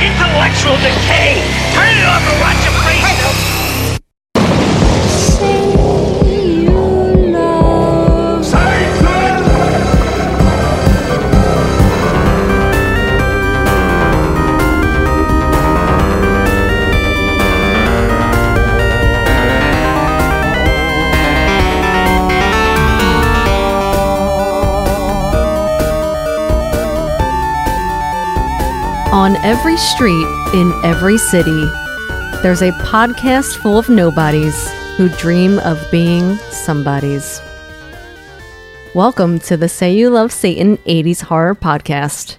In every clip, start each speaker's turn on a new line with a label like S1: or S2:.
S1: Intellectual decay! Turn it off and watch your face!
S2: On every street, in every city, there's a podcast full of nobodies who dream of being somebodies. Welcome to the Say You Love Satan 80s Horror Podcast.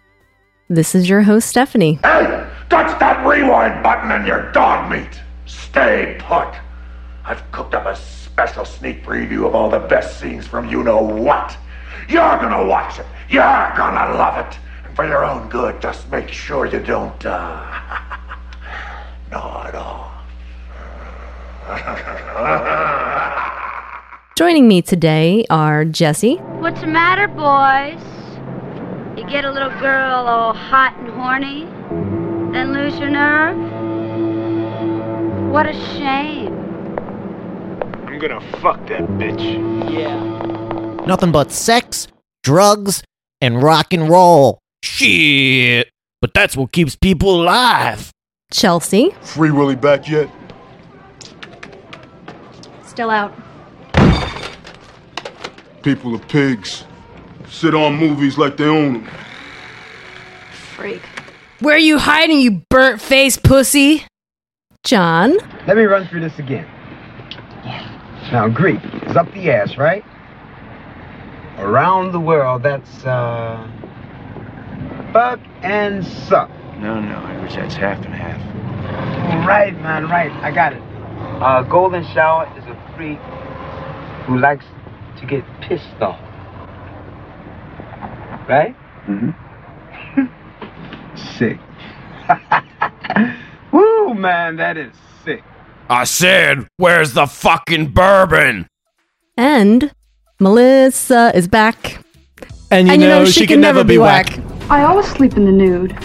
S2: This is your host, Stephanie.
S3: Hey, touch that rewind button and your dog meat. Stay put. I've cooked up a special sneak preview of all the best scenes from you know what. You're gonna watch it. You're gonna love it. And for your own good, just make sure you don't uh gnaw it off.
S2: Joining me today are Jesse,
S4: What's the matter, boys? You get a little girl all hot and horny, then lose your nerve? What a shame.
S5: I'm gonna fuck that bitch.
S6: Nothing but sex, drugs, and rock and roll. Shit. But that's what keeps people alive.
S2: Chelsea,
S7: Free Willy back yet?
S4: Still out.
S7: People are pigs. Sit on movies like they own them.
S8: Where are you hiding, you burnt face pussy?
S2: John,
S9: Let me run through this again. Now, Greek is up the ass, right? Around the world, that's, uh. Fuck and suck.
S5: No, no, I wish that's half and half.
S9: Right, man, right. I got it. Uh, Golden Shower is a freak who likes to get pissed off. Right?
S5: Mm-hmm.
S9: Mm hmm. sick. Woo, man, that is sick.
S5: I said, where's the fucking bourbon?
S2: and Melissa is back.
S10: And you, know, she, can, never, be whack.
S2: whack.
S11: I always sleep in the nude.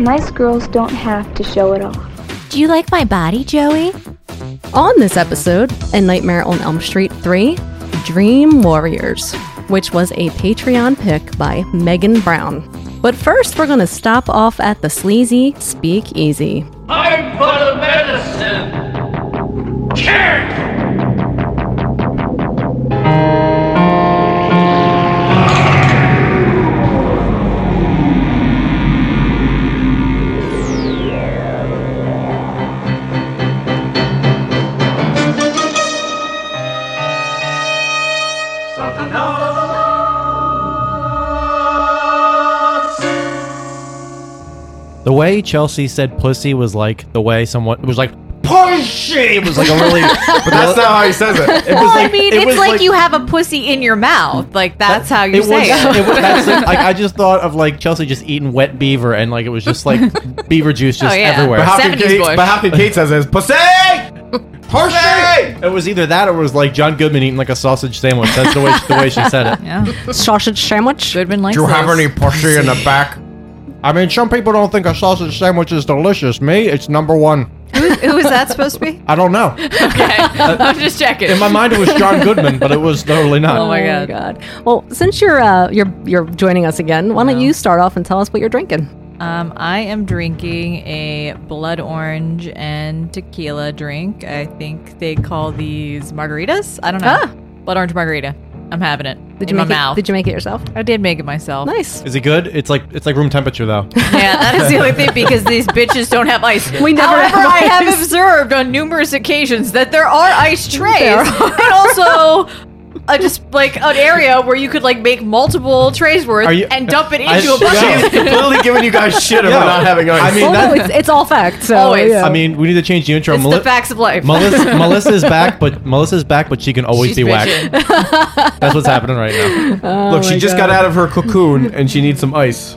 S11: Nice girls don't have to show it off.
S2: Do you like my body, Joey? On this episode, A Nightmare on Elm Street 3, Dream Warriors, which was a Patreon pick by Megan Brown. But first, we're going to stop off at the sleazy speakeasy.
S1: I'm for the medicine! Kick! Something else.
S10: The way Chelsea said pussy was like the way someone it was like pussy. It was like a really. but that's not how he says it. It was
S12: Well,
S10: like,
S12: I mean,
S10: it
S12: it's
S10: was
S12: like, you have a pussy in your mouth. Like that's how you
S10: it
S12: say
S10: was,
S12: it.
S10: it was that's it. Like, I just thought of like Chelsea just eating wet beaver and like it was just like beaver juice just
S12: Oh, yeah.
S10: everywhere.
S12: But how could 70s Kate- boy. but how
S10: could Kate says it? Pussy. Hershey! It was either that or it was like John Goodman eating like a sausage sandwich. That's the way the way she said it.
S2: Sausage sandwich?
S12: Goodman likes
S10: Do you have
S12: those.
S10: any pussy in the back? I mean, some people don't think a sausage sandwich is delicious. Me, it's number one.
S12: Who is that supposed to be?
S10: I don't know.
S12: Okay, I'm just checking.
S10: In my mind, it was John Goodman, but it was totally
S12: Oh
S10: not.
S12: my
S2: Oh my
S12: god.
S2: god. Well, since you're uh, you're you're joining us again, why don't you start off and tell us what you're drinking?
S12: Um, I am drinking a blood orange and tequila drink. I think they call these margaritas. I don't know.
S2: Ah.
S12: Blood orange margarita. I'm having it
S2: Did
S12: in
S2: you
S12: my
S2: make
S12: mouth.
S2: it? Did you make it yourself?
S12: I did make it myself.
S2: Nice.
S10: Is it good? It's like it's like room temperature though.
S12: Yeah, that is the only thing because these bitches don't have ice.
S2: We never
S12: However,
S2: have
S12: I
S2: ice.
S12: have observed on numerous occasions that there are ice trays and also uh, just like an area where you could like make multiple trays worth
S10: Are you-
S12: and dump it into
S10: I-
S12: a bucket.
S10: yeah.
S5: Completely giving you guys shit about
S10: Yeah.
S5: not having ice.
S10: I mean,
S2: Well,
S10: that,
S2: Oh, no, it's, it's all fact. So,
S12: Always.
S2: yeah.
S10: I mean, we need to change the intro.
S12: It's
S10: Meli-
S12: the facts of life.
S10: Melissa, Melissa's back, but Melissa's back, but she can always
S12: She's
S10: be
S12: bitching.
S10: whacked. That's what's happening right now.
S5: look, she just got out of her cocoon and she needs some ice.
S10: She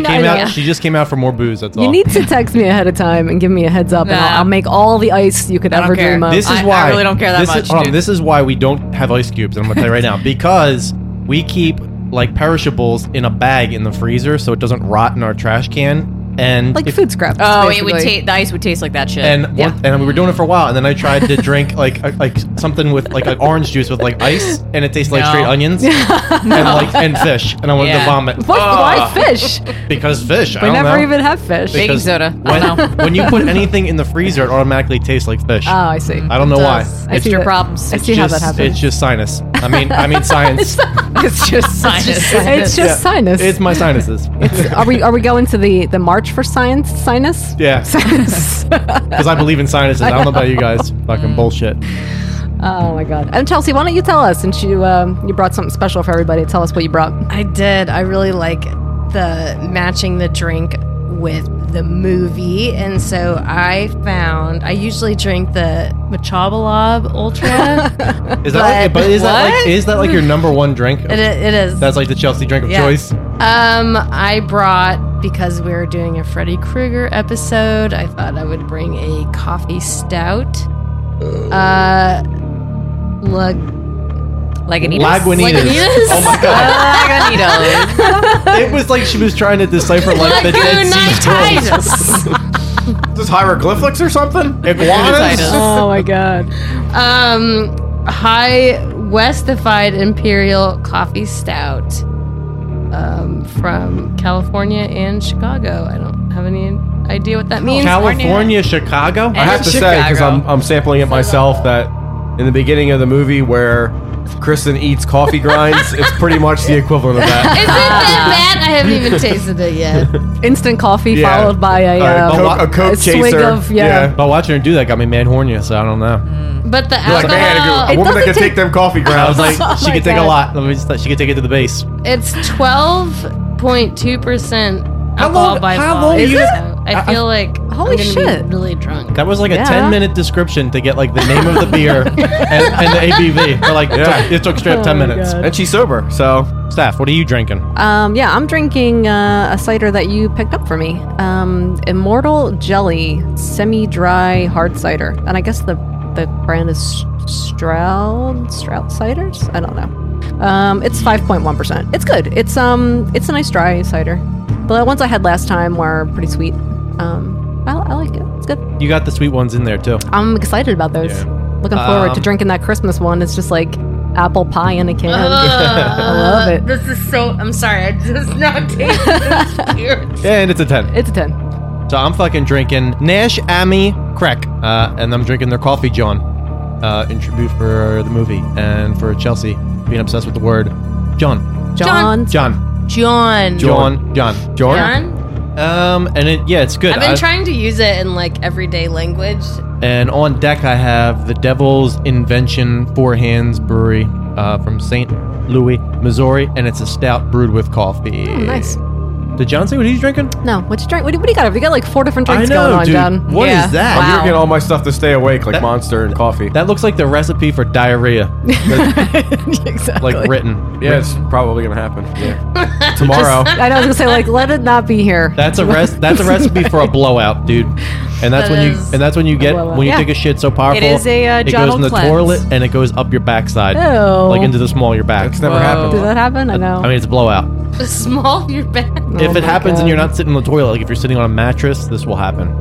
S2: know-
S10: came out.
S2: yeah.
S10: She just came out for more booze. That's all.
S2: You need to text me ahead of time and give me a heads up, and I'll,
S12: Nah.
S2: I'll make all the ice you could
S12: I don't
S2: ever
S12: care.
S2: dream of.
S10: This is
S12: Um, I- I
S10: why
S12: really don't care that
S10: this
S12: much,
S10: Is, hold on,
S12: dude.
S10: this is why we don't have ice cubes. And I'm gonna tell you right now because we keep like perishables in a bag in the freezer so it doesn't rot in our trash can. And
S12: Like
S10: if-
S12: food scraps. Oh, it would taste. The ice would taste like that shit.
S10: And one, and we were doing it for a while, and then I tried to drink like a, like something with like an orange juice with like ice, and it tastes like
S12: No.
S10: straight onions and like and fish, and I wanted
S12: Yeah.
S10: to vomit.
S2: What? Why
S10: Ugh.
S2: fish?
S10: Because fish. Oh. I
S2: We
S10: don't
S2: never
S10: know.
S2: even have fish. Baking
S10: Because
S2: soda. I
S10: When,
S2: don't know.
S10: when you put anything in the freezer, it automatically tastes like fish.
S2: Oh, I see.
S10: I don't know
S2: It
S10: why.
S2: does. I It's see your that- problems. I
S10: It's
S2: see how
S10: just-
S2: that happens.
S10: It's just sinus. I mean, I mean science.
S12: it's just
S2: It's just, sinus.
S10: It's my sinuses.
S2: It's- are we are we going to the the march for science sinus?
S10: yeah,
S2: Sinus.
S10: because I believe in sinuses. I don't know about you guys. Fucking bullshit.
S2: Oh my god! And Chelsea, why don't you tell us? Since you um, you brought something special for everybody, tell us what you brought.
S13: I did. I really like the matching the drink with the movie, and so I found I usually drink the Machobalob Ultra.
S10: Is that? Like,
S13: But-
S10: but is that
S13: What?
S10: like is that like your number one drink?
S13: It i- it is.
S10: That's like the Chelsea drink of
S13: Yeah.
S10: choice.
S13: um, I brought because we were doing a Freddy Krueger episode. I thought I would bring a coffee stout. Uh, lug.
S12: Lagunitas.
S10: Lagunitas. Oh my
S12: god.
S10: It was like she was trying to decipher like the Dead Sea Scrolls. Is this hieroglyphics or something? Iguanas?
S2: Oh my god.
S13: Um, high Westified Imperial Coffee Stout um, from California and Chicago. I don't have any idea what that means.
S10: California, Chicago.
S3: I have to say because I'm,
S10: Chicago.
S3: I'm sampling it myself that in the beginning of the movie where Kristen eats coffee grinds, it's pretty much the equivalent of
S13: Is
S3: that.
S13: it that bad? I haven't even tasted it yet.
S2: Instant coffee
S10: Yeah.
S2: followed by a, um, a swig of yeah.
S10: But watching her do that got me man hornier, so I don't know.
S13: But the
S10: You're like,
S13: alcohol.
S10: man,
S3: a woman that could take
S10: them coffee grounds. I was
S13: Oh
S10: like, she
S13: my
S10: could take a
S13: God.
S10: lot. Let me just, she could take it to the base.
S13: It's twelve point two percent alcohol by
S10: how
S13: volume.
S10: long is
S13: so
S10: it?
S13: I feel like holy shit, really drunk.
S10: That was like
S13: Yeah.
S10: a 10 minute description to get like the name of the beer and, and the ABV. But like, it, took, it took straight up 10
S2: Oh my
S10: minutes.
S2: God.
S10: And she's sober, so. Staff, what are you drinking?
S2: Um, yeah, I'm drinking uh, a cider that you picked up for me. Um, Immortal Jelly semi-dry hard cider, and I guess the the brand is Stroud Stroud Ciders. I don't know. Um, it's 5.1 percent. It's good. It's um, it's a nice dry cider. The ones I had last time were pretty sweet. Um, I, I like it. It's good.
S10: You got the sweet ones in there, too.
S2: I'm excited about those.
S10: Yeah.
S2: Looking forward to
S10: Um,
S2: drinking that Christmas one. It's just like apple pie in a can. I love it.
S13: Uh, This is so. I'm sorry. I just not taste this beer.
S10: And it's a 10.
S2: It's a 10.
S10: So I'm fucking drinking Nash Ami Crack, uh, and I'm drinking their coffee John uh, in tribute for the movie and for Chelsea being obsessed with the word John.
S13: John.
S10: John.
S13: John.
S10: John. John.
S13: John?
S10: Um, and it, yeah, it's good.
S13: I've been
S10: I-
S13: trying to use it in like everyday language.
S10: And on deck, I have the Devil's Invention Four Hands Brewery uh, from St. Louis, Missouri, and it's a stout brewed with coffee.
S2: Oh, nice.
S10: Did John say what he's drinking?
S2: No, what you drink? What do, what do you got? over? You got like four different drinks going on, John.
S3: What is
S2: Yeah.
S3: I'm drinking all my stuff to stay awake, like Monster and coffee.
S10: That looks like the recipe for diarrhea,
S2: exactly.
S10: like written.
S3: Yeah, it's probably gonna happen. Yeah.
S10: Tomorrow.
S2: I know. I was gonna say like, let it not be here.
S10: That's a res- That's a recipe for a blowout, dude. And that's
S2: That
S10: when you
S2: is
S10: and that's when you get
S2: blowout.
S10: when you
S2: Yeah.
S10: take a shit so powerful.
S2: is a, uh,
S10: it goes
S2: Jottle
S10: in the
S2: cleanse.
S10: toilet and it goes up your backside,
S2: Ew.
S10: like into the small of your back. It's
S2: Whoa. Did that happen? I know.
S10: I mean, it's a blowout.
S2: oh
S13: The small your back.
S10: if it happens and you're not sitting on the toilet, like if you're sitting on a mattress, this will happen.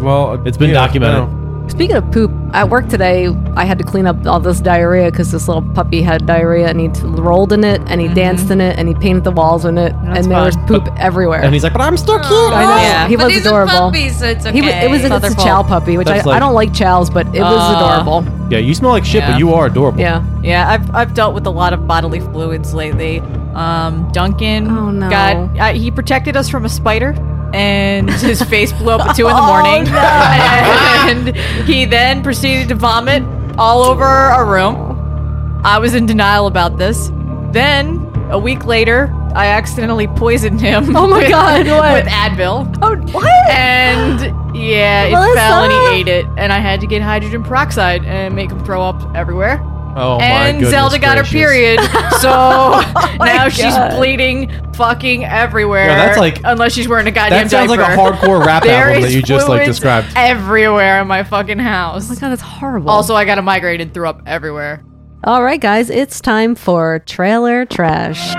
S3: Well,
S10: it's been
S3: yeah,
S10: documented.
S2: Speaking of poop, at work today, I had to clean up all this diarrhea because this little puppy had diarrhea and he t- rolled in it and he danced in it and he painted the walls in it and there was
S10: fun.
S2: poop everywhere.
S10: And he's like, "But I'm still cute."
S2: I know.
S13: Oh.
S10: Yeah.
S2: He
S10: But
S2: was
S10: he's a
S2: adorable.
S13: puppy, so it's
S2: He was,
S13: okay.
S2: it was
S13: It's not
S2: it's
S13: their
S2: a chow
S13: fault.
S2: puppy, which I,
S10: That's
S2: I
S10: like-
S2: don't like chows, but it was
S12: Uh,
S2: adorable.
S10: Yeah, you smell like shit,
S12: Yeah.
S10: but you are adorable.
S2: Yeah.
S12: Yeah, I've, I've dealt with a lot of bodily fluids lately. Um, Duncan
S2: Oh, no.
S12: got uh, he protected us from a spider, and his face blew up at two in
S2: Oh,
S12: the morning, and he then proceeded to vomit all over our room. I was in denial about this. Then a week later, I accidentally poisoned him.
S2: Oh my
S12: with-
S2: God, what?
S12: With Advil.
S2: Oh what?
S12: Eh. And yeah, it
S2: Melissa?
S12: fell and he ate it, and I had to get hydrogen peroxide and make him throw up everywhere
S10: Oh my
S12: and
S10: goodness
S12: Zelda got her
S10: gracious.
S12: period, so now
S2: God.
S12: she's bleeding fucking everywhere.
S10: Yeah, that's like-
S12: unless she's wearing a goddamn
S10: That sounds like a
S12: diaper.
S10: hardcore rap
S12: There
S10: album that
S12: is
S10: you just like
S12: fluids
S10: described.
S12: Everywhere in my fucking house. Oh my
S2: god, that's horrible.
S12: Also, I got a migraine and threw up everywhere.
S2: All right, guys, it's time for trailer trash.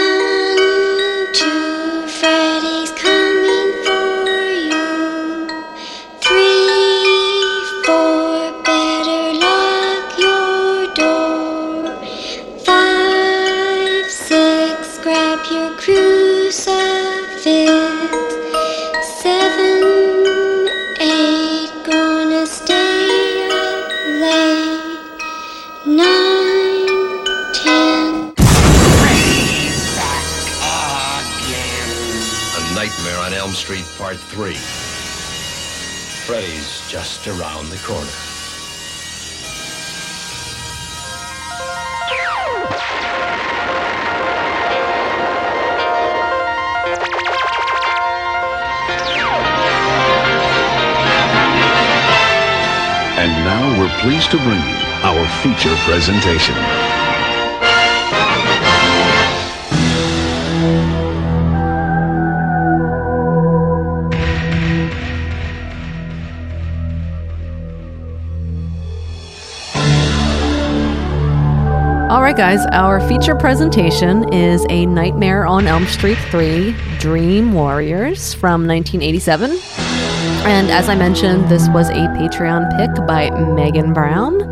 S4: One, two, Freddy's coming for you. Three, four, better lock your door. Five, six, grab your crucifix. Seven, eight, gonna stay up late. Nine, ten,
S3: A Nightmare on Elm Street Part 3. Freddy's just around the corner.
S7: And now we're pleased to bring you our feature presentation.
S2: All right, guys, our feature presentation is A Nightmare on Elm Street 3 Dream Warriors from 1987. And as I mentioned, this was a Patreon pick by Megan Brown.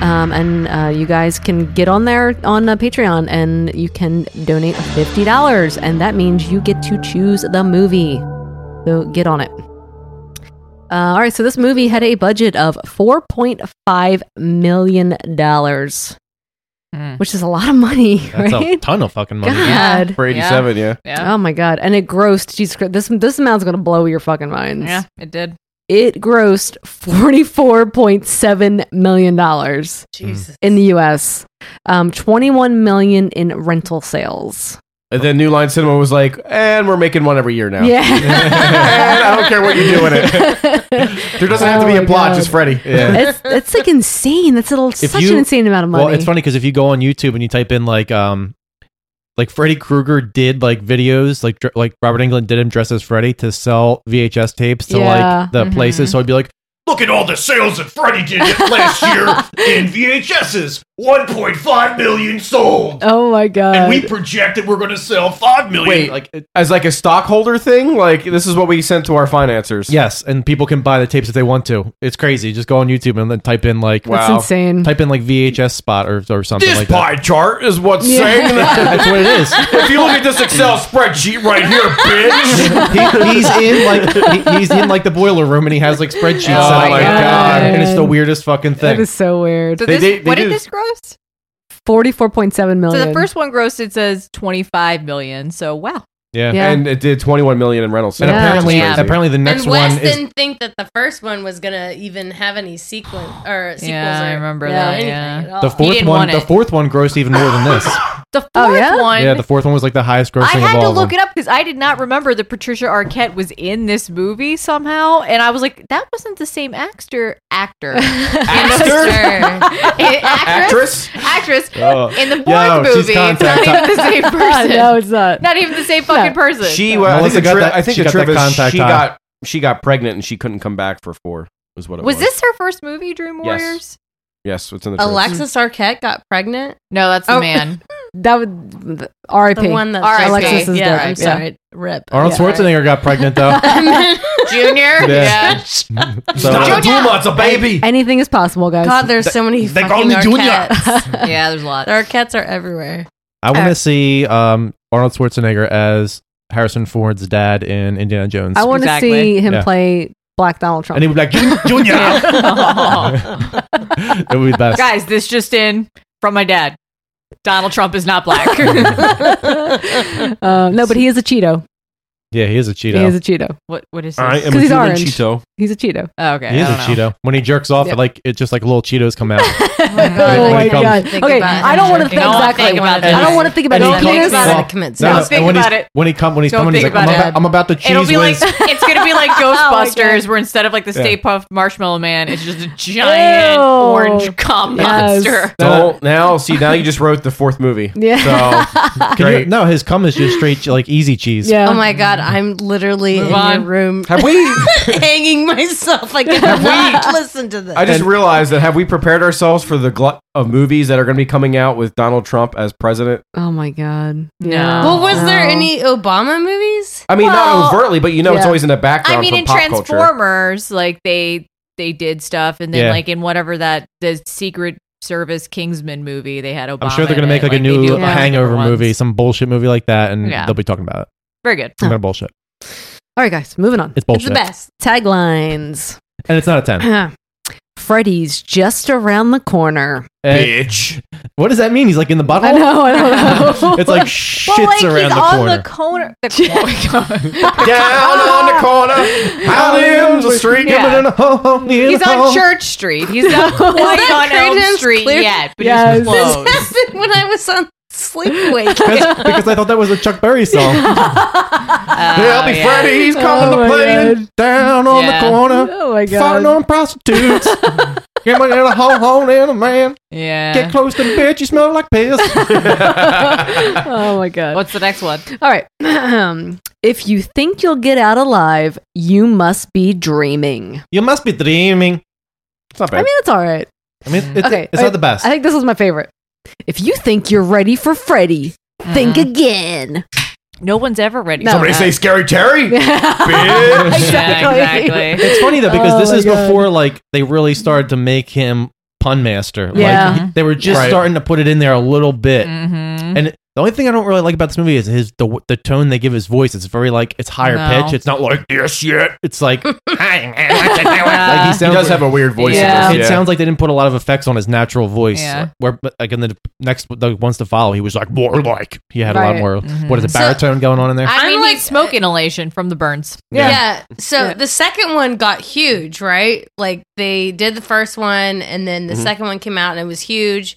S2: Um, and uh, you guys can get on there on uh, Patreon and you can donate $50. And that means you get to choose the movie. So get on it. Uh, all right, so this movie had a budget of $4.5 million, which is a lot of money,
S10: That's
S2: right?
S10: a ton of fucking money.
S2: God.
S10: For 87, yeah.
S2: Oh my god! And it grossed. Jesus Christ! This this amount's gonna blow your fucking minds.
S12: Yeah, it did.
S2: It grossed forty four point seven million dollars
S12: Jesus.
S2: in the U.S. Um, twenty one million in rental sales.
S9: And then New Line Cinema was like, and we're making one every year now.
S2: Yeah.
S9: and I don't care what you do in it. There doesn't have to be a plot, just Freddy.
S2: Oh, It's it's like insane. That's a little,
S10: If
S2: such
S10: you-
S2: an insane amount of money.
S10: Well, it's funny because if you go on YouTube and you type in like um like Freddy Krueger did like videos like dr- like Robert England did him dressed as Freddy to sell VHS tapes to
S1: Yeah.
S10: like the
S2: Mm-hmm.
S10: places. So I'd be like,
S1: Look at all the sales that Freddy did last year in VHSs. 1.5 million sold.
S2: Oh my god!
S1: And
S10: Uh,
S1: we project that we're going to sell 5 million.
S9: Wait,
S1: like
S9: as like a stockholder thing? Like, this is what we sent to our financiers.
S10: Yes, and people can buy the tapes if they want to. It's crazy. Just go on YouTube and then type in like
S9: That's Wow.
S2: insane.
S10: Type in like VHS spot or, or something
S1: this
S10: like
S1: pie
S10: that.
S1: chart is what's
S10: Yeah.
S1: saying that.
S10: That's what it is.
S1: If you look at this Excel spreadsheet right here, bitch.
S10: He- he's in like he- he's in like the boiler room and he has like spreadsheets.
S1: Oh
S10: set up,
S1: my
S10: like,
S1: God.
S10: and it's the weirdest fucking thing.
S2: That is so weird.
S12: So this, what did this gross?
S2: Forty four point seven million.
S12: So the first one grossed. It says twenty-five million. So wow.
S9: Yeah.
S2: Yeah.
S9: And it did 21 million in rental sales.
S10: And apparently- apparently the next
S14: and Wes didn't think that the first one was gonna even have any sequel or sequels.
S12: Yeah,
S14: or,
S12: I remember
S14: you know,
S12: that,
S14: anything
S12: yeah.
S14: at all.
S10: the fourth one. The fourth one grossed even more than this.
S12: The fourth one.
S10: yeah, the fourth one was like the highest grossing
S12: I had
S10: of
S12: to
S10: all.
S12: look
S10: of them.
S12: it up because I did not remember that Patricia Arquette was in this movie somehow, and I was like, that wasn't the same actor actor actor actress actress
S1: Oh.
S12: in the
S1: Yo,
S12: Bourne
S1: she's
S12: movie. It's
S1: contact-
S12: not even the same person.
S2: No, it's not.
S12: Not even the same fucking person.
S9: She was. uh, I
S10: Melissa
S9: think, the
S10: got
S9: tri-
S10: that-
S9: I think
S10: she
S9: the
S10: got that
S9: trip is
S10: contact
S9: she
S10: high.
S9: got she got pregnant and she couldn't come back for four. Was what it was.
S14: Was this her first movie, Dream
S9: Yes.
S14: Warriors?
S9: Yes, it's in the trip.
S14: Alexis Arquette got pregnant.
S12: No, that's
S14: the
S12: man.
S2: That would the- R.I.P.
S14: The one that
S2: R.I.P.
S14: Alexis
S2: is
S14: yeah,
S2: dead.
S14: I'm
S2: Yeah.
S14: sorry. Rip.
S10: Arnold Schwarzenegger got pregnant though.
S14: Junior.
S10: Yeah. So-
S1: Dumas, a baby.
S2: Anything is possible, guys.
S14: God, there's so many
S1: They call
S14: fucking
S1: me Junior.
S14: Arquettes.
S12: yeah, there's lots.
S14: The Arquettes are everywhere.
S10: I want to see um, Arnold Schwarzenegger as
S15: Harrison Ford's dad in Indiana Jones.
S2: I want to see him
S15: Yeah.
S2: play Black Donald Trump.
S15: And he would be like, "Jun- Junior! it would be the best.
S12: Guys, this just in from my dad. Donald Trump is not black.
S2: Uh, no, but he is a Cheeto.
S15: Yeah, he is a Cheeto.
S2: He is a Cheeto.
S12: What? What is?
S15: I
S12: this?
S15: am a
S2: 'Cause he's
S15: Cuban
S2: orange.
S15: Cheeto.
S2: He's a Cheeto.
S12: Oh, okay.
S15: he is
S12: I
S15: a
S12: don't know.
S15: Cheeto. When he jerks off,
S2: Yeah.
S15: it, like it just like little Cheetos come out.
S2: Oh
S15: When
S2: my
S15: he comes-
S2: god.
S4: Think
S2: Okay,
S4: about
S2: I
S4: it.
S2: don't want to think
S4: Don't
S2: exactly.
S4: think about
S2: I don't
S4: it.
S2: want to think about
S4: Don't
S2: it.
S4: think
S2: It is-
S4: about it. Commit
S15: No,
S4: suicide.
S15: no, and when he's- When he come when he's
S12: Don't
S15: coming, he's like,
S12: think
S15: I'm
S12: about
S15: about,
S12: it.
S15: I'm about to cheese
S12: It'll be like
S15: whiz.
S12: it's gonna be like
S2: my
S12: Ghostbusters, where instead of like the Stay Puft Marshmallow Man, it's just a giant orange cum
S2: Yes.
S12: monster.
S10: So now, see, now you just wrote the fourth movie.
S2: Yeah.
S10: So,
S15: Can you-
S10: great.
S15: no, his cum is just straight like easy cheese.
S4: Oh my god, I'm literally in
S10: on.
S4: your room.
S10: Have we-
S4: hanging myself? I cannot listen to this.
S10: I just realized that have we prepared ourselves for the glut of movies that are going to be coming out with Donald Trump as president?
S2: Oh my god. Yeah.
S4: Well, was there
S2: No.
S4: any Obama movies?
S10: I mean, not overtly, but you know, it's
S4: yeah.
S10: always in the background.
S12: I mean,
S10: for
S12: in
S10: pop culture.
S12: Transformers, like they they did stuff, and then
S15: Yeah.
S12: like in whatever that the Secret Service Kingsman movie, they had Obama.
S15: I'm sure they're gonna
S12: in
S15: make
S12: it.
S15: like a
S12: they do
S15: new
S12: bunch of
S15: hangover
S12: different ones.
S15: movie, some bullshit movie like that, and
S12: Yeah.
S15: they'll be talking about it.
S12: Very good.
S15: Some kind of bullshit.
S2: All right, guys, moving on.
S15: It's bullshit. It's the best.
S2: Taglines.
S15: And it's not a ten.
S2: Freddy's just around the corner.
S15: Bitch. What does that mean? He's like in the bottle.
S2: I know, I don't know.
S15: it's like shits around the corner.
S12: corner. The
S10: Down on the corner, out in the street,
S12: Yeah.
S10: giving it a ho ho.
S12: He's on Church Street. He's not
S4: Is
S12: quite
S4: that
S12: on Elm
S4: Credence
S12: Street
S4: Clear-
S12: yet, but
S15: Yes.
S12: he's close.
S4: This happened when I was on sleepaway.
S15: That's because I thought that was a Chuck Berry song. I'll be
S12: Uh,
S4: yeah.
S15: Freddy. He's
S4: Oh
S15: coming
S4: my
S15: to play down on
S4: Yeah.
S15: the corner.
S2: Oh my
S15: Farting on prostitutes. Give me a ho ho and a man.
S12: Yeah.
S15: Get close to the bitch. You smell like piss.
S2: oh my god.
S12: What's the next one?
S2: All right. Um, if you think you'll get out alive, you must be dreaming.
S15: you must be dreaming. It's not bad.
S2: I mean, it's all right.
S15: I mean, it's, it's
S2: all
S15: not
S2: right.
S15: the best.
S2: I think this was my favorite. If you think you're ready for Freddy, think again.
S12: No one's ever ready.
S2: No.
S7: Somebody say Scary Terry? Bitch.
S15: It's funny though because
S7: Oh
S15: this
S7: my
S15: is
S7: God.
S15: before like they really started to make him pun master.
S7: Yeah.
S15: Like he- they were just
S7: Right.
S15: starting to put it in there a little bit.
S12: Mm-hmm.
S15: And the only thing I don't really like about this movie is his the the tone they give his voice. It's very like it's higher
S7: No.
S15: pitch. It's not like this yet. It's like
S7: like
S15: like
S12: Uh,
S7: he,
S15: he, sounds
S7: does have a weird voice. in this,
S15: It
S7: yeah.
S15: sounds like they didn't put a lot of effects on his natural voice.
S7: Yeah.
S15: Where but, like in the next the ones to follow, he was like more like he had a lot
S12: Right. Mm-hmm.
S15: more. what is it
S12: So-
S15: baritone going on in there?
S12: I'm like smoke inhalation from the burns.
S4: Yeah. So the second one got huge, right? Like they did the first one, and then the
S15: Mhm.
S4: second one came out, and it was huge.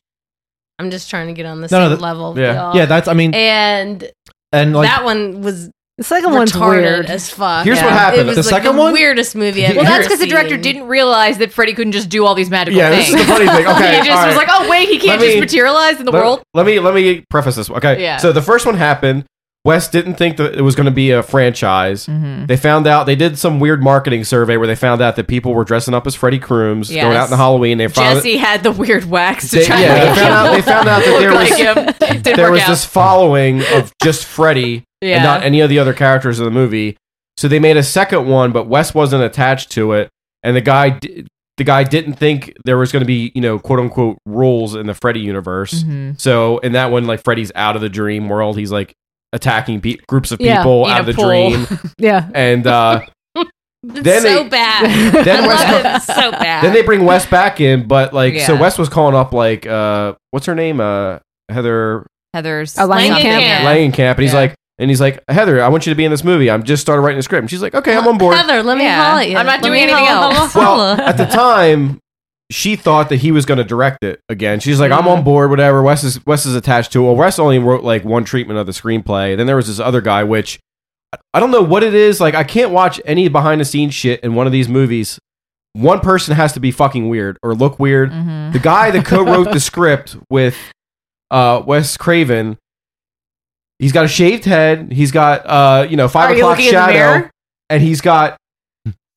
S4: I'm just trying to get on the
S15: No, no,
S4: same
S15: th-
S4: level. with
S15: yeah.
S4: y'all.
S15: Yeah, that's- I mean-
S4: and
S15: and like
S4: that one was
S2: the second
S4: one
S2: one's
S4: retarded
S2: weird.
S4: as fuck.
S15: Here's what happened.
S4: It was
S15: The
S4: like
S15: second
S4: the
S15: one-
S4: weirdest movie. I've
S12: Well,
S4: ever
S12: that's because the director
S4: seen.
S12: didn't realize that Freddy couldn't just do all these magical
S10: Yeah, this
S12: things.
S10: is the funny thing. Okay,
S12: he just
S10: all
S12: was like,
S10: right.
S12: "Oh wait, he can't
S10: Let
S12: just
S10: me-
S12: materialize in the
S10: let,
S12: world."
S10: Let me let me preface this. Okay,
S12: Yeah.
S10: so the first one happened. West didn't think that it was going to be a
S12: Mm-hmm.
S10: franchise. They found out they did some weird marketing survey where they found out that people were dressing up as Freddy Krueger,
S12: Yes.
S10: going out in the Halloween. They found
S12: Jesse had the weird wax to
S10: They-
S12: try.
S10: yeah,
S12: to
S10: they
S12: make
S10: found out-
S12: him
S10: they found out that
S12: look
S10: there was-
S12: like him. Didn't
S10: there
S12: work
S10: was
S12: out.
S10: this following of just Freddy
S12: Yeah.
S10: and not any of the other characters in the movie. So they made a second one, but Wes wasn't attached to it, and the guy di- the guy didn't think there was going to be you know quote unquote rules in the Freddy universe.
S2: Mm-hmm.
S12: Mhm.
S10: So in that one, like Freddy's out of the dream world. He's like attacking pe- groups of
S2: Yeah.
S10: people
S2: In
S10: out
S2: a
S10: of the
S2: pool.
S10: dream,
S2: yeah.
S10: and uh, Then
S4: so
S10: they-
S4: bad.
S10: then
S4: I
S10: Wes
S4: love
S10: co-
S4: it so bad.
S10: then they bring Wes back in. But like so,
S4: Yeah.
S10: Wes was calling up like uh, what's her name? Uh, Heather
S12: Heather's
S2: A Langenkamp.
S12: Langenkamp.
S10: Langenkamp, and he's like, and he's like, Heather, I want you to be in this movie. I'm just started writing the script. And she's like, okay, I'm on board.
S4: Heather, let me
S12: Yeah.
S4: holler at you.
S12: I'm not
S4: Let
S12: doing
S4: me
S12: anything
S4: holla-
S12: else.
S4: holla.
S10: At the time, she thought that he was going to direct it again. She's like, I'm on board, whatever. Wes is Wes is attached to. it. Well, Wes only wrote like one treatment of the screenplay. Then there was this other guy, which I- I don't know what it is. Like, I can't watch any behind the scenes shit in one of these movies. One person has to be fucking weird or look weird.
S12: Mm-hmm.
S10: The guy that co-wrote the script with uh, Wes Craven, he's got a shaved head. He's got uh, you know five
S12: Are you
S10: o'clock
S12: looking in the
S10: shadow,
S12: mirror?
S10: and he's got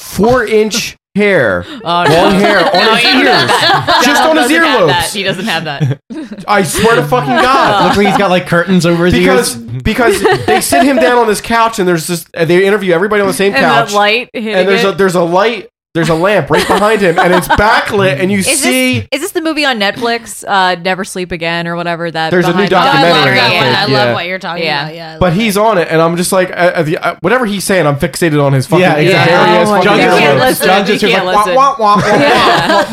S10: four inch hair,
S12: Oh, no.
S10: long hair on
S12: No,
S10: his
S12: he doesn't have
S10: ears,
S12: that.
S10: just
S12: Donald
S10: on his
S12: doesn't have that.
S10: earlobes.
S12: He doesn't have that.
S10: I swear to fucking god,
S15: Looks like he's got like curtains over his
S10: because
S15: ears.
S10: because they sit him down on this couch and there's just they interview everybody on the same
S12: And
S10: couch
S12: that light hitting
S10: and there's
S12: it.
S10: a there's a light
S9: There's a lamp right behind him, and it's backlit, and you
S12: is
S9: see.
S12: This, is this the movie on Netflix, uh, Never Sleep Again, or whatever? That
S9: There's a new
S12: behind- Oh, I love
S9: documentary
S12: that
S9: out
S12: one.
S9: there. I love Yeah. what
S4: you're talking
S12: Yeah.
S4: about. Yeah.
S9: but he's on it, and I'm just like, uh, uh, the- uh, whatever he's saying, I'm fixated on his fucking
S10: Yeah,
S9: yeah,
S10: exactly.
S9: hairy ass
S10: Oh my
S9: fucking
S10: God. You can't
S9: head.
S10: listen. John just
S9: You
S10: hears
S9: can't
S10: like,
S9: listen.
S10: wah, wah,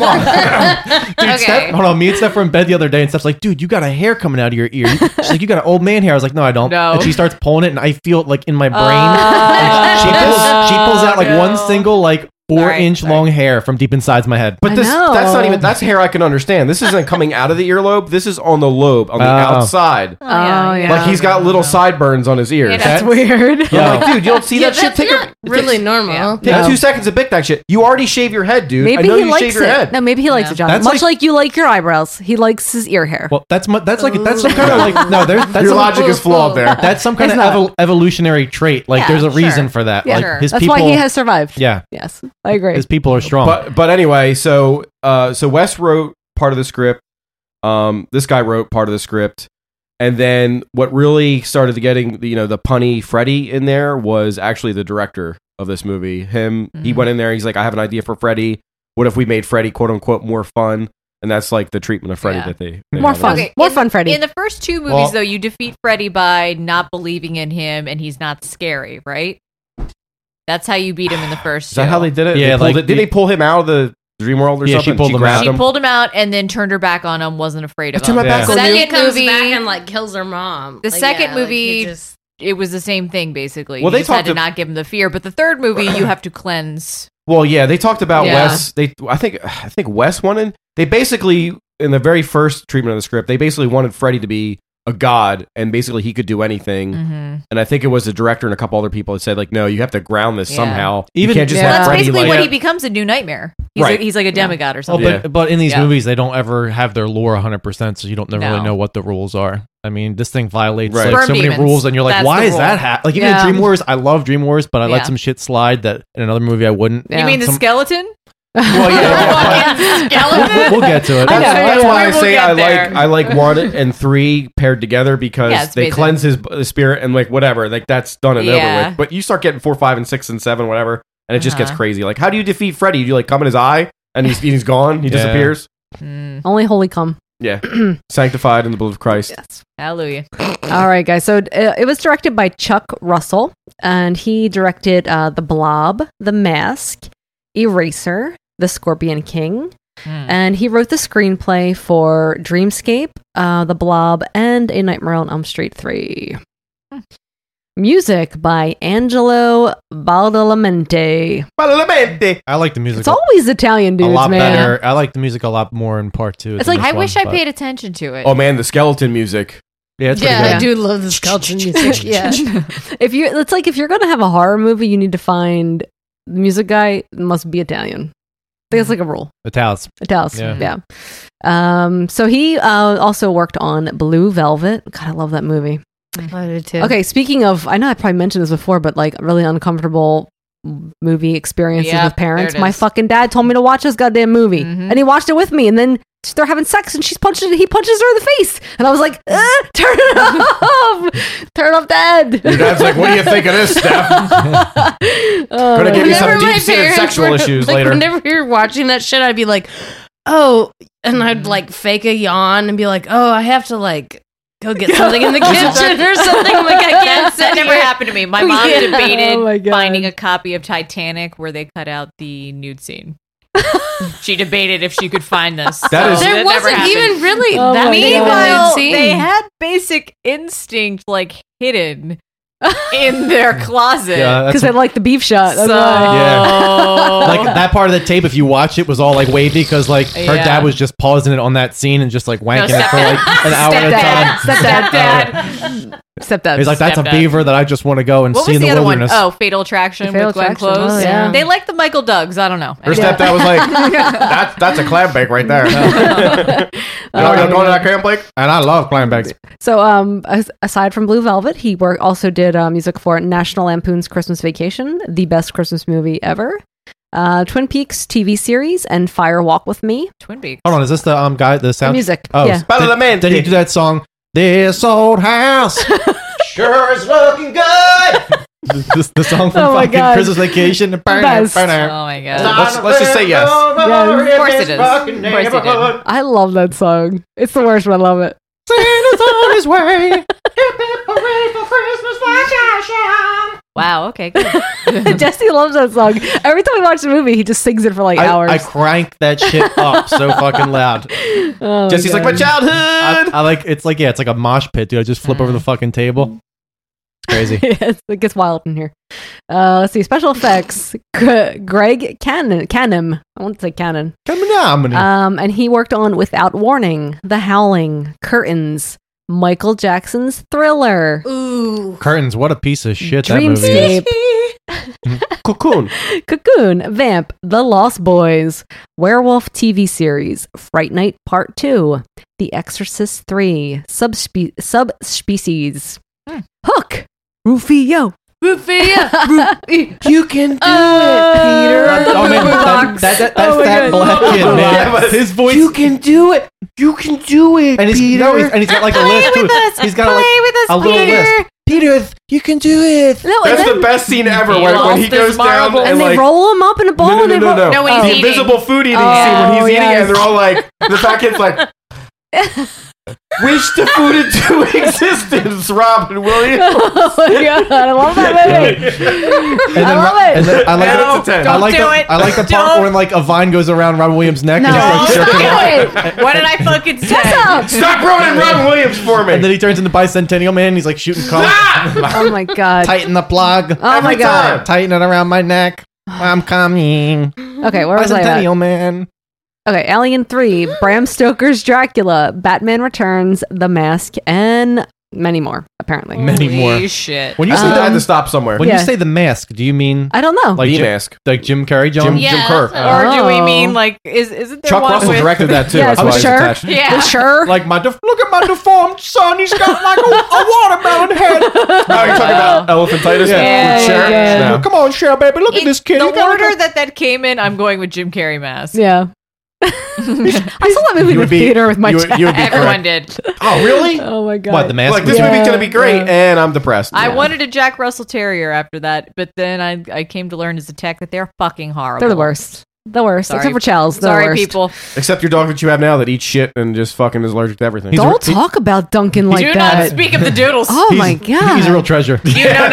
S10: wah, wah,
S4: Dude,
S10: Steph, hold on, me and Steph were in bed the other day, and Steph's like, "Dude, you got a hair coming out of your ear." She's like, "You got an old man hair." I was like, "No, I don't."
S12: No.
S10: And she starts pulling it, and I feel it like in my brain.
S12: Oh,
S10: And she pulls, she
S9: Oh.
S10: pulls out like
S12: no.
S10: one single like four inch long hair from deep inside my head.
S9: But this, that's not even, that's hair I can understand. This isn't coming out of the earlobe. This is on the lobe, on the
S10: Oh.
S9: outside.
S4: Oh, yeah.
S9: Like he's got
S2: Oh.
S9: little sideburns on his ears.
S4: that's
S12: weird.
S9: Yeah. I'm like, dude, you don't see
S4: Yeah,
S9: that shit?
S4: that's
S9: Take,
S4: not
S9: a,
S4: really
S9: take,
S4: normal.
S9: take
S4: No.
S9: two seconds to pick that shit. You already shave your head, dude.
S2: maybe
S9: I know
S2: he
S9: you
S2: likes
S9: shave your
S2: it.
S9: head.
S2: No, maybe he likes it, John.
S10: That's
S2: Much
S10: like-
S2: like, you like your eyebrows, he likes his ear hair.
S10: Well, that's mu- that's like that's some kind of like no. There's that's
S2: Your
S10: some-
S2: logic is flawed there.
S10: That's some kind
S2: It's
S10: of
S2: not.
S10: evol- evolutionary trait. Like
S2: Yeah,
S10: there's a
S2: sure.
S10: reason for that.
S2: Yeah,
S10: like
S2: sure.
S10: his
S2: that's
S10: people.
S2: why he has survived.
S10: yeah.
S2: Yes, I agree.
S10: His people are strong.
S9: But but anyway, so uh, so Wes wrote part of the script. Um, this guy wrote part of the script, and then what really started to getting the, you know the punny Freddy in there was actually the director of this movie. Him, he went in there. He's like, I have an idea for Freddy. What if we made Freddy quote unquote more fun? And that's like the treatment of Freddy that they, they
S2: More
S9: have.
S2: fun. More fun, Freddy.
S12: In the first two movies,
S9: Well-
S12: though, you defeat Freddy by not believing in him, and he's not scary, right? That's how you beat him in the first.
S9: Is that
S12: two.
S9: how they did it?
S10: Yeah,
S9: They pulled
S10: like
S9: it- did
S10: the-
S9: they pull him out of the dream world or
S10: Yeah, she
S9: something?
S10: pulled him out.
S9: grabbed
S12: She pulled him out and then turned her back on him. Wasn't afraid of
S9: I turned
S12: him.
S9: my back
S12: The
S9: on
S4: He
S12: second
S4: comes
S12: movie,
S4: back and like kills her mom.
S12: the
S4: Like,
S12: second
S4: yeah, like,
S12: movie,
S4: he just-
S12: it was the same thing basically.
S9: Well,
S12: Well,
S9: they
S12: you just had
S9: talked
S12: to
S9: ab-
S12: not give him the fear, but the third movie, you have to cleanse.
S9: Well, yeah, they talked about
S12: Yeah.
S9: Wes. They, I think, I think Wes wanted. They basically, in the very first treatment of the script, they basically wanted Freddy to be a god, and basically he could do anything.
S10: Mm.
S12: Mhm.
S9: And I think it was the director and a couple other people that said, like, no, you have to ground this
S12: Yeah.
S9: somehow. you
S10: Even-
S9: can't just
S10: Well,
S9: have
S10: that's
S9: Freddy
S12: Basically,
S9: like.
S12: what he becomes a new nightmare. He's,
S10: Right.
S12: a, he's like a demigod or
S10: Oh,
S12: something.
S10: but but in these
S12: Yeah.
S10: movies, they don't ever have their lore 100, percent so you don't never
S12: No.
S10: really know what the rules are. I mean, this thing violates
S9: Right.
S10: like,
S9: Sperm
S10: so many
S9: demons.
S10: rules, and you're like,
S9: That's
S10: why
S9: the
S10: is that
S9: rule.
S10: happening? Like even
S12: Yeah.
S10: in Dream Wars, I love Dream Wars, but I
S12: Yeah.
S10: let some shit slide that in another movie I wouldn't.
S12: You mean the
S10: Some-
S12: skeleton?
S10: Well, yeah,
S12: Fucking
S10: We'll- we'll-
S12: skeleton.
S10: we'll get to it.
S9: That's,
S10: I know,
S9: that's
S10: yeah.
S9: why I
S10: We will
S9: say
S10: get
S9: I
S10: there.
S9: like I like one and three paired together because
S10: Yeah, it's
S9: they
S10: basic.
S9: cleanse his b- spirit and like whatever, like that's done and over
S10: Yeah.
S9: with. But you start getting four, five, and six and seven, whatever, and it just gets
S10: Uh-huh.
S9: crazy. Like, how do you defeat Freddy? Do you like come in his eye and he's he's gone, he
S10: Yeah.
S9: disappears?
S12: Hmm,
S2: Only holy come.
S9: Yeah, sanctified in the blood of Christ.
S12: Hallelujah.
S2: All right, guys. So uh, it was directed by Chuck Russell, and he directed uh, The Blob, The Mask, Eraser, The Scorpion King, and he wrote the screenplay for Dreamscape, uh, The Blob, and A Nightmare on Elm Street 3. Hmm. Music by Angelo Badalamenti.
S10: I like the music.
S2: It's always Italian
S10: a
S2: dudes,
S10: lot
S2: man.
S10: better. I like the music a lot more in part two.
S12: It's
S10: than
S12: like
S10: this
S12: I wish
S10: one,
S12: I
S10: but-
S12: paid attention to it.
S9: Oh man, the skeleton music.
S10: Yeah, it's
S4: yeah, I do love the skeleton music. Yeah.
S2: if you it's like if you're gonna have a horror movie you need to find the music guy must be italian i think it's like a rule
S10: Italians.
S2: Italians,
S10: Yeah.
S2: yeah, um so he uh, also worked on blue velvet god i love that movie
S4: I do too.
S2: okay speaking of i know i probably mentioned this before but like really uncomfortable movie experiences
S4: Yeah,
S2: with parents
S4: there it
S2: my
S4: is. Mm-hmm.
S2: fucking dad told me to watch this goddamn movie and he watched it with me and then they're having sex and she's punching he punches her in the face and i was like "Ah, turn it off turn off dad
S9: Your dad's like, what do you think of this, Steph?
S2: Oh,
S9: Gonna
S2: my
S9: give you
S2: God.
S9: some deep-seated sexual issues
S4: like,
S9: later.
S4: Whenever you're watching that shit, I'd be like, oh, and I'd like fake a yawn and be like, oh, I have to like go get something in the kitchen or something. I'm Like I can't sit
S12: that never
S4: here.
S12: happened to me. My mom
S4: Yeah.
S12: debated
S4: Oh
S12: finding a copy of Titanic where they cut out the nude scene. she debated if she could find this.
S4: That is- There wasn't even really Oh that my many God.
S12: Meanwhile,
S4: nude scenes.
S12: they had Basic Instinct like hidden in their closet.
S10: Yeah, that's- 'Cause they
S2: like the beef shot.
S12: So
S10: like that part of the tape, if you watch it, was all like wavy because like her
S12: Yeah.
S10: dad was just pausing it on that scene and just like wanking it for like an hour at a time.
S12: Stepdad. Stepdad. Stepdad.
S10: He's like, that's
S12: Stepdad.
S10: a beaver that I just want to go and
S12: What
S10: see
S12: was
S10: in the,
S12: the, other one?
S10: wilderness.
S12: Oh, Fatal Attraction
S2: Fatal
S12: with Glenn
S2: Attraction.
S12: Close.
S2: Oh, yeah.
S12: They like the Michael Dougs. I don't know.
S9: Her stepdad was like, that's that's a clam bake right there. you know, you're going to that clam bake,
S10: and I love clam bakes.
S2: So, um, as- aside from Blue Velvet, he work also did uh, music for National Lampoon's Christmas Vacation, the best Christmas movie ever, uh, Twin Peaks TV series, and Fire Walk with Me.
S12: Twin Peaks.
S10: Hold on, is this the um guy the sound
S2: music,
S10: Oh,
S2: yeah.
S10: did- did, he do that song? This old house.
S16: Sure is looking good.
S10: the, the song from
S17: Oh my
S10: fucking
S17: God.
S10: Christmas Vacation.
S17: The best. Oh my God.
S10: Let's, let's just say yes.
S17: Yes.
S10: Of course it is.
S17: Of course he did. I love that song. It's the worst, but I love it.
S10: Santa's on his way.
S17: Wow. Okay. Good. Jesse loves that song. Every time we watch the movie, he just sings it for like
S10: I,
S17: hours.
S10: I crank that shit up so fucking loud.
S17: Oh,
S10: Jesse's like my
S17: God.
S10: childhood. I, I like it's like yeah, it's like a mosh pit, dude. I just flip over the fucking table. It's crazy.
S2: yes, it gets wild in here. Uh, let's see. Special effects. G- Greg Cannon. Cannon. I want to say Cannon.
S10: Phenomenal.
S2: Um, and he worked on Without Warning, The Howling, Curtains, Michael Jackson's Thriller,
S17: Uh,
S4: Ooh.
S10: Curtains, what a piece of shit that movie is.
S2: Dreamscape,
S10: Cocoon.
S2: Cocoon, Vamp, The Lost Boys, Werewolf TV series, Fright Night Part 2, The Exorcist 3, Subspe- Subspecies,
S9: Hmm.
S2: Hook, Rufio.
S4: Rufio.
S2: you can do
S4: Uh,
S10: That-
S2: it, Peter.
S10: oh, man, that- that- that-
S17: Oh
S10: That's that black kid, man. His voice. You
S2: can do it. You can do it,
S10: and he's, no, he's- and he's got like a list too. He's got like a little list.
S2: Peter, you can do it. No,
S9: That's the best scene ever when, when he goes down and,
S2: and, they
S9: like,
S2: roll him up in a bowl.
S9: No, no,
S2: and
S9: no,
S2: they
S9: no,
S2: roll-
S9: no.
S10: Oh.
S9: the invisible food eating scene when he's eating, and they're all like, the fat kid's like, wish the food into existence, Robin Williams.
S17: Oh my God, I love that movie.
S10: And then,
S17: I love it.
S10: And then I like,
S17: No,
S10: the,
S17: don't
S10: I like
S17: do
S10: the,
S17: it.
S10: I like the part when like a vine goes around Robin Williams' neck and he starts jerking off.
S17: What did I fucking say?
S9: Stop ruining Robin Williams for me.
S10: And then he turns into Bicentennial Man. He's like shooting cars.
S2: oh my god.
S10: Tighten the plug. Oh
S2: my Every God. time.
S10: Tighten it around my neck. I'm coming.
S2: Okay, where was I at?
S10: Bicentennial Man.
S2: Okay, Alien 3, Bram Stoker's Dracula, Batman Returns, The Mask, and many more, apparently.
S10: Many more. When you say
S2: Um,
S10: the,
S9: I had to stop somewhere.
S10: When
S2: Yeah.
S10: you say the mask, do you mean
S2: I don't know.
S10: like
S9: The
S10: Jim,
S9: Mask.
S10: like Jim Carrey, John
S9: Jim- Jim Yeah, Kerr. that's-
S17: Or do we
S2: Oh.
S17: mean like is isn't there
S10: Chuck
S17: one
S10: Russell
S17: with-
S10: directed that too.
S17: Yeah,
S10: that's why he's
S17: sure.
S10: attached.
S17: Yeah.
S2: sure.
S10: Like my def-
S1: Look at my deformed son. He's got like a, a watermelon head.
S9: Oh, you're talking about elephantitis?
S17: Yeah, yeah,
S9: and Cher?
S17: yeah.
S9: No.
S10: Come on, Cheryl, baby. Look
S17: It- The order that that came in, I'm going with Jim Carrey mask.
S2: Yeah. I saw that movie in
S10: You
S2: the
S10: would be-
S2: theater with my
S10: you would- you would be
S2: dad.
S17: Everyone did.
S9: Oh, really?
S2: Oh my god.
S10: What, the mask?
S9: Like, this
S10: Yeah,
S9: movie's going to be great, and I'm depressed.
S17: I wanted a Jack Russell Terrier after that, but then I, I came to learn as a tech that they're fucking horrible.
S2: They're the worst. The worst.
S17: Sorry.
S2: Except for Chels. The
S17: Sorry,
S2: worst.
S17: people.
S9: Except your dog that you have now that eats shit and just fucking is allergic to everything.
S2: Don't talk about Duncan like
S17: Do
S2: that.
S17: not speak of the doodles.
S2: Oh my god.
S10: he's a real treasure.
S17: You know
S10: Oh.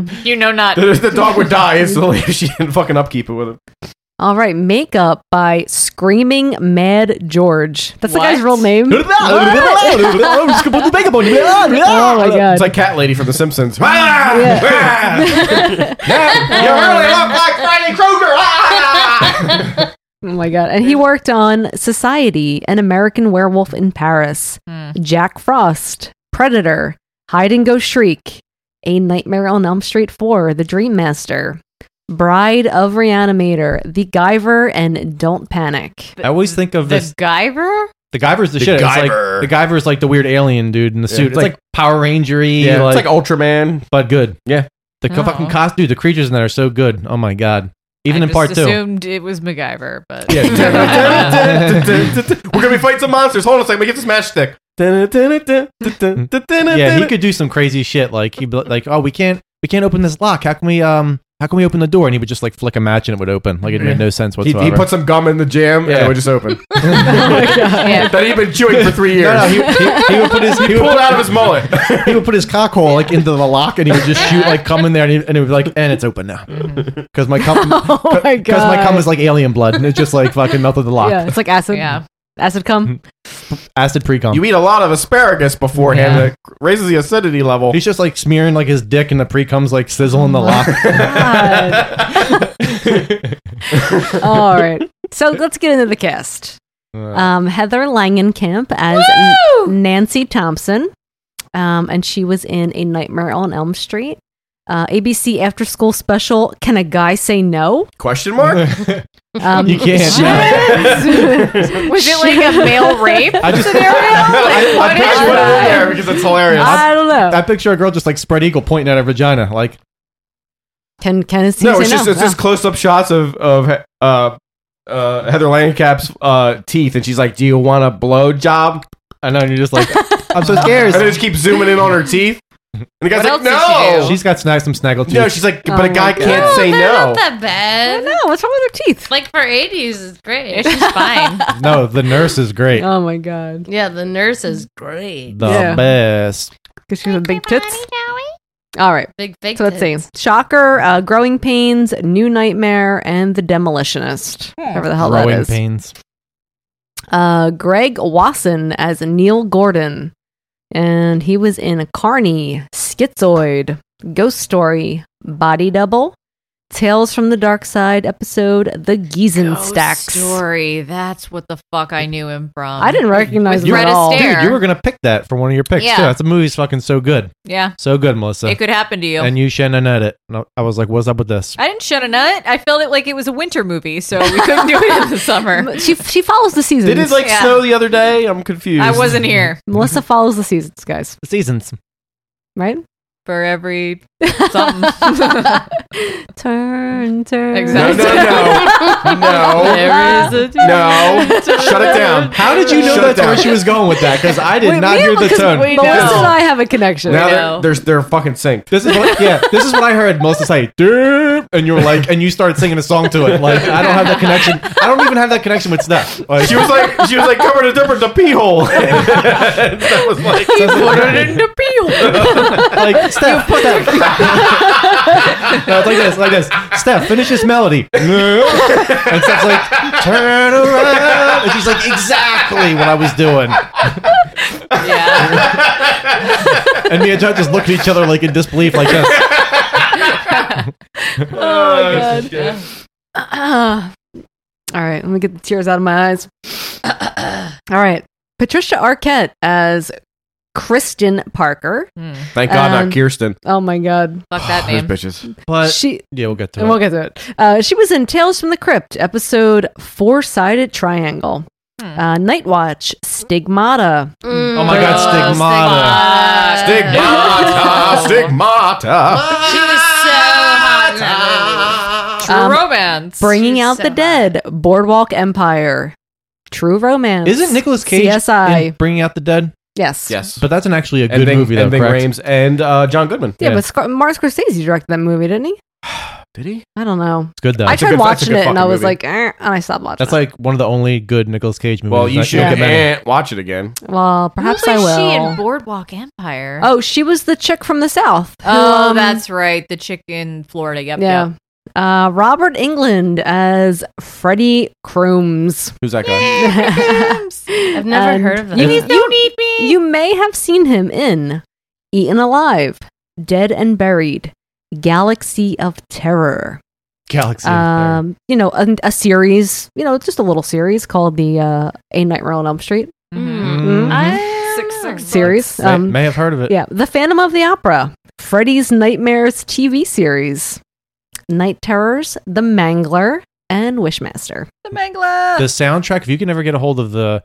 S17: not. you know not.
S9: the dog would die instantly if she didn't fucking upkeep it with him.
S2: All right, makeup by Screaming Mad George. That's the guy's
S17: What?
S2: real name.
S10: oh
S2: my God.
S9: It's like Cat Lady from The Simpsons. Ah! Ah! you really look like Freddy Krueger. Ah!
S2: Oh my god. And he worked on Society, An American Werewolf in Paris,
S17: Hmm.
S2: Jack Frost, Predator, Hide and Go Shriek, A Nightmare on Elm Street 4, The Dream Master, Bride of Reanimator, The Guyver, and Don't Panic.
S10: I always think of
S17: The
S10: this.
S17: Guyver?
S10: The Guyver's the,
S9: The
S10: shit.
S9: Guyver.
S10: It's like the Guyver's like the weird alien dude in the
S9: Yeah,
S10: suit.
S9: it's
S10: It's like,
S9: like-
S10: Power Rangery.
S9: Yeah,
S10: like,
S9: it's like Ultraman.
S10: but good.
S9: Yeah.
S10: The co-
S17: Oh.
S10: fucking costume, dude, the creatures in that are so good. Oh my god. Even
S17: I
S10: in part
S17: just
S10: two.
S17: assumed it was MacGyver, but
S10: Yeah.
S9: We're gonna be fighting some monsters. Hold on a second. Let me get this matchstick.
S10: Yeah, he could do some crazy shit. Like he'd be like, oh, we can't, we can't open this lock. How can we, um, how can we open the door? And he would just like flick a match and it would open. Like it made no sense
S9: He,
S10: whatsoever.
S9: he put some gum in the jam and it would just open. That he'd been chewing for three years.
S10: No, no, he, he, he would put his he would
S9: pulled
S10: put,
S9: out of his mullet.
S10: he would put his cock hole like into the lock and he would just shoot like cum in there and, he, and it would be like and it's open now because my cum
S2: Oh my god.
S10: because my cum is like alien blood and it just like fucking melted the lock
S2: Yeah, it's like acid.
S17: Yeah.
S2: Acid cum.
S10: acid pre cum
S9: You eat a lot of asparagus beforehand. That raises the acidity level.
S10: he's just like smearing like his dick and the pre cum's like sizzling the lock
S2: All right. So let's get into the cast. Um, Heather Langenkamp as N- Nancy Thompson, um, and she was in A Nightmare on Elm Street. Uh, ABC After School Special. Can a guy say no?
S9: Question mark?
S2: Um,
S10: You can't.
S17: was it like a male rape
S10: I just-
S17: scenario?
S9: I, I
S17: Like, what
S9: pictured
S17: is
S9: it in
S17: that?
S9: there because it's hilarious.
S2: I don't know.
S10: I picture a girl just like spread eagle pointing at her vagina like
S2: Can can a
S9: no,
S2: say
S9: it's just
S2: no?
S9: it's just close up shots of of uh, uh, Heather Langenkamp's uh, teeth, and she's like, "Do you want a blow job?"
S10: I know and you're just like I'm so scared
S9: And they just keep zooming in on her teeth. And the guy's
S8: What
S9: like,
S8: else did
S9: no.
S10: She's got snag some snaggle teeth.
S9: No, she's like, but a guy can't say
S4: they're
S9: no.
S4: Not that bad.
S17: No, what's wrong with their teeth?
S4: Like for eighties, it's great.
S17: It's just fine.
S10: No, the nurse is great.
S17: Oh my god.
S4: yeah, the nurse is great.
S10: The best.
S2: Because she's a big tits. All right.
S4: Big fake
S2: So let's see.
S4: tits.
S2: Shocker, uh, Growing Pains, New Nightmare, and The Demolitionist.
S4: Hmm.
S2: Whatever the hell
S10: Growing
S2: that is.
S10: pains.
S2: Uh, Greg Wasson as Neil Gordon. And he was in Carney, Schizoid, Ghost Story, Body Double, Tales from the Dark Side episode, The Giesenstacks.
S12: Story. That's what the fuck I knew him from.
S2: I didn't recognize
S12: With
S2: him
S12: Fred
S2: at all.
S12: Astaire.
S10: Dude, you were gonna pick that for one of your picks.
S12: Yeah.
S10: Too. That's a movie's fucking so good.
S17: Yeah.
S10: So good, Melissa.
S17: It could happen to you.
S10: And you shouldn't have it. And I- I was like, what's up with this?
S17: I didn't shut a nut. I felt it like it was a winter movie, so we couldn't do it in the summer.
S2: She she follows the seasons.
S9: Did it like
S17: Yeah.
S9: snow the other day? I'm confused.
S17: I wasn't here
S2: Melissa follows the seasons, guys.
S10: The seasons.
S2: Right?
S17: for every something.
S2: Turn, turn.
S17: Exactly. No,
S9: no, No.
S17: There is a
S9: No. Shut it
S7: Um,
S9: down.
S10: Um, How did you know
S9: Shut it
S10: that's where
S9: down.
S10: she was going with that? Because I did
S9: Wait,
S10: not
S9: we
S10: hear
S9: have-
S10: the
S9: 'cause
S10: tone.
S9: we
S2: Melissa and I have a connection.
S9: Now they're, they're, they're fucking synced.
S10: This is what, yeah. This is what I heard Melissa say, "Derp," and you were like, and you started singing a song to it. Like I don't have that connection. I don't even have that connection with Steph.
S9: She was like, she was like, covered a dipper the pee hole. that was like,
S17: into
S10: like Steph, Steph. no, it's like this, like this. Steph, finish this melody. and Steph's like, turn around, and she's like, exactly what I was doing. and me and John just look at each other like in disbelief, like this.
S2: oh my god. All right, let me get the tears out of my eyes. All right, Patricia Arquette as Kristen Parker.
S9: Thank God,
S2: Um,
S9: not Kirsten.
S2: Oh my god.
S17: Fuck that
S9: Those bitches.
S10: But
S2: She-
S10: yeah, we'll get to
S2: And
S10: it.
S2: we'll get to it. Uh, she was in Tales from the Crypt, episode Four Sided Triangle, uh, Night Watch, Stigmata.
S10: Hmm. oh my God, stigmata.
S9: Stigmata, stigmata.
S4: She was so hot in that movie.
S17: True romance.
S2: Um, Bringing Out the Dead, Boardwalk Empire, True Romance.
S10: Isn't Nicolas Cage
S2: CSI?
S10: in Bringing Out the Dead?
S2: yes.
S9: Yes.
S10: But that's an actually a good
S9: And Ving,
S10: movie, though.
S9: and Ving
S10: correct?
S9: Rhames and uh, John Goodman.
S2: Yeah, but Scar- Martin Scorsese directed that movie, didn't he?
S9: Did he?
S2: I don't know.
S10: It's good though.
S2: I
S10: It's a
S2: tried
S10: good- that's a
S2: watching
S10: good
S2: it and I
S10: fucking
S2: was
S10: movie.
S2: like, eh, and I stopped watching.
S10: That's like one of the only good Nicolas Cage movies.
S9: Well, you
S10: I
S9: should
S10: don't get many.
S9: eh, watch it again.
S2: it. Well, perhaps
S12: Who
S2: I
S12: was
S2: will.
S12: she in Boardwalk Empire?
S2: oh, she was the chick from the south. who,
S12: Oh,
S2: um,
S12: that's right. The chick in Florida. Yep.
S2: yeah.
S12: yep.
S2: Uh, Robert England as Freddie Crooms.
S9: Who's that guy?
S4: I've never
S2: And
S4: heard of that.
S2: You, you- you may have seen him in Eaten Alive, Dead and Buried, Galaxy of Terror.
S10: Galaxy.
S2: Um, you know, a, a series, you know, it's just a little series called the uh, A Nightmare on Elm Street
S12: Mm-hmm.
S10: Mm-hmm.
S2: Mhm.
S17: Six, six
S2: series.
S10: May- may have heard of it.
S2: um, Yeah, The Phantom of the Opera, Freddy's Nightmares TV series, Night Terrors, The Mangler, and Wishmaster.
S17: The Mangler.
S10: the soundtrack. If you can ever get a hold of the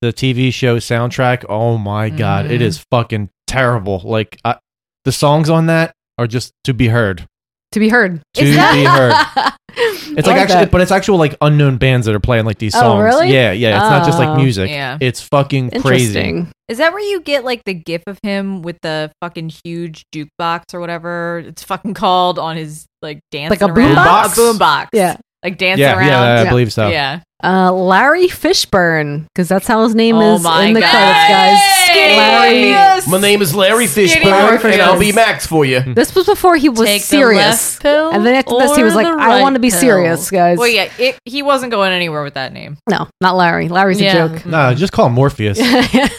S10: the TV show soundtrack, oh my god, it
S2: Mm-hmm.
S17: Mhm.
S10: is fucking terrible. Like I, the songs on that are just to be heard.
S2: To be heard.
S10: To Is that- be heard. It's
S2: Like
S10: like, actually,
S2: Oh, that.
S10: but it's actual like unknown bands that are playing like these
S12: Oh,
S10: songs.
S12: really?
S10: Yeah, yeah. It's not just like
S12: Oh.
S10: music.
S12: Yeah.
S10: It's fucking crazy.
S12: Is that where you get like the gif of him with the fucking huge jukebox or whatever it's fucking called on his like dancing
S2: a
S12: around?
S2: boombox?
S12: A boombox.
S2: Yeah.
S12: Like dancing
S10: Yeah,
S12: around.
S10: yeah, I Yeah. believe so.
S12: Yeah.
S2: Uh, Larry Fishburne, because that's how his name
S12: Oh
S2: is
S12: my
S2: in the
S12: God.
S2: credits, guys.
S12: Skinny
S2: Larry.
S9: My name is Larry
S2: Skinny
S9: Fishburne,
S2: Fishburne.
S9: and I'll be Max for you.
S10: Hmm.
S2: This was before he was
S12: Take the
S2: serious,
S12: left pill
S2: and then after this, he
S12: or
S2: was like,
S12: the
S2: "I
S12: right
S2: want to be
S12: pill?"
S2: serious, guys."
S12: Well, yeah, it, he wasn't going anywhere with that name.
S2: No, not Larry. Larry's
S12: Yeah.
S2: a joke.
S10: Nah,
S12: Mm-hmm.
S10: just call him Morpheus.
S12: Skinny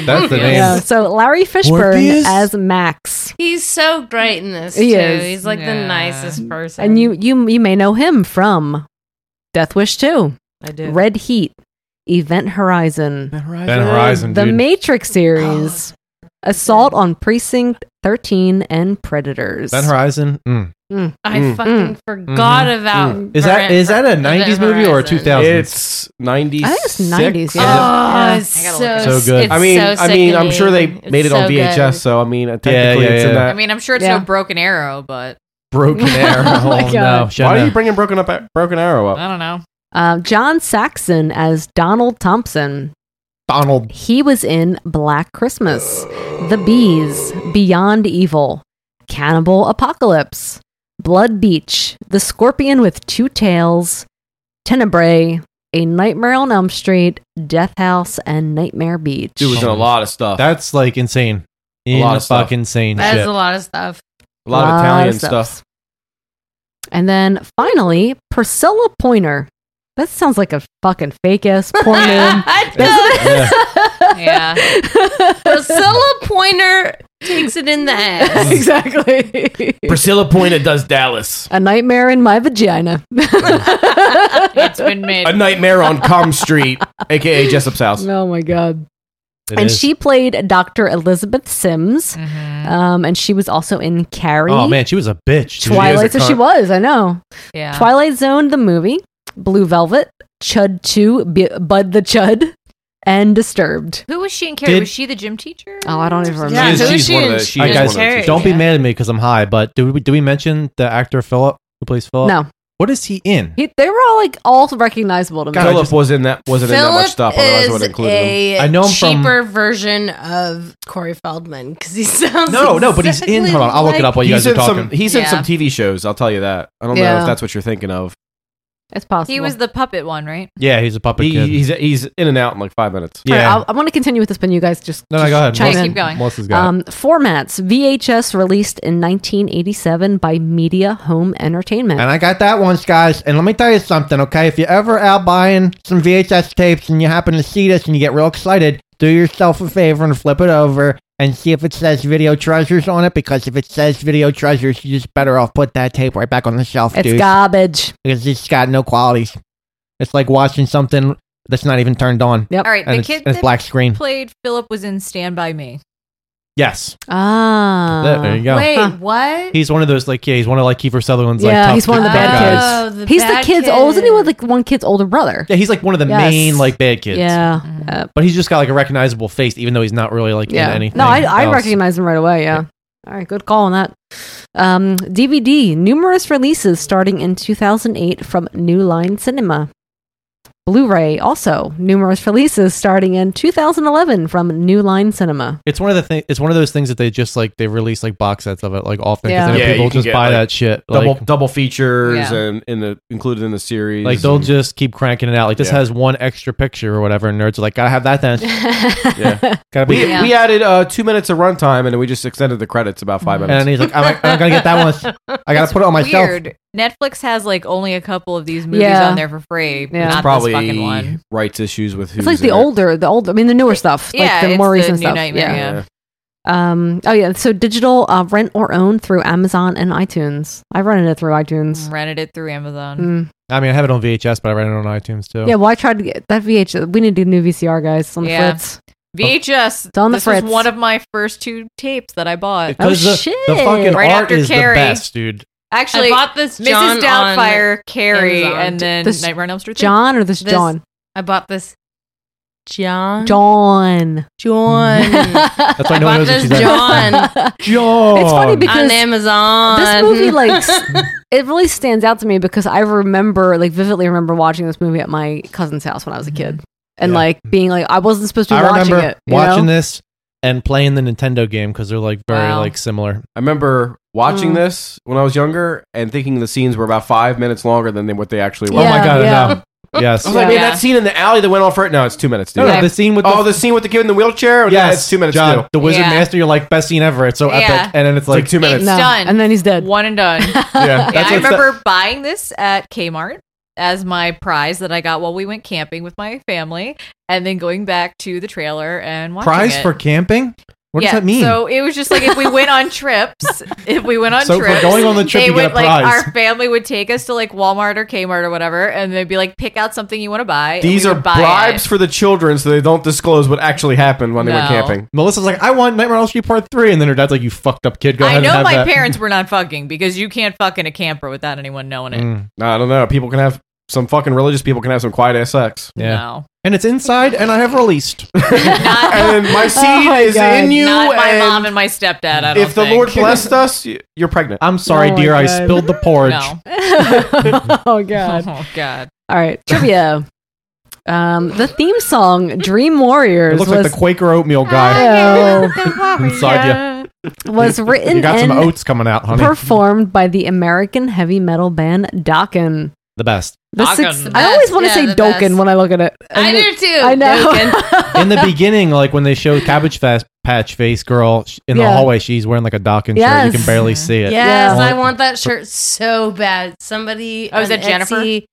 S10: That's the name.
S2: Yeah, so Larry Fishburne
S10: Morpheus?
S2: as Max.
S4: He's so great in this
S2: He
S4: too.
S2: is.
S4: He's like the nicest person.
S2: And you you you may know him from Death Wish 2. I do. Red Heat, Event Horizon. Event Horizon.
S10: Event Horizon,
S2: The
S10: dude.
S2: Matrix series. Assault on Precinct 13 and Predators.
S10: Ben Horizon. Mm.
S2: Mm.
S4: I
S10: Mm.
S4: fucking
S10: Mm.
S4: forgot
S10: Mhm.
S4: about.
S10: Mm. Is that is that a '90s movie or a 2000s?
S9: It's 90s.
S2: I think it's 90s, yeah.
S4: Oh,
S2: Yeah.
S4: it's
S2: I gotta
S4: so,
S10: So good.
S4: It's
S9: I mean,
S4: so
S9: I mean,
S4: sickening.
S9: I'm sure they
S4: It's
S9: made it
S4: so
S9: on VHS,
S4: good.
S9: so I mean, uh, technically
S10: yeah,
S9: it's in
S10: yeah.
S9: that.
S12: I mean, I'm sure it's
S2: Yeah.
S12: no broken arrow, but
S10: Broken Arrow.
S2: Oh my
S10: oh, no,
S2: God.
S10: shut
S9: Why are
S10: up.
S9: you bringing broken up, broken arrow up?
S12: I don't know.
S2: Uh, John Saxon as Donald Thompson.
S6: Donald.
S2: He was in Black Christmas, The Bees, Beyond Evil, Cannibal Apocalypse, Blood Beach, The Scorpion with Two Tails, Tenebrae, A Nightmare on Elm Street, Death House, and Nightmare Beach.
S9: Dude was in a lot of stuff.
S10: That's like insane.
S9: A lot of stuff.
S10: fucking insane
S4: That's
S10: shit.
S4: a lot of stuff.
S9: A lot of Italian
S2: stuff.
S9: stuff.
S2: And then finally, Priscilla Pointer. That sounds like a fucking fake ass
S12: Um,
S2: porn name.
S4: Yeah.
S12: Yeah.
S4: Priscilla Pointer takes it in the ass.
S2: exactly.
S5: Priscilla Pointer does Dallas.
S2: A nightmare in my vagina.
S12: it's been made.
S9: A nightmare on Com Street, aka Jessup's house.
S2: Oh my god. and
S10: Oh,
S2: she played Dr. Elizabeth Sims. Um, and she was also in Carrie.
S10: Mm-hmm. Oh man, she was a bitch. dude.
S2: Twilight. So she was, I know.
S12: Yeah.
S2: Twilight Zone, the movie, Blue Velvet, Chud 2, B- Bud the Chud, and Disturbed.
S12: Who was she in Carrie?
S10: Did-
S12: was she the gym teacher?
S2: Oh, I don't even remember.
S12: Yeah, who is she in-
S10: All right,
S12: in
S10: guys,
S12: Carrie?
S10: don't be mad at me because I'm high. But do we do we mention the actor Philip who plays Philip?
S2: No.
S10: What is he in?
S2: He, they were all like all recognizable to me.
S9: Philip was in that wasn't in that much
S4: Philip
S9: stuff. Otherwise, I would
S4: is
S9: have included him.
S4: a
S10: I know him from-
S4: cheaper version of Corey Feldman because he sounds
S10: No, no, but he's in- hold on, I'll look it up while you
S9: he's
S10: guys are
S9: in Some,
S10: talking.
S9: he's in
S4: Yeah.
S9: some TV shows. I'll tell you that. I don't know
S12: Yeah.
S9: if that's what you're thinking of.
S2: It's possible.
S12: He was the puppet one, right?
S10: Yeah, he's a puppet
S9: He,
S10: kid.
S9: he's he's in and out in like five minutes.
S2: All right, I'll- I want to continue with this, but you guys just
S10: No, no,
S2: just
S10: go ahead.
S2: Chime
S10: Melissa-
S2: in.
S10: keep going. Melissa's got
S2: Um,
S10: it.
S2: formats: VHS released in 1987 by Media Home Entertainment.
S6: And I got that once, guys. And let me tell you something, okay? If you're ever out buying some VHS tapes and you happen to see this and you get real excited, do yourself a favor and flip it over and see if it says Video Treasures on it. Because if it says Video Treasures, you just better off put that tape right back on the shelf,
S2: It's
S6: dude.
S2: garbage.
S6: Because it's got no qualities. It's like watching something that's not even turned on.
S12: All right.
S6: And
S12: the
S6: it's,
S12: kid
S6: and it's
S12: that
S6: black screen.
S12: played Philip was in Stand By Me.
S10: Yes.
S2: Ah.
S10: There- there you go.
S12: Wait,
S10: Huh.
S12: what?
S10: He's one of those like yeah, he's one of like Kiefer Sutherland's like
S2: yeah,
S10: tough
S2: he's one of the
S10: guy-
S2: bad
S10: guys.
S2: kids. he's the
S12: Oh, bad
S2: kid's old. Isn't he with like one kid's older brother?
S10: Yeah, he's like one of the
S2: Yes.
S10: main like bad kids.
S2: Yeah.
S12: Mm-hmm.
S2: Uh,
S10: But he's just got like a recognizable face, even though he's not really like in
S2: yeah.
S10: anything.
S2: No, I, I
S10: else.
S2: recognize him right away. Yeah. All right, good call on that. Um, DVD numerous releases starting in 2008 from New Line Cinema. Blu-ray also numerous releases starting in 2011 from New Line Cinema.
S10: It's one of the thing. It's one of those things that they just like they release like box sets of it like often
S2: Yeah.
S10: because
S9: Yeah, you
S10: people
S9: can
S10: just
S9: get,
S10: buy
S9: like,
S10: that shit.
S9: Double
S10: like,
S9: double features
S10: Yeah.
S9: and in the included in the series.
S10: like they'll
S9: and-
S10: just keep cranking it out. Like this
S9: Yeah.
S10: has one extra picture or whatever. And nerds are like, gotta have that then.
S9: yeah.
S10: Gotta be.
S9: We, we added uh, two minutes of runtime and then we just extended the credits about five minutes.
S10: Mm. And he's like, I'm, I'm gonna get that one. I gotta put it on myself.
S12: Weird. Netflix has like only a couple of these movies
S2: Yeah.
S12: on there for free.
S2: Yeah.
S12: Not
S9: It's
S12: this fucking one.
S9: probably rights issues with who's
S2: It's like the
S9: in it.
S2: older, the older. I mean, the newer stuff,
S12: yeah,
S2: like the
S12: it's
S2: more
S12: the
S2: recent
S12: new
S2: stuff.
S12: Nightmare,
S2: yeah.
S12: yeah.
S2: Um. Oh yeah. So digital uh, rent or own through Amazon and iTunes. I rented it through iTunes.
S12: Rented it through Amazon.
S2: Mm.
S10: I mean, I have it on VHS, but I ran it on iTunes too.
S2: Yeah. Well, I tried to get that VH. We need to do new VCR, guys. On the
S12: Yeah.
S2: Fritz.
S12: VHS.
S2: It's on the
S12: this was
S2: Fritz.
S12: one of my first two tapes that I bought.
S10: Because the, the fucking
S12: Oh, Right
S10: art
S12: after
S10: is
S12: Carrie.
S10: the best, dude.
S12: Actually,
S4: I bought this
S12: Mrs.
S4: John
S12: Doubtfire,
S4: on
S12: Carrie,
S4: Amazon.
S12: and then
S2: This
S12: Nightmare on Elm Street.
S2: John or this John?
S4: I bought this John.
S2: John.
S4: John.
S10: That's why
S4: I
S10: no
S4: bought
S10: one knows what
S4: this
S10: she's at.
S4: John
S10: John.
S2: It's funny because
S4: on Amazon.
S2: This movie, like, s- it really stands out to me because I remember, like, vividly remember watching this movie at my cousin's house when I was a kid, and like being like, I wasn't supposed to be
S10: I
S2: watching
S10: remember
S2: it. you
S10: watching
S2: know?
S10: this and playing the Nintendo game because they're like very
S2: Wow.
S10: like similar.
S9: I remember watching
S2: Mm.
S9: this when I was younger and thinking the scenes were about five minutes longer than they, what they actually were.
S10: oh my
S2: Yeah,
S10: god,
S2: yeah.
S10: no. Yes.
S9: I was like, man, that scene in the alley that went on for it. No, it's two minutes. Dude.
S10: No, no, the scene with
S9: oh,
S10: the-
S9: the scene with the kid in the wheelchair. Yeah, it's two minutes.
S10: John,
S9: too.
S10: the Wizard
S12: Yeah.
S10: Master, you're like best scene ever. It's so
S12: Yeah.
S10: epic, and then it's like
S9: two minutes.
S12: It's done.
S2: and then he's dead.
S12: One and done.
S10: Yeah,
S12: And
S10: that's
S12: I
S10: what's
S12: remember buying this at Kmart as my prize that I got while we went camping with my family, and then going back to the trailer and watching
S10: prize
S12: it.
S10: for camping. What
S12: Yeah,
S10: does that mean?
S12: So it was just like if we went on trips, if we went on
S10: So if we're
S12: trips,
S10: going on the trip,
S12: they
S10: you
S12: would
S10: get a
S12: like
S10: prize.
S12: our family would take us to like Walmart or Kmart or whatever, and they'd be like, pick out something you want to buy. and
S9: These
S12: we
S9: are
S12: would buy
S9: bribes
S12: It.
S9: for the children so they don't disclose what actually happened when they went
S12: No.
S9: camping.
S10: Melissa's like, I want Nightmare on Elm Street Part Three, and then her dad's like, you fucked up kid. Go
S12: I
S10: ahead and
S12: know
S10: have
S12: my
S10: that.
S12: parents were not fucking because you can't fuck in a camper without anyone knowing it.
S10: Mm.
S9: No, I don't know. People can have some fucking religious people can have some quiet ass sex.
S10: Yeah.
S12: No.
S10: And it's inside, and I have released. Oh
S9: and then my seed
S12: my
S9: is
S12: God.
S9: in you.
S12: Not my
S9: and
S12: mom and my stepdad. I don't
S9: if the
S12: think.
S9: Lord blessed us, y- you're pregnant.
S10: I'm sorry,
S2: Oh my
S10: dear. I
S2: God.
S10: spilled the porridge.
S12: no.
S2: oh god.
S12: Oh God.
S2: All right, trivia. Um, the theme song "Dream Warriors"
S10: It looks
S2: was
S10: like the Quaker oatmeal guy inside you.
S2: was written
S10: You got some
S2: and
S10: oats coming out, honey.
S2: performed by the American heavy metal band Dokken.
S10: the best.
S2: The six- I always want to
S4: Yeah,
S2: say
S4: the
S2: Dokken
S4: best.
S2: when I look at it.
S4: I
S2: And
S4: do
S2: it-
S4: too.
S2: I know.
S10: in the beginning, like when they show Cabbage Fest Patch Face Girl sh- in
S4: Yeah.
S10: the hallway, she's wearing like a docking shirt. You
S4: Yes.
S10: can barely see it.
S4: Yes,
S10: Only-
S4: I want that shirt so bad. Somebody,
S17: Oh, is
S4: on
S17: that Jennifer?
S4: Etsy,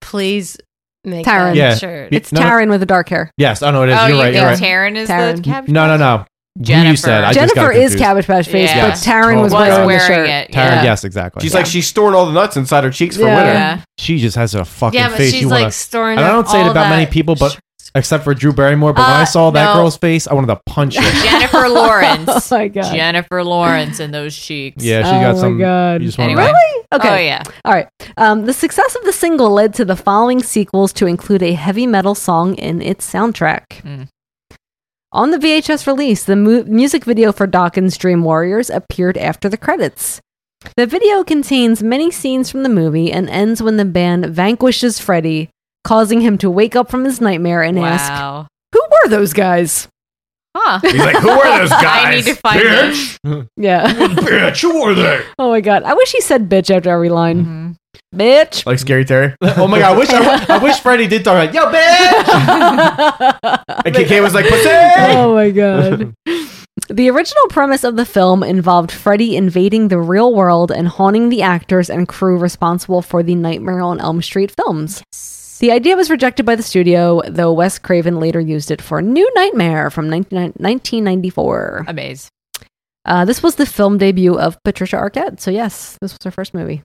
S4: please make
S2: Taryn.
S4: that
S10: Yeah.
S4: shirt.
S10: It's No, no. Taryn
S2: with the dark hair.
S10: Yes, I know it is.
S4: Oh,
S10: you're right. You're right.
S12: oh, Taryn is
S2: Taryn.
S10: No, no, no. You said I just got
S2: Jennifer is
S10: confused.
S2: Cabbage Patch Face,
S10: Yeah.
S2: but Taryn was,
S10: Totally.
S2: wearing, the
S10: Was
S2: shirt.
S10: wearing it, Taryn, yeah. yes, exactly.
S9: She's
S10: Yeah.
S9: like she's storing all the nuts inside her cheeks for
S10: Yeah.
S9: winter.
S10: Yeah. She just has a fucking
S4: Yeah, but
S10: face.
S4: she's,
S10: you wanna-
S4: like, storing
S10: And I
S4: up
S10: don't say it
S4: all
S10: about many
S4: that
S10: people, but except for Drew Barrymore. But when
S12: Uh,
S10: I saw that
S12: no.
S10: girl's face, I wanted to punch her.
S12: Jennifer Lawrence.
S2: Oh my God.
S12: Jennifer Lawrence and those cheeks.
S10: Yeah, she got some. You just wanna-
S12: Anyway.
S2: Really? Okay.
S12: Oh, yeah.
S2: All right. Um, the success of the single led to the following sequels to include a heavy metal song in its soundtrack. On the VHS release, the mu- music video for Dawkins' Dream Warriors appeared after the credits. The video contains many scenes from the movie and ends when the band vanquishes Freddy, causing him to wake up from his nightmare and ask,
S12: Wow.
S2: Who were those guys?
S12: Huh.
S1: He's like, who are those guys?
S12: I need to find
S1: bitch.
S12: them.
S2: Yeah.
S10: Mm.
S1: bitch, who are they?
S2: Oh my god. I wish he said bitch after every line. Bitch.
S9: Like Scary Terry.
S10: oh my god! I wish I, wa- I wish Freddie did talk like yo bitch.
S9: And KK was like, "Pussy."
S2: Oh my god. The original premise of the film involved Freddy invading the real world and haunting the actors and crew responsible for the Nightmare on Elm Street films. The idea was rejected by the studio, though Wes Craven later used it for New Nightmare from 19- 1994.
S12: Amaze.
S2: Uh, this was the film debut of Patricia Arquette, so yes, this was her first movie.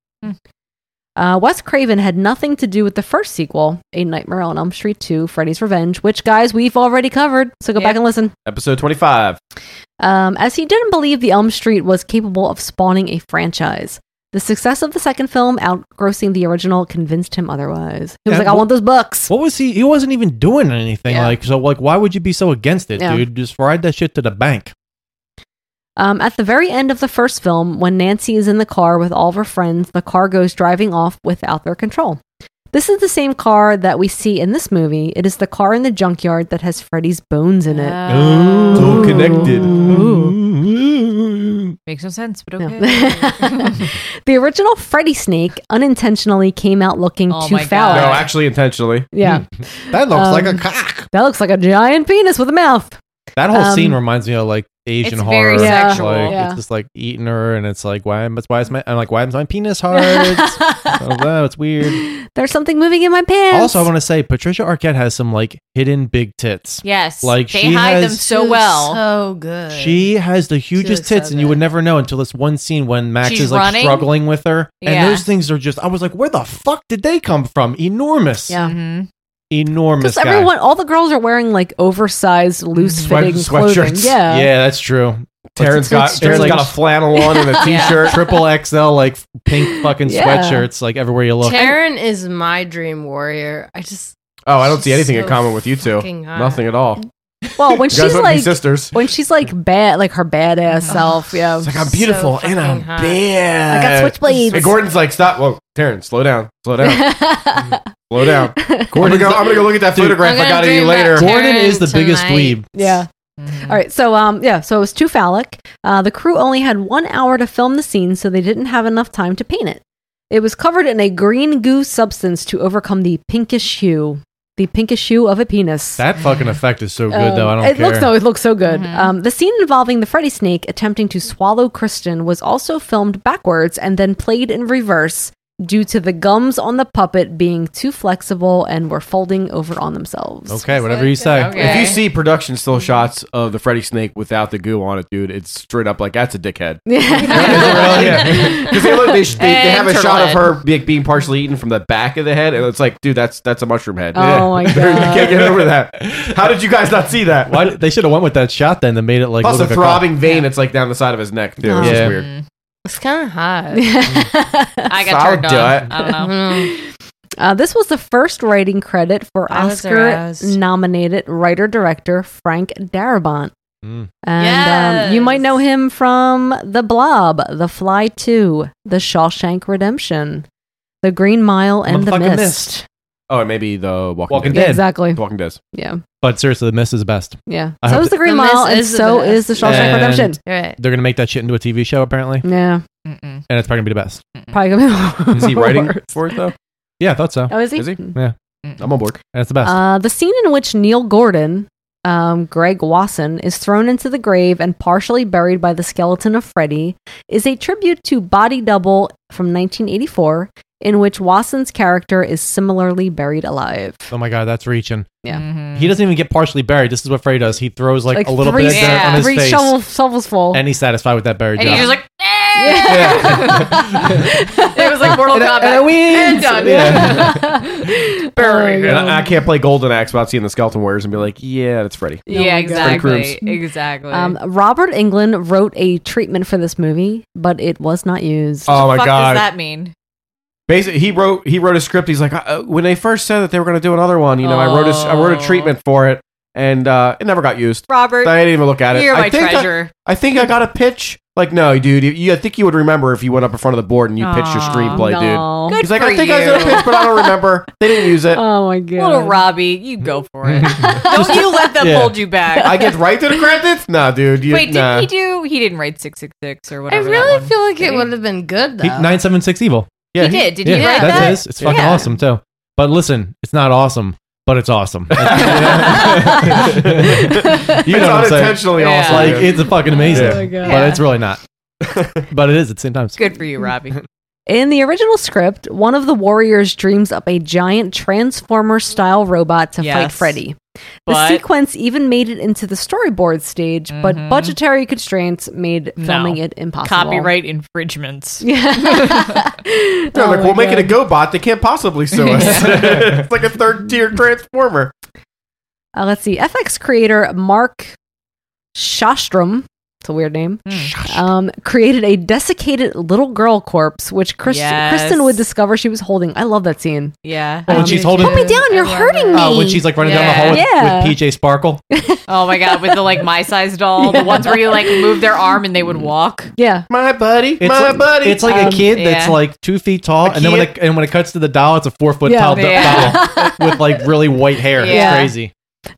S2: Uh, Wes Craven had nothing to do with the first sequel, A Nightmare on Elm Street 2, Freddy's Revenge, which, guys, we've already covered, so go back and listen.
S9: Episode twenty five.
S2: Um, as he didn't believe the Elm Street was capable of spawning a franchise. The success of the second film, outgrossing the original, convinced him otherwise. He was
S10: And
S2: like, I
S10: wh-
S2: want those books.
S10: What was he? He wasn't even doing anything. Like so, like why would you be so against it,
S2: Yeah.
S10: dude? Just ride that shit to the bank.
S2: Um, at the very end of the first film, when Nancy is in the car with all of her friends, the car goes driving off without their control. This is the same car that we see in this movie. It is the car in the junkyard that has Freddy's bones in it.
S12: Uh, Oh.
S9: So connected.
S12: Makes no sense, but
S2: No.
S12: okay.
S2: the original Freddy snake unintentionally came out looking
S10: Oh
S2: too foul.
S9: No, actually, intentionally.
S2: Yeah.
S10: That looks like a
S2: cock. That looks like a giant penis with a mouth.
S10: That whole
S2: Um,
S10: scene reminds me of like Asian
S2: it's
S10: horror.
S2: very Yeah. sexual.
S10: Like,
S2: Yeah.
S10: It's just like eating her, and it's like why? am- Why is my? I'm like why is my penis hard? oh, no, it's weird.
S2: There's something moving in my pants.
S10: Also, I want to say Patricia Arquette has some like hidden big tits.
S12: Yes.
S10: like
S12: they
S10: she
S12: hide
S10: has,
S12: them so well.
S4: So good.
S10: She has the hugest
S4: looks so
S10: tits, and you would never know until this one scene when Max
S12: She's
S10: is like
S12: running.
S10: struggling with her,
S12: Yeah.
S10: and those things are just. I was like, where the fuck did they come from? Enormous.
S2: Yeah.
S12: Mm-hmm.
S10: Enormous.
S2: Because
S10: guy.
S2: everyone, all the girls are wearing like oversized, loose fitting
S10: Sweat-
S2: clothing. Yeah.
S10: yeah, that's true.
S9: Terrence got Terrence got a flannel on and a
S10: Yeah.
S9: t-shirt.
S10: triple XL like pink fucking
S4: Yeah.
S10: sweatshirts like everywhere you look.
S4: Taryn is my dream warrior. I just
S9: Oh, I don't see anything in
S4: so
S9: common with you two.
S4: fucking hot.
S9: Nothing at all.
S2: Well, when
S9: You guys
S2: she's
S9: must be
S2: like
S9: sisters.
S2: when she's like bad, like her badass self. Yeah. It's
S9: like I'm beautiful and I'm bad.
S2: I got switchblades.
S9: And Gordon's like, stop. Whoa, Terrence, slow down. Slow down. slow down. Gordon, I'm
S10: Gordon's
S9: gonna, go,
S10: the-
S9: I'm gonna go look at that
S10: Dude,
S9: photograph
S10: I'm
S9: I got
S10: gonna
S9: of you
S10: dream about
S9: later.
S10: Gordon is the Terrence biggest tonight. weeb.
S2: Yeah. All right. So um yeah, so it was too phallic. Uh, the crew only had one hour to film the scene, so they didn't have enough time to paint it. It was covered in a green goo substance to overcome the pinkish hue, the pinkish hue of a penis.
S10: That fucking effect is so good though. I
S2: Um,
S10: don't
S2: it
S10: care.
S2: looks though it looks so good. Um, the scene involving the Freddy snake attempting to swallow Kristen was also filmed backwards and then played in reverse due to the gums on the puppet being too flexible and were folding over on themselves.
S10: Okay, whatever you say.
S9: If you see production still shots of the Freddy Snake without the goo on it, dude, it's straight up like that's a dickhead. Because they, look- they, they, they have a
S2: And turtle
S9: shot
S2: head.
S9: of her be, being partially eaten from the back of the head, and it's like, dude, that's that's a mushroom head.
S2: Oh my
S9: you
S2: God.
S9: can't get over that. How did you guys not see that?
S10: Why they should have went with that shot then that made it like
S9: Plus a
S10: look like cock.
S9: throbbing vein, it's like down the side of his neck, too. It's
S10: Yeah.
S9: just weird.
S4: it's kind of hot.
S10: Mm.
S12: I
S9: got I'll turned do on. it.
S12: I don't
S2: Uh, this was the first writing credit for
S4: I was
S2: Oscar
S4: aroused.
S2: nominated writer director Frank Darabont.
S10: Mm.
S2: And um, you
S4: Yes.
S2: might know him from The Blob, The Fly 2, The Shawshank Redemption, The Green Mile, and The
S10: Motherfucking
S2: Mist.
S10: Mist.
S9: Oh, and maybe the Walking,
S10: Walking
S9: Dead.
S10: Dead. Exactly.
S9: Walking Dead.
S2: Yeah.
S10: But seriously, the mist is best.
S2: Yeah.
S10: I
S2: so
S10: hope
S2: is the
S10: that-
S2: Green
S4: The
S2: Mile,
S4: Mist
S2: and
S4: is the
S2: so
S4: best.
S2: is the Shawshank
S10: And
S2: Redemption. Mm-hmm.
S10: They're gonna make that shit into a TV show apparently.
S2: Yeah.
S10: And it's probably gonna be the best.
S2: Probably gonna be.
S10: Is he writing
S9: for it though?
S10: Yeah, I thought so.
S2: Oh, is he? Is he?
S10: Yeah.
S9: I'm on board.
S10: That's the best.
S2: Uh, the scene in which Neil Gordon, um, Greg Wasson, is thrown into the grave and partially buried by the skeleton of Freddy is a tribute to Body Double from 1984, in which Wasson's character is similarly buried alive.
S10: oh my god, that's reaching.
S2: Yeah.
S12: Mm-hmm.
S10: He doesn't even get partially buried. This is what Freddy does. He throws like, a little
S2: three,
S10: bit of dirt on his
S2: three
S10: face,
S2: shovel, shovels full.
S10: and he's satisfied with that buried
S2: And
S10: job.
S2: he's
S12: like,
S17: it was like Mortal Kombat.
S10: and I win.
S17: And done.
S2: Oh
S17: Buried.
S9: And I, I can't play Golden Axe without seeing the skeleton warriors and be like, yeah, that's Freddy.
S12: yeah,
S9: It's Freddy
S12: exactly.
S9: Krueger's.
S12: Exactly.
S2: Um, Robert England wrote a treatment for this movie, but it was not used.
S9: Oh my
S12: fuck
S9: god.
S12: does that mean?
S9: Basically, he wrote he wrote a script. He's like, uh, when they first said that they were going to do another one, you know, I wrote a s I wrote a treatment for it, and uh, it never got used.
S12: Robert,
S9: I didn't even look at it.
S12: you're
S9: I
S12: my
S9: think I-
S12: treasure.
S9: I, think I got a pitch. Like, no, dude, you, you, I think you would remember if you went up in front of the board and you pitched your
S12: Aw,
S9: screenplay,
S12: no.
S9: dude.
S12: Good
S9: He's like,
S12: for
S9: I think I was going to
S12: you."
S9: pitch, but I don't remember. They didn't use it.
S2: Oh my god.
S12: Little Robbie, you go for it. Don't you let them
S9: Yeah.
S12: hold you back.
S9: I get right to the credits? Nah, dude. You,
S12: Wait, did
S9: nah.
S12: he do? He didn't write six six six or
S4: I
S12: whatever.
S4: really feel like it would have been good though.
S10: He- 976 Evil.
S12: He did. Did he write
S10: that's
S12: that?
S10: his. It's fucking
S12: Yeah.
S10: awesome, too. But listen, it's not awesome, but it's awesome. you know
S9: It's
S10: what I'm saying?
S9: unintentionally Yeah. awesome,
S10: Like,
S9: dude.
S10: it's fucking amazing.
S9: Oh my God.
S10: But it's really not. but it is at the same time.
S12: Good for you, Robbie.
S2: In the original script, one of the warriors dreams up a giant transformer style robot to fight
S12: Yes.
S2: Freddy. The
S12: But- Mm-hmm.
S2: sequence even made it into the storyboard stage, but budgetary constraints made filming it impossible.
S12: Copyright infringements.
S2: Yeah.
S9: They're like,
S2: my
S9: we'll make it a
S2: God.
S9: GoBot. They can't possibly sue us. it's like a third tier transformer.
S2: Uh, let's see. FX creator Mark Shostrom, it's a weird name,
S12: Hmm.
S2: um, created a desiccated little girl corpse, which Chris-
S12: Yes.
S2: Kristen would discover she was holding. I love that scene.
S12: Yeah. Um,
S10: Oh, when she's holding.
S2: Put me down, you're hurting me.
S10: Oh, when she's like running down the hall with,
S2: Yeah.
S10: with PJ Sparkle.
S12: Oh my god, with the like my size doll, the ones where you like move their arm and they would walk.
S2: Yeah.
S9: My buddy.
S10: It's
S9: my
S10: like,
S9: buddy.
S10: It's like
S2: Um,
S10: a kid that's like two feet tall, and then when it, and when it cuts to the doll, it's a four foot
S2: Yeah.
S10: tall do-
S2: Yeah.
S10: doll with like really white hair.
S2: Yeah.
S10: It's crazy.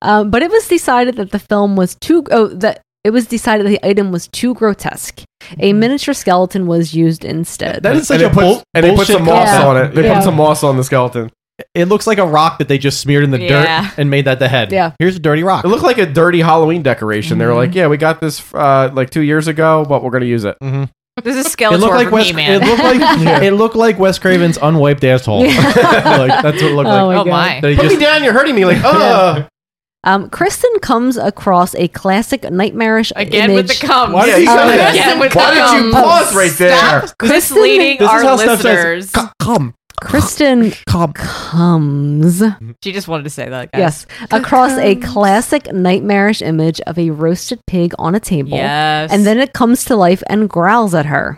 S2: Um, but it was decided that the film was too. Oh, that it was decided the item was too grotesque.
S12: Mm-hmm.
S2: A miniature skeleton was used instead.
S10: That is such
S9: they
S10: a
S9: put-
S10: bull-
S9: and they put some
S10: bullshit
S9: moss
S10: concept.
S9: on it. They
S10: Yeah.
S9: put some moss on the skeleton.
S10: It looks like a rock that they just smeared in the
S9: Yeah.
S10: dirt and made that the head.
S2: Yeah.
S10: Here's a dirty rock.
S9: It looked like a dirty Halloween decoration. They were like, yeah, we got this uh, like two years ago, but we're gonna use it.
S12: There's a
S10: It
S12: skeleton
S10: looked like
S12: from
S10: Wes.
S12: He-Man.
S10: It looked like it looked like Wes Craven's unwiped asshole. like that's what it looked
S2: Oh my
S10: like.
S2: Oh God. my.
S10: They
S9: Put
S10: just-
S9: me down. You're hurting me. Like, oh.
S2: Um, Kristen comes across a classic nightmarish
S12: Again
S2: image.
S12: with the cum.
S9: Why did you say that? Why did you pause right there?
S2: Kristen-
S12: misleading
S2: This is
S12: our
S2: how Steph says,
S12: listeners.
S10: Come.
S2: Kristen comes.
S12: She just wanted to say that. Guys.
S2: Yes, across a classic nightmarish image of a roasted pig on a table.
S12: Yes.
S2: And then it comes to life and growls at her.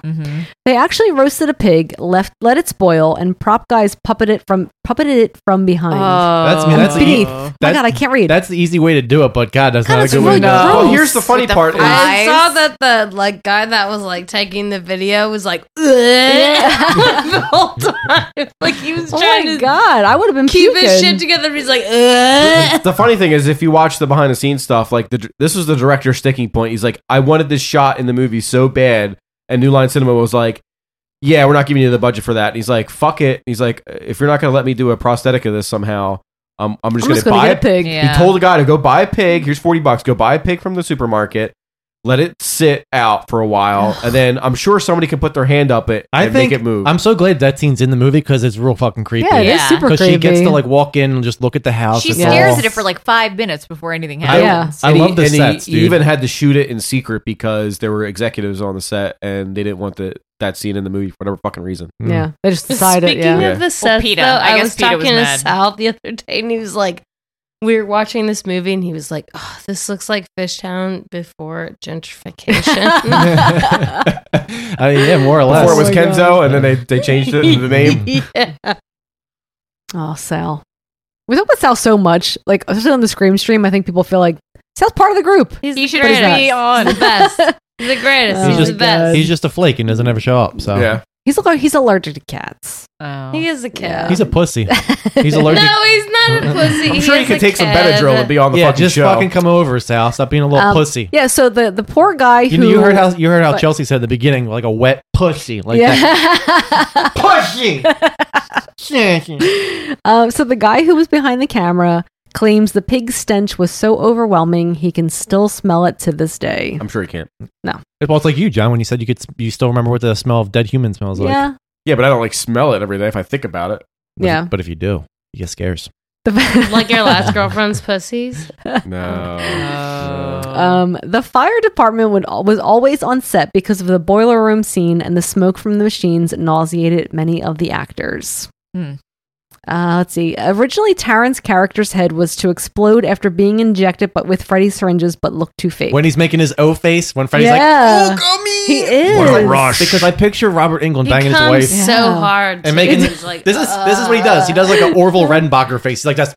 S2: They actually roasted a pig, left let it boil, and prop guys puppeted it from puppeted it from behind.
S10: That's I mean, that's the e-
S2: Beneath. Oh my
S10: that's-
S2: god, I can't read.
S10: That's the easy way to do it, but God, that's
S2: God,
S10: not a
S2: it's
S10: good way
S2: really
S10: to do it.
S2: gross.
S9: here's the funny part. Is,
S4: I saw that the like guy that was like taking the video was like "Ugh," the whole time. Like he was
S2: Oh
S4: trying
S2: my
S4: to
S2: god, I would have been
S4: keep
S2: puking.
S4: his shit together. But he's like, Ugh.
S9: the funny thing is, if you watch the behind the scenes stuff, like the, this was the director's sticking point. He's like, I wanted this shot in the movie so bad, and New Line Cinema was like, Yeah, we're not giving you the budget for that. And he's like, Fuck it. he's like, If you're not going to let me do a prosthetic of this somehow, um, I'm just
S2: I'm
S9: going
S2: just
S9: to
S2: gonna
S9: buy
S2: get a pig.
S9: He
S2: Yeah.
S9: told the guy to go buy a pig. Here's forty bucks. Go buy a pig from the supermarket. Let it sit out for a while, and then I'm sure somebody can put their hand up it
S10: I
S9: and
S10: think
S9: make it move.
S10: I'm so glad that scene's in the movie because it's real fucking creepy.
S12: Yeah, it is Yeah. super
S10: Because she gets
S12: creepy.
S10: to like walk in and just look at the house.
S12: She
S10: It's
S12: stares
S10: all-
S12: at it for like five minutes before anything
S10: I-
S12: happens.
S10: I
S9: And
S10: love the
S9: and
S10: sets,
S9: He,
S10: dude.
S9: even had to shoot it in secret because there were executives on the set and they didn't want the, that scene in the movie for whatever fucking reason.
S2: Yeah,
S10: mm.
S2: they just decided.
S4: Speaking
S2: yeah.
S4: of the sets,
S12: PETA.
S4: though,
S12: I
S4: I,
S12: guess
S4: was
S12: PETA
S4: talking
S12: was
S4: to
S12: mad.
S4: Sal the other day, and he was like, "We were watching this movie, and he was like, oh, this looks like Fishtown before gentrification.'"
S10: I mean, yeah, more or less.
S9: Before it was Kenzo and then they, they changed it the name.
S4: Yeah.
S2: Oh, Sal. We talk about Sal so much. Like, especially on the Scream stream, I think people feel like Sal's part of the group.
S4: He's
S12: he
S4: the
S12: should
S4: greatest.
S12: be on.
S4: He's the best. He's the greatest.
S10: He's
S2: Oh
S4: He's the
S10: just,
S4: best.
S10: he's just a flake and doesn't ever show up. So
S9: Yeah.
S2: He's allergic. He's allergic to cats.
S12: Oh.
S4: He is a cat.
S10: He's a pussy. He's allergic.
S4: No, he's not a pussy.
S9: I'm sure
S4: He
S9: you
S4: is
S9: could
S4: a
S9: take some
S4: cat.
S9: Benadryl and be on the
S10: yeah,
S9: fucking
S10: just
S9: show.
S10: fucking come over, Sal. Stop being a little
S2: Um,
S10: pussy.
S2: Yeah. So the the poor guy who
S10: You, know, you heard how you heard how
S2: but-
S10: Chelsea said at the beginning, like a wet pussy, like that.
S2: Pussy. um, so the guy who was behind the camera claims the pig stench was so overwhelming he can still smell it to this day.
S9: I'm sure he can't.
S2: No.
S10: Well, it's like you, John, when you said you could, s- you still remember what the smell of dead human smells like.
S2: Yeah.
S9: Yeah, but I don't like smell it every day if I think about it.
S2: Yeah.
S10: But if you do, you get scares.
S4: like your last girlfriend's pussies.
S9: No.
S2: Um, the fire department would, al- was always on set because of the boiler room scene, and the smoke from the machines nauseated many of the actors.
S12: Hmm.
S2: Uh, let's see. Originally, Taryn's character's head was to explode after being injected, but with Freddy's syringes, but looked too fake.
S10: When he's making his O face, when Freddy's
S2: yeah. he is.
S10: like, Because I picture Robert England
S4: He
S10: banging his
S4: comes
S10: wife
S4: so hard,
S10: and
S4: too.
S10: making
S4: He's like,
S10: this is this is what he does. He does like
S2: uh,
S10: an Orville Redenbacher face. He's like that's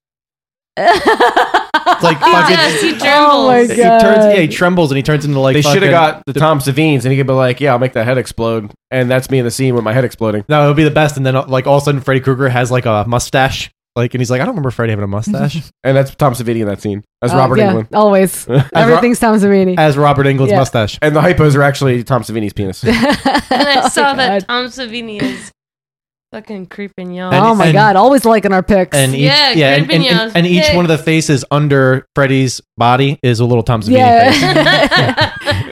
S10: it's like
S12: "Ah,
S10: fucking.
S4: does. He
S2: Oh my
S10: He
S2: god!
S10: turns, yeah, he trembles and he turns into like.
S9: they should have
S10: fucking-
S9: got the Tom Savines, and he could be like, "Yeah, I'll make that head explode," and that's me in the scene with my head exploding.
S10: No, it would be the best. And then uh, like all of a sudden, Freddy Krueger has like a mustache, like, and he's like, I don't remember Freddy having a mustache.
S9: and that's Tom Savini in that scene as
S2: Oh,
S9: Robert
S2: yeah,
S9: England.
S2: Always.
S9: As Ro-
S2: Everything's Tom Savini.
S10: as Robert England's
S2: Yeah.
S10: mustache.
S9: And the hypos are actually Tom Savini's penis.
S4: And I
S2: Oh,
S4: saw
S2: God.
S4: that Tom Savini is fucking creeping y'all.
S10: And-
S2: oh my
S10: and-
S2: god! Always liking our picks.
S10: And each,
S4: Yeah,
S10: yeah, and, and,
S4: creeping
S10: and, and each one of the faces under Freddy's body is a little Tom Savini face.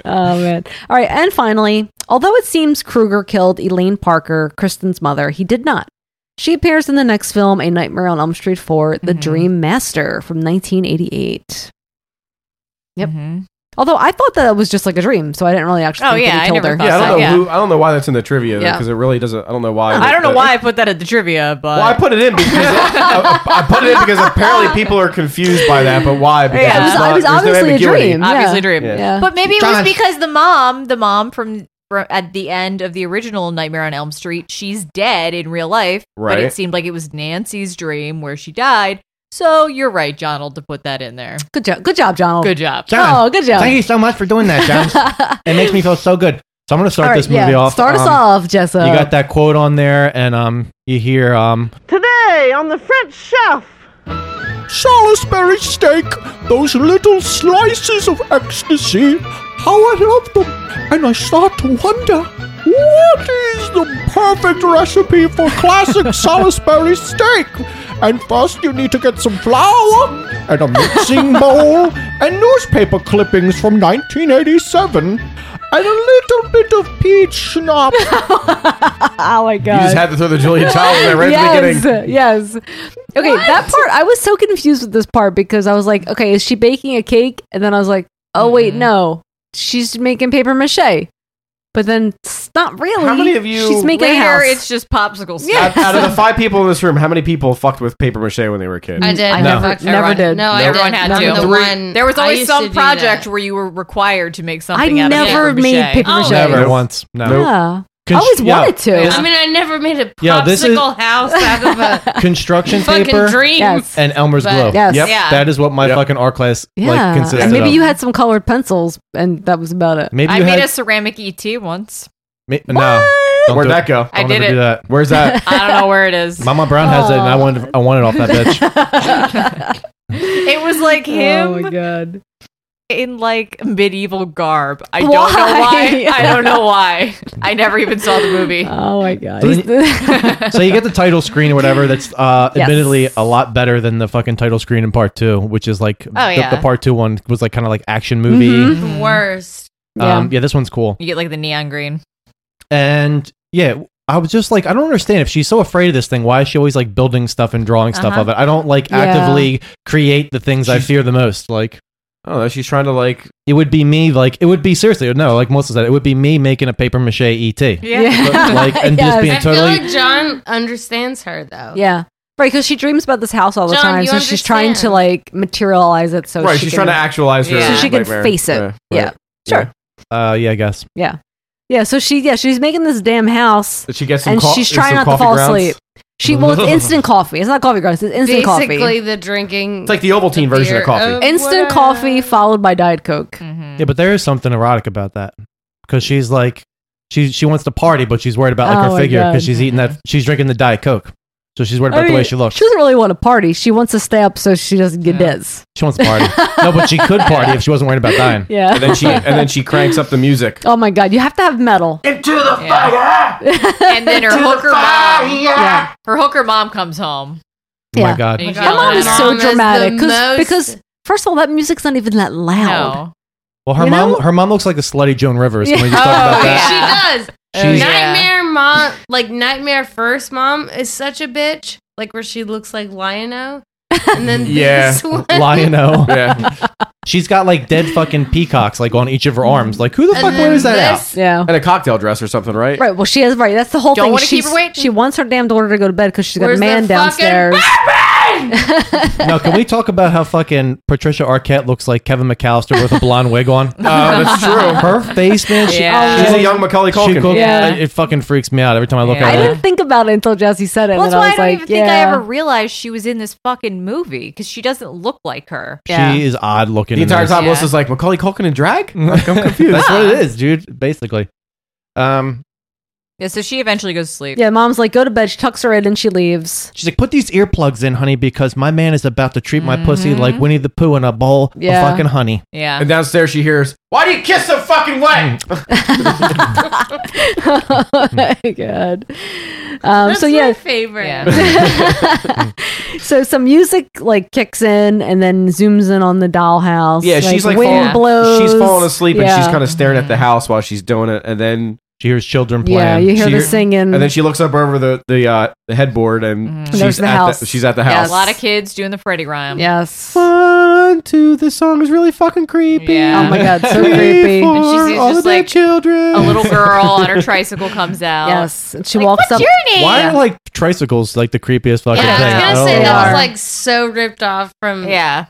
S2: oh man. All right, and finally, although it seems Kruger killed Elaine Parker, Kristen's mother, he did not. She appears in the next film, A Nightmare on Elm Street 4, The Dream Master from 1988. Yep.
S12: Mm-hmm. Oh,
S2: Although I thought that it was just like a dream, so I didn't really actually
S17: Oh,
S2: think
S17: yeah,
S2: that
S17: I
S2: he killed
S17: never
S2: her.
S17: thought
S9: yeah, I don't know.
S17: Yeah.
S9: Who, I don't know why that's in the trivia
S17: Yeah.
S9: because it really doesn't. I don't know why.
S17: I don't know
S9: But-
S17: why I put that at the trivia, but
S9: Well, I put it in because I, I- I put it in because apparently people are confused uh, by that. But why? Because
S17: Yeah. It was-
S9: it's not,
S17: it was
S9: there's
S2: obviously a
S9: no ambiguity.
S2: dream. Yeah.
S12: Obviously, dream.
S9: Yeah.
S12: But maybe it was
S9: Josh.
S12: because the mom, the mom from, from at the end of the original Nightmare on Elm Street, she's dead in real life. But
S9: Right.
S12: it seemed like it was Nancy's dream where she died. So you're right, Donald, to put that in there.
S2: Good job. Good job, John.
S12: Good job.
S2: Oh, good job.
S10: Thank you so much for doing that, John. it makes me feel so good. So I'm going to start
S2: All right,
S10: this movie
S2: yeah,
S10: off.
S2: Start us
S10: Um,
S2: off, Jessa.
S10: You got that quote on there, and um, you hear um,
S18: Today on the French Chef. Salisbury steak, those little slices of ecstasy. How I love them, and I start to wonder what is the perfect recipe for classic Salisbury steak. And first, you need to get some flour and a mixing bowl and newspaper clippings from 1987 and a little bit of peach schnapps.
S2: oh my
S9: You just had to throw the Julia Child in there right at the
S2: yes,
S9: beginning.
S2: yes. Okay, that part I was so confused with this part because I was like, okay, is she baking a cake? And then I was like, oh wait, no, she's making paper mache. But then it's not really.
S9: How many of you-
S2: She's making a
S12: Later,
S2: house.
S12: it's just popsicle stuff.
S9: Out, out of the five people in this room, how many people fucked with paper mache when they were kids?
S12: I did. I
S9: No.
S12: never-
S2: Never
S12: Everyone-
S2: did.
S12: No,
S9: Never.
S12: everyone had
S2: Never
S12: to.
S2: did.
S12: There was
S4: I
S12: always
S4: used to
S12: some
S4: do
S12: project where you were required to make
S2: I
S12: something out
S2: never
S12: of paper
S2: made
S12: mache. Oh.
S2: paper mache.
S10: never once. No.
S2: Yeah. I
S10: Cons-
S2: always
S10: yeah,
S2: wanted to.
S10: this-
S4: I mean, I never made a popsicle
S10: Yeah, this is-
S4: house out of a.
S10: construction
S4: Fucking
S10: paper
S4: dream. Yes.
S10: and Elmer's
S4: But-
S10: glue.
S2: Yes.
S10: Yep.
S2: Yeah.
S10: That is what my fucking art class like
S2: yeah.
S10: consisted
S2: and maybe
S10: of.
S2: you had some colored pencils, and that was about it.
S10: Maybe
S12: I
S10: you
S12: made
S10: had
S12: a ceramic ET once.
S10: ma- no. Don't
S9: Where'd
S10: do
S9: that
S10: it.
S9: go?
S12: I
S10: Don't
S12: did
S10: ever
S12: it.
S10: Do that. Where's that?
S12: I don't know where it is.
S10: Mama Brown has it, and I wanted I wanted off that bitch.
S12: It was like him.
S2: Oh my god.
S12: In like medieval garb. I
S2: Why?
S12: don't know why. I don't know why. I never even saw the movie.
S2: Oh my god.
S10: So so you get the title screen or whatever. That's uh,
S12: Yes.
S10: admittedly a lot better than the fucking title screen in part two, which is like
S4: Oh,
S10: the,
S4: yeah.
S10: the part two one was like kind of like action movie.
S4: The worst.
S10: Um, yeah, this one's cool.
S12: You get like the neon green.
S10: And yeah, I was just like, I don't understand if she's so afraid of this thing. Why is she always like building stuff and drawing stuff
S12: Uh-huh.
S10: of it? I don't like
S12: Yeah.
S10: actively create the things I fear the most. Like,
S9: oh, she's trying to like.
S10: It would be me. Like, it would be seriously no. Like Melissa said, it would be me making a paper mache E et.
S2: Yeah.
S10: But, like, and just being
S4: I
S10: totally.
S4: feel like John understands her though.
S2: Yeah. Right, because she dreams about this house all the
S4: John,
S2: time,
S4: you
S2: so she's trying to like materialize it. So
S9: right,
S2: she
S9: she's
S2: can,
S9: trying to actualize her.
S2: so she can
S9: nightmare.
S2: face it.
S9: right.
S2: Yeah, sure,
S10: Uh, yeah, I guess.
S2: yeah. yeah, So she, yeah, she's making this damn house,
S9: Did she get some
S2: and
S9: co-
S2: she's
S9: some
S2: trying not to
S9: coffee
S2: fall
S9: grounds?
S2: asleep. She well, it's instant coffee. It's not coffee grounds. It's instant
S4: Basically,
S2: coffee.
S4: the drinking.
S9: It's like the Ovaltine version of
S2: oh,
S9: coffee.
S2: Instant coffee followed by Diet Coke.
S12: Mm-hmm.
S10: Yeah, but there is something erotic about that because she's like, she she wants to party, but she's worried about like
S2: Oh my
S10: her figure
S2: God. Oh,
S10: because she's eating that she's drinking the diet coke, so she's worried about
S2: I
S10: the way
S2: mean,
S10: she looks.
S2: She doesn't really want to party. She wants to stay up so she doesn't get dizz.
S10: She wants to party. no, but she could party if she wasn't worried about dying.
S2: Yeah.
S9: And then she and then she cranks up the music.
S2: Oh my god, you have to have metal.
S12: Into the fire. And then her
S2: Into the
S12: hooker
S2: fire.
S12: mom. Her hooker mom comes home.
S10: Oh my god.
S12: And
S2: My mom is so
S12: Mom is the
S2: dramatic 'cause-
S12: most-
S2: because first of all, that music's not even that loud.
S10: Well, her
S2: You Oh,
S10: mom her mom looks like a slutty Joan Rivers. Can we just talk about that?
S4: She does.
S10: She's-
S4: Nightmare mom, like Nightmare First Mom, is such a bitch. Like where she looks like Lion-O, and then
S10: Yeah,
S4: this one,
S10: Lion-O.
S9: Yeah.
S10: She's got like dead fucking peacocks like on each of her arms. Like who the
S4: And
S10: fuck
S4: then
S10: wears that
S4: this-
S10: out?
S2: Yeah.
S9: And a cocktail dress or something, right?
S2: Right. Well, she has right. That's the whole
S4: Don't
S2: thing.
S4: wanna keep
S2: She's-
S4: her waiting.
S2: She wants her damn daughter to go to bed because she's got
S4: Where's
S2: a
S4: the
S2: man
S4: fucking
S2: downstairs.
S10: No, can we talk about how fucking Patricia Arquette looks like Kevin McAllister with a blonde wig on? Oh,
S9: that's true.
S10: Her face, man. She,
S9: Yeah. Uh, She's a young Macaulay
S10: she
S9: Culkin.
S10: goes-
S2: Yeah.
S10: It, it fucking freaks me out every time I look
S2: I
S10: at her.
S2: didn't think about it until Jesse said it.
S12: Well,
S2: and
S12: that's
S2: then
S12: why I
S2: was
S12: don't
S2: like,
S12: even think I
S2: yeah.
S12: ever realized she was in this fucking movie because she doesn't look like her.
S10: She is odd looking.
S9: The
S10: in
S9: entire
S10: this.
S9: time, Melissa's like Macaulay Culkin in drag. Like, I'm confused.
S10: That's what it is, dude. Basically. Um,
S12: Yeah, so she eventually goes to sleep.
S2: Yeah, mom's like, go to bed. She tucks her in and she leaves.
S10: she's like, put these earplugs in, honey, because my man is about to treat my pussy like Winnie the Pooh in a bowl
S2: Mm-hmm. Yeah.
S10: of fucking honey. Mm.
S12: Yeah.
S9: And downstairs, she hears Why do you kiss so fucking wet?
S2: oh my god. Um,
S4: That's
S2: so yeah,
S4: my favorite.
S2: so some music like kicks in and then zooms in on the dollhouse.
S9: Yeah, she's like
S2: wind
S9: falling,
S2: blows.
S9: she's falling asleep and she's
S2: Yeah.
S9: kind of staring
S2: Mm-hmm.
S9: at the house while she's doing it, and then
S10: she hears children
S2: Yeah, playing. you hear the singing.
S9: and then she looks up over the the uh, the headboard and
S2: Mm-hmm. There's
S9: she's
S2: the
S9: at
S2: house.
S9: The, she's at the
S12: Yeah,
S9: house.
S12: a lot of kids doing the Freddy rhyme.
S2: Yes.
S10: One, two. This song is really fucking creepy.
S12: Yeah.
S2: Oh my God, so
S10: Three,
S2: creepy.
S10: four,
S12: And she's- she's
S10: all
S12: just
S10: of their
S12: like
S10: children.
S12: A little girl on her tricycle comes out.
S2: Yes, and she walks up.
S10: Why are like tricycles like the creepiest fucking
S4: Yeah,
S10: thing?
S4: I was
S10: don't
S4: gonna say
S10: know
S4: that
S10: why.
S4: was like so ripped off from
S12: yeah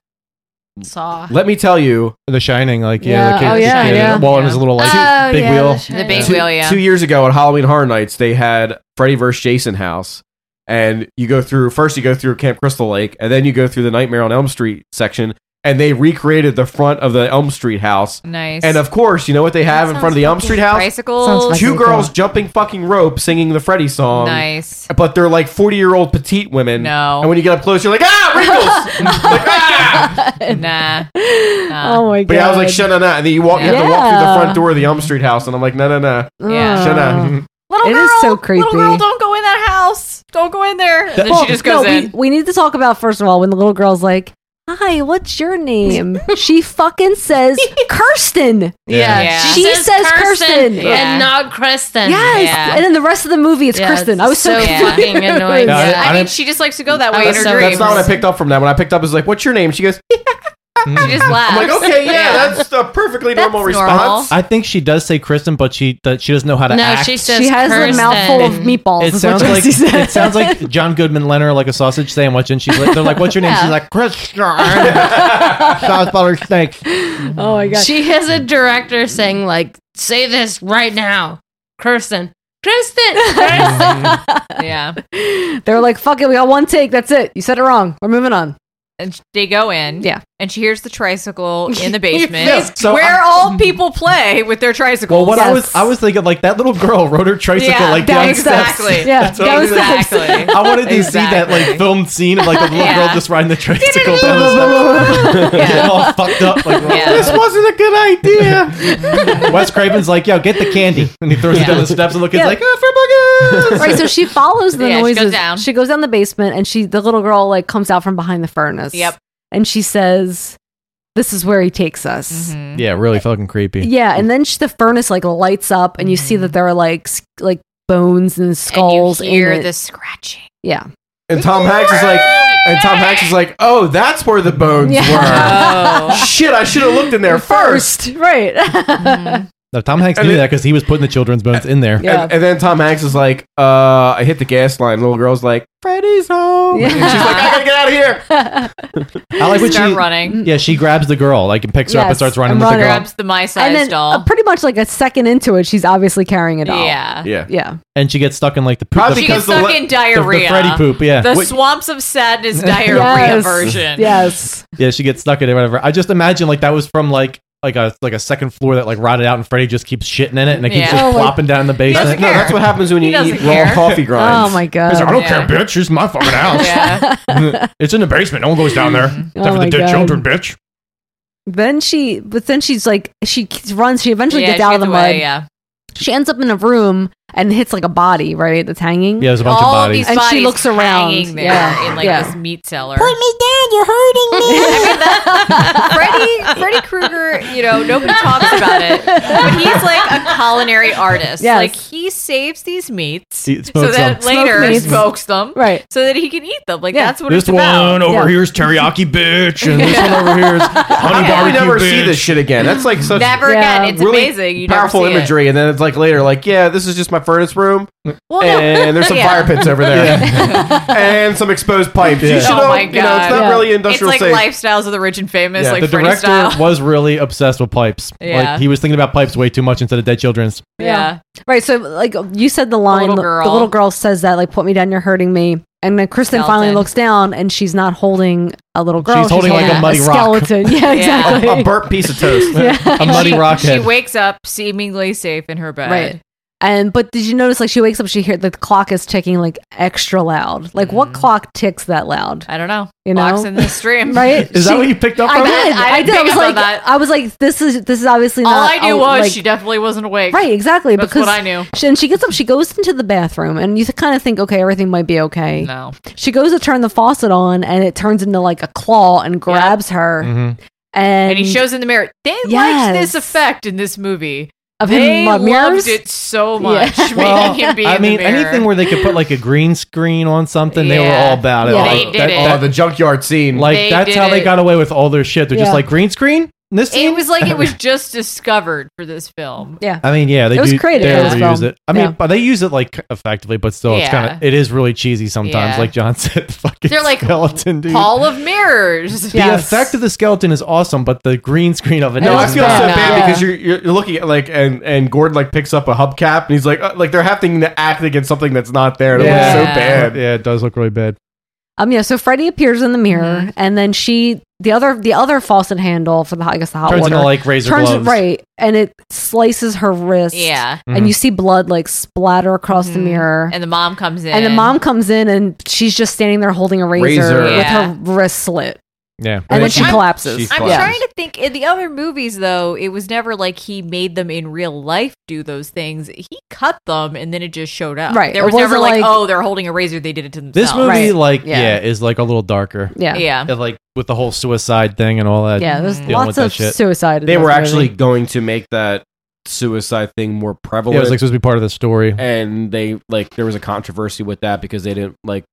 S4: Saw.
S9: Let me tell you,
S10: The Shining, like yeah,
S4: Yeah,
S10: the kid,
S4: oh,
S10: the
S4: yeah,
S10: kid-
S4: yeah.
S10: Well, it was a little like
S4: Oh,
S10: big
S4: yeah,
S10: wheel.
S4: The
S12: The big
S9: two,
S12: wheel, yeah.
S9: two years ago at Halloween Horror Nights, they had Freddy vs. Jason house, and you go through first you go through Camp Crystal Lake, and then you go through the Nightmare on Elm Street section, and they recreated the front of the Elm Street house.
S12: Nice.
S9: And of course, you know what they have in front of the Elm Street house?
S12: Tricycles.
S9: Two girls jumping fucking rope singing the Freddy song.
S12: Nice.
S9: But they're like 40 year old petite women. No. And when you get up close, you're like, ah, wrinkles!
S12: nah.
S2: oh my god.
S9: But yeah, I was like, shut up. And then you walk, you have to walk through the
S2: Yeah.
S9: front door of the Elm Street house. And I'm like, no, no, no.
S2: Yeah.
S9: Shut up.
S2: It is so creepy.
S12: Little girl, don't go in that house. Don't go in there. And then
S2: Well,
S12: she just goes
S2: no,
S12: in.
S2: We, we need to talk about first of all when the little girl's like, "Hi, what's your name?" she fucking says Kirsten.
S4: Yeah. Yeah.
S2: she, says, Kirsten,
S4: and not Kristen.
S2: Yes, and then the rest of the movie it's
S4: Yeah,
S2: Kirsten.
S4: it's
S2: I was so,
S4: so
S2: confused.
S4: fucking annoying.
S9: No, I-
S12: I,
S9: I
S12: mean,
S9: didn't-
S12: she just likes to go that way in
S9: That's,
S12: her
S9: not- that's
S12: dreams.
S9: not what I picked up from that. When I picked up, it was like, what's your name? She goes, she
S10: Mm-hmm.
S12: just laughs.
S9: I'm like, okay, yeah,
S12: Yeah.
S9: that's a perfectly normal
S12: That's
S9: response.
S12: normal.
S10: I think she does say Kristen, but she that she doesn't know how to act.
S2: she has a mouthful of meatballs. is
S10: It
S2: what
S10: sounds like
S2: Jesse said.
S10: it sounds like John Goodman Leonard like a sausage sandwich, and she's like, they're like, "What's your name?" She's like, "Kristen." Sauce butter snakes.
S2: Oh my god.
S4: She has a director saying like, "Say this right now, Kirsten, Kristen, Kristen."
S12: yeah.
S2: They're like, "Fuck it, we got one take. That's it. You said it wrong. We're moving on."
S12: And they go in. Yeah. And she hears the tricycle in the basement.
S10: Yeah, so
S12: where
S10: I-
S12: all people play with their tricycles.
S10: Well, what I was I was thinking like that little girl rode her tricycle
S12: Yeah,
S10: like
S12: down
S10: down steps.
S12: exactly.
S2: Yeah,
S10: That's what I was
S12: down
S10: thinking.
S12: steps.
S10: I wanted to see that
S12: Exactly.
S10: like filmed scene of like the little girl
S12: Yeah.
S10: just riding the tricycle down the steps. Get all fucked up. Like,
S9: This wasn't a good idea.
S10: Wes Craven's like, yo, get the candy. And he throws it down the steps and the kid's
S2: Yeah.
S10: like, "Ah,
S2: right, so she follows the
S12: Yeah, she
S2: noises.
S12: goes down.
S2: She goes down the basement, and she the little girl like comes out from behind the furnace.
S12: Yep.
S2: and she says, "This is where he takes us."
S12: Mm-hmm.
S10: Yeah, really fucking creepy.
S2: Yeah, and then sh the furnace like lights up, and you see that there are like s- like bones and skulls. in
S12: Mm-hmm. hear
S2: it.
S12: the scratching.
S2: Yeah,
S9: And Tom Hanks is like, and Tom Hanks is like, oh, that's where the bones
S2: Yeah.
S9: were.
S2: Oh.
S9: Shit, I should have looked in there first.
S2: right?
S12: Mm-hmm.
S10: No, Tom Hanks knew that because he was putting the children's bones in there.
S9: And, and then Tom Hanks is like, uh, I hit the gas line. Little girl's like, Freddy's home. And she's like, I gotta get out of here.
S10: I like when
S12: Start
S10: she
S2: Mm.
S12: running.
S10: Yeah, she grabs the girl, like, and picks her up and
S2: Yes,
S10: starts running
S2: and
S10: with the
S2: running.
S10: girl.
S12: Grabs the my
S2: and
S12: size
S2: then
S12: doll.
S2: uh, pretty much like a second into it, she's obviously carrying it all.
S12: Yeah.
S10: Yeah.
S2: yeah.
S10: And she gets stuck in like the poop.
S12: She gets stuck in diarrhea.
S10: The, Freddy poop, yeah.
S12: The
S10: Wait-
S12: swamps of sadness diarrhea
S2: Yes.
S12: version.
S2: Yes.
S10: Yeah, she gets stuck in it, whatever. I just imagine like that was from like like a like a second floor that like rotted out, and Freddie just keeps shitting in it, and it keeps
S9: Yeah.
S10: just
S9: Oh, like-
S10: plopping down in the basement.
S9: That's- no, that's what happens when He you eat doesn't raw care. coffee grinds. Oh my God.
S10: He's like, I don't care,
S9: Yeah.
S10: bitch. It's my fucking house. it's in the basement. No one goes down there. Except
S2: Oh
S10: for
S2: my
S10: the dead
S2: God.
S10: children, bitch.
S2: Then she, but then she's like, she runs. She eventually
S12: Yeah,
S2: gets
S12: she
S2: out of the
S12: gets
S2: mud.
S12: away, yeah.
S2: She ends up in a room and hits like a body, right? That's hanging.
S10: Yeah, there's a bunch of
S12: All these
S10: bodies.
S2: And she
S12: bodies
S2: looks around.
S12: hanging there
S2: yeah,
S12: in like
S2: yeah.
S12: this meat cellar.
S2: You're hurting me.
S12: Freddy, Freddy Krueger, you know, nobody talks about it, but he's like a culinary artist.
S17: Yes.
S12: Like he saves these meats
S10: He
S12: so
S10: smokes
S12: that
S10: them.
S12: later
S10: Smoked meats.
S12: smokes them, right? So that he can eat them. Like that's what
S10: This
S12: it's about.
S10: one over here is teriyaki bitch, and this one over here is honey
S9: I probably
S10: barbecue
S9: never
S10: bitch.
S9: see this shit again. That's like
S10: uh,
S9: such
S12: Never
S17: Yeah.
S12: again. It's
S9: really
S12: amazing. You
S9: powerful
S12: never see It.
S9: imagery, and then it's like later, like yeah, this is just my furnace room,
S12: Well, no.
S9: and there's some
S12: Yeah.
S9: fire pits over there, and some exposed pipes. You should
S12: Oh
S9: know,
S12: my
S9: you
S12: god!
S9: know, it's not really industrial
S12: It's
S9: safe.
S12: like lifestyles of the rich and famous,
S10: Yeah,
S12: like
S10: the
S12: Freddy
S10: director
S12: style.
S10: was really obsessed with pipes.
S12: Yeah.
S10: Like he was thinking about pipes way too much instead of dead children's.
S12: Yeah.
S2: Right. So, like, you said the line, the
S12: little
S2: the little,
S12: girl.
S2: girl says that, like, put me down, you're hurting me. And then Kristen finally
S12: Skeleton.
S2: looks down and she's not holding a little girl.
S10: She's holding, like, a muddy rock.
S2: skeleton. Yeah, exactly.
S9: A, a burnt piece of toast.
S10: A muddy
S12: she,
S10: rock
S12: She
S10: head.
S12: wakes up seemingly safe in her bed.
S2: Right. And, but did you notice, like, she wakes up, she hears the clock is ticking, like, extra loud. Like, what clock ticks that loud?
S12: I don't know.
S2: You know?
S12: Mm. Clocks in the stream.
S2: right?
S12: Is that
S2: She-
S12: what you picked up
S2: I
S12: from
S2: did.
S12: it? I
S2: I, did.
S12: didn't
S2: I
S12: pick
S2: was
S12: up on
S2: like,
S12: that.
S2: I was like, this is this is obviously
S12: All
S2: not.
S12: I knew
S2: oh,
S12: was
S2: like-
S12: she definitely wasn't awake.
S2: Right, exactly.
S12: That's
S2: because
S12: what I knew.
S2: She, and she gets up, she goes into the bathroom, and you kind of think, okay, everything might be okay.
S12: No.
S2: She goes to turn the faucet on, and it turns into like a claw and grabs her.
S12: Mm.
S10: Mm-hmm.
S2: And,
S12: And he shows in the mirror. They liked this effect in this movie.
S2: Of him
S12: they
S2: in the
S12: loved
S2: mirrors?
S12: it so much.
S2: Yeah.
S12: Making him be
S10: I
S12: in
S10: mean,
S12: the mirror.
S10: anything where they could put like a green screen on something, they were
S9: Yeah.
S10: all about it.
S9: Yeah.
S10: Like,
S9: They did it. Oh, the
S10: junkyard scene. Like
S12: They
S10: that's
S12: did
S10: how they
S12: it.
S10: got away with all their shit. They're
S12: Yeah.
S10: just like green screen. in This
S12: it
S10: scene.
S12: was like it was just discovered for this film.
S2: Yeah.
S10: I mean, yeah, they
S12: It was
S10: do.
S12: created
S10: They
S12: for this
S10: overuse
S12: film.
S10: it. I mean,
S12: Yeah.
S10: but they use it like effectively, but still, it's kind of
S12: Yeah.
S10: it is really cheesy sometimes.
S12: Yeah.
S10: Like John said, the fucking
S12: They're like
S10: skeleton dude.
S12: Hall of Mirrors.
S10: the effect of the skeleton is awesome, but the green screen of it.
S9: No, I
S10: is
S9: feel so
S10: bad.
S9: bad because you're you're looking at like and and Gordon like picks up a hubcap and he's like uh, like they're having to act against something that's not there. and It looks so
S2: Yeah.
S9: bad.
S10: Yeah, it does look really bad.
S2: Um, yeah. So Freddie appears in the mirror,
S12: Mm-hmm.
S2: and then she, the other, the other faucet handle for the I guess the hot
S10: Turns
S2: water
S10: into, like, razor gloves.
S2: right, and it slices her wrist.
S12: Yeah.
S10: Mm-hmm.
S12: Mm-hmm.
S2: and you see blood like splatter across the mirror.
S12: And the mom comes in.
S2: And the mom comes in, and she's just standing there holding a razor,
S9: Razor.
S2: with
S12: Yeah.
S2: her wrist slit.
S10: Yeah,
S2: And then she collapses.
S9: She
S12: I'm
S9: collapses.
S12: trying to think. In the other movies, though, it was never like he made them in real life do those things. He cut them, and then it just showed up.
S2: Right.
S12: There
S2: It
S12: was never
S2: wasn't
S12: like,
S2: like-
S12: oh, they're holding a razor. They did it to themselves.
S10: This movie, like, yeah. is like a little darker.
S12: Yeah. Yeah.
S10: And, like with the whole suicide thing and all that.
S2: Yeah, there's
S10: dealing
S2: lots
S10: with that
S2: of
S10: shit.
S2: suicide. in
S9: They
S2: this
S9: were
S2: movie.
S9: actually going to make that suicide thing more
S10: Yeah,
S9: prevalent.
S10: it was like supposed to be part of the story.
S9: and they like there was a controversy with that because they didn't like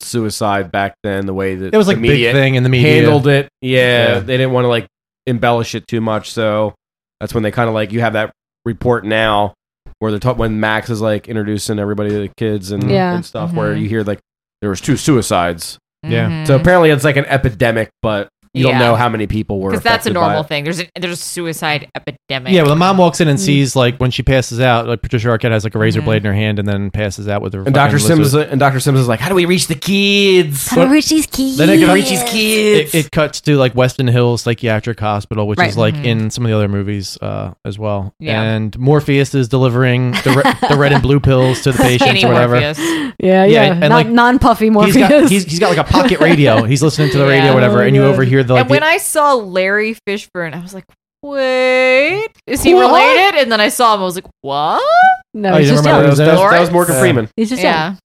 S9: suicide back then the way that
S10: It was, like,
S9: the
S10: big thing in the media.
S9: handled it. Yeah,
S10: Yeah.
S9: they didn't want to like embellish it too much, so that's when they kind of like you have that report now where they're ta- when Max is like introducing everybody to the kids and,
S10: Yeah.
S9: and stuff where
S2: Mm-hmm.
S9: you hear like there was two suicides.
S10: Yeah.
S12: Mm-hmm.
S10: Mhm.
S9: So apparently it's like an epidemic, but you
S12: Yeah.
S9: don't know how many people were
S12: because that's a
S9: affected by
S12: normal
S9: it.
S12: thing. There's a, there's a suicide epidemic.
S10: Yeah, well, the mom walks in and
S12: Mm.
S10: sees like when she passes out, like Patricia Arquette has like a razor
S12: Mhm.
S10: blade in her hand, and then passes out with her.
S9: And Dr. Sims and Dr. Sims is like, "How do we reach the kids?
S10: How do we
S2: reach these kids?
S10: Then it
S9: How do we
S10: cuts-
S9: reach these
S10: It,
S9: kids?"
S10: it cuts to like Weston Hills Psychiatric Hospital, which
S9: Right.
S10: is like
S9: Mhm.
S10: in some of the other movies uh, as well.
S9: Yeah.
S10: And Morpheus is delivering the, re- the red and blue pills to the patients
S2: Skinny
S10: or whatever.
S2: Morpheus. Yeah, yeah,
S10: and,
S2: not
S10: and, like
S2: non-puffy Morpheus.
S10: he's got he's, he's got like a pocket radio. He's listening to the radio,
S12: Yeah.
S10: or whatever,
S12: Oh
S10: and you
S12: my God.
S10: overhear the like
S12: and when
S10: the-
S12: I saw Larry Fishburne, I was like, wait, is he
S2: What?
S12: related? And then I saw him. I was like, what?
S2: No,
S10: Oh, you
S2: he's
S10: don't
S2: just
S10: remember
S2: young.
S10: those? That was- that was
S12: Lawrence?
S10: Morgan Yeah. Freeman.
S2: He's just
S12: yeah.
S2: young.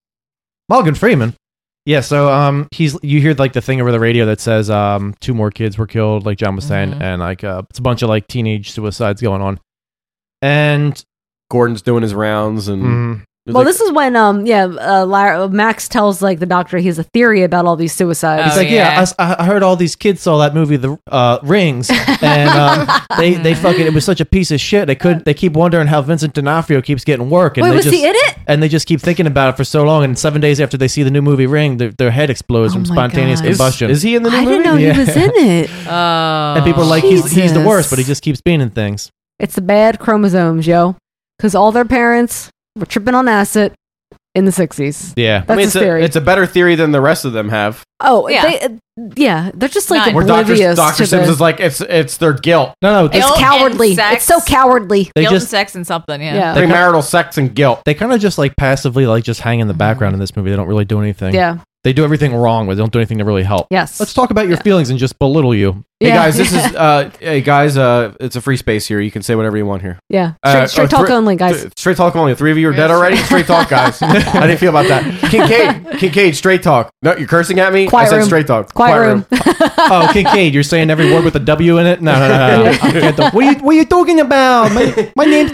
S10: Morgan Freeman. Yeah, so um, he's you hear like the thing over the radio that says um, two more kids were killed, like John was saying,
S2: Mm-hmm.
S10: and like uh, it's a bunch of like teenage suicides going on, and mm,
S9: Gordon's doing his rounds and
S10: Mm-hmm.
S2: Well, this is when um yeah uh, Lar- Max tells like the doctor he has a theory about all these suicides.
S10: He's like, yeah, I s- I, I heard all these kids saw that movie, The uh, Rings, and um, they they fucking it was such a piece of shit. They could they keep wondering how Vincent D'Onofrio keeps getting work. And
S2: Wait,
S10: they
S2: was
S10: just,
S2: he in it?
S10: And they just keep thinking about it for so long. And seven days after they see the new movie Ring, their, their head
S2: Oh
S10: explodes from spontaneous
S9: God. Is-
S10: combustion.
S9: is he in the new
S2: I didn't know
S10: Yeah.
S2: he was in it.
S12: Oh.
S10: And people are like, he's, he's the worst, but he just keeps being in things.
S2: It's the bad chromosomes, yo, because all their parents were tripping on acid in the 60s.
S9: Yeah,
S2: That's his
S9: it's, a,
S2: theory.
S9: it's a better theory than the rest of them have.
S2: Oh, yeah. They, uh, yeah, they're just like
S9: Where Doctor
S2: oblivious
S9: Doctor
S2: to the-
S9: Sims is like it's it's their guilt.
S6: No, no,
S2: It's
S10: Oh,
S2: cowardly.
S12: sex.
S2: It's so cowardly.
S12: Guilt and sex and something, yeah.
S9: premarital sex and guilt.
S10: They kind of just like passively like just hang in the background in this movie. They don't really do anything.
S2: Mm-hmm. Yeah.
S10: They do everything wrong, but they don't do anything to really help.
S2: Yes.
S10: Let's talk about your feelings and just belittle you.
S9: Hey guys, this is uh hey guys, uh it's a free space here. You can say whatever you want here.
S2: Yeah.
S9: Uh,
S2: Straight, straight
S9: oh,
S2: talk
S9: three-
S2: only, guys.
S9: th- straight talk only. Three of you are dead already. Straight talk, guys. I didn't feel about that. Kincaid, Kincaid, straight talk. No, you're cursing at me.
S10: Quiet
S9: I said
S10: room.
S9: straight talk.
S10: Quiet room. oh, Kincaid, you're saying every word with a W in it? No, no, no, no. I can't do- what, are you, what are you talking about? My, my name's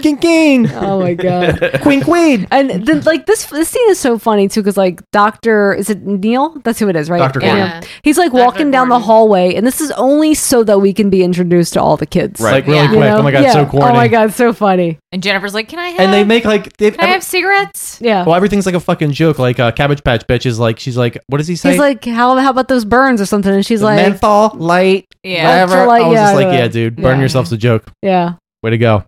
S10: Kincaid.
S2: Oh my god.
S10: Queen Queen.
S2: And
S10: Mm-hmm.
S2: then like this this scene is so funny too cuz like Dr. is it Neil? That's who it is, right?
S9: Dr. Gordon. Yeah.
S2: He's like walking down the hallway and this is only so that we can be introduced to all the kids.
S10: Right. Like, really quick. Oh my God, so
S2: Oh my
S10: corny.
S2: god, so funny.
S12: And Jennifer's like, "Can I have?
S10: And they make like they
S12: can I have cigarettes?
S2: Yeah.
S10: well, everything's like a fucking joke. Like uh, Cabbage Patch Bitch is like, she's like, what does he say?
S2: He's like, how, how about those burns or something? And she's like,
S10: menthol light,
S2: yeah,
S10: whatever.
S2: Electrolyte,
S10: I was just like,
S2: whatever.
S10: yeah, dude, burn
S2: Yeah.
S10: yourself's a joke.
S2: Yeah.
S10: Way to go.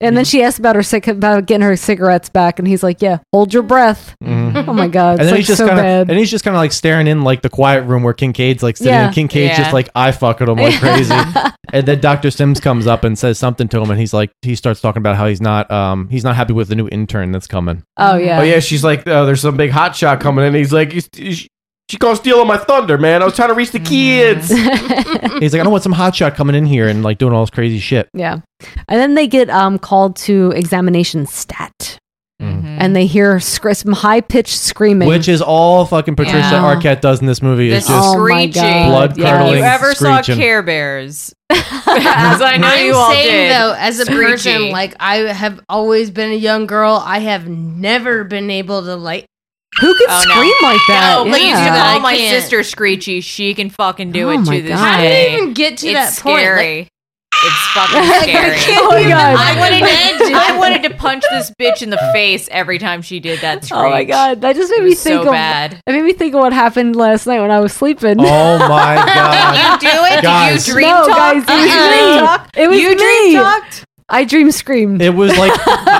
S2: And
S10: Mm-hmm.
S2: then she asked about her sick about getting her cigarettes back, and he's like, "Yeah, hold your breath."
S10: Mhm.
S2: Oh my god,
S10: And
S2: it's
S10: then
S2: like
S10: he's just
S2: so
S10: kind of,
S2: bad.
S10: and he's just kind of like staring in like the quiet room where Kincaid's like sitting,
S2: Yeah.
S10: and Kincaid's
S2: Yeah.
S10: just like eye fucking him like crazy. and then Doctor Sims comes up and says something to him, and he's like, he starts talking about how he's not, um, he's not happy with the new intern that's coming.
S2: Oh, yeah.
S9: Oh yeah. She's like, oh, there's some big hot shot coming in. He's like, you, you, she gonna steal all my thunder, man. I was trying to reach the
S2: Mm-hmm.
S9: kids.
S10: He's like, I don't want some hotshot coming in here and like doing all this crazy shit.
S2: Yeah. And then they get um, called to examination stat.
S10: Mm-hmm.
S12: Mm-hmm.
S2: And they hear scr- some high pitched screaming.
S10: Which is all fucking Patricia
S2: Yeah.
S10: Arquette does in this movie. Is
S2: The
S10: just
S4: Oh
S2: screeching.
S10: blood
S2: Yes.
S10: curdling.
S12: You ever saw
S10: screeching.
S12: Care Bears? As I know
S4: I'm
S12: you all
S4: saying
S12: did.
S4: though, as a person,
S12: Screechy.
S4: like I have always been a young girl. I have never been able to like.
S2: Who could
S12: Oh, no.
S2: scream like that?
S12: No, but you
S4: Yeah.
S12: can
S4: I
S12: call my
S4: can't.
S12: sister screechy. She can fucking do
S4: Oh
S12: it
S4: my
S12: to this
S4: God. How do you
S12: day.
S4: even get to
S12: it's
S4: that point?
S12: Scary. it's fucking
S4: I
S12: scary.
S4: can't Oh my even God.
S12: I wanted,
S4: imagine.
S12: I wanted to punch this bitch in the face every time she did that screech.
S2: Oh my god, that just made
S12: It
S2: me
S12: was
S2: think
S12: so
S2: of
S12: bad.
S2: It made me think of what happened last night when I was sleeping.
S10: Oh my
S12: God. Did you do it? Did you Guys. dream
S2: no,
S12: talk?
S2: Guys, it
S12: Did
S2: was
S12: you
S2: me.
S12: dream talk?
S2: It was
S12: You dream
S2: me.
S12: talked?
S2: I dream screamed.
S10: It was like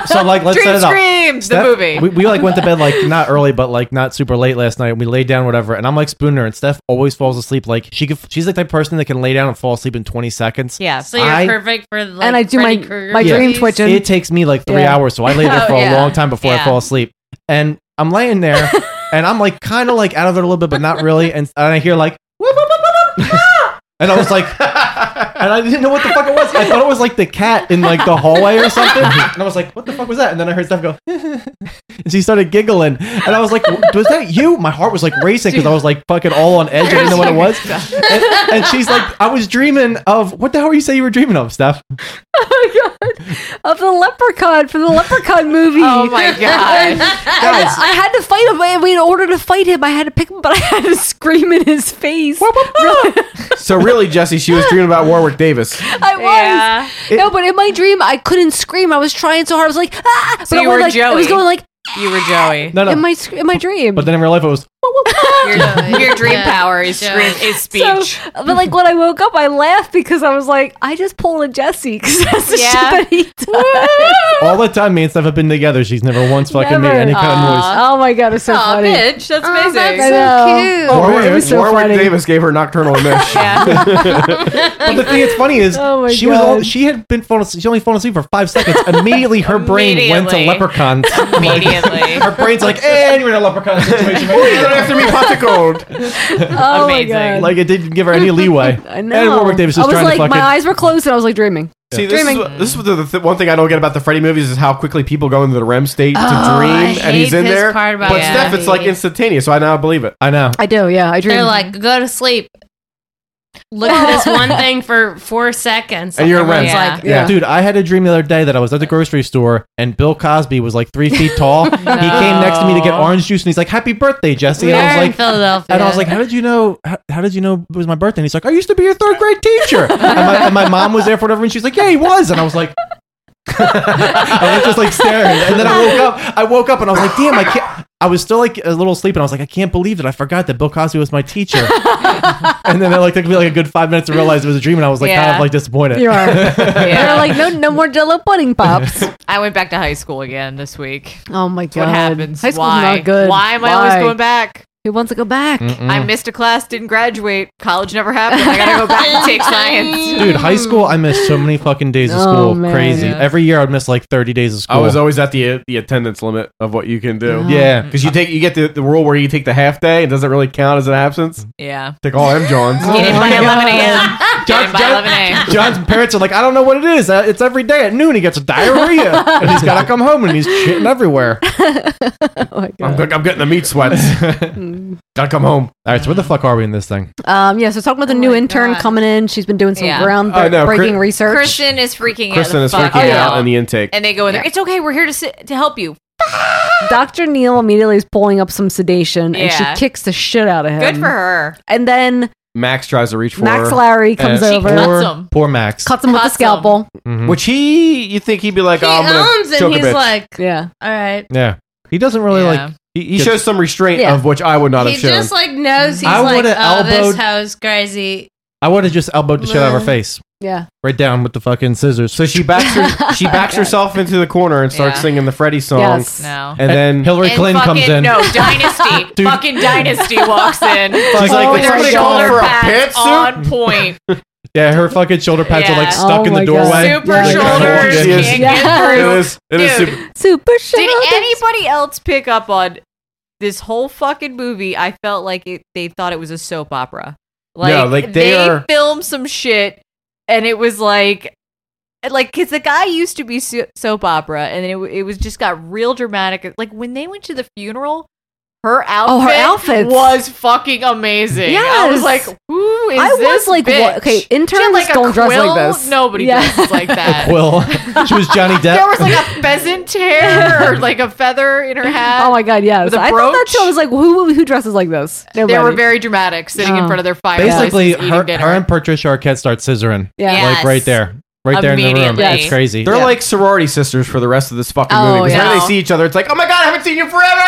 S10: so. Like let's
S2: Dream
S10: set it up.
S2: Screams, the
S10: Steph-
S2: movie.
S10: We, we like went to bed like not early, but like not super late last night. And we laid down whatever, and I'm like spooner, and Steph always falls asleep. Like she could, she's like the person that can lay down and fall asleep in 20 seconds.
S12: Yeah,
S4: So you're perfect for like,
S2: And I do
S4: Freddy
S2: my-
S4: Krueger
S2: my
S10: Yeah.
S2: dream twitching.
S10: It takes me like three
S2: Yeah.
S10: hours, so I lay there
S2: Oh,
S10: for
S2: yeah.
S10: a long time before
S2: Yeah.
S10: I fall asleep. And I'm laying there, and I'm like kind of like out of it a little bit, but not really. And, and I hear like, "Whoop, whoop, whoop, whoop, whoop, ah!" and I was like, and I didn't know what the fuck it was. I thought it was like the cat in like the hallway or something. And I was like, what the fuck was that? And then I heard Steph go, and she started giggling, and I was like, was that you? My heart was like racing because I was like fucking all on edge. I didn't know what it was. And, and she's like, I was dreaming of what the hell were you say you were dreaming of, Steph?
S2: of the leprechaun from the leprechaun movie. Oh
S12: my God.
S2: and, and
S12: Guys.
S2: I had to fight him. I- In order to fight him, I had to pick him, but I had to scream in his face.
S9: so really, Jesse, she was dreaming about Warwick Davis.
S2: I was. no, but in my dream, I couldn't scream. I was trying so hard. I was like, ah!
S12: So
S2: but I
S12: you
S2: was
S12: were
S2: like, I was
S12: Joey.
S2: going like,
S12: You were Joey.
S10: No, no.
S2: in my, sc- in my dream.
S10: But then in real life, it was
S12: your, your dream power is scream is
S2: So-
S12: speech.
S2: but like when I woke up, I laughed because I was like, I just pulled a Jesse because that's the
S12: Yeah.
S2: shit that he does.
S10: all the time me and Steph have been together. She's never once fucking made
S2: Never.
S10: any kind of noise.
S2: Oh my god, it's so
S12: Aw,
S2: funny.
S12: bitch, that's
S2: Aw,
S12: amazing.
S2: that's
S12: I
S2: so
S12: know.
S2: cute.
S9: Warwick,
S2: it was so
S9: Warwick
S2: funny.
S9: Davis gave her nocturnal emission.
S10: but the thing that's funny is
S2: Oh my
S10: she was all,
S2: God.
S10: she had been falling asleep, she only fallen asleep for five seconds. Immediately her brain went to
S9: Immediately.
S10: leprechauns.
S12: Immediately.
S10: her brain's like, and you're in a leprechaun situation. You're gonna have to be popsicled.
S2: Oh my god.
S10: Like it didn't give her any leeway.
S2: I know.
S10: And Warwick Davis
S2: I
S10: was,
S2: was
S10: trying
S2: like,
S10: to fucking
S2: my eyes were closed and I was like dreaming.
S9: See, this
S2: dreaming.
S9: is, what, this is what the, the th- one thing I don't get about the Freddy movies is how quickly people go into the REM state to
S2: Oh, I
S9: dream, and he's
S2: hate
S9: in
S2: this
S9: there.
S2: part about
S9: but
S2: that
S9: Steph, it's like
S2: movie.
S9: instantaneous, so I now believe it.
S10: I know.
S2: I do, yeah. I dream.
S4: They're like, go to sleep. Look at this one thing for four seconds.
S10: and you're in REM.
S4: Everyone's like,
S10: Dude, I had a dream the other day that I was at the grocery store and Bill Cosby was like three feet tall. He came next to me to get orange juice and he's like, Happy birthday, Jesse.
S4: We
S10: and I
S4: are
S10: was
S4: in
S10: like,
S4: Philadelphia.
S10: And I was like, "How did you know? How, how did you know it was my birthday?" And he's like, "I used to be your third grade teacher." and, my, and my mom was there for whatever, and she's like, "Yeah, he was." And I was like, I was just like staring, and then I woke up. I woke up and I was like, "Damn, I can't." I was still like a little asleep, and I was like, I can't believe that I forgot that Bill Cosby was my teacher. and then it like took me like a good five minutes to realize it was a dream, and I was like kind
S12: Yeah.
S10: of like disappointed.
S12: You are.
S2: They're like, no, no more Jello pudding pops.
S12: I went back to high school again this week.
S2: Oh my
S12: That's what
S2: God.
S12: happens.
S2: High school's
S12: Why?
S2: not good.
S12: Why am I always
S2: Why?
S12: going back?
S2: Who wants to go back?
S12: I missed a class, didn't graduate. College never happened. I gotta go back and take science.
S10: Dude, high school, I missed so many fucking days of
S12: Oh,
S10: school.
S12: man.
S10: Crazy.
S12: Yeah.
S10: Every year, I'd miss like thirty days of school.
S9: I was always at the the attendance limit of what you can do.
S10: Oh. Yeah.
S9: because you take you get the, the rule where you take the half day. It doesn't really count as an absence.
S12: Yeah.
S9: Take
S10: oh,
S9: all M Johns.
S12: Get in by 11 a.m. Get in by 11 a.m.
S10: John's parents are like, I don't know what it is. Uh, It's every day at noon. He gets diarrhea, and he's got to come home, and he's shitting everywhere.
S2: Oh
S9: I'm, go- I'm getting the meat sweats. Gotta come home.
S10: All right, so where the fuck are we in this thing?
S2: Um, yeah, so talking about the new intern coming in. She's been doing some
S12: Oh Yeah.
S10: I know, Chris-
S2: groundbreaking research.
S12: Kristen is freaking
S9: Kristen
S12: out. the
S9: is
S12: fuck
S9: freaking out in the intake.
S12: And they go in there. It's okay. We're here to sit, to help you.
S2: Dr. Neil immediately is pulling up some sedation and
S12: Yeah.
S2: she kicks the shit out of him.
S12: Good for her.
S2: And then
S9: Max tries to reach for
S2: Max
S9: her.
S2: Lowry comes
S9: And-
S2: over. She cuts
S9: Poor,
S2: him.
S10: poor Max. Mm-hmm.
S2: cuts him with the scalpel.
S9: Which he, you think he'd be like, oh, I'm gonna
S4: owns it.
S9: choke a
S4: He's
S9: bitch."
S4: like,
S2: yeah,
S4: all right.
S10: Yeah, he doesn't really like.
S9: He, he shows some restraint
S4: Yeah.
S9: of which I would not
S4: He
S9: have shown.
S4: just like knows he's
S10: I
S4: like,
S10: would've
S4: oh, this
S10: elbowed-
S4: house crazy.
S10: I would have just elbowed the shit out of her face.
S2: Yeah.
S10: Right down with the fucking scissors. So
S9: she backs her, she backs herself into the corner and starts
S12: Yeah.
S9: singing the Freddy song.
S12: Yes. No.
S9: And then
S10: Hillary
S12: And
S10: Clinton
S12: fucking,
S10: comes in.
S12: No, Dynasty.
S10: Dude.
S12: Fucking Dynasty walks in.
S10: She's like,
S12: with her
S10: "Somebody call
S12: shoulder
S10: for a
S12: pads on point.
S10: Yeah, her fucking shoulder pads are like
S12: Yeah.
S10: stuck
S12: Oh
S10: in the
S12: my
S10: doorway.
S12: God.
S10: oh,
S12: Super shoulders,
S10: It is-
S12: can't get through.
S10: It is. It is super.
S2: Super
S12: Did anybody else pick up on this whole fucking movie? I felt like it, they thought it was a soap opera. Like,
S9: No, like, they are-
S12: filmed some shit, and it was like, like because the guy used to be so- soap opera, and it w- it was just got real dramatic. Like when they went to the funeral. Her outfit,
S2: Oh, her outfits.
S12: was fucking amazing. I was like,
S2: Yes.
S12: who is
S2: I was
S12: this
S2: like,
S12: bitch?
S2: what- okay, interns
S12: She had, like, a
S2: don't dress like
S12: quill.
S2: this.
S12: Nobody
S2: Yeah.
S12: dresses like that.
S10: Quill. she was Johnny Depp.
S12: There was like a pheasant hair or like a feather in her hat.
S2: Oh my god, yes.
S12: With a
S2: I thought that show was like, who who dresses like this? Nobody.
S12: They were very dramatic, sitting in
S2: Oh.
S12: front of their fireplace.
S10: Basically,
S12: eating
S10: her,
S12: dinner.
S10: her and Patricia Arquette start scissoring.
S12: Yeah.
S10: Like right there. Right there in the room.
S12: Immediately.
S10: It's crazy.
S9: They're like sorority sisters for the rest of this fucking
S12: Oh,
S9: movie. Because
S12: yeah.
S9: they see each other, it's like, oh my god, I haven't seen you forever.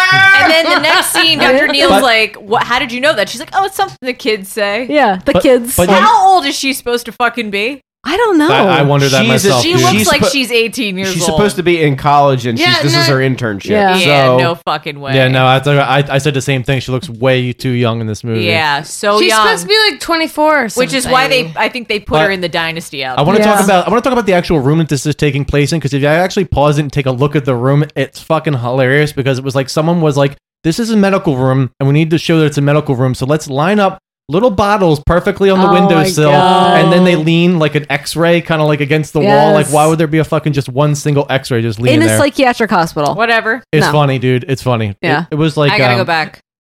S12: And then the next scene, Dr. Neal's
S9: But-
S12: like, "What? How did you know that?" She's like, "Oh, it's something the kids say."
S2: Yeah, the
S10: But- kids. but-
S12: how old is she supposed to fucking be?
S2: I don't know.
S10: I- I wonder that
S9: She's a-
S10: myself.
S12: She
S9: dude.
S12: looks
S9: She's
S12: like
S9: suppo-
S12: she's 18 years
S9: She's
S12: old.
S9: supposed to be in college, and she's
S12: Yeah,
S9: this is
S12: no-
S9: her internship.
S12: Yeah. Yeah,
S9: so
S12: no fucking way.
S10: Yeah, no, I, thought- I, I said the same thing. She looks way too young in this movie.
S12: Oh, yeah, so
S4: She's
S12: young.
S4: supposed to be like 24 or something.
S12: which is why they, I think they put her
S10: But-
S12: in the dynasty out.
S10: I want to talk about I want to talk about the actual room that this is taking place in because if I actually pause it and take a look at the room, it's fucking hilarious because it was like someone was like, "This is a medical room, and we need to show that it's a medical room, so let's line up." Little bottles perfectly on the
S18: Oh my
S10: windowsill,
S18: God.
S10: and then they lean like an X ray, kind of like against the wall. Like,
S2: Yes.
S10: why would there be a fucking just one single X ray just leaning
S2: in a
S10: there?
S2: psychiatric hospital.
S12: Whatever.
S10: it's funny, dude. It's funny.
S2: Yeah.
S10: it, it was like um,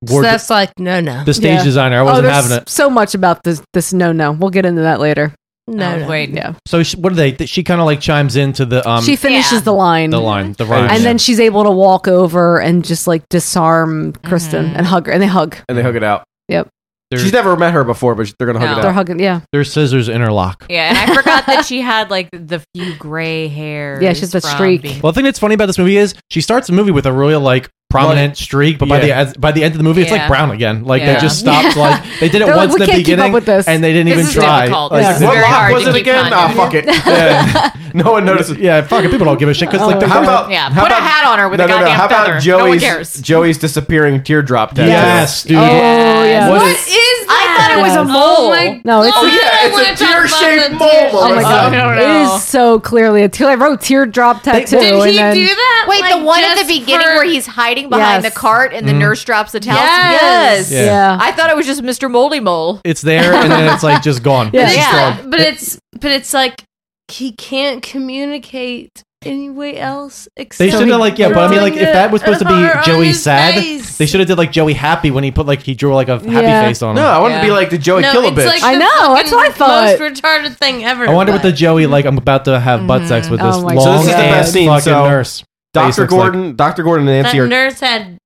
S10: ward-
S2: Steph's
S4: like, no, no.
S10: The stage designer, I wasn't
S2: Oh, there's
S10: having it.
S2: So much about this this no no. We'll get into that later.
S4: No, no.
S12: Oh, wait,
S2: yeah.
S10: so she, what do they? She kind of like chimes into the um.
S2: she finishes the line.
S10: the line, the rhyme,
S2: And
S10: yeah.
S2: then she's able to walk over and just like disarm Kristen
S4: Mm-hmm.
S2: and hug her. And they hug.
S9: and they hook it out.
S2: Yep.
S9: she's never met her before, but they're gonna hug it out.
S2: They're hugging. Yeah.
S10: Their scissors interlock.
S12: Yeah, and I forgot that she had like the few gray hairs.
S2: Yeah, she's the
S12: from
S2: streak.
S12: being-
S10: Well, the thing that's funny about this movie is she starts the movie with a really like prominent streak, but by the
S9: Yeah.
S10: as, by the end of the movie, it's
S12: Yeah.
S10: like brown again. Like
S9: Yeah.
S10: they just stopped.
S9: Yeah.
S10: Like they did it
S9: They're like,
S10: once
S9: "We
S10: in the
S9: can't keep
S10: beginning,
S9: up with this.
S10: and they didn't
S9: This
S10: even
S9: is
S10: try.
S9: difficult.
S10: Like,
S9: This is
S10: what
S9: very
S10: rock
S9: hard to
S10: was it
S9: keep
S10: again?
S9: on.
S10: Ah, fuck it. Yeah. no one notices. Yeah, fucking people don't give a shit because like the
S9: Oh. how about
S12: Yeah,
S9: how
S12: put a
S9: about-
S12: hat on her with
S9: no,
S12: a
S9: no, no.
S12: goddamn
S9: How about
S12: feather.
S9: Joey's
S12: no one cares.
S9: Joey's disappearing teardrop tattoo?
S10: Yes, dude. Oh, yeah.
S9: What
S10: What
S9: is-
S4: is
S12: that? I thought it was a mole.
S4: Oh my
S2: No, it's
S4: God,
S2: a-
S4: I wanna talk about the tear-
S2: Oh my god! It is so clearly a tear. I wrote teardrop tattoo. and then-
S12: that? Wait, the one at the beginning where he's hiding behind
S2: Yes.
S12: the cart and the
S10: Mhm.
S12: nurse drops the towel.
S4: Yes.
S10: Yeah. Yeah.
S12: I thought it was just Mr. Moldy Mole.
S10: It's there, and then it's like just gone.
S4: But
S10: It's
S4: it's
S10: just
S4: not-
S10: gone.
S4: but it's but it's like he can't communicate any way else except
S10: They should have like yeah, but I mean like if that was supposed to
S4: drawing it
S10: be
S4: on
S10: Joey
S4: his
S10: sad,
S4: face.
S10: they should have did like Joey happy when he put like he drew like a happy
S4: Yeah.
S10: face on him.
S9: No, I wanted to be like the Joey
S10: oh,
S4: No,
S9: kill a
S4: it's
S9: bitch.
S4: like
S2: I
S4: the
S2: know, that's what I
S4: fucking
S2: thought.
S4: Most retarded thing ever.
S10: I wonder what the Joey like. I'm about to have butt sex with
S9: Mm-hmm.
S4: Oh
S10: this
S4: my
S10: long
S9: so this is the
S10: ass
S9: best scene.
S10: fucking
S9: So
S10: nurse. face
S9: Doctor
S10: looks like.
S9: Gordon, Doctor Gordon and
S4: that
S9: Nancy are
S4: nurse had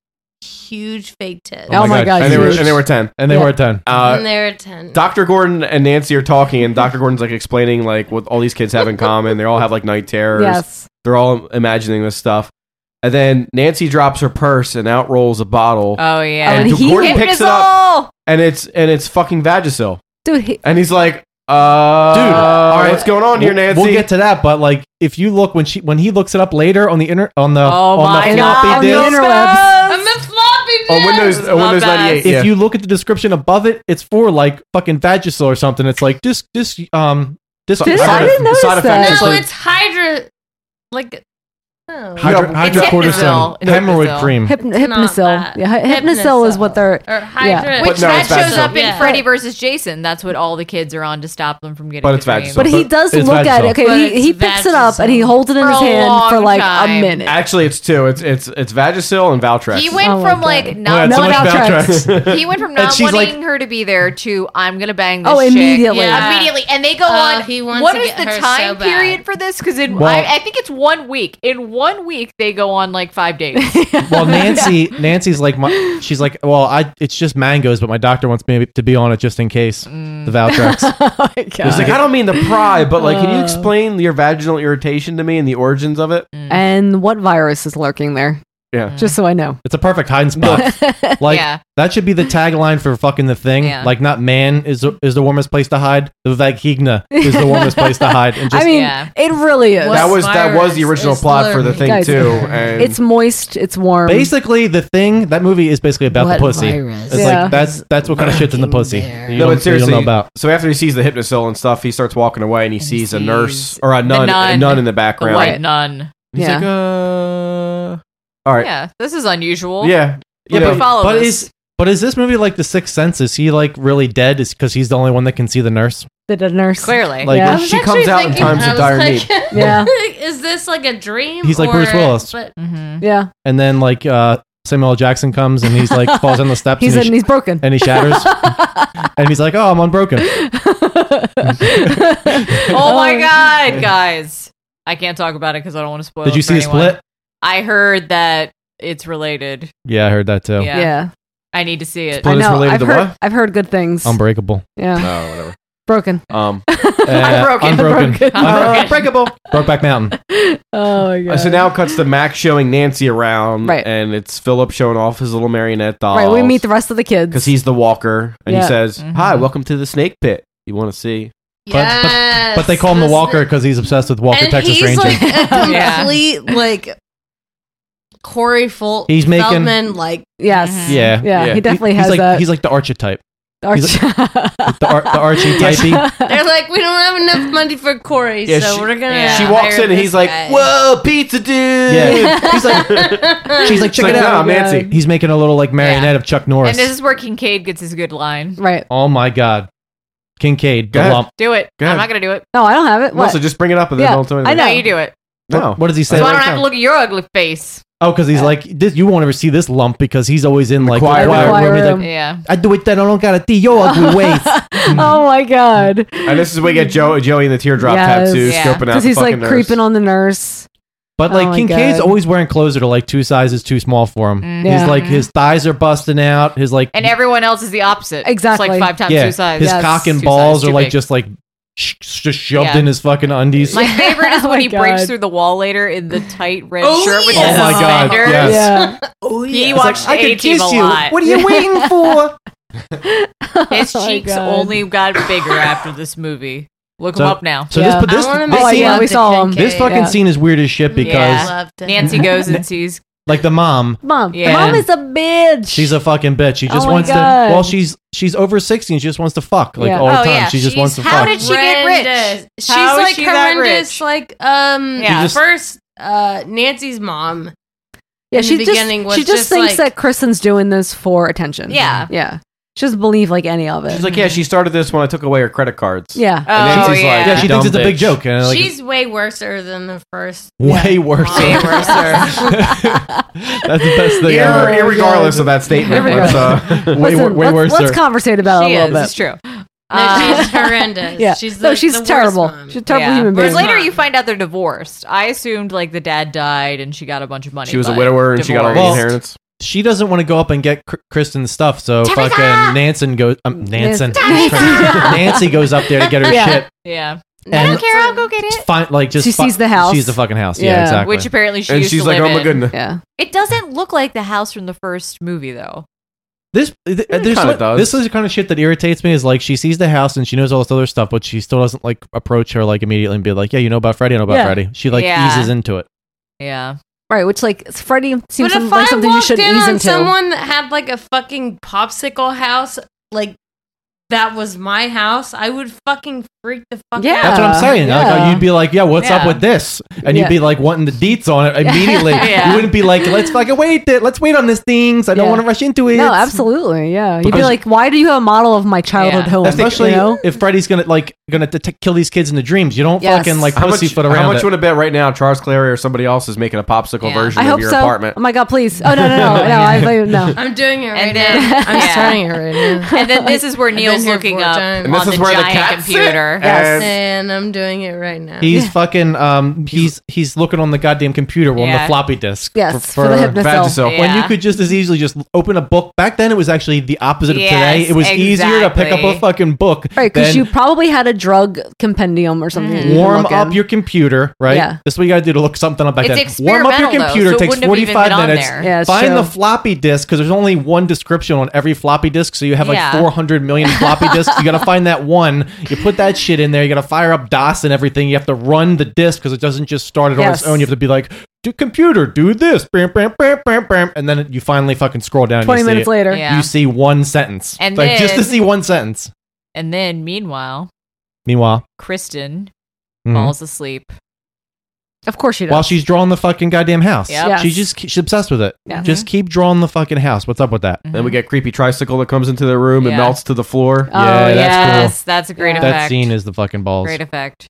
S4: huge fake tits.
S10: Oh
S9: And they were and they were ten.
S10: And they Yeah. were 10.
S9: Uh,
S4: and they were ten.
S9: Dr. Gordon and Nancy are talking, and Dr. Gordon's like explaining like what all these kids have in common. They all have like night terrors.
S4: Yes.
S9: They're all imagining this stuff. And then Nancy drops her purse and out rolls a bottle.
S4: Uh,
S12: Oh yeah.
S9: And,
S12: Oh, and he
S9: Gordon
S12: hit
S9: picks
S12: us
S9: it up,
S12: all.
S9: and it's and it's fucking Vagisil.
S2: Dude, he-
S9: And he's like, uh,
S10: Dude, all right,
S9: what's going on here,
S10: we'll-
S9: Nancy?
S10: We'll get to that, but like, if you look when she when he looks it up later on the inter on the
S12: Oh
S10: on
S12: my
S10: the
S12: god.
S10: floppy
S12: On the
S10: disk,
S12: interwebs.
S9: on Windows on Windows ninety eight.
S10: If you look at the description above it, it's for like fucking Vagisil or something. It's like this this um this
S4: Did- I didn't notice that. No,
S10: like
S4: it's Hydra. Like. Oh.
S10: hydro, hydrocortisone,
S4: It's
S10: hemorrhoid cream.
S2: Hyp-
S4: not
S2: hypnosil.
S4: that.
S2: Yeah, hy- hypnosil is what they're.
S4: Or
S2: yeah.
S12: Which that shows up in
S4: Yeah.
S12: Freddy versus Jason. That's what all the kids are on to stop them from getting.
S9: But
S12: the
S9: it's Vagisil.
S12: dream.
S2: But he does look at it. Okay,
S12: But
S2: he, he
S12: it's
S2: picks it up and he holds it in
S12: For
S2: his
S12: a
S2: hand for
S12: long
S2: like a
S12: time.
S2: minute.
S9: Actually, it's two. It's it's it's Vagisil and Valtrex.
S12: He
S2: Oh,
S12: went from like
S10: Oh,
S12: not
S9: No
S12: wanting,
S9: Valtrex.
S12: he went from
S9: And
S12: not
S9: she's
S12: wanting
S9: like-
S12: her to be there to I'm gonna bang this
S2: Oh,
S12: chick."
S2: immediately.
S12: Yeah.
S2: Yeah.
S12: immediately, and they go
S4: Oh,
S12: on.
S4: he wants
S12: what
S4: to
S12: is
S4: get her
S12: the
S4: so
S12: time
S4: bad.
S12: period for this? Because in
S10: Well-
S12: I, I think it's one week. In one week, they go on like five days.
S10: well, Nancy, Nancy's like, my, she's like, well, I, it's just mangoes, but my doctor wants me to be on it just in case
S12: Mm.
S10: the Valtrex.
S9: He's like, I don't mean the pry, but like,
S4: Uh.
S9: can you explain your vaginal irritation to me and the origins of
S4: Mm.
S9: it?
S2: And what virus is lurking
S12: Mm.
S2: there?
S9: Yeah.
S2: Just so I know.
S10: It's a perfect hiding spot. like that should be the tagline for fucking the thing.
S2: Yeah.
S10: Like, not man is the, is the warmest place to hide. The vagina is the warmest place to hide. And just,
S2: I mean, it really is.
S9: that was that was the original plot for the thing
S2: Guys,
S9: too. And
S2: it's moist. It's warm.
S10: basically the thing that movie is basically about
S2: um, What
S10: the pussy.
S2: virus
S10: It's
S2: Yeah.
S10: like that's that's what kind of shit's in the pussy. You
S9: no,
S10: don't-
S9: but seriously,
S10: you don't know about.
S9: so after he sees the hypnosil and stuff, he starts walking away and he sees a nurse or a
S12: The
S9: nun, a
S12: nun.
S9: nun in the
S12: The
S9: background.
S12: white nun.
S9: He's like, uh, all right,
S12: Yeah, this is unusual.
S9: Yeah.
S12: yeah. But, follow
S10: but
S12: this.
S10: is but is this movie like The Sixth Sense? Is he like really dead? Is because he's the only one that can see the nurse?
S2: The, the nurse.
S12: Clearly.
S10: Like,
S4: I
S10: when
S4: was
S10: she
S4: actually
S10: comes out in
S4: thinking-
S10: times
S4: I
S10: of
S4: was
S10: dire
S4: like,
S10: need.
S2: Yeah.
S4: is this like a dream?
S10: He's like
S4: or-
S10: Bruce Willis.
S4: But
S12: Mm-hmm.
S2: Yeah.
S10: and then like uh, Samuel L. Jackson comes and he's like falls on the steps.
S2: He's
S10: and
S2: in-
S10: he
S2: he's broken.
S10: and he shatters. and he's like, "Oh, I'm unbroken."
S12: oh my god, guys! I can't talk about it because I don't want to spoil.
S10: Did you
S12: it for
S10: see
S12: anyone.
S10: Split?
S12: I heard that it's related.
S10: Yeah, I heard that too.
S12: Yeah.
S2: Yeah.
S12: I need to see it.
S10: Split is
S2: No,
S10: related
S2: I've
S10: to
S2: heard,
S10: what?
S2: I've heard good things.
S10: Unbreakable.
S2: Yeah.
S9: Oh, whatever.
S2: Broken.
S9: Um,
S10: Unbroken. Unbroken.
S2: Unbroken.
S10: Unbreakable. Brokeback Mountain.
S2: Oh my god.
S9: so now it cuts to Max showing Nancy around,
S2: Right.
S9: and it's Philip showing off his little marionette doll.
S2: Right, we
S10: Oh.
S2: meet the rest of the kids.
S9: because he's the walker, and
S2: Yeah. Mm-hmm.
S9: he says, "Hi, welcome to the snake pit. You want to see?"
S10: But, but they call him the Walker because he's obsessed with Walker
S4: and
S10: Texas
S4: he's
S10: Ranger.
S4: like a
S2: Yeah.
S4: complete like Corey Fol-
S10: He's making-
S4: Feldman like
S12: Mm-hmm.
S2: yes
S10: yeah,
S2: he definitely
S10: he's
S2: has
S10: like,
S2: that.
S10: He's like the archetype.
S2: Arch-
S10: He's like, the, ar- the Archie typey.
S4: They're like, we don't have enough money for Corey,
S9: Yeah,
S4: so
S9: she-
S4: we're gonna.
S9: she walks
S4: hire
S9: in and he's
S4: this
S9: like,
S4: guy."
S9: "Whoa, pizza dude!"
S10: Yeah. He's like, she's like,
S9: It's
S10: check
S9: like,
S10: it out,
S9: nah, I'm Nancy.
S10: He's making a little like marionette of Chuck Norris.
S12: And this is where Kincaid gets his good line.
S2: Right.
S10: oh my god, Kincaid, the
S9: ahead.
S10: lump.
S12: Do it.
S10: Go
S12: I'm
S10: ahead.
S12: not gonna do it.
S2: No, I don't have it.
S9: And Also, just bring it up and then don't do anything.
S12: No, you do it.
S10: No, what does he say?
S12: So I don't have to look at your ugly face.
S10: Oh, because he's like, this, you won't ever see this lump because he's always in like
S9: choir
S10: the
S9: room.
S10: choir room. He's like,
S12: yeah.
S10: I do it then. I don't gotta see your ugly waist.
S2: oh my god.
S9: And this is where we get Joe, Joey and the teardrop tattoo scoping out
S2: Because
S9: the
S2: he's like
S9: fucking nurse.
S2: creeping on the nurse.
S10: But
S2: Oh
S10: like
S2: my
S10: Kincaid's
S2: God.
S10: always wearing clothes that are like two sizes too small for him.
S12: Mhm.
S10: His
S12: Yeah.
S10: like his thighs are busting out. His like
S12: And everyone else is the opposite. Exactly. It's like five times two size.
S10: His cock and
S12: Two
S10: balls
S12: size
S10: are
S12: too
S10: like
S12: big.
S10: just like sh- sh- just shoved
S12: Yeah.
S10: in his fucking undies.
S12: My favorite is
S2: Oh
S12: when
S2: my
S12: he breaks
S2: God.
S12: through the wall later in the tight red
S2: Oh,
S12: shirt with
S10: yes.
S12: the
S10: Oh my God,
S12: suspenders.
S10: yes.
S12: Oh, He
S10: It's
S12: watched
S10: like, I
S12: A
S10: could
S12: Team a
S10: kiss you.
S12: lot.
S10: What are you waiting for?
S12: His
S2: Oh my
S12: cheeks
S2: God.
S12: only got bigger after this movie. Look him
S10: So-
S12: up now.
S10: so this- Yeah. but this- I wanna this make scene- love
S2: Oh, we
S10: to
S2: saw him.
S10: This fucking scene is weird as shit because
S12: yeah. Nancy goes and sees.
S10: like the mom,
S2: Mom.
S12: Yeah.
S2: Mom is a bitch.
S10: she's a fucking bitch. She just
S2: Oh my
S10: wants to.
S2: God.
S10: Well, she's she's over sixty and she just wants to fuck like
S2: Yeah.
S10: all the
S2: Oh,
S10: time.
S2: yeah.
S10: She just wants to
S4: How
S10: fuck.
S4: did she get rich? She's
S12: How is
S4: like
S12: she that
S4: horrendous. Like um,
S2: Yeah. You just-
S4: first uh, Nancy's mom.
S2: yeah,
S4: in
S2: she
S4: the
S2: just,
S4: beginning was
S2: she just,
S4: just
S2: thinks
S4: like-
S2: that Kristen's doing this for attention.
S4: Yeah.
S2: Yeah. She doesn't believe like any of it.
S9: She's like, yeah, she started this when I took away her credit cards.
S2: Yeah.
S12: Oh,
S9: And Nancy's like,
S10: Yeah, she
S9: dumb
S10: thinks it's a big
S9: bitch.
S10: joke. And like,
S4: She's way worser than the first.
S10: way worse.
S4: Way
S10: That's the best thing
S9: Yeah,
S10: ever.
S9: irregardless of that statement,
S10: Yeah.
S9: let's, uh,
S10: way, wor-
S2: Listen,
S10: way worse.
S2: let's, let's conversate about it
S12: She
S2: a little
S12: is,
S2: bit.
S12: it's true.
S4: No, she's Uh, horrendous.
S2: Yeah.
S4: She's
S2: No,
S4: the-
S2: she's
S4: the worst
S2: terrible.
S4: mom.
S2: She's a terrible human being.
S12: Whereas later you find out they're divorced. I assumed like the dad died and she got a bunch of money.
S9: She was a
S12: but
S9: widower and she got all the
S12: divorced.
S9: inheritance.
S10: she doesn't want to go up and get Kr- Kristen's stuff, so
S12: Tabitha!
S10: fucking Nansen goes. Um, Nansen,
S12: Nancy.
S10: Nancy goes up there to get her
S12: Yeah.
S10: shit,
S12: Yeah. I don't
S10: And-
S12: care. I'll go get it.
S10: It's fine, like just
S12: She
S10: fi-
S12: sees the house.
S10: She's the fucking house. Yeah, exactly.
S12: Which apparently she
S10: and
S12: used
S10: she's
S12: to
S10: like,
S12: live
S10: oh my
S12: in.
S10: goodness.
S12: It doesn't look like the house from the first movie though.
S10: This th- there's
S9: kinda
S10: what-
S9: does.
S10: this is the kind of shit that irritates me. Is like she sees the house and she knows all this other stuff, but she still doesn't like approach her like immediately and be like, yeah, you know about Freddy, I know about
S12: Yeah.
S10: Freddy. She like
S12: Yeah.
S10: eases into it.
S12: Yeah.
S2: Right, which like Freddy seems
S4: but
S2: some,
S4: if
S2: like
S4: I
S2: something you
S4: walked
S2: should
S4: in
S2: ease
S4: on
S2: into.
S4: someone that had like a fucking popsicle house, like that was my house, I would fucking freak the fuck out.
S10: That's what I'm saying. Like, uh,
S4: Yeah.
S10: you'd be like, yeah, what's up
S4: Yeah.
S10: with this? And
S4: Yeah.
S10: you'd be like wanting the deets on it immediately.
S2: Yeah.
S10: You wouldn't be like, let's fucking wait. th- Let's wait on this things. I don't
S2: Yeah.
S10: want to rush into it.
S2: No, absolutely. Yeah, you'd be
S10: Because-
S2: like, why do you have a model of my childhood home?
S10: Especially
S2: you know?
S10: if Freddy's gonna like gonna detect- kill these kids in the dreams. You don't
S2: Yes.
S10: fucking like
S9: How much,
S10: pussyfoot around.
S9: how much
S10: it.
S9: would have bet right now Charles Clary or somebody else is making a popsicle version
S2: I
S9: of
S2: hope
S9: your
S2: so.
S9: apartment?
S2: Oh my god, please! Oh no, no, no, no! I, I, no.
S4: I'm doing it right
S12: then-
S4: now. I'm
S12: Yeah.
S4: starting it right now.
S12: And then this is where
S4: I've been
S12: Neil's
S4: here
S12: looking
S4: four
S12: up
S4: times.
S12: And this on is the where the giant cat sit? computer. Yes.
S4: and I'm doing it right now.
S10: He's fucking um he's he's looking on the goddamn computer on
S4: Yeah.
S10: the floppy disk.
S4: Yes, for the Hypnocell. Vagisil.
S10: When you
S4: Yeah.
S10: could just as easily just open a book. Back then it was actually the opposite of today.
S2: Yes,
S10: It was easier to pick up
S2: exactly.
S10: a fucking book.
S2: Right, because
S10: than
S2: you probably had a drug compendium or something. you can
S10: Mm. warm
S2: look
S10: up
S2: in.
S10: your computer, right?
S2: Yeah.
S10: That's what you gotta do to look something up back
S2: It's
S10: then. Warm up your
S2: experimental, though,
S10: computer
S2: so it
S10: takes
S2: wouldn't have even
S10: forty five
S2: been on
S10: minutes.
S2: there. Yeah, it's
S10: Find the
S2: true.
S10: floppy disk because there's only one description on every floppy disk, so you have like
S2: Yeah.
S10: four hundred million floppy disks. You gotta find that one. You put that shit in there, you gotta fire up DOS and everything. You have to run the disk because it doesn't just start it on its
S2: Yes.
S10: own. You have to be like do computer, do this, bam, bam, bam, bam, bam, and then you finally fucking scroll down. and
S2: 20
S10: you see
S2: minutes
S10: it.
S2: later. Yeah.
S10: you see one sentence,
S12: And
S10: like just to
S12: then-
S10: see one sentence.
S12: And then meanwhile,
S10: Meanwhile,
S12: Kristen
S10: Mhm.
S12: falls asleep.
S2: Of course she
S10: While she's drawing the fucking goddamn house.
S12: Yep. Yes.
S10: She just she's obsessed with it.
S12: Yeah.
S10: Just keep drawing the fucking house. What's up with that?
S9: Then we get creepy tricycle that comes into the room and
S12: Yeah.
S9: melts to the floor.
S2: Oh, Yeah, that's
S12: yes, that's a great
S10: That
S12: effect.
S10: scene is the fucking balls.
S12: Great effect.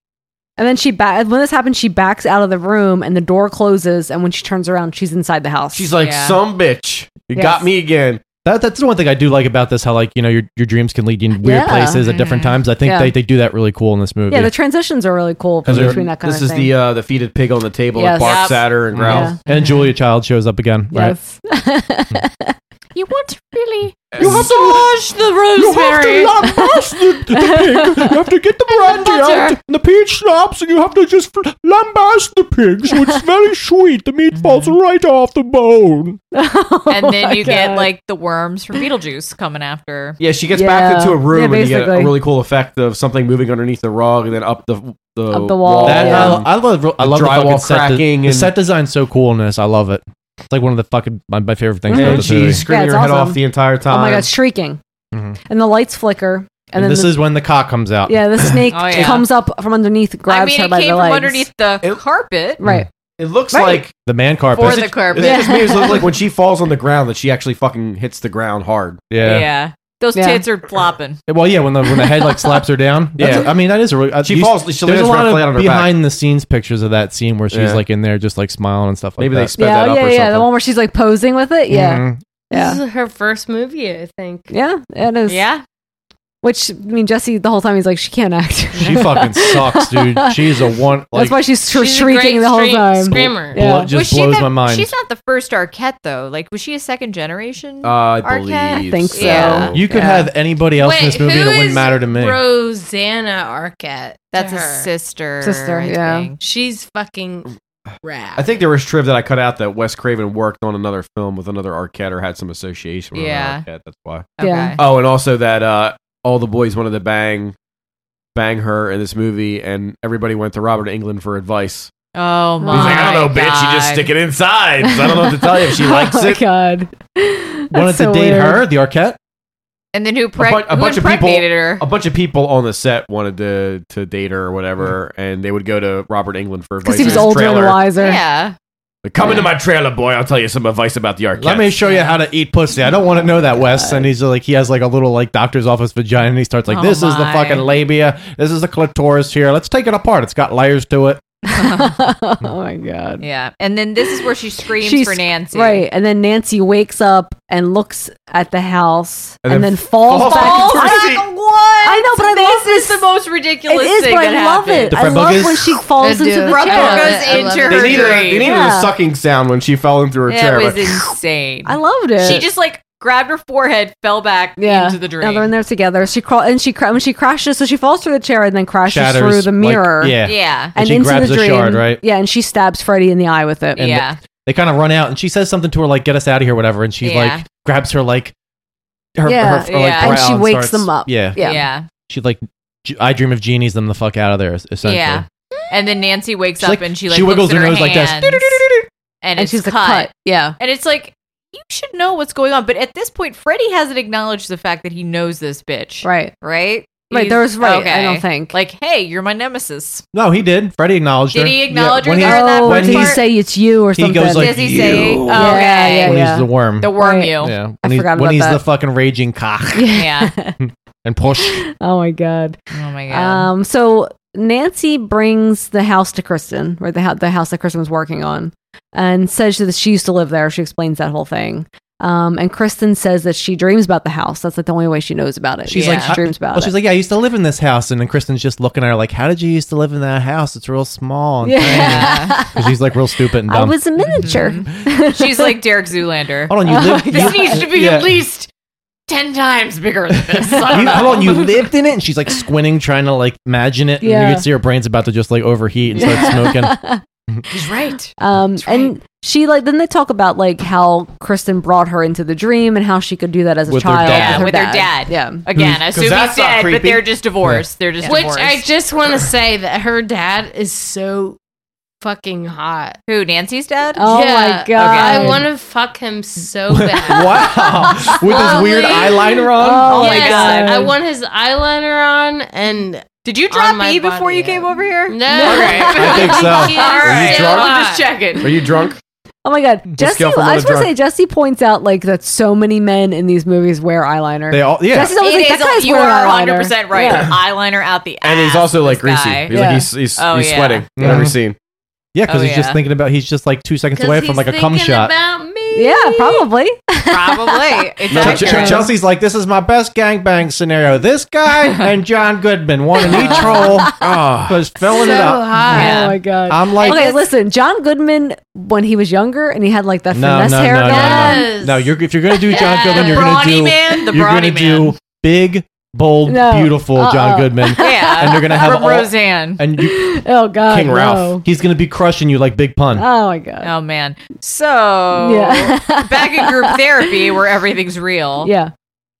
S2: And then she ba- when this happens, she backs out of the room, and the door closes. And when she turns around, she's inside the house.
S9: She's like, some bitch. You got
S2: Yes.
S9: me again.
S10: That, that's the one thing I do like about this, how like, you know, your, your dreams can lead you in weird
S2: Yeah.
S10: places at different times. I think
S2: Yeah.
S10: they, they do that really cool in this movie.
S2: yeah, the transitions are really cool
S10: 'Cause they're-
S2: between that kind
S9: this
S2: of
S9: is
S2: thing.
S9: the uh, the feted pig on the table
S2: Yes.
S9: that barks
S2: Yep.
S9: at her and growls.
S2: Yeah.
S10: And Julia Child shows up again, right?
S2: Yes.
S12: You want to really
S10: You have to-
S12: massage the rosemary.
S19: You have to lambaste the, the pig. You have to get the brandy out
S12: butter.
S19: and the peach schnapps, and you have to just fl- lambaste the pig so it's very sweet. The meat falls right off the bone.
S12: and
S19: my
S12: then you get
S19: God.
S12: like the worms from Beetlejuice coming after.
S9: Yeah, she gets back
S12: Yeah.
S9: into a room
S12: Yeah,
S9: and you get a
S12: basically.
S9: really cool effect of something moving underneath the rug and then up the the,
S12: Up the wall.
S10: That,
S9: and-
S10: I, I love I love the
S9: Oh, drywall
S10: fucking set. de-
S9: cracking
S10: the
S9: and-
S10: set design's so cool in this. I love it. It's like one of the fucking my, my favorite things. about
S9: And
S10: this
S9: she's
S10: movie.
S9: screaming
S2: Yeah, it's
S9: her head
S2: awesome.
S9: off the entire time.
S2: oh my god, shrieking,
S10: Mhm.
S2: and the lights flicker, and,
S10: Uh, And,
S2: then
S10: this
S2: the,
S10: is when the cock comes out.
S2: yeah, the snake
S12: Oh, yeah.
S2: comes up from underneath, grabs
S12: I mean,
S2: her
S12: it
S2: by
S12: came
S2: the
S12: from
S2: legs.
S12: underneath the carpet.
S2: Right.
S9: It looks
S12: Right.
S9: like
S10: the man carpet.
S12: For the carpet.
S9: It just makes it
S12: Yeah.
S9: look like when she falls on the ground that she actually fucking hits the ground hard.
S10: Yeah.
S12: Those
S2: Yeah.
S12: tits are flopping.
S10: Well, yeah, when the when the head like slaps her down. That's
S9: Yeah.
S10: I mean that is a really.
S9: She
S10: Uh, you-
S9: falls- she
S10: there's
S9: lands
S10: a lot
S9: right
S10: of
S9: flat on her back.
S10: behind the scenes pictures of that scene where she's
S9: Yeah.
S10: like in there just like smiling and stuff like
S9: Maybe
S10: that.
S9: they sped
S2: yeah, yeah, yeah. The one where she's like posing with it. Yeah,
S10: Mhm.
S2: yeah,
S4: This is her first movie, I think.
S2: yeah. It is.
S4: Yeah.
S2: Which I mean, Jesse the whole time he's like, she can't act.
S10: She fucking sucks, dude. She's a one.
S2: That's
S10: like-
S2: why she's, sh-
S12: She's a
S2: shrieking
S12: great
S2: the whole
S12: scream-
S2: time.
S12: Screamer.
S10: Blo- Yeah. just
S12: Was she
S10: blows
S12: the-
S10: my mind.
S12: She's not the first Arquette though. Like, was she a second generation?
S10: Uh, I
S12: Arquette?
S10: believe I
S2: think so.
S12: Yeah.
S10: You could have anybody else in this movie and it wouldn't matter to me.
S4: Rosanna Arquette.
S12: That's
S4: to
S12: a
S4: her?
S12: sister.
S4: Sister,
S12: I
S4: yeah.
S12: think.
S4: She's fucking rad.
S9: I think there was Triv that I cut out that Wes Craven worked on another film with another Arquette or had some association with
S4: Yeah.
S9: another Arquette. That's why.
S4: Yeah.
S9: Oh, and also that uh, all the boys wanted to bang bang her in this movie, and everybody went to Robert England for advice.
S12: Oh
S9: He's
S12: my!
S9: like, I don't know, bitch. You just
S12: God.
S9: stick it inside. 'cause I don't know what to tell you. If she likes
S2: oh my
S9: it.
S2: god.
S10: Wanted
S2: That's so
S10: to date
S2: weird.
S10: her, the Arquette.
S12: And then who,
S9: A,
S12: preg-
S9: bu- a
S12: who
S9: bunch of people,
S12: impregnated her?
S9: a bunch of people on the set wanted to to date her or whatever, and they would go to Robert England for advice.
S2: Because he
S9: in
S2: was
S9: his
S2: older and
S9: trailer.
S2: wiser.
S12: Yeah.
S9: Like, Come into my trailer, boy. I'll tell you some advice about the Arquette.
S10: Let me show you how to eat pussy. I don't want to know that, Wes. And he's like, he has like a little like doctor's office vagina, and he starts like,
S9: Oh
S10: this is the
S9: my.
S10: fucking labia. This is the clitoris here. Let's take it apart. It's got layers to it.
S2: oh my god.
S12: Yeah. And then this is where she screams
S2: She's-
S12: for Nancy.
S2: Right, and then Nancy wakes up and looks at the house,
S12: And
S2: and,
S12: then
S2: then, falls,
S12: falls
S2: back.
S12: back
S2: into-
S12: on
S2: I-
S12: the What?
S2: I know, but I
S12: this
S2: love this.
S12: Is the most ridiculous.
S2: It is,
S12: thing
S2: but
S12: that
S2: I love
S12: happened.
S2: it. I
S9: Fred
S2: love
S9: Bogus?
S2: when she falls
S12: I do.
S2: into the
S12: Fred
S2: chair.
S12: Bogus I love into it. her
S9: They needed, a, they
S12: dream.
S9: needed
S2: Yeah.
S9: a sucking sound when she fell into her
S12: Yeah,
S9: chair.
S12: it was
S9: but-
S12: insane.
S2: I loved it.
S12: She just like grabbed her forehead, fell back
S2: yeah.
S12: into the
S2: Now
S12: drain.
S2: they're in there together. She crawl and she cra- when she crashes, so she falls through the chair and then crashes
S10: Shatters,
S2: through the
S10: like,
S2: mirror.
S10: yeah.
S12: Yeah.
S10: And
S2: and,
S10: she
S2: into
S10: grabs
S2: the
S10: a
S2: drain.
S10: shard, right?
S2: Yeah, and she stabs Freddy in the eye with it.
S10: And th- they kind of run out, and she says something to her like, "Get us out of here," whatever. And she
S2: Yeah.
S10: like grabs her like her,
S2: Yeah.
S10: her, her, like,
S2: Yeah. And
S10: brow
S2: she wakes
S10: starts-
S2: them up.
S10: Yeah,
S12: Yeah. Yeah.
S10: She like, "G- I dream of genies them the fuck out of there. es- Essentially,
S12: Yeah. And then Nancy wakes
S10: She,
S12: up
S10: like-
S12: and she
S10: she
S12: like
S10: wiggles
S12: looks at
S10: her
S12: her,
S10: nose like this.
S12: hands, and, it's
S2: she's
S12: cut.
S2: like, "Cut." Yeah.
S12: and it's like you should know what's going on, but at this point, Freddy hasn't acknowledged the fact that he knows this bitch,
S2: right?
S12: Right?
S2: Right,
S12: He's-
S2: there was- right, I don't think.
S12: like, hey, you're my nemesis.
S10: No, he did. Freddie acknowledged
S12: Did
S10: her.
S12: he acknowledge her
S10: when
S12: there in that
S2: Oh,
S10: when
S2: did he
S10: he's-
S2: say it's you or
S10: he
S2: something?
S10: goes like, Does he say- "You."
S12: Oh, okay.
S10: when he's the worm.
S12: The worm Right. you.
S10: Yeah. When
S2: I
S10: he's,
S2: forgot
S10: when
S2: about
S10: he's
S2: that.
S10: the fucking raging cock.
S12: Yeah.
S10: and push.
S2: Oh my god.
S12: Oh my
S2: god. Um. So Nancy brings the house to Kristen, or the hou- the house that Kristen was working on, and says that she used to live there. She explains that whole thing. Um, and Kristen says that she dreams about the house. That's like the only way she knows about it.
S10: She's
S2: Yeah.
S10: like,
S2: she dreams about
S10: well,
S2: it.
S10: she's like, yeah, I used to live in this house, and then Kristen's just looking at her like, how did you used to live in that house? It's real small. And
S2: Yeah.
S10: tiny." 'Cause she's like real stupid and
S2: I
S10: dumb.
S2: was a miniature.
S10: Mm-hmm.
S12: She's like Derek Zoolander.
S10: Hold on, you live-
S12: this
S10: you-
S12: needs to be
S10: yeah.
S12: at least ten times bigger than this.
S10: you, hold on, you lived in it, and she's like squinting, trying to like imagine it. And
S2: Yeah.
S10: you can see her brain's about to just like overheat and start smoking.
S12: He's right.
S2: Um, and she like then they talk about like how Kristen brought her into the dream and how she could do that as a
S10: With their
S2: child with
S10: dad. Yeah,
S2: her
S12: with
S2: dad.
S12: her dad.
S2: Yeah.
S12: Again, I
S2: Who's- 'cause
S12: assume he's
S2: that's not
S12: dead, but
S2: creepy.
S12: they're just divorced. They're just
S4: Which
S12: divorced.
S4: I just want to say that her dad is so fucking hot.
S12: Who, Nancy's dad?
S2: Oh my God.
S4: I want to fuck him so
S10: Oh
S4: bad.
S10: wow, with his weird
S4: Slowly.
S10: eyeliner on.
S2: Oh.
S4: Yes, I want his eyeliner on and. Did you drop me before you came
S12: over here?
S4: No.
S12: Okay.
S10: I think so.
S4: He is
S10: Are you
S4: so
S10: drunk?
S4: hot.
S10: Are you drunk?
S2: Oh my god, Jesse!
S10: Just go for
S2: I
S10: another
S2: just want to
S10: drug.
S2: say Jesse points out like that so many men in these movies wear eyeliner.
S10: They all- yeah.
S2: Jesse's always
S12: It
S2: like,
S12: is
S2: that guy's
S12: you
S2: wearing
S12: are
S2: eyeliner.
S12: 100% right.
S2: Yeah.
S12: Eyeliner out the
S9: And he's also like greasy.
S12: guy.
S9: He's
S12: Yeah.
S9: like he's he's,
S12: Oh,
S9: he's
S12: yeah.
S9: sweating in
S10: Mhm.
S9: every scene.
S10: Yeah, because
S12: Oh,
S10: he's just
S12: yeah.
S10: thinking about. He's just like two seconds away from like a cum shot.
S2: Yeah, probably.
S12: Probably. It's
S10: No,
S12: accurate.
S10: Ch- Ch- Chelsea's like, this is my best gangbang scenario. This guy and John Goodman, one in each role,
S9: Ah.
S10: was filling it up.
S2: Oh my god.
S10: I'm like-
S2: okay, listen, John Goodman when he was younger and he had like that
S10: No, no,
S2: finesse
S10: no,
S2: hair.
S10: no,
S2: back
S10: no, no. No, you're, if you're gonna do John Goodman, you're gonna
S2: Brawny
S10: do
S2: man, the
S10: you're
S2: brawny
S10: gonna do big, bold,
S2: No.
S10: beautiful
S2: Uh-uh.
S10: John Goodman.
S2: Yeah.
S10: and you're gonna have
S2: From
S10: all,
S12: Roseanne.
S10: and you,
S2: oh god,
S10: King Ralph.
S2: no.
S10: He's gonna be crushing you like Big Pun.
S2: Oh my god.
S12: Oh man. So back in group therapy where everything's real.
S2: Yeah.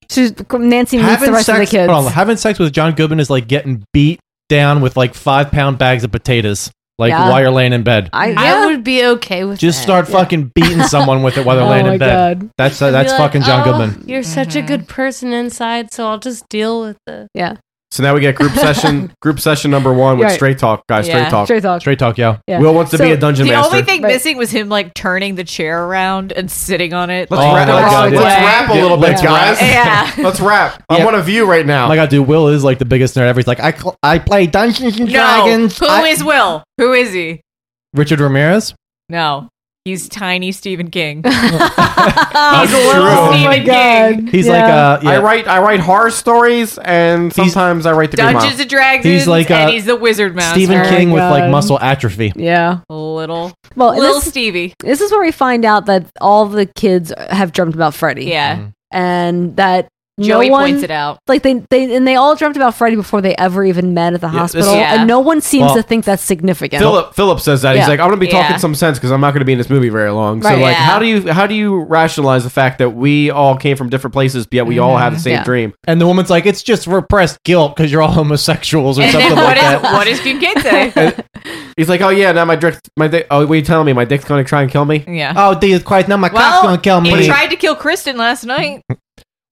S2: She's, Nancy meets the rest
S10: sex,
S2: of the kids.
S10: hold on, having sex with John Goodman is like getting beat down with like five pound bags of potatoes, like
S4: Yeah.
S10: while you're laying in bed.
S4: I, would be okay with
S10: Just
S4: that.
S10: start fucking beating someone with it while they're
S4: Oh
S10: laying
S4: my
S10: in bed.
S4: God.
S10: That's uh,
S4: I'd be
S10: that's
S4: like,
S10: fucking John
S4: "Oh,
S10: Goodman.
S4: You're such a good person inside, so I'll just deal with the
S2: yeah.
S9: So now we get group session group session number one with
S4: Right.
S9: straight talk, guys.
S12: Yeah.
S9: Straight talk.
S12: Straight talk.
S10: Straight talk, yo.
S12: Yeah.
S9: Will wants to be a dungeon
S12: the
S9: master.
S12: only thing missing was him like turning the chair around and sitting on it.
S9: Let's,
S12: like,
S9: wrap,
S12: the
S9: let's,
S12: wrong
S9: Oh let's
S12: way.
S9: wrap a little bit,
S10: Let's
S9: guys.
S12: wrap. Yeah.
S9: let's wrap. I'm one of you right now.
S10: Oh my god, dude, Will is like the biggest nerd ever. He's like, I cl- I play Dungeons and
S12: No.
S10: Dragons.
S12: Who is
S10: I-
S12: Will? Who is he?
S10: Richard Ramirez.
S12: No. He's tiny Stephen King.
S9: That's
S12: He's little
S9: true.
S12: Stephen
S9: Oh my
S12: King.
S10: He's like uh, yeah.
S9: I write I write horror stories and sometimes I write the Green
S12: Dungeons
S9: Mile.
S12: and Dragons.
S10: He's like, uh,
S12: and he's the Wizard Master.
S10: Stephen King with like muscle atrophy.
S2: Yeah.
S12: Little.
S2: Well,
S12: little
S2: this-
S12: Stevie.
S2: This is where we find out that all the kids have dreamt about Freddy.
S12: Yeah.
S9: Mm-hmm.
S12: Mhm.
S2: And that
S12: Joey
S2: no one,
S12: points it out.
S2: Like they, they and they all dreamt about Freddy before they ever even met at the
S9: this-
S2: hospital.
S9: Yeah.
S2: And no one seems
S9: Well,
S2: to think that's significant.
S9: Philip Philip says that
S2: Yeah.
S9: he's like I'm gonna be
S2: Yeah.
S9: talking some sense because I'm not gonna be in this movie very long. So
S2: Right.
S9: like
S2: Yeah.
S9: how do you how do you rationalize the fact that we all came from different places yet we all have the same
S10: Yeah.
S9: dream?
S10: And the woman's like, it's just repressed guilt because you're all homosexuals or
S12: And
S10: something
S12: then what
S10: like
S12: is
S10: that.
S12: what is Kincaid say?
S9: Uh, He's like, oh yeah, now my dick, my dick. Oh, what are you telling me? My dick's gonna try and kill me.
S12: Yeah.
S10: Oh, Jesus Christ! Now my cock's gonna kill me.
S12: He tried to kill Kristen last night.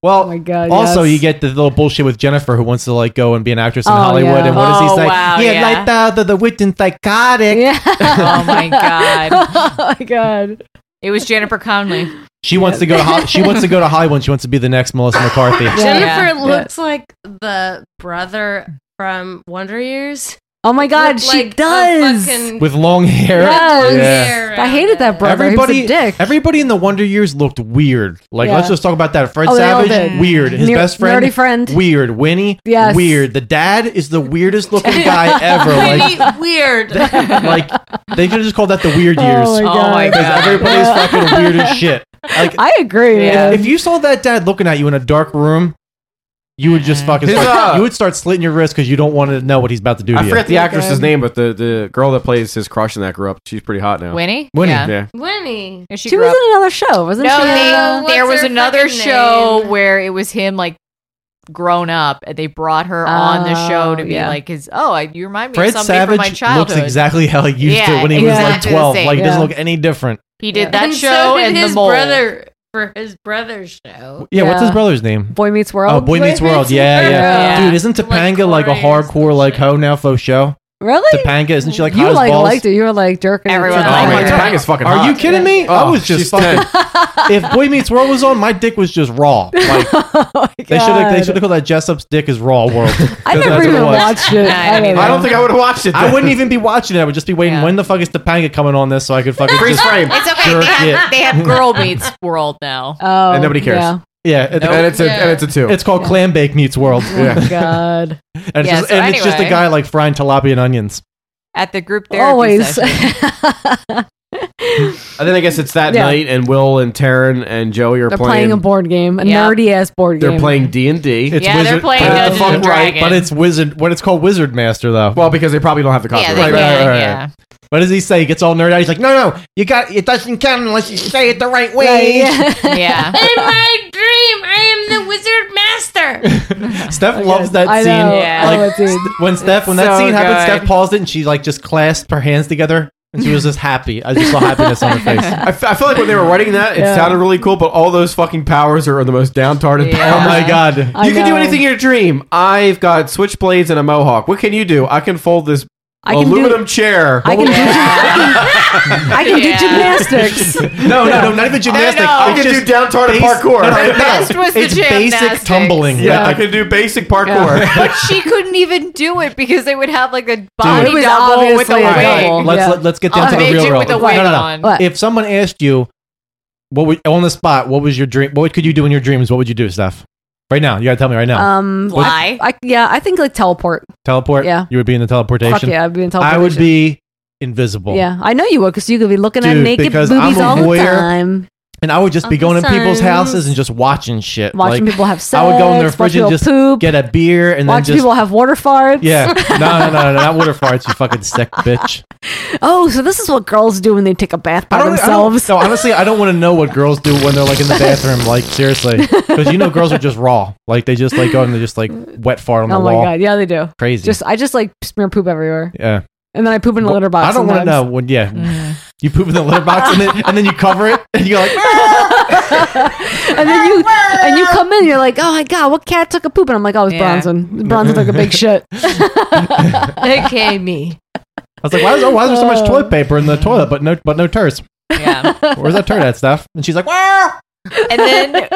S10: well,
S2: my God,
S10: also you get the little bullshit with Jennifer who wants to like go and be an actress in
S2: Oh,
S10: Hollywood,
S2: yeah.
S10: and what does he
S2: Oh,
S10: say?
S2: wow,
S10: yeah,
S2: yeah.
S10: like the the, the witch and psychotic.
S12: oh my god.
S2: oh my god.
S12: It was Jennifer Conley.
S10: She wants to go to Hol- she wants to go to Hollywood. and She wants to be the next Melissa McCarthy.
S4: Jennifer looks like the brother from Wonder Years.
S2: Oh my God,
S4: Looked
S2: she
S4: like a
S2: does.
S4: fucking-
S10: with long hair.
S2: Yes.
S10: Yeah.
S2: I hated that brother. Everybody,
S10: Everybody, everybody in the Wonder Years looked weird. Like,
S2: Yeah.
S10: let's just talk about that. Fred
S2: Oh, they all
S10: Savage,
S2: did.
S10: weird. His
S2: Ner-
S10: best friend,
S2: nerdy friend.
S10: weird. Winnie,
S2: Yes.
S10: weird. The dad is the weirdest looking guy ever. Like,
S4: weird.
S10: like they could have just called that the Weird
S4: Oh
S10: Years.
S4: my God. Oh my
S10: Because
S4: God.
S10: everybody's
S4: Yeah.
S10: fucking weird as shit.
S6: Like,
S7: I agree. man.
S10: If you saw that dad looking at you in a dark room, you would just fucking
S9: His,
S10: start,
S9: uh,
S10: you would start slitting your wrist because you don't want to know what he's about to do. to
S9: I
S10: you.
S9: forget the actress's name, but the, the girl that plays his crush in that grew up. She's pretty hot now.
S12: Winnie?
S9: Winnie.
S12: Yeah.
S9: Yeah.
S4: Winnie.
S12: She,
S7: She
S12: grew
S7: was
S12: up-
S7: in another show, wasn't
S12: no,
S7: she?
S2: Uh,
S12: they, there was
S4: her
S12: another
S4: fucking
S12: show where it was him like grown up, and they brought her on the show to
S7: Oh,
S12: be
S7: yeah.
S12: like his. Oh, I, you remind me
S10: Fred
S12: of somebody
S10: Savage
S12: from my childhood.
S10: looks exactly how he used
S12: Yeah,
S10: to when he
S12: exactly the
S10: was like 12.
S12: same.
S10: Like, it doesn't
S12: Yeah.
S10: look any different.
S12: He did that
S4: And
S12: show
S4: so did
S12: and
S4: his
S12: the mole.
S4: brother for his brother's show.
S10: Yeah, what's his brother's name?
S7: Boy Meets World.
S10: Oh, Boy Meets World. Yeah, yeah, Dude, isn't Topanga like, a hardcore, like, ho now faux show?
S7: Really?
S10: Topanga, isn't she like hot
S7: you
S10: as
S7: like
S10: balls? Oh,
S7: liked it. You were like jerking. it
S10: Everyone
S7: to
S10: liked
S7: Topanga.
S10: it.
S9: Topanga's fucking
S10: Are
S9: hot.
S10: you kidding me?
S12: Oh,
S10: I was just fucking. if Boy Meets World was on, my dick was just raw. Like, they should have. They should have called that Jessup's dick is raw world.
S7: I
S10: 'Cause
S7: never
S10: that's what
S7: even
S10: was.
S7: watched it. I don't,
S10: I don't think I would have watched
S9: it
S10: I
S9: then.
S10: wouldn't even be watching it. I would just be waiting. When the fuck is Topanga coming on this so I could fucking
S12: Freeze
S10: just
S12: frame. It's okay.
S10: jerk
S12: They have,
S10: it.
S12: they have Girl Meets World now.
S7: Oh,
S9: And nobody cares.
S10: Yeah, it-
S9: And it's a- and Oh, it's a two.
S10: It's called Clam Bake Meets World.
S7: Oh
S9: Yeah.
S7: God.
S10: and it's,
S12: Yeah,
S10: just,
S12: so
S10: and it's just a
S12: anyway.
S10: guy like frying tilapia and onions.
S12: At the group therapy
S7: Always.
S12: session.
S9: And then I guess it's that
S7: Yeah.
S9: night, and Will and Taryn and Joey are
S7: They're
S9: playing.
S7: playing a board game, a
S12: Yeah.
S7: nerdy ass board game.
S9: they're playing D and D.
S10: It's Yeah, they're Wizard- playing
S9: Get the
S10: Dungeons and
S9: fuck right,
S10: Dragons. but it's wizard. What it's called, wizard master, though.
S9: Well, because they probably don't have the copyright.
S10: Right, right, right, right. What does he say? He gets all nerd out. He's like, no, no, you got it doesn't count unless you say it the right way.
S12: yeah.
S4: In my dream, I am the wizard master.
S10: Steph loves that
S4: I
S10: scene.
S4: know. Oh, Yeah. I
S10: Like,
S4: love that scene.
S10: st- when Steph, when that
S4: So
S10: scene happened,
S4: good.
S10: Steph paused it and she like just clasped her hands together and she was just happy. I just saw happiness on her face.
S9: I, f- I feel like when they were writing that, it
S10: Yeah.
S9: sounded really cool, but all those fucking powers are the most downtarded powers.
S10: Oh
S12: Uh,
S10: my god!
S9: you can do anything in your dream. I've got switchblades and a mohawk. What can you do? I can fold this
S7: I can do-
S9: aluminum chair.
S7: I can do. I can
S12: Yeah.
S7: do gymnastics.
S10: No, no, no, not even gymnastics.
S9: I
S10: It's
S9: can do
S10: just
S9: downtarted
S10: base-
S9: parkour.
S10: No, no,
S9: Her
S10: no.
S12: best was the
S10: it's basic
S12: gymnastics.
S10: tumbling.
S9: Yeah,
S10: Like,
S9: I can do basic parkour.
S12: But she couldn't even do it because they would have like a body
S7: It was
S12: double with a
S7: obviously a
S12: wig.
S7: double.
S10: Let's
S7: Yeah.
S10: let, let's get down
S12: A
S10: to the
S12: midget
S10: real world.
S12: with a wig on. What?
S10: If someone asked you, what would, on the spot, what was your dream? What could you do in your dreams? What would you do, Steph? Right now, you gotta tell me right now.
S7: Um,
S10: What-
S7: I, I- yeah, I think like teleport.
S10: teleport.
S7: yeah.
S10: you would be in the teleportation.
S7: Fuck yeah, I'd be in
S10: I would be invisible.
S7: Yeah, I know you would because you could be looking at
S10: Dude,
S7: naked
S10: because
S7: boobies
S10: I'm a
S7: all the
S10: voyeur.
S7: time.
S10: and I would just be
S7: All
S10: going
S7: the
S10: in people's
S7: time.
S10: houses and just watching shit.
S7: Watching
S10: Like,
S7: people have sex.
S10: I would go in their fridge and
S7: watch people
S10: just
S7: poop.
S10: get a beer and
S7: watch
S10: then just
S7: people have water farts.
S10: yeah. No, no, no, no, not water farts. You fucking sick bitch.
S7: oh, so this is what girls do when they take a bath by
S10: I don't, I
S7: themselves.
S10: don't, no, honestly, I don't want to know what girls do when they're like in the bathroom. Like seriously, because you know girls are just raw. Like they just like go and they just like wet fart on the
S7: Oh my
S10: wall.
S7: god, yeah, they do.
S10: Crazy.
S7: Just I just like smear poop everywhere,
S10: yeah.
S7: and then I poop in a litter box.
S10: I don't want to know when. Yeah, you poop in the litter box and then and then you cover it and you're like,
S7: and then you and you come in, and you're like, oh my god, what cat took a poop? And I'm like, oh, it was Bronson. Bronson took a big shit.
S4: okay, me.
S10: I was like, why is, oh, why is there so much toilet paper in the toilet but no but no turds?
S12: Yeah.
S10: Where's that turd at, Steph? And she's like, "Wah!"
S12: and then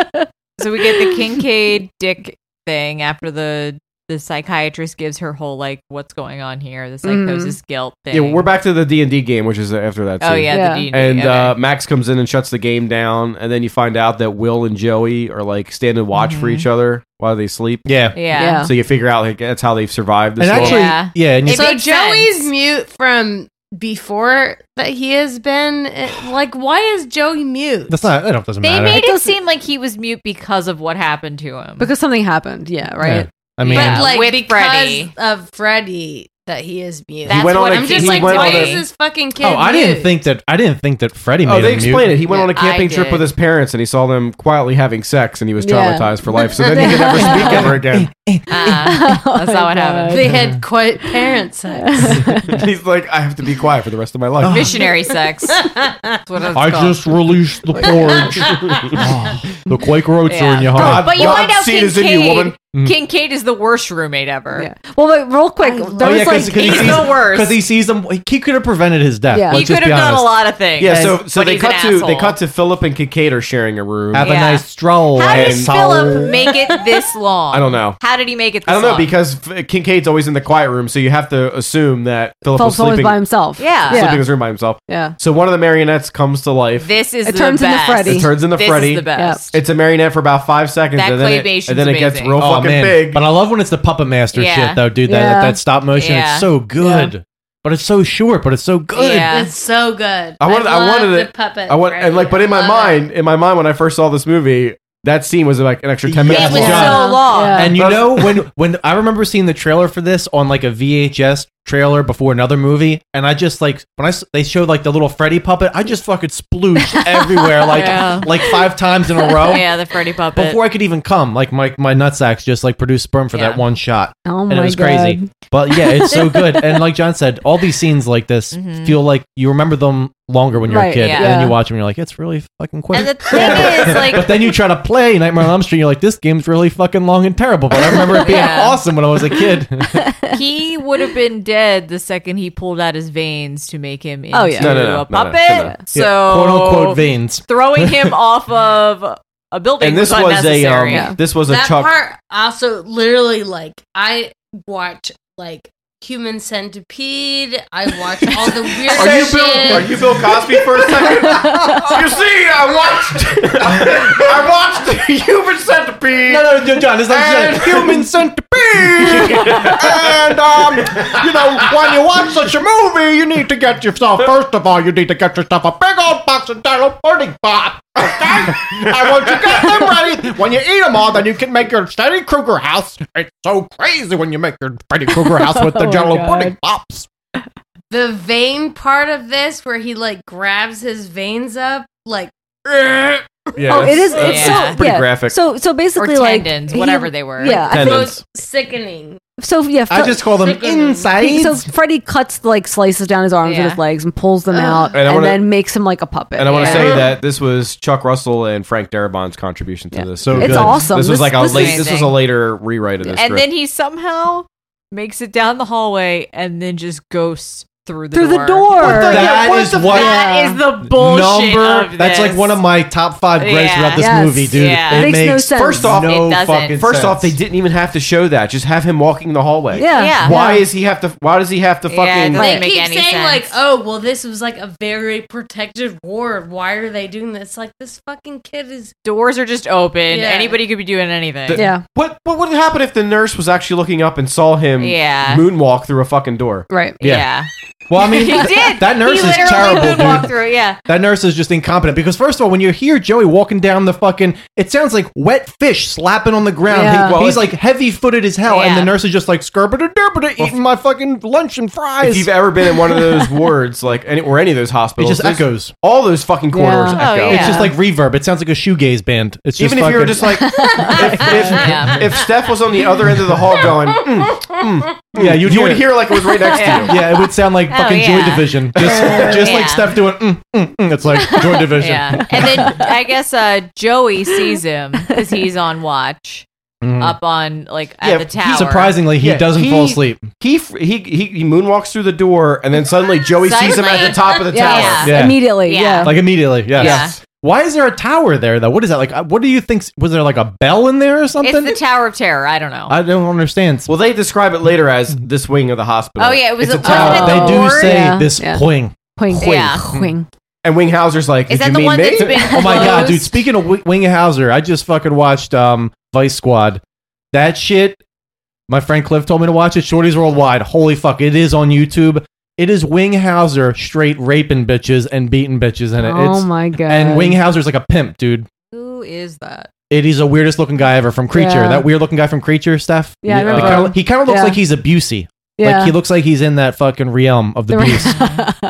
S12: so we get the Kincaid dick thing after the the psychiatrist gives her whole like what's going on here the
S4: Mm-hmm.
S12: psychosis guilt thing.
S9: Yeah, we're back to the D and D game, which is after that.
S12: Oh,
S9: scene.
S12: yeah, the Yeah. D&D,
S9: and
S12: okay.
S9: uh, Max comes in and shuts the game down, and then you find out that Will and Joey are like standing watch for
S12: Mhm.
S9: each other while they sleep.
S10: Yeah,
S12: Yeah. Yeah.
S9: So you figure out like that's how they've survived this.
S10: And
S9: long-
S10: actually, yeah, and you,
S4: so Joey's
S12: makes sense.
S4: mute from before that he has been uh, like why is Joey mute?
S10: that's not. That doesn't
S12: they
S10: matter.
S12: made it, seem like he was mute because of what happened to him.
S7: because something happened. Yeah, right.
S10: Yeah. I mean,
S4: but like
S12: with
S4: because
S12: Freddy.
S4: of Freddy that he is mute.
S12: He That's
S9: went on
S4: what
S9: what a-
S4: I'm just
S9: he
S4: like.
S9: went
S4: Why
S9: on a-
S4: is this fucking kid?
S10: oh, I
S4: mute?
S10: didn't think that. I didn't think that Freddie.
S9: Oh,
S10: made
S9: they
S10: him mute.
S9: explained it. He went
S4: Yeah,
S9: on a
S4: I
S9: camping trip
S4: did.
S9: with his parents, and he saw them quietly having sex, and he was
S4: Yeah.
S9: traumatized for life. So then he could never speak ever again.
S12: Uh,
S4: Oh
S12: that's not what happened.
S4: They
S10: Mm-hmm.
S4: had quite parent sex.
S9: He's like, I have to be quiet for the rest of my life.
S12: missionary sex. That's what it's
S10: I
S12: called.
S10: just released the porridge. Oh, the Quaker oats are in
S12: Yeah.
S10: your heart.
S12: but you find out
S9: seed
S12: Kincaid,
S9: is in you, woman.
S10: Mm.
S12: Kincaid is the worst roommate ever.
S7: Well, wait, real quick, there
S10: Oh yeah,
S7: was
S10: because
S7: like
S10: he
S12: he's
S10: sees
S12: the worst.
S10: because he sees them. He could have prevented his death.
S7: Yeah.
S10: Let's
S12: He
S10: just
S12: could have
S10: be
S12: done a
S10: honest.
S12: lot of things.
S9: Yeah, so so
S12: but
S9: they
S12: he's an
S9: cut to they
S12: asshole.
S9: cut to Philip and Kincaid are sharing a room.
S10: Have
S12: Yeah.
S10: a nice stroll.
S12: How
S10: and
S12: does Philip make it this long?
S9: I don't know.
S12: How did he make it? This
S9: I don't know
S12: long?
S9: because F- Kincaid's always in the quiet room, so you have to assume that Philip was
S7: Philip's always
S9: sleeping,
S7: by himself.
S12: Yeah.
S9: sleeping in his room by himself.
S7: Yeah.
S9: So one of the marionettes comes to life.
S12: this is
S7: It
S12: the
S7: turns into
S12: best.
S7: Freddy.
S9: It turns into
S12: This is
S9: Freddy.
S12: the best.
S9: It's a marionette for about five seconds,
S12: That
S9: and then, it,
S12: claymation's
S9: and then it gets
S12: amazing.
S9: real
S10: Oh,
S9: fucking
S10: man.
S9: big.
S10: But I love when it's the puppet master
S12: Yeah.
S10: shit though, dude. That
S7: Yeah.
S10: that stop motion,
S12: Yeah.
S10: it's so good.
S7: Yeah.
S10: But But it's so short, but it's so good.
S4: It's so good.
S9: I wanted, I,
S4: love
S9: wanted
S4: the
S9: it.
S4: puppet.
S9: I want,
S4: right?
S9: and like, but in my
S4: Love
S9: mind, in my mind, when I first saw this movie, that scene was like an extra ten minutes.
S10: Yes.
S9: long.
S17: Yeah.
S10: And you know when when I remember seeing the trailer for this on like a VHS trailer before another movie, and I just like when I s- they showed like the little Freddy puppet, I just fucking splooshed everywhere like
S17: Yeah.
S10: like five times in a row.
S17: yeah, the Freddy puppet.
S10: Before I could even come, like my my nutsacks just like produced sperm for that one shot,
S17: Oh
S10: and
S17: my
S10: it was
S17: God.
S10: crazy. But yeah, it's so good. And like John said, all these scenes like this
S17: Mm-hmm.
S10: feel like you remember them longer when you're
S17: Right,
S10: a kid,
S17: yeah.
S10: and then
S17: Yeah.
S10: you watch them, and you're like, it's really fucking quick.
S17: And the thing is, like,
S10: but then you try to play Nightmare on Elm Street, and you're like, this game's really fucking long and terrible. But I remember it being
S12: Yeah.
S10: awesome when I was a kid.
S12: he would have been dead the second he pulled out his veins to make him into
S10: Oh, yeah. No, no,
S12: a
S10: no, no, no,
S12: puppet.
S10: no, no.
S12: So
S10: Yeah, quote, unquote, veins.
S12: throwing him off of a building.
S9: And this
S12: was,
S9: was a, um,
S12: unnecessary.
S9: this was a
S4: that
S9: Chuck.
S4: part also literally like I watch like Human Centipede. I watch all the weird
S9: Are you
S4: shit.
S9: Bill? Are you Bill Cosby for a second? you see, I watched. I watched the human centipede.
S10: No, no, John, it's not
S9: and
S10: John. Human centipede. and um, you know, when you watch such a movie, you need to get yourself first of all, you need to get yourself a big old box entitled Birdie Pop. Okay, and once you get them ready, when you eat them all, then you can make your Freddy Krueger house. It's so crazy when you make your Freddy Krueger house with
S4: Oh
S10: the
S4: my
S10: Jello
S4: God.
S10: Pudding Pops.
S4: the vein part of this where he like grabs his veins up like yeah,
S7: oh, it is. It's so yeah. So, so basically, like
S12: tendons,
S7: he-
S12: whatever they were.
S7: Yeah, I think,
S4: sickening.
S7: so yeah,
S10: I just call them Sickening. insides.
S7: So Freddy cuts like slices down his arms and his legs and pulls them
S9: Ugh.
S7: out,
S9: And
S7: and,
S9: I wanna-
S7: then makes him like a puppet.
S9: And I want to
S7: Yeah.
S9: say that this was Chuck Russell and Frank Darabont's contribution to
S7: It's
S9: this.
S7: good. awesome.
S9: This
S7: This-
S9: was like a
S7: this is
S9: late. This was a
S7: amazing.
S9: later rewrite of this.
S12: and
S9: script.
S12: then he somehow makes it down the hallway and then just ghosts through the
S7: Through the
S12: door.
S7: door. What the-
S10: That is what
S12: that is the bullshit. of
S10: That's like
S12: this.
S10: one of my top five grades
S12: Yeah.
S10: about this
S12: Yes.
S10: movie, dude.
S12: Yeah.
S10: It,
S12: Makes
S10: makes
S12: no sense.
S10: First off,
S12: It doesn't.
S10: fucking
S9: First
S10: sense.
S9: off, they didn't even have to show that. Just have him walking the hallway.
S4: Yeah. Yeah.
S9: Why
S4: Yeah.
S9: is he have to? Why does he have to
S4: Yeah,
S9: fucking?
S4: it doesn't
S12: make
S4: keep
S12: any
S4: saying
S12: sense.
S4: like, oh well, this was like a very protected ward. Why are they doing this? Like this fucking kid is
S12: doors are just open.
S4: Yeah.
S12: Anybody could be doing anything.
S9: The- What What would happen if the nurse was actually looking up and saw him?
S12: Yeah.
S9: Moonwalk through a fucking door.
S7: Right.
S12: Yeah.
S10: Well, I mean,
S12: he
S10: th-
S12: did.
S10: that nurse
S12: he
S10: is
S12: literally
S10: terrible,
S12: would walk
S10: dude.
S12: through. Yeah.
S10: That nurse is just incompetent because first of all, when you hear Joey walking down the fucking, it sounds like wet fish slapping on the ground.
S9: Yeah.
S10: He-
S9: Well,
S10: he's
S9: it-
S10: like heavy footed as hell, and
S9: Yeah.
S10: the nurse is just like scurbita derbita eating my fucking lunch and fries.
S9: If you've ever been in one of those wards, like any or any of those hospitals,
S10: just
S9: those-
S10: echoes.
S9: All those fucking corridors
S10: Oh,
S12: Oh,
S10: Yeah.
S9: echo.
S10: It's just like reverb. It sounds like a shoegaze band. It's just
S9: even if you were
S10: fucking-
S9: just like, if, if, if Steph was on the other end of the hall going, mm, mm, mm,
S10: yeah, you'd
S9: you would hear like it was right next
S10: yeah.
S9: to you.
S10: Yeah, it would sound like
S12: Oh,
S10: fucking
S12: yeah.
S10: Joy Division, just, just
S12: Yeah.
S10: like Steph doing. Mm, mm, mm. It's like Joy Division.
S12: Yeah. And then I guess uh, Joey sees him because he's on watch
S10: Mhm.
S12: up on like at the tower.
S10: Surprisingly, he doesn't fall asleep.
S9: He, f- he he he moonwalks through the door, and then suddenly Joey sees him at
S12: Suddenly.
S9: the top of the tower.
S10: Yeah.
S7: immediately. Yeah.
S10: Like immediately, yes.
S7: Yeah.
S10: Why is there a tower there though? What is that like? uh, What do you think? Was there like a bell in there or something?
S12: It's the Tower of Terror. I don't know.
S10: I don't understand.
S9: Well, they describe it later as this wing of the hospital.
S12: Oh yeah, it was a,
S9: tower.
S12: wasn't it the
S9: uh, They do
S12: ward?
S9: say Yeah. this Yeah.
S10: Poing.
S7: Poing.
S12: Poing. Yeah.
S7: Poing.
S9: And Winghauser's like,
S12: Is
S9: "Did
S12: that
S9: you
S12: the
S9: mean
S12: one
S9: me?"
S12: that's been
S10: oh my god,
S12: closed?
S10: dude! Speaking of Wi- Winghauser, I just fucking watched um, Vice Squad. That shit. My friend Cliff told me to watch it. Shorties Worldwide. Holy fuck! It is on YouTube. It is Winghauser straight raping bitches and beating bitches in it.
S7: Oh
S10: It's-
S7: my God.
S10: And Winghauser's like a pimp, dude.
S12: Who is that?
S10: It is the weirdest looking guy ever from Creature.
S7: Yeah.
S10: That weird looking guy from Creature, Steph.
S7: Yeah, I
S10: The
S7: remember
S10: kinda-
S7: him.
S10: he kind of looks
S7: Yeah.
S10: like he's abusey.
S7: Yeah.
S10: Like he looks like he's in that fucking realm of the abuse.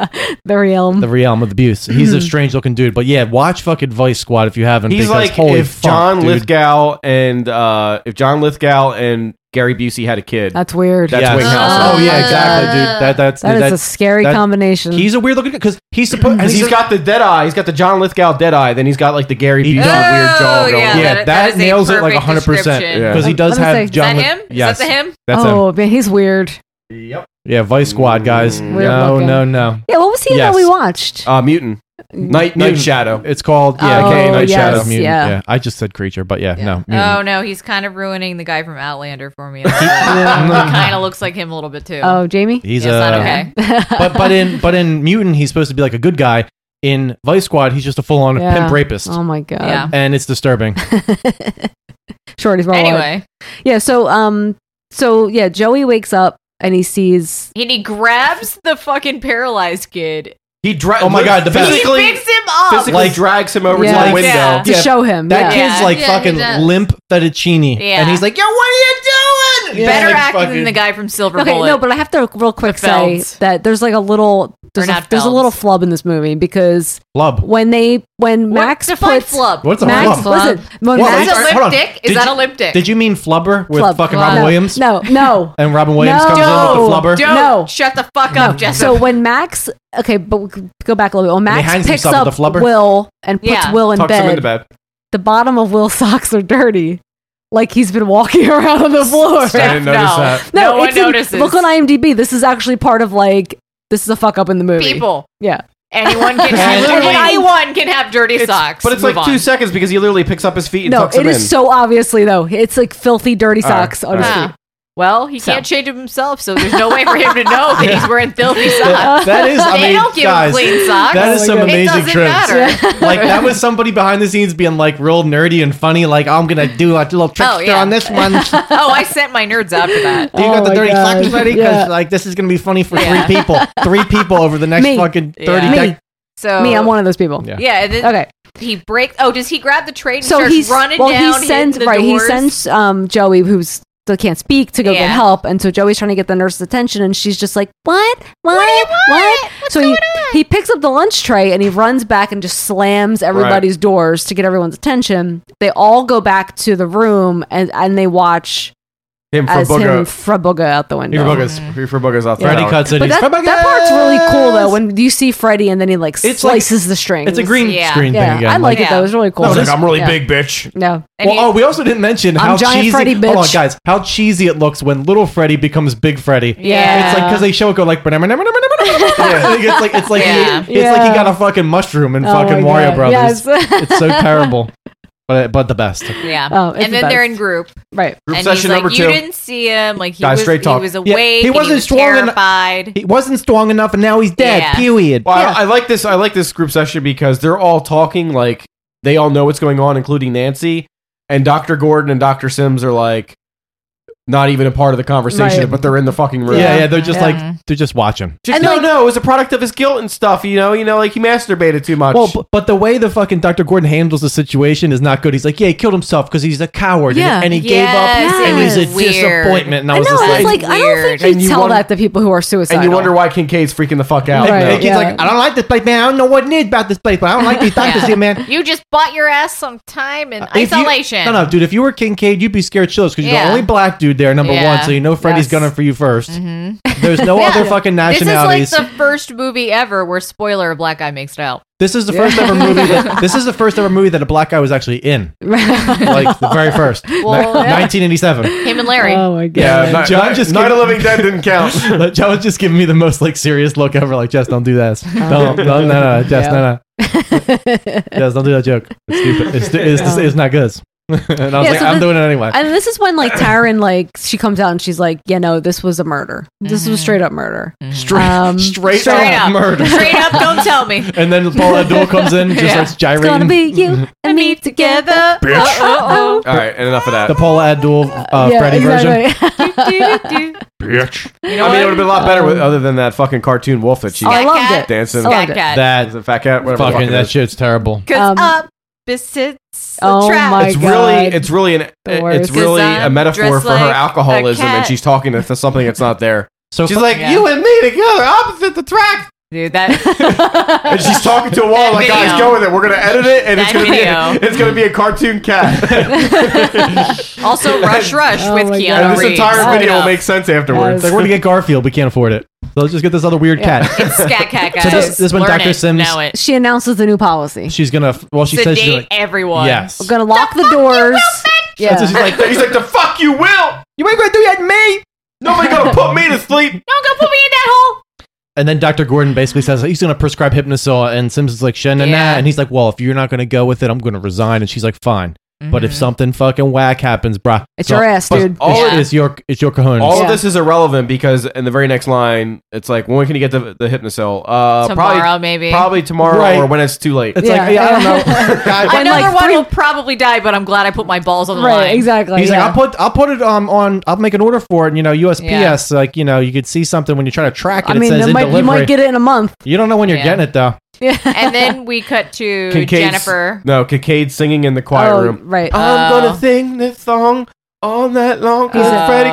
S7: The realm.
S10: the realm of the abuse. He's
S7: Mm-hmm.
S10: a strange looking dude. But yeah, watch fucking Vice Squad if you haven't.
S9: He's
S10: because
S9: like
S10: holy
S9: if
S10: fuck,
S9: John
S10: dude.
S9: Lithgow and uh, if John Lithgow and Gary Busey had a kid.
S7: That's weird.
S9: That's
S10: Yes.
S9: Winghauser.
S10: Oh yeah,
S2: Uh,
S10: exactly, dude. That that's
S7: That is
S10: that-
S7: a scary
S10: that-
S7: combination.
S10: He's a weird looking because he's supposed.
S9: And he's got the dead eye. He's got the John Lithgow dead eye. Then he's got like the Gary Busey weird jaw.
S2: Oh,
S9: going
S10: yeah,
S9: on.
S10: that, nails it like hundred percent
S9: Yeah.
S10: because he does
S7: Let me
S10: have
S7: say- Is
S10: John.
S7: that
S10: Lith-
S7: him? Is that
S10: Yes,
S7: the
S12: him?
S10: That's him.
S7: oh man, he's weird.
S10: Yeah, Vice Squad guys.
S7: Mm. Weird
S10: no,
S7: looking.
S10: no, no.
S7: Yeah, what was he in that
S10: Yes. Oh,
S7: we watched?
S9: Uh, mutant.
S10: Night,
S9: Night Shadow.
S10: It's called yeah,
S7: Oh,
S10: okay, Night
S7: yes,
S10: Shadow. Mutant.
S7: yeah.
S10: Yeah. I just said creature, but yeah, no.
S12: Oh
S10: mutant.
S12: no, he's kind of ruining the guy from Outlander for me. kind of looks like him a little bit too.
S7: Oh, Jamie.
S10: He's uh,
S12: Yeah,
S10: a
S12: it's not okay.
S10: but but in but in mutant he's supposed to be like a good guy. In Vice Squad, he's just a full on
S7: Yeah.
S10: pimp rapist.
S7: Oh my God. Yeah.
S10: And it's disturbing.
S7: Shorty's more
S12: Anyway.
S7: Yeah, so um so yeah, Joey wakes up
S2: and he sees
S12: And he grabs the fucking paralyzed kid.
S9: He dra-
S10: Oh my God, the best.
S9: physically,
S12: he picks him up.
S9: physically drags him over
S10: Yeah.
S9: to the window.
S10: Yeah.
S2: to show him.
S10: That
S2: yeah.
S10: kid's like
S12: Yeah, he does.
S10: fucking limp fettuccine,
S12: Yeah.
S10: and he's like, "Yo, what are you doing?"
S12: Better
S10: Yeah, like
S12: acting
S10: fucking-
S12: than the guy from Silver
S2: okay,
S12: Bullet.
S2: no, but I have to real quick say
S12: Felds.
S2: that there's like a little there's, a,
S12: not
S2: there's a
S12: Felds.
S2: little flub in this movie because
S10: flub
S2: when they when Max
S12: define
S2: puts
S12: flub?
S10: What's a
S2: Max,
S10: flub?
S2: Listen, when
S10: What?
S2: Max,
S10: Wait, hold on.
S12: elliptic? Is
S10: Did
S12: that
S10: you-
S12: elliptic?
S10: Did you mean flubber with
S2: Flub.
S10: fucking
S2: Flub.
S10: Robin
S2: No,
S10: Williams?
S2: No, no.
S10: And Robin Williams comes in with the
S2: No.
S10: flubber.
S2: Don't. No.
S12: Shut the fuck up, Jessica.
S2: So when Max, okay, but we could go back a little bit. When
S10: he
S2: Max
S10: hangs
S2: picks up
S10: himself with the flubber?
S2: Will and puts
S12: Yeah.
S2: Will in
S9: Tucks him
S2: bed,
S9: into bed.
S2: the bottom of Will's socks are dirty, like he's been walking around on the floor.
S9: I didn't notice No. that.
S12: No one
S2: it's in-
S12: notices.
S2: Look on IMDb. This is actually part of like this is a fuck up in the movie.
S12: People.
S2: yeah.
S12: Anyone can have,
S9: Literally.
S12: anyone can have dirty socks.
S9: But it's
S12: Move
S9: like
S12: on.
S9: two seconds because he literally picks up his feet and
S2: No,
S9: tucks him
S2: it is
S9: in.
S2: so obviously though. It's like filthy, dirty
S9: All right,
S2: socks
S9: all
S2: on his
S9: right.
S2: feet.
S12: Ah. Well, he can't change him himself, so there's no way for him to know that he's wearing filthy socks.
S10: That- that is, I
S12: they
S10: mean,
S12: don't give
S10: guys,
S12: him clean socks.
S10: that
S2: Oh
S10: is some
S12: it
S10: amazing
S12: doesn't
S10: tricks.
S12: Matter.
S10: like that was somebody behind the scenes being like real nerdy and funny. Like I'm gonna do a little trickster
S12: Oh yeah.
S10: on this one. Do you
S12: oh, I sent my nerds after that.
S10: got the dirty
S2: God.
S10: socks ready? Because
S2: Oh Yeah.
S10: like this is gonna be funny for
S12: Yeah.
S10: three people. Three people over the next
S2: Me.
S10: fucking Oh.
S12: Yeah.
S10: thirty.
S2: Me.
S10: dec-
S12: So
S2: Me, I'm one of those people.
S12: Yeah. And then
S2: Okay.
S12: He breaks. Oh, does he grab the train? And
S2: So
S12: starts
S2: he's
S12: running
S2: well.
S12: down.
S2: he sends
S12: hitting the
S2: right.
S12: Doors?
S2: He sends um Joey, who's still can't speak, to go
S12: Yeah.
S2: get help, and so Joey's trying to get the nurse's attention, and she's just like, "What? What? What?" so he he picks up the lunch tray and he runs back and just slams everybody's doors to get everyone's attention. They all go back to the room and and they watch
S9: Him from
S2: as him
S9: Booger.
S2: Frabuga out the window.
S9: He Booger's, he Booger's off
S10: Freddy
S9: the
S10: cuts it.
S2: But
S10: He's,
S2: that, that part's really cool though when you see Freddy and then he like
S10: It's like-
S2: slices the string.
S10: it's a green Yeah. screen thing again,
S2: I like
S10: like-
S2: it though. It was really cool.
S10: No, it's like,
S2: Yeah.
S10: I'm really
S2: Yeah.
S10: big,
S20: bitch.
S2: No.
S10: well, oh, we also didn't mention
S2: I'm
S10: how
S2: giant
S10: cheesy.
S2: Freddy,
S10: Hold on,
S2: bitch.
S10: guys, how cheesy it looks when little Freddy becomes big Freddy.
S2: Yeah.
S10: it's like because they show it go like, "Banana, banana, banana, banana." Like, it's like it's like
S2: Yeah.
S10: he, it's like
S2: Yeah.
S10: he got a fucking mushroom in
S2: Oh
S10: fucking
S2: my
S10: Mario
S2: God.
S10: Brothers.
S2: Yes.
S10: it's so terrible, but but the best.
S12: Yeah.
S2: Oh, it's
S12: and then
S2: the
S12: they're
S2: best.
S12: in group.
S2: Right.
S12: and he's
S10: session
S12: like,
S10: number
S12: you
S10: two.
S12: didn't see him. Like he
S10: Guys,
S12: was,
S10: straight
S12: he
S10: talk.
S12: was
S10: Yeah,
S12: awake. and he wasn't
S10: strong enough-
S12: terrified.
S10: He wasn't strong enough, and now he's dead.
S12: Yeah.
S10: Period.
S9: Well, I, I like this. I like this group session because they're all talking like they all know what's going on, including Nancy and Doctor Gordon and Doctor Sims are like not even a part of the conversation,
S10: Right.
S9: but they're in the fucking room.
S10: yeah, yeah, they're just like they're just watching.
S9: Just,
S10: And,
S9: no,
S10: like-
S9: no, it was a product of his guilt and stuff. You know, you know, like he masturbated too much.
S10: Well, but, but the way the fucking Dr. Gordon handles the situation is not good. He's like, yeah, he killed himself because he's a coward.
S2: Yeah.
S10: And, and he
S2: Yes,
S10: gave up. And
S2: it
S10: he's
S2: was
S10: a
S2: weird.
S10: disappointment. And I
S2: I
S10: was
S2: know.
S10: just
S2: I
S10: like,
S2: was like, I don't think you
S9: And you
S2: tell
S9: wonder-
S2: that to people who are suicidal.
S9: and you wonder why Kincaid's freaking the fuck out.
S10: and,
S9: now.
S10: and he's like, I don't like this place, man. I don't know what it is about this place, but I don't like these doctors here, man.
S12: You just bought your ass some time in
S10: If you-
S12: isolation.
S10: no, no, dude. If you were Kincaid, you'd be scared shitless because you're
S12: Yeah.
S10: the only black dude there, number
S12: Yeah.
S10: one. So you know Freddy's
S12: Yes.
S10: gunning for you 1st There's no
S12: Yeah.
S10: other fucking nationalities.
S12: This is like the first movie ever where spoiler a black guy mixed out.
S10: This is the first ever movie. That, this is the first ever movie that a black guy was actually in, like the very first,
S12: Well,
S10: Ni-
S12: yeah.
S10: 1987.
S12: Him and Larry. Oh
S2: my
S10: Yeah,
S9: Ni-
S10: John
S9: Ni-
S10: just
S9: Night
S10: gave-
S9: of Living Dead didn't count.
S10: Like, John was just giving me the most like serious look ever. Like, Jess, don't do this. Don't, don't, no, no, no, Jess, no, no. Jess, don't do that joke. It's stupid. It's, stu- it's, it's, it's not good. and I was
S2: Yeah,
S10: like,
S2: so
S10: I'm
S2: the-
S10: doing it anyway.
S2: And this is when like Taryn like she comes out and she's like, yeah, no, this was a murder. This was straight up murder.
S10: Straight- straight
S12: Straight
S10: up
S12: up.
S10: murder.
S12: Straight up, don't tell me.
S10: and then Paul Abdul comes in, just
S12: Yeah.
S10: starts
S2: It's
S10: gyrating.
S2: gonna be
S10: Mm-hmm.
S2: you and me together.
S10: Bitch.
S2: Oh,
S9: All right, and enough of that.
S10: the Paul Abdul uh,
S2: Yeah,
S10: Freddy version.
S2: exactly.
S9: Bitch. I mean, it would have been a lot
S10: Um,
S9: better with, other than that fucking cartoon wolf that she
S2: Oh, I loved
S12: Scat
S2: it.
S9: dancing.
S2: I loved it.
S10: That
S9: Is it fat cat. Whatever the fuck
S10: fucking
S9: it
S10: that
S9: is.
S10: shit's terrible.
S12: Cause
S2: Um,
S12: opposites
S2: oh
S12: attract.
S2: my
S9: it's
S2: God.
S9: really it's really an
S2: The
S9: it's
S2: worst.
S9: really
S12: Cause
S9: a
S12: I'm
S9: metaphor
S12: dressed
S9: for her
S12: like a
S9: alcoholism and
S12: cat.
S9: she's talking to something that's not there
S10: So
S9: she's
S10: fu-
S9: like
S12: Yeah.
S9: you and me together opposite the track
S12: Dude, that
S9: and she's talking to a wall like
S12: video.
S9: guys go with it we're gonna edit it and it's
S12: That
S9: gonna be
S12: video.
S9: a, it's gonna be a cartoon cat
S12: also Rush Rush
S2: Oh
S12: with
S2: my
S12: Keanu
S9: and
S2: God.
S9: this
S12: Reeves.
S9: entire
S12: Look it
S9: video will
S12: up.
S9: make sense afterwards
S10: It's like, we're gonna get Garfield. We can't afford it. So let's just get this other weird cat.
S12: It's Scat Cat guys.
S10: So this- this one,
S12: Learn
S10: Dr.
S12: it,
S10: Sims-
S12: know it.
S2: She announces the new policy.
S10: She's gonna. Well, she says she's
S12: Sedate
S10: like,
S12: everyone.
S10: yes.
S2: We're gonna lock the, doors.
S10: That's what
S2: Yeah.
S10: she's like.
S9: he's like the fuck you will
S10: You ain't gonna do that, me.
S9: nobody gonna put me to sleep
S12: Don't go put me in that hole.
S10: And then Dr. Gordon basically says he's going to prescribe Hypnosol, and Sims is like, "Shen and
S12: Yeah.
S10: that," and he's like, "Well, if you're not going to go with it, I'm going to resign." And she's like, "Fine." But
S12: Mm-hmm.
S10: if something fucking whack happens, bruh,
S2: It's your ass,
S10: but
S2: dude.
S10: All
S2: Yeah.
S10: it is your it's your cojones.
S9: All of this is irrelevant because in the very next line, it's like, when can you get the the hypnocell? Uh,
S12: Tomorrow,
S9: probably,
S12: maybe.
S9: Probably tomorrow
S10: Right.
S9: or when it's too late.
S10: It's like, yeah, I don't know. God,
S12: Another one will probably die, but I'm glad I put my balls on the line.
S10: He's like, I'll put I'll put it um on I'll make an order for it, you know, USPS, like, you know, you could see something when you try to track it.
S2: I
S10: it
S2: mean,
S10: says
S2: there
S10: in
S2: might,
S10: delivery.
S2: you might get it in a month.
S10: You don't know when you're
S12: Yeah.
S10: getting it though.
S12: and then we cut to
S9: Kincaid's-
S12: Jennifer.
S9: No, Kincaid singing in the choir
S12: Oh,
S9: room.
S2: Right.
S9: I'm gonna sing this song all night long because
S2: Oh.
S9: Freddy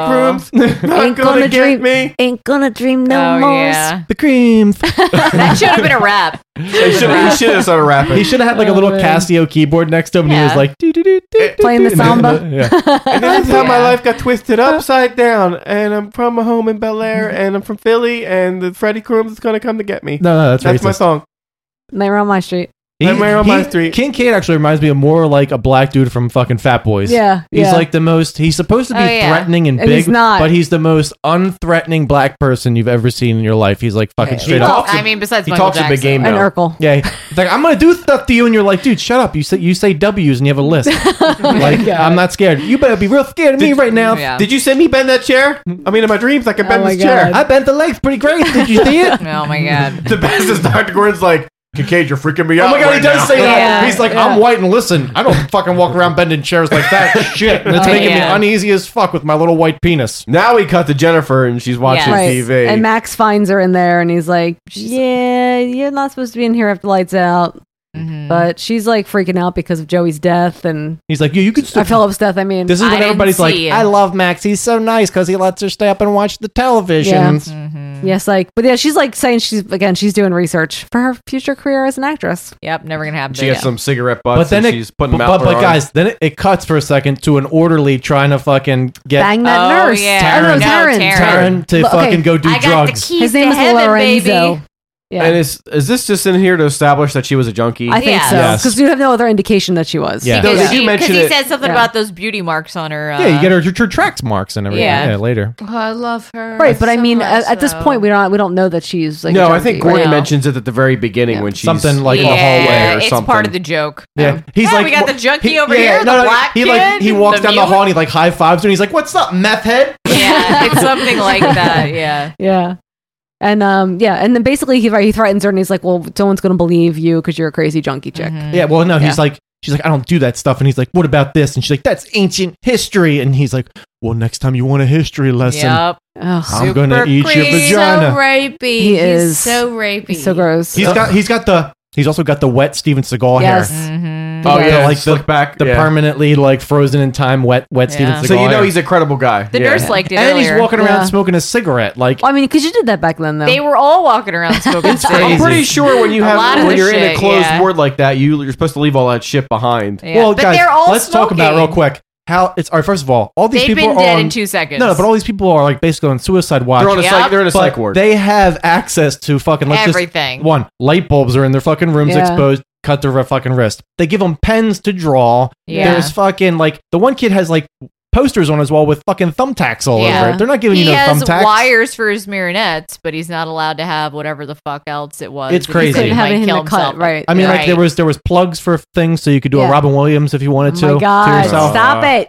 S9: Krueger's
S2: ain't
S9: not gonna,
S2: gonna
S9: get
S2: dream-
S9: me.
S2: Ain't gonna dream no
S12: Oh,
S2: more.
S12: yeah.
S10: The cream.
S12: that should have been a rap.
S9: They should he should have started rapping.
S10: He should have had like a little Casio keyboard next to him and he was
S12: Yeah.
S10: like
S2: Oh, Playing the
S10: samba. yeah.
S9: And that's how my life got twisted upside down. And I'm from a home in Bel Air, and I'm from Philly, and the Freddy Krueger's is gonna come to get me.
S10: No, no, that's
S9: that's my
S10: racist.
S9: song.
S2: Nightmare on my street.
S9: Nightmare on My
S10: Street. Kincaid actually reminds me of more like a black dude from fucking Fat Boys.
S2: Yeah,
S10: He's
S2: yeah.
S10: like the most, he's supposed to be
S2: Oh, yeah.
S10: threatening and
S2: And
S10: big,
S2: he's not.
S10: but he's the most unthreatening black person you've ever seen in your life. He's like fucking straight up.
S12: I mean, besides
S10: he
S12: Michael
S10: talks a
S12: Jackson.
S10: big game now.
S2: Urkel.
S10: Yeah. He's like, I'm going to do stuff to you. And you're like, dude, shut up. You say, you say W's and you have a list. like, I'm not scared. You better be real scared of me right now.
S12: Yeah. Oh,
S9: Did you send me bend that chair? I mean, in my dreams, I can
S2: Oh
S9: bend this chair.
S10: I bent the legs pretty great. Did you see it?
S12: Oh my god.
S9: the best is Dr. Gordon's like, Kincaid, you're freaking me
S10: Oh
S9: out.
S10: my god, he
S9: right
S10: does
S9: now."
S10: say that.
S9: Yeah.
S10: He's like, I'm white and listen, I don't fucking walk around bending chairs like that. Shit, that's
S9: Oh,
S10: making
S9: yeah.
S10: me uneasy as fuck with my little white penis.
S9: Now we cut to Jennifer and she's watching
S2: Right.
S9: TV.
S2: And Max finds her in there and he's like, Yeah, you're not supposed to be in here after lights out.
S12: Mm-hmm.
S2: But she's like freaking out because of Joey's death and
S10: He's like, yeah, you could.
S2: uh, Philip's death. I mean,
S10: This is when everybody's like, I love Max. He's so nice because he lets her stay up and watch the television.
S2: Yeah. Yes, like, but yeah, she's like saying she's again, she's doing research for her future career as an actress.
S12: Yep, never gonna happen.
S9: She has
S12: Yeah.
S9: some cigarette butts
S10: but then
S9: and
S10: it,
S9: she's putting them
S10: but,
S9: out.
S10: but,
S9: for
S10: but
S9: her
S10: guys, then it, it cuts for a second to an orderly trying to fucking get
S2: Bang that
S12: Oh,
S2: nurse.
S12: yeah.
S2: Oh,
S12: Taryn.
S2: no, Taryn.
S10: Taryn to
S2: Look, okay.
S10: fucking go do
S2: I got the
S10: drugs.
S2: His name is Lorenzo. Yeah.
S9: And is is this just in here to establish that she was a junkie?
S2: I think so.
S9: Yes.
S2: Because you have no other indication that she was.
S9: Yeah. Because Though they do she- mention
S12: Because he
S9: it-
S12: said something
S2: Yeah.
S12: about those beauty marks on her. Uh,
S10: yeah, you get her your, your tracks marks and everything.
S12: Yeah.
S10: Yeah, later.
S4: Oh, I love her.
S2: Right, but I
S4: so
S2: mean,
S4: much,
S2: at, at this
S4: though.
S2: point, we don't we don't know that she's like a
S9: no, I
S2: junkie,
S9: think Gordon
S2: right?
S9: mentions it at the very beginning when she's
S10: Something like
S9: in
S10: Yeah,
S9: the hallway or
S12: it's
S9: something.
S12: part of the joke.
S10: Yeah, he's
S12: Yeah,
S10: like
S12: we got the junkie over here, the black
S10: he
S12: kid,
S10: like he walks
S12: the
S10: down the hall and he like high fives her and he's like, "What's up, meth head?"
S12: Yeah, it's something like that. Yeah.
S2: Yeah. And um yeah, and then basically he right, he threatens her and he's like, "Well, someone's gonna believe you because you're a crazy junkie chick."
S12: Mm-hmm.
S10: Yeah, well, no, he's like, she's like, I don't do that stuff, and he's like, what about this? And she's like, that's ancient history, and he's like, well, next time you want a history lesson,
S12: Yep.
S10: I'm gonna eat your
S4: He's so
S10: vagina.
S4: rapey.
S2: He
S4: He's
S2: is.
S4: so rapey.
S2: He's so gross.
S10: He's got he's got the he's also got the wet Steven Seagal
S2: Yes.
S10: hair.
S4: Mm-hmm.
S9: Oh
S10: The,
S9: yeah,
S10: like
S9: like
S10: the,
S9: slick back,
S10: the
S9: yeah.
S10: permanently like frozen in time wet wet Steven
S9: Yeah.
S10: Seagal.
S9: So you know
S10: hair.
S9: he's a credible guy.
S12: The
S9: Yeah.
S12: nurse liked it.
S10: Oh, and
S12: earlier.
S10: he's walking around smoking a cigarette. Like
S2: Well, I mean, because you did that back then, though.
S12: They were all walking around smoking.
S2: It's
S12: cigarettes.
S9: I'm pretty sure when you
S12: A lot
S9: have
S12: of
S9: when
S12: the
S9: you're in a
S12: shit,
S9: closed
S12: yeah.
S9: ward like that, you you're supposed to leave all that shit behind.
S12: Yeah.
S10: Well,
S12: But
S10: oh, guys,
S12: they're all
S10: let's talk about it real
S12: smoking.
S10: quick how it's. All right, first of all, all these
S12: They've
S10: people
S12: been
S10: are
S12: dead
S10: on-
S12: in two seconds.
S10: No, no, but all these people are like basically on suicide watch.
S9: They're on a psych- Yep. they're in a
S10: But
S9: psych ward.
S10: They have access to fucking let's just-
S12: Everything.
S10: one light bulbs are in their fucking rooms
S12: Yeah.
S10: exposed. Cut their fucking wrist. They give them pens to draw.
S12: Yeah.
S10: There's fucking like the one kid has like posters on his wall with fucking thumbtacks all over it. They're not giving
S12: he
S10: you no
S12: has
S10: thumbtacks.
S12: wires for his marionettes, but he's not allowed to have whatever the fuck else it was.
S10: It's
S12: He
S10: crazy.
S12: couldn't
S10: Couldn't have
S12: like,
S10: it in
S12: kill
S2: the cut,
S12: himself.
S2: right.
S10: I mean, like there was there was plugs for things, so you could do
S2: Yeah.
S10: a Robin Williams if you wanted to.
S2: oh my
S10: to
S2: god,
S10: yourself.
S9: Uh,
S2: stop it.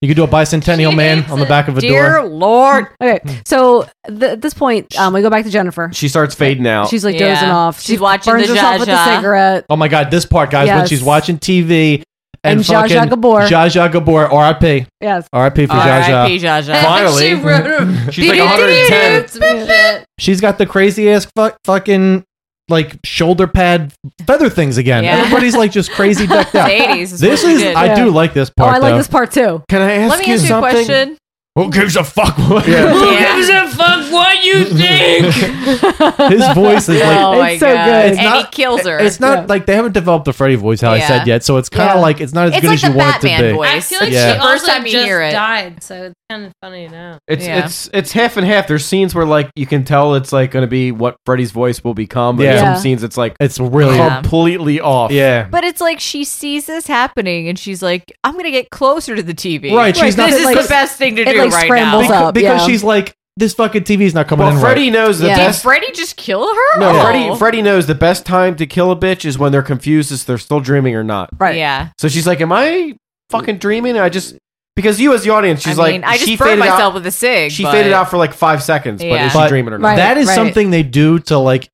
S10: You could do a bicentennial man on the back of a door.
S12: Lord.
S9: hmm.
S2: Okay, so th- at this point, um, we go back to Jennifer.
S9: She starts fading out.
S2: She's like dozing
S12: Yeah.
S2: off.
S12: She's watching
S2: burns
S12: the
S2: herself with
S12: Zsa
S2: a
S12: Zsa.
S2: cigarette.
S10: Oh my god, this part, guys, when
S2: Yes.
S10: she's watching TV and,
S2: And Zsa Zsa
S10: fucking
S2: Gabor.
S10: Zsa Zsa Gabor, RIP.
S2: Yes.
S10: RIP for Zsa Zsa.
S12: R.I.P. Zsa Zsa.
S10: Finally.
S12: She wrote-
S10: She's like 110.
S4: Some shit.
S10: She's got the crazy ass fu- fucking like shoulder pad feather things again.
S12: Yeah.
S10: Everybody's like just crazy decked out.
S12: It's 80s is
S10: This
S12: what
S10: is
S12: she did.
S10: I
S12: Yeah.
S10: do like this part.
S2: oh, I like
S10: though.
S2: this part too.
S9: Can I
S12: Let me ask you a question.
S21: Who gives a fuck? What?
S12: Who
S21: gives
S12: a fuck what you think?
S10: His voice is like
S12: oh my
S2: It's so
S12: god.
S2: good.
S12: and
S2: It's
S12: he
S2: not-
S12: kills her.
S10: It's not like they haven't developed the Freddy voice, how I
S12: Yeah.
S10: said yet. So it's kind of
S12: Yeah.
S10: like it's not as
S12: It's
S10: good
S12: like
S10: as you
S12: the
S10: want it to
S12: Batman
S10: be.
S12: voice.
S4: I feel like
S10: Yeah.
S4: she
S12: The first
S4: also
S12: time you
S4: just
S12: hear it.
S4: died, so it's kind of funny now.
S9: It's
S4: Yeah.
S9: it's it's half and half. There's scenes where like you can tell it's like going to be what Freddy's voice will become. but
S10: Yeah.
S9: some
S10: Yeah.
S9: scenes it's like
S10: it's really
S9: completely off.
S10: Yeah.
S12: But it's like she sees this happening and she's like, I'm gonna get closer to the TV.
S10: Right, she's not-
S12: this is
S10: like-
S12: the best thing to
S10: it,
S12: do
S10: like,
S12: right
S10: Beca-
S12: now.
S10: because, she's like this fucking TV's not coming
S9: Well,
S10: in
S9: Freddie
S10: right.
S9: knows the
S12: Did
S9: best.
S12: Freddy just kill her?
S9: No,
S12: Oh.
S9: Freddie, Freddie knows the best time to kill a bitch is when they're confused as they're still dreaming or not.
S12: Right. Yeah.
S9: So she's like, "Am I fucking dreaming?" I just because you as the audience, she's
S12: I mean,
S9: like,
S12: I just
S9: she
S12: burned
S9: faded out-
S12: myself with a cig,
S9: She
S12: but-
S9: faded out for like five seconds, but is she
S10: But
S9: dreaming or not?
S10: That is something they do to like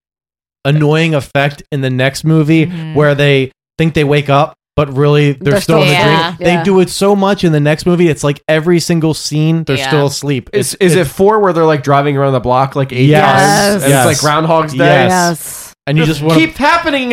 S10: annoying effect in the next movie where they think they wake up, but really they're,
S9: Mm-hmm. They're
S10: still, in
S9: still
S10: the
S9: Yeah.
S10: dream.
S9: Yeah.
S10: They do it so much in the next movie. It's like every single scene they're still asleep.
S9: Is, is it four where they're like driving around the block like eight times? And It's like Groundhog's Day.
S10: And you just want
S9: keeps happening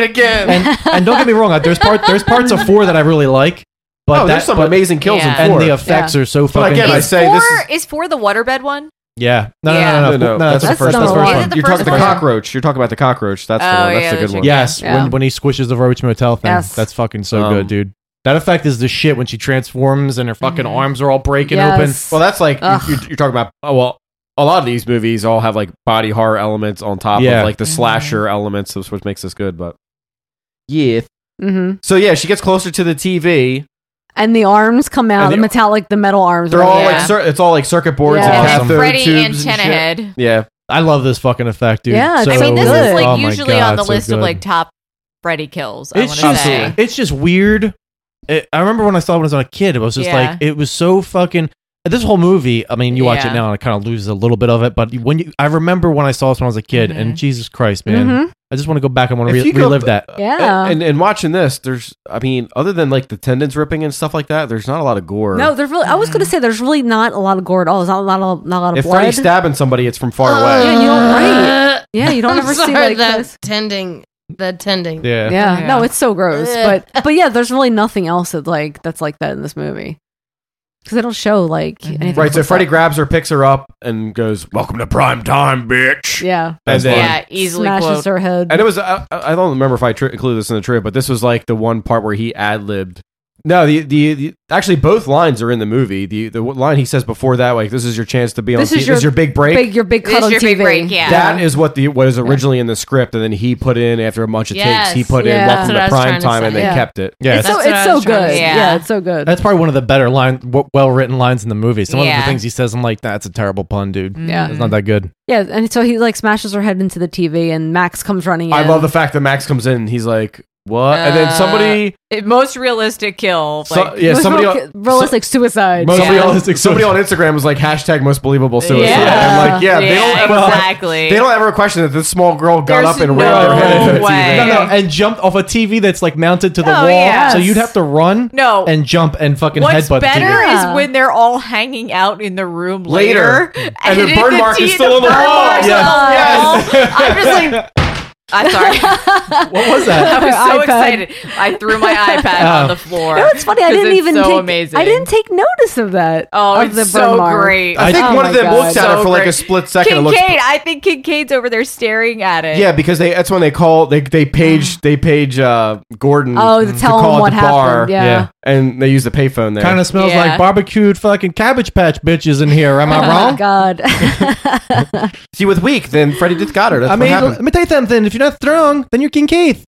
S9: again.
S10: and, and don't get me wrong, uh, there's part there's parts of four that I really like, but
S9: Oh,
S10: that,
S9: there's some
S10: but-
S9: amazing kills in
S10: and
S9: four.
S10: the effects
S9: Yeah.
S10: are so
S9: But
S10: fucking.
S9: again, I
S10: good.
S9: Is say
S12: Four is, for the waterbed one.
S10: Yeah. No, no,
S9: Yeah.
S10: no, no,
S9: No,
S10: no,
S9: no,
S10: That's, the first. That's the first
S12: one.
S10: one.
S12: Is it the
S9: You're
S12: first
S9: talking about
S12: one?
S9: the cockroach. You're talking about the cockroach. That's
S12: Oh,
S9: the one. That's
S12: yeah,
S9: the
S12: the
S9: good one.
S12: chicken.
S10: Yes,
S12: Yeah.
S10: when when he squishes the roach motel thing.
S12: Yes.
S10: That's fucking so
S9: Um,
S10: good, dude. That effect is the shit when she transforms and her fucking
S12: Mm-hmm.
S10: arms are all breaking
S9: Yes.
S10: open.
S9: Well, that's like
S10: Ugh.
S9: you're, you're talking about. Oh well, a lot of these movies all have like body horror elements on top
S10: Yeah.
S9: of like the slasher elements, which which makes this good. But yeah.
S7: Mm-hmm.
S9: So yeah, she gets closer to the TV.
S7: And the arms come out,
S9: And
S7: the,
S9: the-
S7: metallic, the metal arms.
S9: They're
S7: are-
S9: all
S7: Yeah.
S9: Oh, like cir- it's all like circuit boards
S7: Yeah.
S9: and
S7: And
S9: cathode
S12: Freddy
S9: tubes
S12: and
S9: shit.
S12: Tennahead.
S9: Yeah,
S10: I love this fucking effect, dude.
S12: Yeah, it's
S10: So
S12: I mean, this
S10: good.
S12: is like
S10: Oh my
S12: usually
S10: God,
S12: on the
S10: so
S12: list of
S10: good.
S12: like top Freddy kills. I
S10: It's
S12: want to
S10: just,
S12: say.
S10: it's just weird. It, I remember when I saw it when I was on a kid, it was just
S12: Yeah.
S10: like it was so fucking. This whole movie, I mean, you watch
S12: Yeah.
S10: it now and it kind of loses a little bit of it, but when you, I remember when I saw this when I was a kid,
S12: Mm-hmm.
S10: and Jesus Christ, man,
S7: Mhm.
S10: I just want to go back and want to
S9: If
S10: re-
S9: you go-
S10: relive that.
S7: Yeah.
S9: And, and and watching this, there's I mean, other than like the tendons ripping and stuff like that, there's not a lot of gore.
S7: No, there's really. I was gonna say there's really not a lot of gore at all. There's not a lot of not a lot of
S9: if
S7: blood.
S9: Freddy's stabbing somebody, it's from far away.
S7: yeah, you don't. Right.
S4: Uh,
S7: Yeah, you don't
S4: I'm
S7: ever see
S4: sorry,
S7: like
S4: that
S7: those-
S4: tending. The tending.
S7: Yeah. No, it's so gross.
S4: Ugh.
S7: But but yeah, there's really nothing else that like that's like that in this movie. Because they don't show like anything.
S9: Right, so
S7: close
S9: Freddy grabs her, picks her up, and goes, "Welcome to prime time, bitch."
S7: up. Yeah.
S9: And then-
S12: yeah, easily
S7: smashes
S12: quote.
S7: her head.
S9: And it was I, I I don't remember if I tri- included this in the trivia, but this was like the one part where he ad libbed. No, the, the the actually both lines are in the movie. The the line he says before that, like this is your chance to be on.
S7: This
S9: t-
S7: is your,
S9: big break.
S7: Big, your big
S12: This
S7: cut
S12: is
S7: on
S12: your
S7: TV.
S12: big break, yeah.
S9: That is what the what is originally in the script, and then he put in after a bunch of
S7: Yes,
S9: takes. He put
S7: yeah.
S9: in welcome
S7: That's
S9: to
S7: what I was
S9: prime
S7: trying to
S9: time,
S7: say.
S9: and they
S7: Yeah.
S9: kept it.
S10: Yeah,
S7: It's so
S10: that's
S7: it's
S4: what I
S7: so
S4: was trying to
S7: good.
S4: say.
S7: Yeah.
S4: Yeah.
S7: it's so good.
S10: That's probably one of the better line, w- well written lines in the movie. Some of
S7: Yeah.
S10: the things he says, I'm like, that's a terrible pun, dude.
S7: Yeah.
S10: it's not that good.
S7: yeah, and so he like smashes her head into the TV, and Max comes running. in.
S9: I love the fact that Max comes in. He's like, "What?" Uh, and then somebody,
S12: Uh, most realistic kill.
S9: So-
S12: like-
S9: yeah,
S7: Most
S9: somebody
S7: real-
S9: on-
S7: realistic suicide.
S9: most realistic- somebody on Instagram was like, "Hashtag most believable suicide."
S7: Yeah.
S9: And like, yeah, they
S7: Yeah,
S9: don't ever,
S7: exactly.
S9: They don't ever question that this small girl got
S10: There's
S9: up and
S10: no
S9: ran her head into a TV.
S10: No, no, and jumped off a TV that's like mounted to the
S12: Oh,
S10: wall,
S12: yes.
S10: so you'd have to run,
S12: No.
S10: and jump and fucking
S12: What's
S10: headbutt
S12: better
S10: the TV.
S12: is when they're all hanging out in the room
S10: Later.
S12: later,
S10: And the burn
S12: it-
S10: mark is
S12: tea-
S10: still on the
S12: burn
S10: wall.
S12: mark's
S10: Yes.
S12: on the
S10: Yes.
S12: wall. I'm just like, I'm sorry.
S10: What was
S12: I
S10: that?
S12: was so
S7: iPad.
S12: excited. I threw my iPad
S10: Oh.
S12: on the floor.
S7: No, it's funny. I
S12: 'Cause
S7: didn't
S12: it's
S7: even
S12: so
S7: take,
S12: amazing.
S7: I didn't take notice of that.
S12: Oh,
S7: of
S12: it's
S7: the
S12: so
S7: burn mark.
S12: great.
S9: I think
S7: Oh
S9: one
S7: my
S9: of them
S7: God.
S9: looks at her
S12: So
S9: for like
S12: great.
S9: a split second. and looks,
S12: Kincaid, I think Kincaid's over there staring at it.
S9: yeah, because they that's when they call they they page they page uh, Gordon.
S12: Oh, to tell
S9: call
S12: him
S9: at
S12: what
S9: the
S12: happened,
S9: bar,
S12: yeah. Yeah.
S9: and they use the payphone there.
S10: Kind of smells
S7: Yeah.
S10: like barbecued fucking cabbage patch bitches in here. Am I
S7: oh
S10: wrong?
S7: my god.
S9: She was weak, then Freddie just got her. That's
S10: I mean,
S9: what happened.
S10: let me tell you something. If you're not strong, then you're King Keith.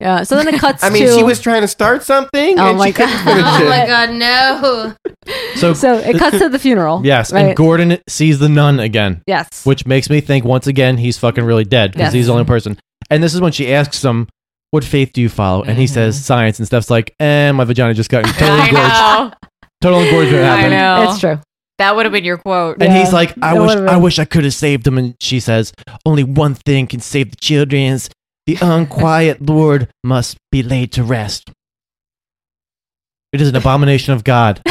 S7: yeah. So then it cuts.
S9: I mean,
S7: to,
S9: she was trying to start something.
S7: Oh
S9: and
S7: my
S9: she couldn't
S7: God.
S9: finish
S4: Oh
S9: it.
S4: my god, no.
S10: So,
S7: so it cuts to the funeral.
S10: Yes, and
S7: right?
S10: Gordon sees the nun again.
S7: Yes.
S10: Which makes me think once again he's fucking really dead because
S7: Yes.
S10: he's the only person. And this is when she asks him, What faith do you follow? And he says, Science. And Steph's like, Eh, my vagina just got totally
S12: Mm-hmm. I
S10: engorged.
S12: know.
S10: Total engorgement
S12: I
S10: happened.
S12: know.
S7: It's true.
S12: That would have been your quote.
S10: And he's like,
S12: That
S10: I wish
S12: would've
S10: I
S12: been-
S10: wish I could have saved him. And she says, Only one thing can save the children's. The unquiet Lord must be laid to rest. It is an abomination of God.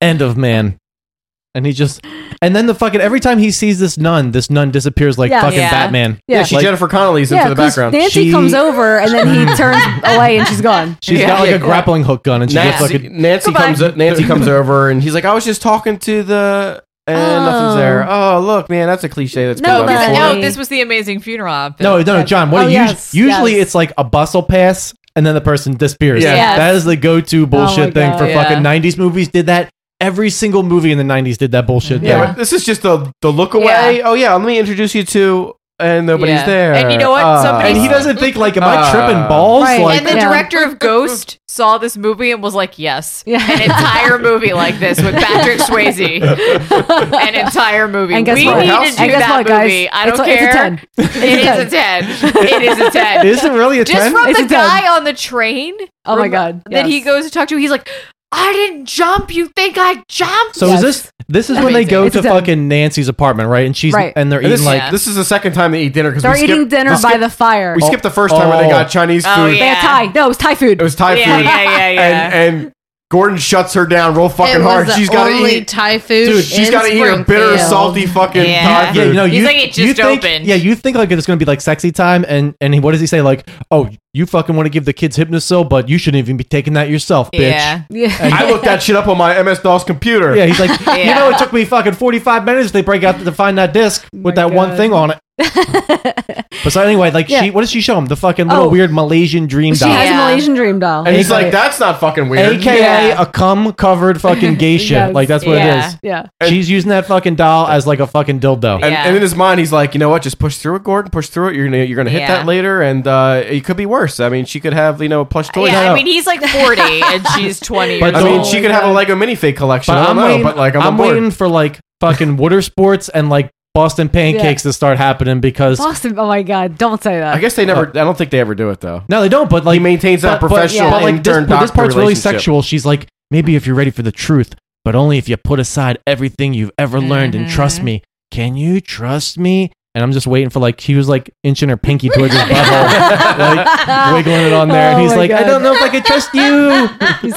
S10: End of man. And he just and then the fucking every time he sees this nun, this nun disappears like
S7: Yeah.
S10: fucking
S7: Yeah.
S10: Batman.
S7: Yeah. Yeah, she
S10: Like-
S9: Jennifer Connelly's
S7: yeah, 'cause Nancy
S10: She-
S7: comes over and then he turns away and she's gone.
S10: She's
S7: yeah.
S10: got like
S9: Yeah.
S10: a grappling hook gun and she just
S9: Nancy,
S10: fucking
S9: Nancy comes. Nancy comes over, and he's like, "I was just talking to the." And nothing's there. Oh, look, man, that's a cliche. That's
S12: No,
S9: been done
S12: this,
S9: before.
S12: no, this was the amazing funeral outfit.
S10: No, no, no, John. What
S12: Oh,
S10: it usu-
S12: yes,
S10: usually
S12: yes.
S10: it's like a bustle pass and then the person disappears.
S12: Yeah. Yes. Oh
S10: That is the go-to bullshit
S12: my
S10: thing
S12: God.
S10: for
S12: Yeah.
S10: fucking 90s movies did that. Every single movie in the 90s did that bullshit.
S9: Yeah,
S10: thing.
S9: but this is just the the look away. Oh yeah, let me introduce you to and nobody's
S12: Yeah.
S9: there.
S12: And you know what?
S9: Ah.
S12: Somebody's-
S10: And he doesn't think like, am I
S9: Ah.
S10: tripping balls? Like,
S12: and the director of Ghost saw this movie and was like, "Yes, an entire movie like this with Patrick Swayze, an entire movie.
S2: And guess
S12: we
S2: what?
S12: need to
S2: And
S12: do
S2: guess
S12: that
S2: what, guys?
S12: movie. I
S2: It's
S12: don't
S2: a- it's a
S12: care.
S2: 10.
S12: It's a ten. It is a ten.
S10: Is it really a
S12: Just
S10: 10?
S12: from
S10: It's
S12: the
S10: a 10.
S12: guy on the train.
S2: Oh my
S12: rem-
S2: God,
S12: That he
S2: yes.
S12: goes to talk to. He's like, "I didn't jump. You think I jumped?"
S10: So is this this is when they
S12: Amazing.
S10: go
S12: It's
S10: to
S12: a done.
S10: fucking Nancy's apartment, right? And she's
S2: Right.
S10: and they're
S9: And
S10: eating
S9: this,
S10: like
S9: this is the second time they eat dinner because
S2: They're eating dinner by the fire.
S9: We skipped the first time where they got Chinese food.
S2: Oh, They had Thai. No, it was Thai food.
S9: It was Thai
S2: Yeah,
S9: food.
S2: yeah, yeah, yeah.
S9: And, and Gordon shuts her down real fucking
S22: it
S9: hard.
S22: Was
S9: She's
S22: the
S9: got to
S22: only
S9: eat.
S22: Thai food.
S9: Dude, she's
S22: got
S9: gotta
S22: to
S9: eat her bitter, salty fucking
S22: yeah.
S9: Thai food.
S10: Yeah, you know,
S22: He's
S10: you,
S22: like, "It
S10: you
S22: just
S10: think,
S22: opened."
S10: Yeah, you think like it's gonna be like sexy time, and and he- what does he say? Like, oh, you fucking want to give the kids hypnosil, but you shouldn't even be taking that yourself, bitch.
S9: I looked that shit up on my MS DOS computer.
S10: Yeah, he's like, you know, it took me fucking forty five minutes to break out to find that disc
S9: Oh
S10: with that one thing on it. but so anyway, like
S2: Yeah.
S10: she, what does she show him? The fucking little
S2: Oh.
S10: weird Malaysian dream
S2: She
S10: doll.
S2: has a Malaysian dream doll.
S10: And he's like,
S9: That's not fucking weird.
S10: AKA a cum covered fucking geisha.
S2: Yes.
S10: Like that's what
S2: Yeah.
S10: it is.
S2: Yeah.
S10: She's using that fucking doll as like a fucking dildo.
S9: And, and in his mind, he's like, you know what? Just push through it, Gordon. Push through it. You're gonna, you're gonna hit
S12: Yeah.
S9: that later, and uh, it could be worse. I mean, she could have, you know, a plush toy.
S12: Yeah, I mean, he's like forty and she's twenty.
S9: but
S12: years
S9: I mean,
S12: old.
S9: she could have a Lego minifig collection.
S10: but
S9: I
S10: I'm,
S9: don't know,
S10: waiting,
S9: but like, I'm,
S10: I'm
S9: on board.
S10: waiting for like fucking water sports and like Boston pancakes to start happening because
S2: Boston. Oh my God! Don't say that.
S9: I guess they never. I don't think they ever do it though.
S10: no, they don't. But like he
S9: maintains that professional intern
S10: this, but this
S9: doctor
S10: part's really
S9: relationship.
S10: sexual. She's like, maybe if you're ready for the truth, but only if you put aside everything you've ever learned and
S2: Mm-hmm.
S10: trust me. Can you trust me? And I'm just waiting for like he was like inching her pinky towards his butthole, like wiggling it on there, and
S2: Oh
S10: he's
S2: my
S10: like, I
S2: God.
S10: don't know if I can trust you.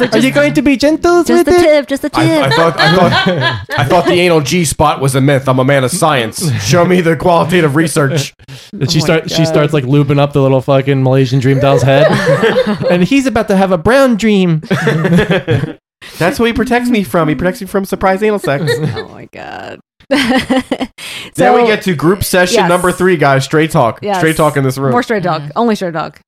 S10: Are you going to be gentle with it?
S2: just the
S9: I, I thought, I thought, I thought the anal G spot was a myth. I'm a man of science. Show me the qualitative research.
S10: And
S2: Oh
S10: she starts she starts like looping up the little fucking Malaysian dream doll's head. and he's about to have a brown dream.
S9: That's what he protects me from. He protects me from surprise anal sex.
S2: Oh my God.
S9: then
S2: So-
S9: we get to group session
S2: Yes.
S9: number three, guys. Straight talk.
S2: Yes.
S9: Straight talk in this room.
S2: More straight dog. Only straight dog.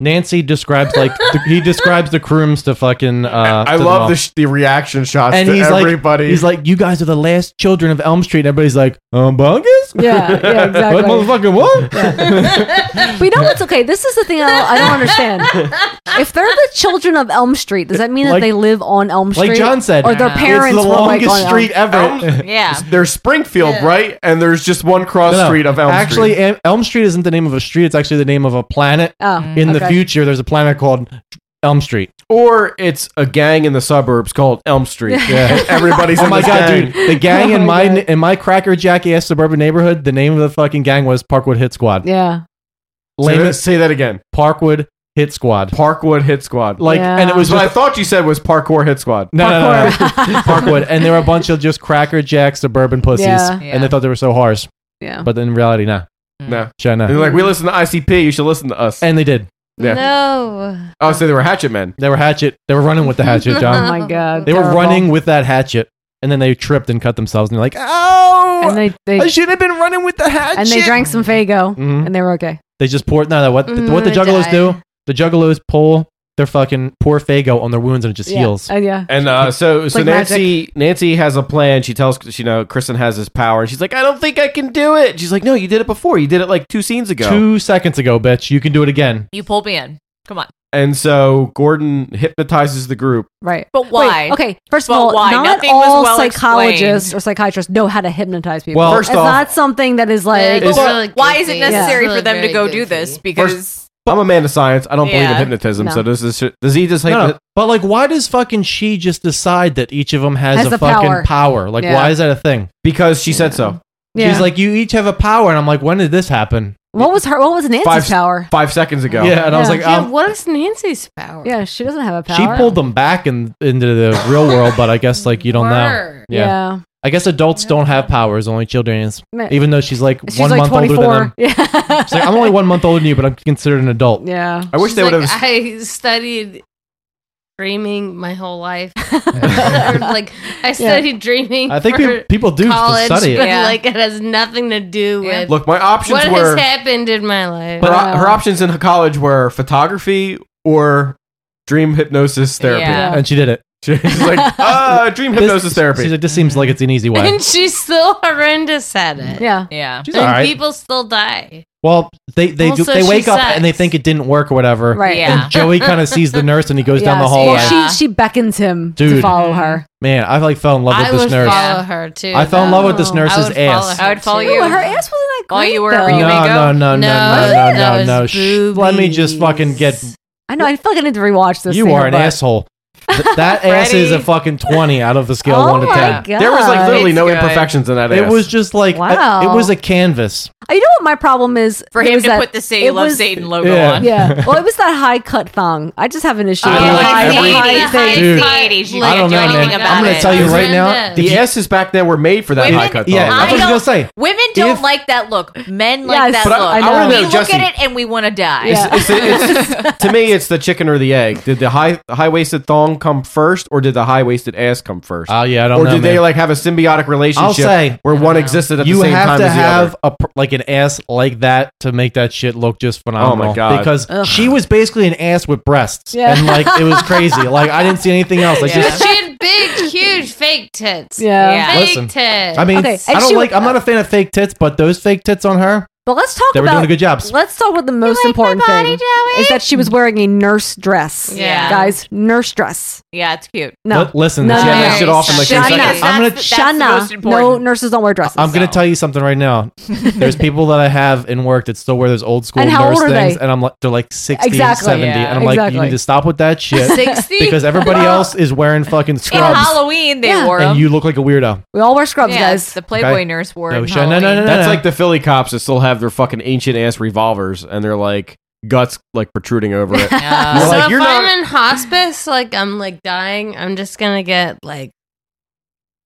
S10: Nancy describes like the, he describes the crooms to fucking. Uh,
S9: I
S10: to
S9: love
S10: them
S9: the, sh- the reaction
S10: all.
S9: shots
S10: and
S9: to
S10: he's
S9: everybody.
S10: like, he's like, you guys are the last children of Elm Street. And everybody's like, um, bungus?
S2: Yeah, yeah, exactly.
S10: what motherfucking what?
S2: But you know what's okay? This is the thing I don't, I don't understand. If they're the children of Elm Street, does that mean that
S9: Like-
S2: they live on Elm Street?
S9: Like John said,
S2: or their parents
S9: it's the
S2: were like
S9: longest
S2: on
S10: um,
S2: Elm-
S9: street ever.
S2: Yeah.
S9: there's Springfield, right? And there's just one cross
S10: No, no.
S9: street of Elm
S10: actually,
S9: Street.
S10: Em- Elm Street isn't the name of a street. It's actually the name of a planet.
S2: Oh,
S10: in the
S2: okay.
S10: future, there's a planet called Elm Street.
S9: Or it's a gang in the suburbs called Elm Street.
S10: Yeah.
S9: And everybody's
S10: oh
S9: in
S10: my
S9: this
S10: god,
S9: gang.
S10: dude! The gang
S2: Oh
S10: in my in my cracker jack ass suburban neighborhood. The name of the fucking gang was Parkwood Hit Squad.
S2: Yeah.
S9: Say that,
S10: Lamest
S9: say that again.
S10: Parkwood Hit Squad.
S9: Parkwood Hit Squad.
S10: Like, and it was
S9: what I
S10: just-
S9: thought you said was parkour Hit Squad.
S10: No, no, no, no. Parkwood, and they were a bunch of just cracker jack suburban pussies,
S9: Yeah.
S10: and they thought they were so horse.
S2: Yeah.
S10: But in reality, nah.
S9: No.
S10: Sure, nah.
S9: And they're like, we listen to ICP. You should listen to us.
S10: And they did.
S9: Yeah.
S4: No.
S9: Oh, so they were hatchet men.
S10: They were hatchet. They were running with the hatchet, John.
S2: Oh
S12: Uh-huh.
S2: my God.
S10: They were
S2: Terrible.
S10: running with that hatchet, and then they tripped and cut themselves, and they're like, ah!
S2: Oh! And they, they,
S10: I should have been running with the hatchet.
S2: And they drank some Fago,
S10: Mhm.
S2: and they were okay.
S10: they just poured. No, no. What
S2: Mm,
S10: what the
S2: they
S10: juggalos
S2: died.
S10: do? The juggalos pull their fucking poor Fago on their wounds, and it just
S2: Yeah.
S10: heals.
S2: Uh, yeah.
S9: And uh, so,
S10: It's
S9: so
S10: like
S9: Nancy, Nancy has a plan. She tells, you know, Kristen has this power, and she's like, I don't think I can do it. She's like, No, you did it before. You did it like two scenes ago.
S10: Two seconds ago, bitch. You can do it again.
S12: you pulled me in. Come on.
S9: And so Gordon hypnotizes the group.
S2: Right.
S12: But why?
S2: okay, first
S12: But
S2: of all,
S12: why?
S2: not
S12: Nothing was
S2: all
S12: well
S2: psychologists or psychiatrists know how to hypnotize people.
S9: Well, first
S2: it's
S9: off-
S2: not something that is like.
S12: But why- why is it necessary for them to go do this? Because
S9: First, I'm a man of science. I don't believe in
S12: Yeah.
S9: hypnotism.
S12: No.
S9: So does this does he just
S10: No,
S9: hypno-
S10: no. But like, why does fucking she just decide that each of them has,
S9: Has
S10: a
S9: the
S10: fucking
S9: power.
S10: power? Like,
S9: Yeah.
S10: why is that a thing?
S9: Because she said so.
S2: Yeah.
S10: She's like, you each have a power, and I'm like, when did this happen?
S2: What was her? What was Nancy's
S10: Five-
S2: power?
S9: Five seconds ago.
S10: Yeah, and I was like,
S4: yeah,
S10: um,
S4: what's Nancy's power?
S2: Yeah, she doesn't have a power.
S10: she pulled them back in, into the real world, but I guess like you don't know.
S2: Word. Yeah.
S10: I guess adults don't have powers, only children. is.
S2: Meh.
S10: Even though she's like
S2: She's
S10: one
S2: like
S10: month older than
S2: 24.
S10: them. She's like, I'm only one month older than you, but I'm considered an adult.
S2: Yeah.
S10: I wish
S4: She's
S10: they would
S4: like,
S10: have.
S4: I studied dreaming my whole life. Or, like I studied dreaming.
S9: I think
S4: for
S9: peop- people do
S4: college,
S9: study it.
S4: but
S9: Yeah.
S4: like it has nothing to do with.
S9: Look, my options
S4: what
S9: were.
S4: has happened in my life.
S9: Her, her options in college were photography or dream hypnosis therapy.
S4: Yeah.
S10: And she did it.
S9: She's like, uh, dream
S10: This-
S9: hypnosis therapy.
S10: She's like, this seems like it's an easy way.
S4: And she's still horrendous at it.
S2: Yeah.
S12: Yeah.
S10: She's
S4: and
S10: alright.
S4: people still die.
S10: Well, they they do,
S4: Also,
S10: they
S4: she
S10: wake up
S4: sucks.
S10: and they think it didn't work or whatever.
S2: Right. Yeah.
S10: And Joey kind of sees the nurse and he goes down the
S2: Yes,
S10: hallway.
S2: well, She she beckons him to
S10: Dude.
S2: follow her.
S10: Man, I like fell in love with
S4: I
S10: this
S4: would
S10: nurse.
S4: follow her too.
S10: I fell in love with this
S4: though.
S10: nurse's
S4: I would follow
S10: ass.
S4: her,
S12: I would follow
S4: too.
S12: you.
S2: her ass wasn't that
S12: While you were
S2: though.
S12: where you may go.
S10: no, no, no,
S4: No,
S10: no, no,
S4: that
S10: no,
S4: was
S10: no, no. Shh, Let me just fucking get.
S2: I know. I feel like I need to rewatch this.
S10: You
S2: to
S10: are
S2: her,
S10: an
S2: but-
S10: asshole. Th- that ass is a fucking twenty out of the scale
S2: Oh
S10: one to
S2: my
S10: ten.
S9: There was like
S2: God.
S9: literally no
S2: It's good.
S9: imperfections in that.
S10: It
S9: ass.
S10: was just like a-
S2: Wow.
S10: it was a canvas.
S2: Oh, You know what my problem is
S12: For
S2: It
S12: him
S2: was
S12: to
S2: that
S12: put the Say
S2: it
S12: You Love
S2: was-
S12: Satan logo
S10: Yeah.
S12: on.
S2: Yeah. Well, it was that high cut thong. I just have an issue. with
S12: Oh,
S2: the
S12: like
S2: high,
S12: every-
S2: high thing.
S10: Dude,
S12: the 80s. You
S10: I
S12: can't
S10: don't
S12: do
S10: know,
S12: anything
S10: man.
S12: about
S10: I'm gonna
S12: it.
S10: tell you right now.
S12: Horrendous.
S10: the
S9: the asses back then were made for that
S12: Women-
S9: high cut.
S10: Yeah,
S9: thong.
S10: that's what I was gonna say.
S12: Women don't like that look. Men like
S2: Yes,
S12: that
S9: But I-
S12: look.
S9: I wanna know,
S12: we look
S9: Jesse.
S12: at it and we want to die.
S9: It's- to me, it's the chicken or the egg. Did the high high waisted thong come first, or did the high waisted ass come first? Oh
S10: Ah, yeah, I don't
S9: Or
S10: know,
S9: did they
S10: man.
S9: like have a symbiotic relationship?
S10: say,
S9: where one existed at
S10: you
S9: the same
S10: have
S9: time
S10: to
S9: as the
S10: have
S9: other.
S10: a pr- like an ass like that to make that shit look just phenomenal.
S9: Oh God.
S10: Because
S4: Ugh.
S10: she was basically an ass with breasts,
S4: Yeah.
S10: and like it was crazy. Like I didn't see anything else. Like
S4: But
S10: just
S4: she had big, huge fake tits.
S2: Yeah.
S4: Fake
S10: listen.
S4: tits.
S10: I mean, I don't like.
S2: uh,
S10: I'm not a fan of fake tits, but those fake tits on her.
S2: But let's talk
S10: They were
S2: about.
S10: doing a good job.
S2: Let's talk about the most important thing is that she was wearing a nurse dress.
S12: Yeah.
S2: guys, nurse dress.
S12: Yeah, it's cute.
S2: No,
S10: Li- listen,
S2: no,
S10: she
S2: no,
S10: had
S2: no.
S10: that shit off in like two
S2: Shana,
S10: seconds. I'm gonna,
S12: that's the most
S2: Shana, no
S12: important.
S2: nurses don't wear dresses.
S10: I'm gonna tell you something right now. There's people that I have in work that still wear those old school
S2: And how
S10: nurse
S2: old are they?
S10: things, and I'm like, they're like 60,
S2: Exactly.
S10: 70,
S2: Yeah.
S10: and I'm like, you
S2: Exactly.
S10: need to stop with that shit
S2: 60?
S10: because everybody
S2: Well,
S10: else is wearing fucking
S12: In
S10: scrubs.
S12: Halloween, they wore them.
S10: and you look like a weirdo.
S2: we all wear scrubs,
S12: Yeah,
S2: guys.
S12: The Playboy
S9: Okay.
S12: nurse wore.
S9: No,
S12: in
S9: sh- no, no,
S12: Halloween.
S9: no, no, That's
S10: no.
S9: like the Philly cops that still have their fucking ancient ass revolvers, and they're like guts like protruding over it. You're
S4: so
S9: like,
S4: if
S9: you're
S4: I'm
S9: not.
S4: in hospice, like I'm like dying, I'm just gonna get like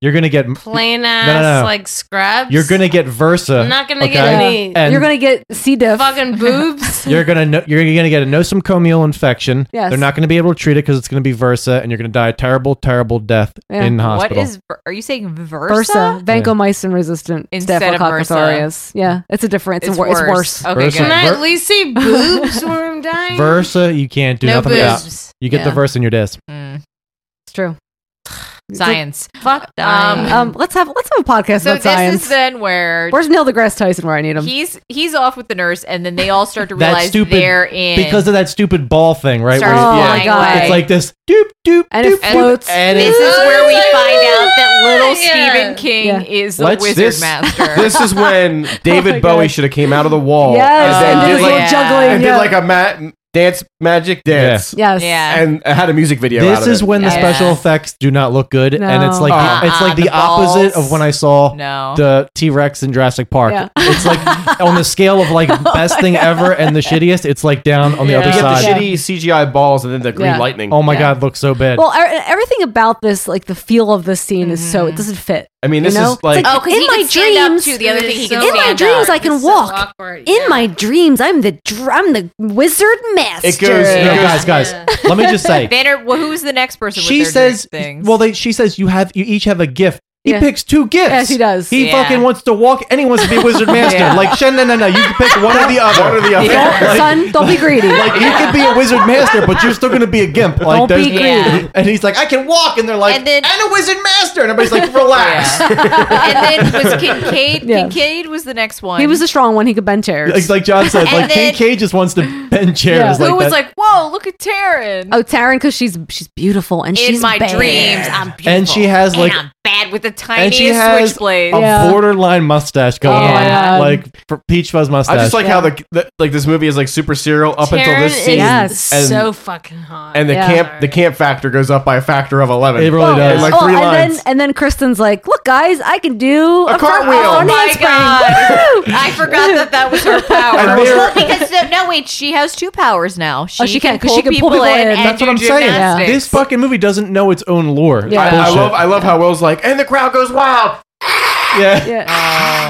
S10: You're gonna get
S4: plain ass
S10: no, no.
S4: like scrubs.
S10: You're gonna get Versa.
S4: I'm not gonna get any-
S10: And
S2: You're gonna get C diff.
S4: fucking boobs.
S10: you're gonna no, you're gonna get a nosocomial infection.
S2: Yes.
S10: They're not gonna be able to treat it because it's gonna be Versa, and you're gonna die a terrible, terrible death
S2: Yeah.
S10: in
S12: What
S10: hospital.
S12: is? ver- Are you saying Versa?
S2: Versa, vancomycin resistant
S12: Instead of
S2: staphylococcus
S12: MRSA.
S2: aureus. Yeah, it's a different. It's,
S12: It's
S2: wor- it's
S12: worse.
S2: worse.
S12: Okay, Versa.
S4: Can I
S10: Ver-
S4: at least see boobs when I'm dying?
S10: Versa, you can't do
S4: No
S10: nothing
S4: boobs.
S10: about. You get the
S4: Yeah.
S10: Versa in your disc.
S2: It's true.
S12: Mm. Science.
S4: Fuck
S2: Um,
S4: dying.
S2: um, let's have let's have a podcast
S12: So
S2: about
S12: this
S2: science.
S12: is then where
S2: Where's Neil deGrasse Tyson where I need him?
S12: he's he's off with the nurse, and then they all start to
S10: That
S12: realize
S10: stupid
S12: they're in
S10: because of that stupid ball thing, right?
S12: Starts
S2: Oh
S10: you-
S12: flying away.
S10: It's like this doop doop
S2: and it
S10: doop,
S2: floats.
S10: doop, and
S12: This
S10: it-
S12: is where we find out that little
S4: Yeah.
S12: Stephen King is the
S9: Let's-
S12: wizard
S9: this-
S12: master.
S9: This is when
S10: Oh
S9: David Bowie should have came out of the wall.
S12: Yes,
S2: and did his little juggling,
S9: And did
S2: yeah.
S9: like a ma- dance magic dance.
S2: Yes. Yeah.
S9: And had a music video. out
S10: This
S9: of
S10: is
S9: it.
S10: when the special effects do not look good, and it's
S2: No.
S10: like
S9: Uh-uh,
S10: the, uh, it's like the,
S9: the
S10: opposite
S9: balls.
S10: of when I saw
S9: No.
S10: the T Rex in Jurassic Park.
S2: Yeah.
S10: It's like on the scale of like best thing ever and the shittiest, it's like down on the
S9: You
S10: other
S9: get
S10: side.
S9: the shitty CGI balls and then the green
S2: Yeah.
S9: lightning.
S10: Oh my god, looks so bad.
S2: Well, er- everything about this, like the feel of this scene, is so it doesn't fit.
S9: I mean,
S2: you
S9: this
S2: know?
S9: is like.
S2: It's
S12: Oh, 'cause
S2: in
S12: he
S2: my
S12: can stand up,
S2: dreams,
S12: too. The other thing, he
S2: in
S12: can
S2: my
S12: stand
S2: dreams,
S12: up.
S2: I can
S12: It's so
S2: walk.
S12: awkward,
S2: In my dreams, I'm the dr- I'm the wizard master.
S10: it goes, no, guys, guys. Let me just say,
S12: Vander, well, who's the next person?
S10: she
S12: with their nurse
S10: says.
S12: thing?
S10: Well, they she says you have you each have a gift. He
S2: Yeah.
S10: picks two gifts.
S2: Yes, he does.
S10: He
S2: Yeah.
S10: fucking wants to walk and he wants to be wizard master.
S2: Yeah.
S10: Like, Shen, no, no, no. You can pick one or the other.
S9: One or the other.
S10: Yeah.
S2: Don't- son, don't be greedy.
S10: Like, you could be a wizard master, but you're still going to be a gimp. Like,
S2: Don't be
S10: there's-
S2: greedy.
S10: And he's like, I can walk. And they're like, and, a wizard master. And everybody's like, relax.
S12: and then was Kincaid.
S2: Yeah.
S12: Kincaid was the next one.
S2: He was the strong one. He could bend chairs.
S10: Like, like John said,
S12: And
S10: like,
S12: then-
S10: King Cage just wants to bend chairs.
S2: Yeah.
S10: Like
S2: Who
S12: who was
S10: that.
S12: like, "Whoa, look at Taryn."
S2: oh, Taryn, because she's she's beautiful and
S12: In
S2: she's
S12: my
S2: bad.
S12: dreams, I'm beautiful.
S10: And she has, like-
S12: and I'm bad with the
S10: and
S12: tiniest
S10: she has
S12: switchblade.
S10: a borderline mustache going
S2: Oh,
S12: Yeah. Yeah.
S10: on, like for Peach Fuzz mustache.
S9: I just like how the, the like this movie is like super serial up until
S4: Taryn
S9: this
S4: is
S9: scene, and,
S4: so fucking hot.
S9: and the
S2: Yeah.
S9: camp the camp factor goes up by a factor of eleven.
S10: It really does.
S9: In like
S2: oh,
S9: three
S2: and
S9: lines.
S2: then and then Kristen's like, "Look, guys, I can do a, front-
S9: cartwheel."
S2: a front
S9: Oh my
S2: handspring."
S12: God.
S2: Woo!
S12: I forgot that that was her power.
S9: And there-
S12: well, because no, no, wait, she has two powers now. She,
S2: Oh, she can, 'cause
S12: pull
S2: she can
S12: people
S2: pull people
S12: in.
S2: in.
S12: And
S10: That's
S12: do
S10: what I'm saying.
S12: gymnastics.
S10: This fucking movie doesn't know its own lore. It's
S9: I, I
S10: bullshit.
S9: love I love how Will's like, and the crowd goes wild.
S10: yeah.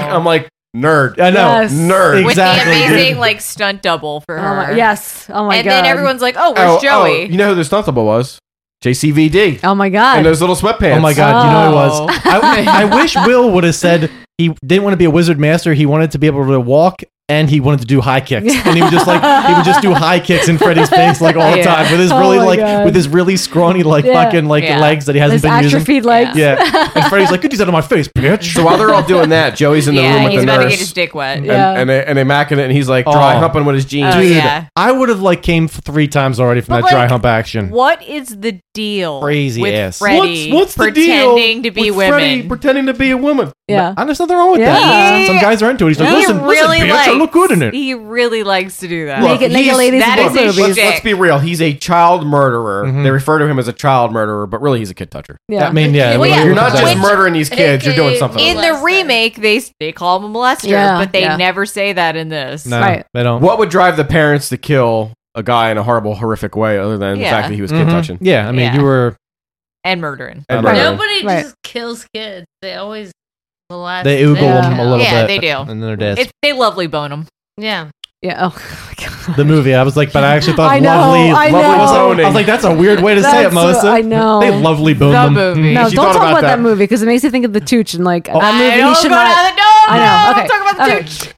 S9: I'm like, nerd.
S10: I know.
S2: Yes.
S9: Nerd.
S12: Oh. with
S10: Exactly,
S12: the
S10: dude.
S12: amazing like stunt double for
S2: Oh
S12: her.
S2: my, yes. Oh my
S12: and
S2: god.
S12: then everyone's like, "Oh, where's
S9: Oh,
S12: Joey?"
S9: oh, you know who the stuntable was? JCVD.
S2: Oh my
S9: And
S2: god.
S9: those little sweatpants.
S10: Oh my god, you know it was. I, I wish Will would have said he didn't want to be a wizard master. He wanted to be able to walk and he wanted to do high kicks, and he would just like he would just do high kicks in Freddy's face like all the
S2: Yeah.
S10: time with his
S2: Oh
S10: really
S2: my
S10: like
S2: God.
S10: with his really scrawny like
S2: Yeah.
S10: fucking like
S2: Yeah.
S10: legs that he hasn't
S2: His
S10: been using.
S2: atrophied legs.
S10: Yeah, and Freddy's like, "Get these out of my face, bitch!"
S9: So while they're all doing that, Joey's in the
S10: Yeah,
S9: room with
S10: he's
S9: the
S10: about
S9: nurse.
S10: to get his
S12: dick wet.
S9: And,
S10: Yeah.
S9: and, they, and they mack at it, and he's like dry
S10: Oh.
S9: humping with his jeans.
S12: Oh,
S10: Dude,
S12: yeah.
S10: I would have like came three times already from
S12: But,
S10: that dry
S12: like,
S10: hump action.
S12: What is the deal?
S10: Crazy
S12: with
S10: ass.
S12: Freddy
S10: What's- what's the deal
S12: pretending to be
S10: with
S12: women.
S10: Freddy
S9: pretending to be a woman.
S10: Yeah. And there's nothing wrong with
S12: He-
S10: that. Some guys are into it. He's like,
S12: he
S10: listen,
S12: really
S10: listen, bitch,
S12: likes,
S10: I look good in it.
S12: He really likes to do that.
S9: Look, he's-
S12: That is his
S9: let's, let's
S12: shtick.
S9: be real. He's a child murderer. They refer to him as a child murderer, but really he's a kid toucher.
S12: Yeah.
S10: I mean, yeah.
S12: Well, yeah.
S9: You're not just
S12: Which-
S9: murdering these kids. You're doing something.
S12: In the remake, they they call him a molester,
S2: Yeah,
S12: but they
S2: yeah.
S12: never say that in this.
S10: they don't.
S9: What would drive the parents to kill a guy in a horrible, horrific way, other than the
S12: Yeah.
S9: fact that he was
S10: Mhm.
S9: kid touching?
S10: Yeah, I mean,
S12: Yeah.
S10: you were.
S12: And murdering.
S9: And
S10: Right.
S9: murdering.
S4: Nobody
S10: Right.
S4: just kills kids. They always molest.
S10: They oogle
S4: them.
S10: them a little
S12: Yeah,
S10: bit.
S12: they do.
S10: And then they're dead.
S12: It's, they lovely bone him.
S4: Yeah.
S2: Yeah. Oh,
S10: the movie. I was like, but I actually thought
S2: I know,
S10: lovely,
S2: I
S10: lovely
S2: know.
S10: boning. I was like, that's a weird way to say it,
S2: That's what-
S10: Melissa.
S2: I know.
S10: They lovely boned
S2: The
S10: them.
S2: movie. No, don't talk about, that. movie because it makes you think of the Tooch and like
S12: Oh,
S2: that movie.
S12: don't
S2: he should
S12: go
S2: not.
S12: down the- no,
S2: I know.
S12: no,
S2: Okay.
S12: don't talk about the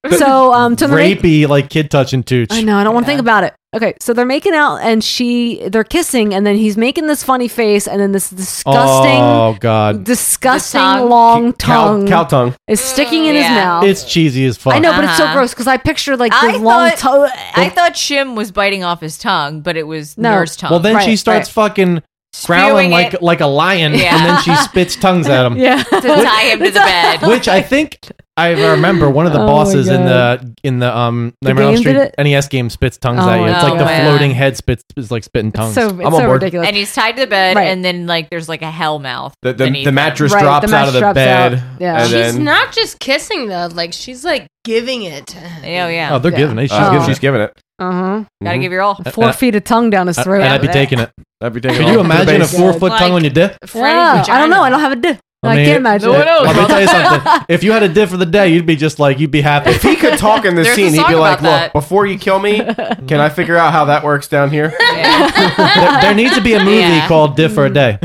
S2: Okay. So, um, so they're make-
S10: rapey, like kid touching tooch.
S2: I know. I don't want to think about it. Okay, so they're making out, and she, they're kissing, and then he's making this funny face, and then this disgusting,
S10: Oh god,
S2: disgusting
S12: The tongue.
S2: long
S10: cow,
S2: tongue
S10: cow tongue.
S2: is sticking in
S12: Yeah.
S2: his mouth.
S10: It's cheesy as fuck.
S2: Oh. I know, but it's so
S12: Uh-huh.
S2: gross because I pictured like
S12: I
S2: the long
S12: thought-
S2: tongue.
S12: I thought Shim was biting off his tongue, but it was
S2: No.
S12: nurse tongue.
S10: Well, then she starts fucking growling
S12: Spewing
S10: like
S12: it.
S10: like a lion,
S12: Yeah.
S10: and then she spits tongues at him.
S2: Yeah.
S12: to tie him to the bed.
S10: Which I think I remember one of the
S2: Oh my
S10: bosses in the in the um Nightmare on Elm
S2: game did
S10: Street NES game spits tongues
S2: Oh
S10: at you.
S2: my
S10: It's like the
S2: God.
S10: floating head spits is like spitting tongues.
S2: so- it's I'm on so board. ridiculous.
S12: And he's tied to the bed,
S2: Right.
S12: and then like there's like a hell mouth.
S9: The, the,
S12: beneath
S9: the
S12: him.
S9: mattress
S2: Right, the
S9: drops out of
S2: mattress
S9: the
S2: drops
S9: bed.
S2: out. Yeah.
S9: and
S2: She's
S4: She's
S9: then-
S4: not just kissing though. Like she's like giving it. To him.
S12: Oh yeah.
S10: Oh, they're giving it. She's
S9: Uh,
S10: giving it.
S9: she's giving it.
S2: Uh huh.
S12: Gotta
S9: Mhm.
S12: give your all.
S2: Four feet of tongue down his
S10: Uh, And
S2: throat.
S10: I'd be taking it.
S9: That'd be
S10: Could you imagine a four foot tongue on your dick?
S2: Yeah, I don't know. I don't have a dick. I, can't imagine.
S10: Let,
S2: it.
S10: let me tell you something. If you had a dick for the day, you'd be just like you'd be happy.
S9: If he could talk in this
S10: There's a
S9: scene, he'd
S10: song
S9: be like,
S10: about
S9: "Look,
S10: that.
S9: before you kill me, can I figure out how that works down here?"
S10: there, there needs to be a movie
S2: Yeah.
S10: called Diff for a Day.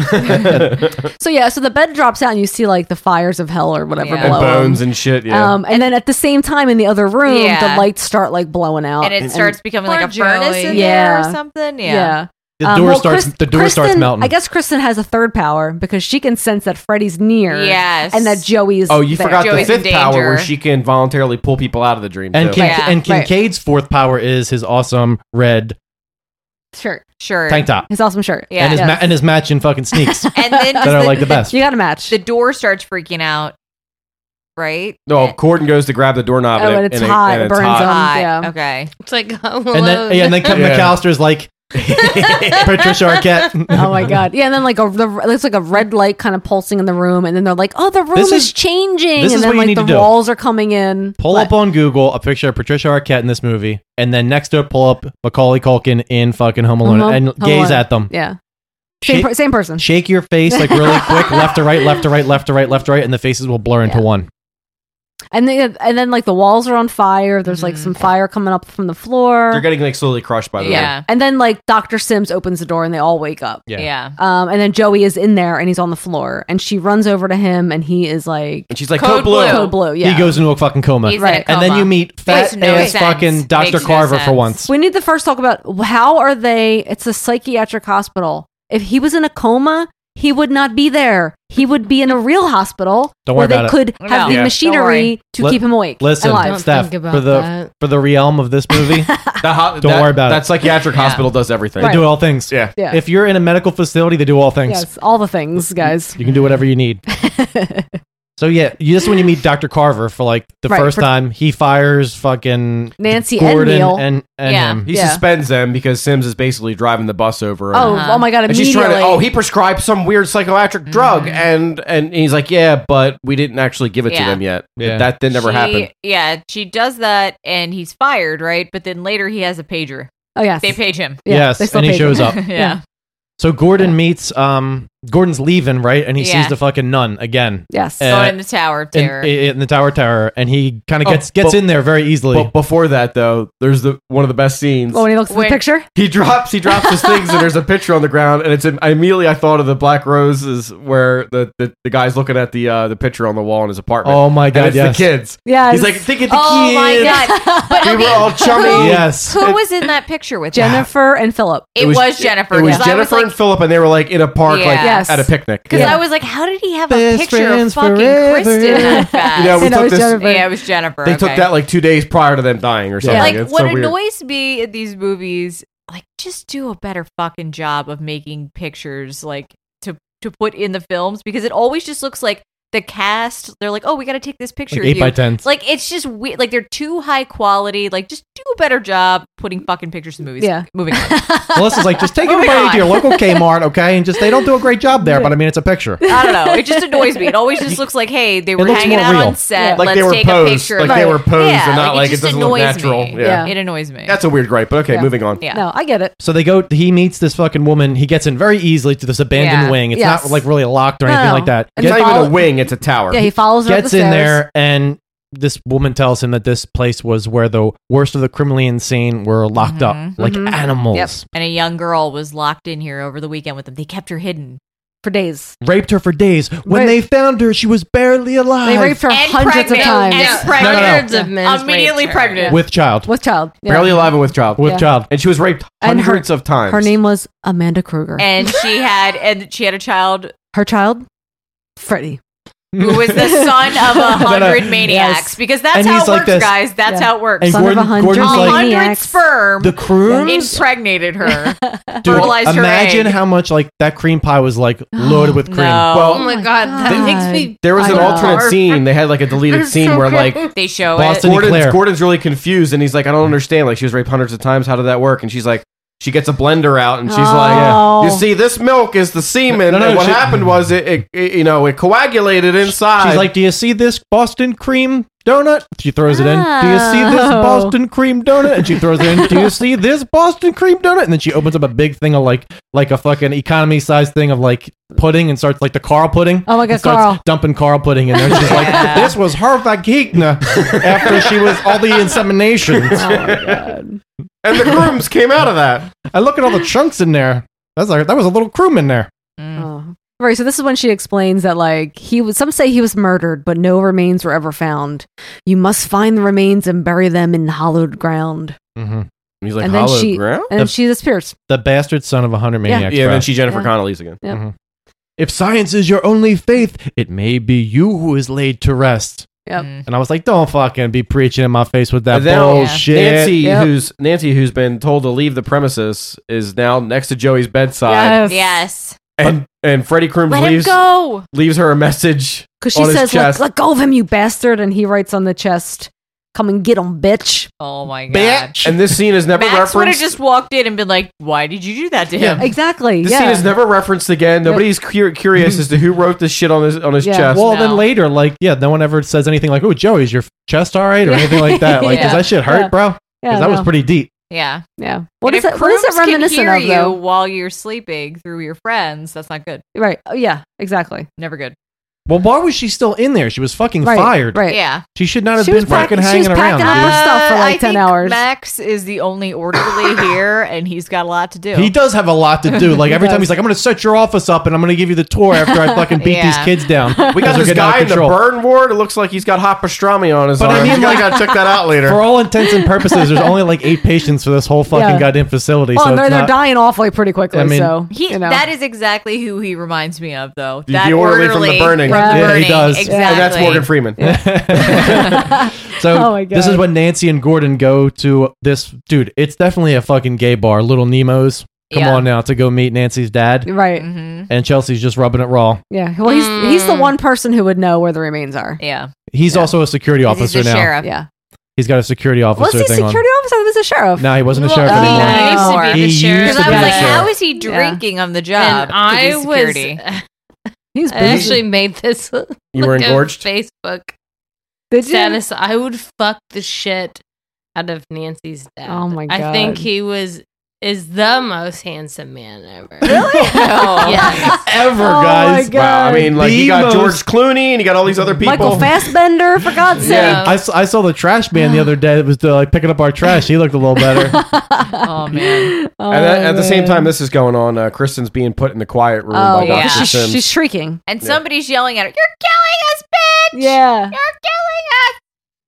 S2: So yeah, so the bed drops out and you see like the fires of hell or whatever
S9: And
S2: below him.
S9: bones and shit. Yeah.
S2: Um, and then at the same time in the other room,
S12: Yeah.
S2: the lights start like blowing out,
S12: And it starts becoming like a
S4: Poor
S12: furnace
S4: Joey.
S12: in there or
S2: Yeah. Um,
S12: something. Yeah.
S10: The door starts-
S2: Chris-
S10: the door
S2: Kristen,
S10: starts melting.
S2: I guess Kristen has a third power because she can sense that Freddy's near.
S12: Yes.
S2: and that Joey is.
S9: oh, you
S2: there.
S9: forgot the fifth power where she can voluntarily pull people out of the dream.
S10: And
S9: too.
S10: Kin- and Kincaid's fourth power is his awesome red
S2: shirt,
S12: shirt,
S10: Tank top.
S2: his awesome shirt,
S10: and his ma- and his matching fucking sneaks
S12: And then
S10: that
S12: does
S10: are
S12: the-
S10: like the best.
S2: You got to match.
S12: The door starts freaking out, right?
S9: No, Corden goes to grab the doorknob.
S12: Oh,
S9: and,
S12: and
S9: it-
S12: it's
S9: and
S12: hot,
S9: It, and
S12: it
S9: it's
S12: burns
S9: hot.
S12: up. Hot,
S2: Yeah.
S12: Okay.
S4: It's like home
S10: And then yeah, and then Kevin
S9: Yeah.
S10: McAllister's like Patricia Arquette.
S2: oh my god! Yeah, and then like a the, it looks like a red light kind of pulsing in the room, and then they're like, "Oh, the room
S10: This
S2: is,
S10: is-
S2: changing,"
S10: this
S2: and
S10: is
S2: then
S10: what you
S2: like
S10: need
S2: the
S10: to do.
S2: walls are coming in.
S10: Pull up on Google a picture of Patricia Arquette in this movie, and then next to it, pull up Macaulay Culkin in fucking Home Alone,
S2: Mhm.
S10: and
S2: Home
S10: gaze
S2: Alone.
S10: at them.
S2: Yeah, same,
S10: Shake-
S2: per- same person.
S10: Shake your face like really quick, left to right, left to right, left to right, left to right, and the faces will blur into one.
S2: And then, and then like the walls are on fire. There's
S10: Mm-hmm.
S2: like some fire coming up from the floor.
S9: They're getting like slowly crushed by the
S2: yeah.
S9: way.
S2: And then like Dr. Sims opens the door and they all wake up.
S9: Yeah. Yeah.
S2: Um, and then Joey is in there and he's on the floor and she runs over to him and he is like,
S9: And she's like, "Code Code blue." blue.
S2: Code blue. Yeah.
S10: He goes into a fucking coma,
S2: He's in a Right.
S10: and then
S2: coma.
S10: you meet
S2: Makes
S10: fat
S2: no
S10: ass
S2: sense.
S10: fucking Dr.
S2: Makes no
S10: Carver for
S2: sense.
S10: once.
S2: We need to first talk about how are they? It's a psychiatric hospital. If he was in a coma, he would not be there. He would be in a real hospital
S10: Don't
S2: where
S10: worry
S2: they
S10: about it.
S2: could have
S10: No.
S2: the
S10: Yeah. Don't
S2: machinery
S10: worry.
S2: to
S10: Let-
S2: keep him awake.
S10: Listen,
S2: alive.
S10: Steph, for the for the realm of this movie,
S9: That ho-
S10: Don't
S9: that-
S10: worry about it.
S9: That psychiatric hospital does everything.
S10: they do all things. Yeah.
S2: Yeah.
S10: If you're in a medical facility, they do all things.
S2: Yes, all the things, guys.
S10: You can do whatever you need. so yeah, you, this is when you meet Dr. Carver for like the
S2: Right,
S10: first
S2: for-
S10: time. He fires fucking
S2: Nancy and
S10: Gordon
S2: Neil.
S10: and, and
S2: Yeah.
S10: him.
S9: He
S2: Yeah.
S9: suspends them because Sims is basically driving the bus over.
S2: Oh, Uh-huh. oh my God,
S9: And she's trying to.
S2: immediately.
S9: Oh, he prescribed some weird psychiatric drug, and and he's like, yeah, but we didn't actually give it
S12: Mm-hmm. Yeah.
S9: to them yet. That did never
S12: She-
S9: happen.
S12: Yeah, she does that, and he's fired, right? But then later he has a pager.
S2: Oh yes,
S12: they page him.
S10: Yes, and he shows up.
S12: yeah.
S10: So Gordon meets um Gordon's leaving, right? And he
S12: Yeah.
S10: sees the fucking nun again.
S12: Yes.
S10: Uh,
S12: Going in the Tower of
S10: in-
S12: Terror.
S10: In, the Tower of Terror, and he kind of
S9: Oh,
S10: gets gets
S9: but-
S10: in there very easily.
S9: But before that, though, there's the one of the best scenes.
S2: Oh, when he looks at the picture?
S9: He drops he drops his things and there's a picture on the ground and it's I immediately I thought of the black roses where the, the, the guy's looking at the uh, the picture on the wall in his apartment.
S10: Oh my God,
S9: And it's
S10: yes.
S9: the kids.
S2: Yeah.
S9: He's like think of the
S12: oh my
S9: kids.
S12: god! But,
S9: We
S12: okay,
S9: were all chummy.
S12: Who,
S9: Yes.
S12: Who
S9: It-
S12: was in that picture with them?
S2: Jennifer and Philip.
S12: It, was, Jennifer.
S9: It was
S12: 'cause I
S9: Jennifer
S12: like-
S9: and Philip and they were like in a park
S12: Yeah.
S9: like
S12: Yes.
S9: at a picnic.
S12: Because I was like, how did he have a
S9: Best
S12: picture of
S9: friends
S12: fucking
S9: forever.
S12: Kristen that fast?
S9: Yeah, we And it took was this- Jennifer.
S12: Yeah, it was Jennifer.
S9: they
S12: okay.
S9: took that like two days prior to them dying or something.
S12: Like,
S9: It's
S12: what
S9: so weird.
S12: annoys me in these movies, like, just do a better fucking job of making pictures, like, to to put in the films because it always just looks like the cast. They're like, oh, we got to take this picture.
S10: Like
S12: of
S10: eight
S12: you."
S10: by tens.
S12: Like, it's just weird. Like, they're too high quality. Like, just do a better job putting fucking pictures in movies.
S2: Yeah.
S12: moving. on.
S10: Melissa's like, just take
S12: Moving
S10: everybody
S12: on.
S10: to your local Kmart, okay? And just they don't do a great job there, but I mean, it's a picture.
S12: I don't know. It just annoys me. It always just looks like, hey, they
S10: It
S12: were
S10: looks
S12: hanging
S10: more
S12: out
S10: real.
S12: on set.
S10: Yeah. Like
S12: Let's
S10: they were
S12: take
S10: posed.
S12: a picture.
S9: Like they were posed
S12: yeah,
S9: and not like, it
S12: just
S9: doesn't look
S12: annoys
S9: natural.
S12: Me.
S9: Yeah.
S12: it annoys me.
S9: That's a weird gripe, but okay,
S2: Yeah.
S9: moving on.
S12: Yeah.
S2: No, I get it.
S10: So they go. He meets this fucking woman. He gets in very easily to this abandoned
S2: Yeah.
S10: wing. It's
S2: Yes.
S10: not like really locked or
S2: No,
S10: anything
S2: no.
S10: like that.
S2: And It's not he even a follow-
S9: wing. It's a tower.
S2: Yeah, he follows her up
S10: Gets
S2: the
S10: in
S2: stairs.
S10: there, and this woman tells him that this place was where the worst of the criminally insane were locked
S2: Mm-hmm.
S10: up, like
S12: Mhm.
S10: animals.
S12: Yep. And a young girl was locked in here over the weekend with them. They kept her hidden
S2: for days.
S10: Raped her for days. When
S12: Right.
S10: they found her, she was barely alive.
S2: They raped her hundreds of times.
S12: And
S10: No, no, no.
S12: pregnant.
S10: Hundreds
S2: of men raped
S12: Immediately
S2: her.
S12: pregnant.
S10: with child,
S2: with child, yeah.
S9: Barely alive and with child.
S10: With Yeah. child.
S9: And she was raped
S2: And her-
S9: hundreds of times.
S2: Her name was Amanda Kruger.
S12: And she had and she had a child
S2: her child, Freddie.
S12: who was the son of a
S2: No, no.
S12: hundred maniacs.
S2: Yes.
S12: Because that's
S2: And
S12: how
S2: he's
S12: it
S2: like
S12: works,
S2: this.
S12: guys. That's
S2: Yeah.
S12: how it works.
S2: And Son of Gordon- a hundred Gordon's
S12: a
S10: like-
S12: hundred
S10: maniacs.
S12: sperm
S10: The Crooms?
S12: impregnated her.
S10: Dude,
S12: fertilized her
S10: imagine
S12: egg.
S10: how much like that cream pie was like loaded with cream.
S9: Well,
S12: Oh
S1: my god, that makes me.
S9: There was
S1: I
S9: an
S1: know.
S9: alternate scene. They had like a deleted
S1: It's
S9: scene
S1: so
S9: where
S1: good.
S9: like
S12: they show
S9: Boston
S12: it.
S9: Gordon's, Gordon's really confused and he's like, I don't understand. Like she was raped hundreds of times. How did that work? And she's like, she gets a blender out and she's
S10: Oh.
S9: like, you see, this milk is the semen.
S10: No, no,
S9: and what
S10: she-
S9: happened was it, it, it, you know, it coagulated inside.
S10: She's like, "Do you see this Boston cream donut?" She throws it in. Do you see this
S9: Oh.
S10: Boston cream donut? And she throws it in. Do you see this Boston cream donut? And then she opens up a big thing of like, like a fucking economy size thing of like pudding, and starts like the Carl pudding.
S2: Oh my God,
S10: And starts
S2: Carl.
S10: Dumping Carl pudding in there. She's like,
S9: Ah.
S10: "This was her vagina after she was all the inseminations."
S2: Oh
S9: and the grooms came out of that.
S10: I look at all the chunks in there. That's like that was a little croom in there.
S12: Mm.
S2: Oh. Right, so this is when she explains that like he was some say he was murdered, but no remains were ever found. You must find the remains and bury them in hollowed ground.
S10: Mm-hmm.
S9: He's like,
S2: and then
S9: hollow
S2: she
S9: ground?
S2: and then she disappears.
S10: The bastard son of a hundred
S2: Yeah.
S10: maniacs.
S9: yeah, and
S10: bro.
S9: then she Jennifer
S2: Yeah.
S9: Connelly's again.
S2: Yep.
S10: Mhm. If science is your only faith, it may be you who is laid to rest.
S2: Yep.
S10: And I was like, don't fucking be preaching in my face with that
S9: And then
S10: bullshit.
S9: Nancy, who's Nancy, who's been told to leave the premises, is now next to Joey's bedside.
S12: Yes. Yes.
S9: And and Freddie Crooms
S2: Let him
S9: leaves
S2: go.
S9: leaves her a message
S2: Because she
S9: on his
S2: says, let,
S9: chest.
S2: let go of him, you bastard. And he writes on the chest, Come and get him, bitch.
S12: Oh my god.
S9: Bitch. And this scene is never
S12: Max would have
S9: referenced.
S12: just walked in and been like, "Why did you do that to him?"
S9: Yeah.
S2: Exactly.
S9: this scene is never referenced again. Nobody's cur- curious as to who wrote this shit on his on his chest.
S10: Well, then later, like, yeah, no one ever says anything like, oh, Joey, is your f- chest all right? Or anything like that. Like, does
S12: Yeah.
S10: that shit hurt,
S12: Yeah.
S10: bro? Because
S12: Yeah,
S10: that was
S12: no.
S10: pretty deep.
S12: Yeah.
S2: Yeah. What
S12: And
S2: is
S12: if
S2: it- what is it
S12: Crooms can
S2: reminiscent
S12: hear
S2: of, though?
S12: You while you're sleeping through your friends, that's not good.
S2: Right. Oh, yeah, exactly.
S12: Never good.
S10: Well, why was she still in there? She was fucking
S2: Right,
S10: fired.
S2: right.
S12: Yeah.
S10: She should not have
S2: She was
S10: been
S2: packing-
S10: fucking
S2: she was
S10: hanging around.
S2: packing up her
S10: dude.
S2: stuff for
S12: Uh,
S2: like
S12: I
S2: 10
S12: think
S2: hours.
S12: Max is the only orderly here, and he's got a lot to do.
S10: He does have a lot to do. Like
S12: He
S10: every
S12: does.
S10: time he's like, "I'm going to set your office up and I'm going to give you the tour after I fucking beat
S12: Yeah.
S10: these kids down."
S9: We got
S10: Because they're
S9: this
S10: getting out of
S9: guy in the
S10: control.
S9: burn ward. It looks like he's got hot pastrami on his
S10: But I
S9: arm.
S10: mean,
S9: you gotta,
S10: like-
S9: gotta check that out later.
S10: For all intents and purposes, there's only like eight patients for this whole fucking
S2: Yeah.
S10: goddamn facility.
S2: Well, Oh,
S10: so
S2: and they're,
S10: it's
S2: they're
S10: not-
S2: dying awfully pretty quickly.
S10: I mean-
S2: so,
S12: He,
S2: you know.
S12: That is exactly who he reminds me of, though.
S9: The-
S12: that
S9: the orderly from the burning.
S12: from the
S10: Yeah, he
S12: burning,
S10: does.
S12: Exactly.
S9: And that's Morgan Freeman.
S10: So
S2: Oh my
S10: this is
S2: God.
S10: when Nancy and Gordon go to this dude. It's definitely a fucking gay bar, Little Nemo's. Come
S2: Yeah.
S10: on now to go meet Nancy's dad.
S2: Right.
S12: Mm-hmm.
S10: And Chelsea's just rubbing it raw.
S2: Yeah. Well, he's
S12: Mm.
S2: he's the one person who would know where the remains are.
S12: Yeah.
S10: He's also a security officer now.
S2: Yeah.
S10: He's got a security
S2: Was
S10: officer
S2: he
S10: thing
S2: security
S10: on.
S2: officer? He was a sheriff.
S10: No, he wasn't a
S2: Well,
S10: sheriff
S2: oh,
S10: anymore.
S2: he used to
S12: be the sheriff.
S10: used
S12: Because
S10: to
S12: I
S10: be
S12: was
S10: the
S12: like,
S10: sheriff.
S12: how is he drinking on the job?
S4: And I was.
S2: He's
S4: I actually made this.
S9: You were
S4: look up
S9: engorged?
S4: Facebook.
S2: Did
S4: you? Status. I would fuck the shit out of Nancy's dad.
S2: Oh my
S4: I think
S2: God.
S4: he was is the most handsome man ever.
S9: yes. ever,
S4: Oh my
S9: guys. Wow, I
S4: God.
S9: mean, like
S7: The
S9: you got
S7: most-
S9: George Clooney and you got all these other people.
S2: Michael Fassbender, for God's sake.
S7: I, s- I saw the trash man the other day that was uh, like picking up our trash. He looked a little better.
S23: oh man.
S9: and at, at the same
S2: Oh,
S9: time, this is going on. Uh, Kristen's being put in the quiet room by Dr. Sims.
S2: shrieking.
S12: And somebody's yelling at her, You're killing us, bitch!
S2: Yeah.
S12: You're killing us!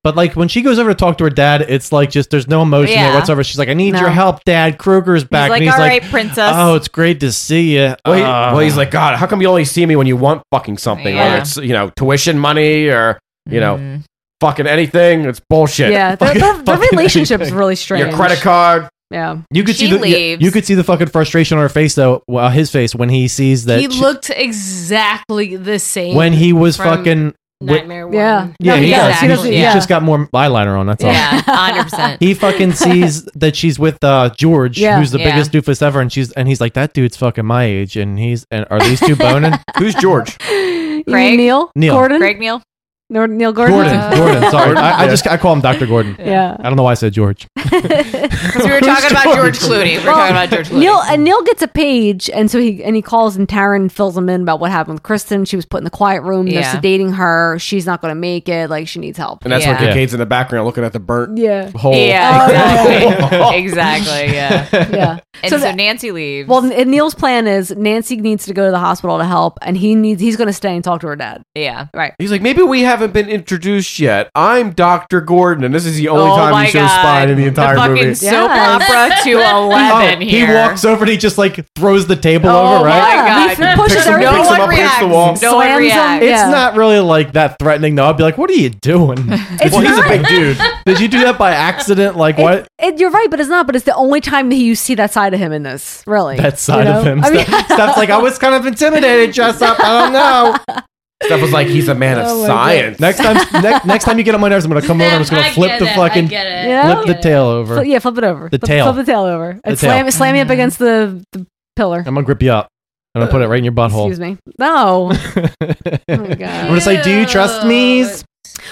S7: But like when she goes over to talk to her dad, it's like just there's no emotion
S12: Yeah.
S7: there whatsoever. She's like, "I need
S12: No.
S7: your help, Dad. Kruger's back."
S12: like,
S7: and he's
S12: "All
S7: like,
S12: right, princess."
S7: Oh, it's great to see you."
S9: well, he-
S2: Oh.
S9: well, he's like, God, how come you only see me when you want fucking something?
S7: Yeah.
S9: Whether it's you know tuition money or you know fucking anything. It's bullshit.
S2: Mm. Yeah, their,
S9: Fucking-
S2: their, their
S9: fucking
S2: relationship's
S9: anything.
S2: really strange.
S9: Your credit card.
S2: Yeah.
S7: You could
S4: She
S7: see the yeah,
S4: leaves.
S7: you could see the fucking frustration on her face though, well, his face when he sees that
S4: he
S7: she-
S4: looked exactly the same
S7: when he was
S4: from
S7: fucking wi-
S4: Nightmare Woman.
S2: Yeah.
S7: Yeah,
S2: No,
S7: he, does.
S2: He
S7: He
S2: doesn't- yeah.
S7: He's just got more eyeliner on. That's all.
S2: Yeah,
S12: 100%.
S7: He fucking sees that she's with uh, George,
S2: Yeah.
S7: who's the
S2: Yeah.
S7: biggest doofus ever, and she's and he's like, "That dude's fucking my age," and he's and are these two boning? Who's George?
S2: You mean Neil?
S7: Neil.
S2: Gordon?
S12: Greg Neil?
S2: No, Neil Gordon?
S7: Gordon. Gordon. Sorry, I, I
S2: Yeah.
S7: just I call him Doctor Gordon.
S2: Yeah.
S7: I don't know why I said George.
S12: Because we were talking about George Clooney. We were talking about George Clooney.
S2: Neil and Neil gets a page, and so he and he calls, and Taryn fills him in about what happened with Kristen. She was put in the quiet room.
S9: Yeah.
S2: They're sedating her. She's not going to make it. Like she needs help.
S9: And that's
S2: yeah.
S9: when Kincaid's in the background looking at the burnt
S2: Yeah.
S7: Oh.
S9: hole.
S12: Yeah, exactly. exactly, yeah.
S2: Yeah.
S12: And so,
S2: So that-
S12: Nancy leaves.
S2: Well, and Neil's plan is Nancy needs to go to the hospital to help, and he needs he's going to stay and talk to her dad.
S12: yeah.
S2: Right.
S9: He's like, maybe we haven't been introduced yet. I'm Dr. Gordon, and this is the only
S12: Oh
S9: time
S12: my
S9: he shows
S12: God.
S9: spine in the entire
S12: fucking
S9: movie.
S12: soap opera to 11
S7: Oh,
S12: here.
S7: He walks over and he just like throws the table
S12: Oh
S7: over, right?
S12: my God. He pushes
S7: Picks him-
S12: everything.
S7: picks
S12: No one
S7: him up, hits the
S12: reacts.
S7: wall.
S12: No one Slams him, reacts.
S7: It's
S12: yeah.
S7: not really like that threatening though. I'd be like, "What are you doing?" well, he's a big dude. Did you do that by accident? Like what?
S2: It, you're right, but it's not. But it's the only time that you see that side of him in this. Really,
S7: That side
S2: you
S7: of
S2: know?
S7: him.
S2: I mean-
S7: Steph, Steph's like, I was kind of intimidated. Dress up. I don't know.
S9: Steph was like, he's a man
S7: Oh my
S9: of science.
S7: God. Next time, ne- next time you get on my nerves, I'm gonna come over. I'm just gonna
S2: I
S7: flip
S2: get
S7: the
S2: it, I
S7: fucking,
S2: get it. Oh, Yeah.
S7: flip the tail over.
S2: Fli- yeah, flip it over.
S7: The
S2: flip,
S7: tail.
S2: Flip the tail over.
S7: The
S2: and
S7: tail.
S2: slam it, slam it
S12: Mm-hmm.
S2: up against the, the pillar.
S7: I'm gonna grip you up. I'm gonna put it right in your butthole.
S2: Excuse me. No. Oh
S7: I'm gonna say, do you trust me?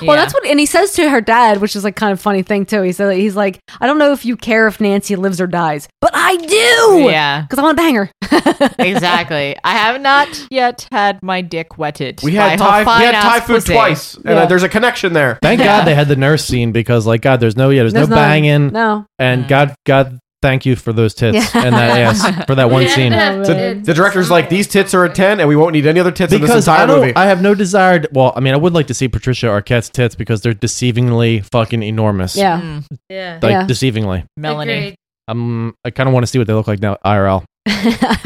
S2: Well, that's what, and he says to her dad, which is like kind of funny thing too. He said he's like, I don't know if you care if Nancy lives or dies, but I do.
S12: Yeah.
S2: because I want to bang her.
S12: exactly. I have not yet had my dick wetted.
S9: We had
S12: by her
S9: Thai, we had
S12: fine
S9: Thai
S12: ass
S9: food
S12: pussy.
S9: twice, and uh, there's a connection there.
S7: Thank God they had the nurse scene because, like, God, there's no yeah, there's,
S2: There's
S7: no
S2: none.
S7: banging.
S2: No.
S7: And God, God, thank you for those tits
S2: Yeah.
S7: and that ass for that one
S2: Yeah,
S7: scene.
S2: The- man.
S9: The director's like, these tits are a 10, and we won't need any other tits in this
S7: Because
S9: entire
S7: I don't,
S9: movie.
S7: I have no desire. To, well, I mean, I would like to see Patricia Arquette's tits because they're deceivingly fucking enormous.
S2: Yeah.
S12: Mm.
S4: Yeah.
S7: like deceivingly.
S12: Melanie.
S4: Agreed.
S7: Um, I kind of want to see what they look like now, IRL.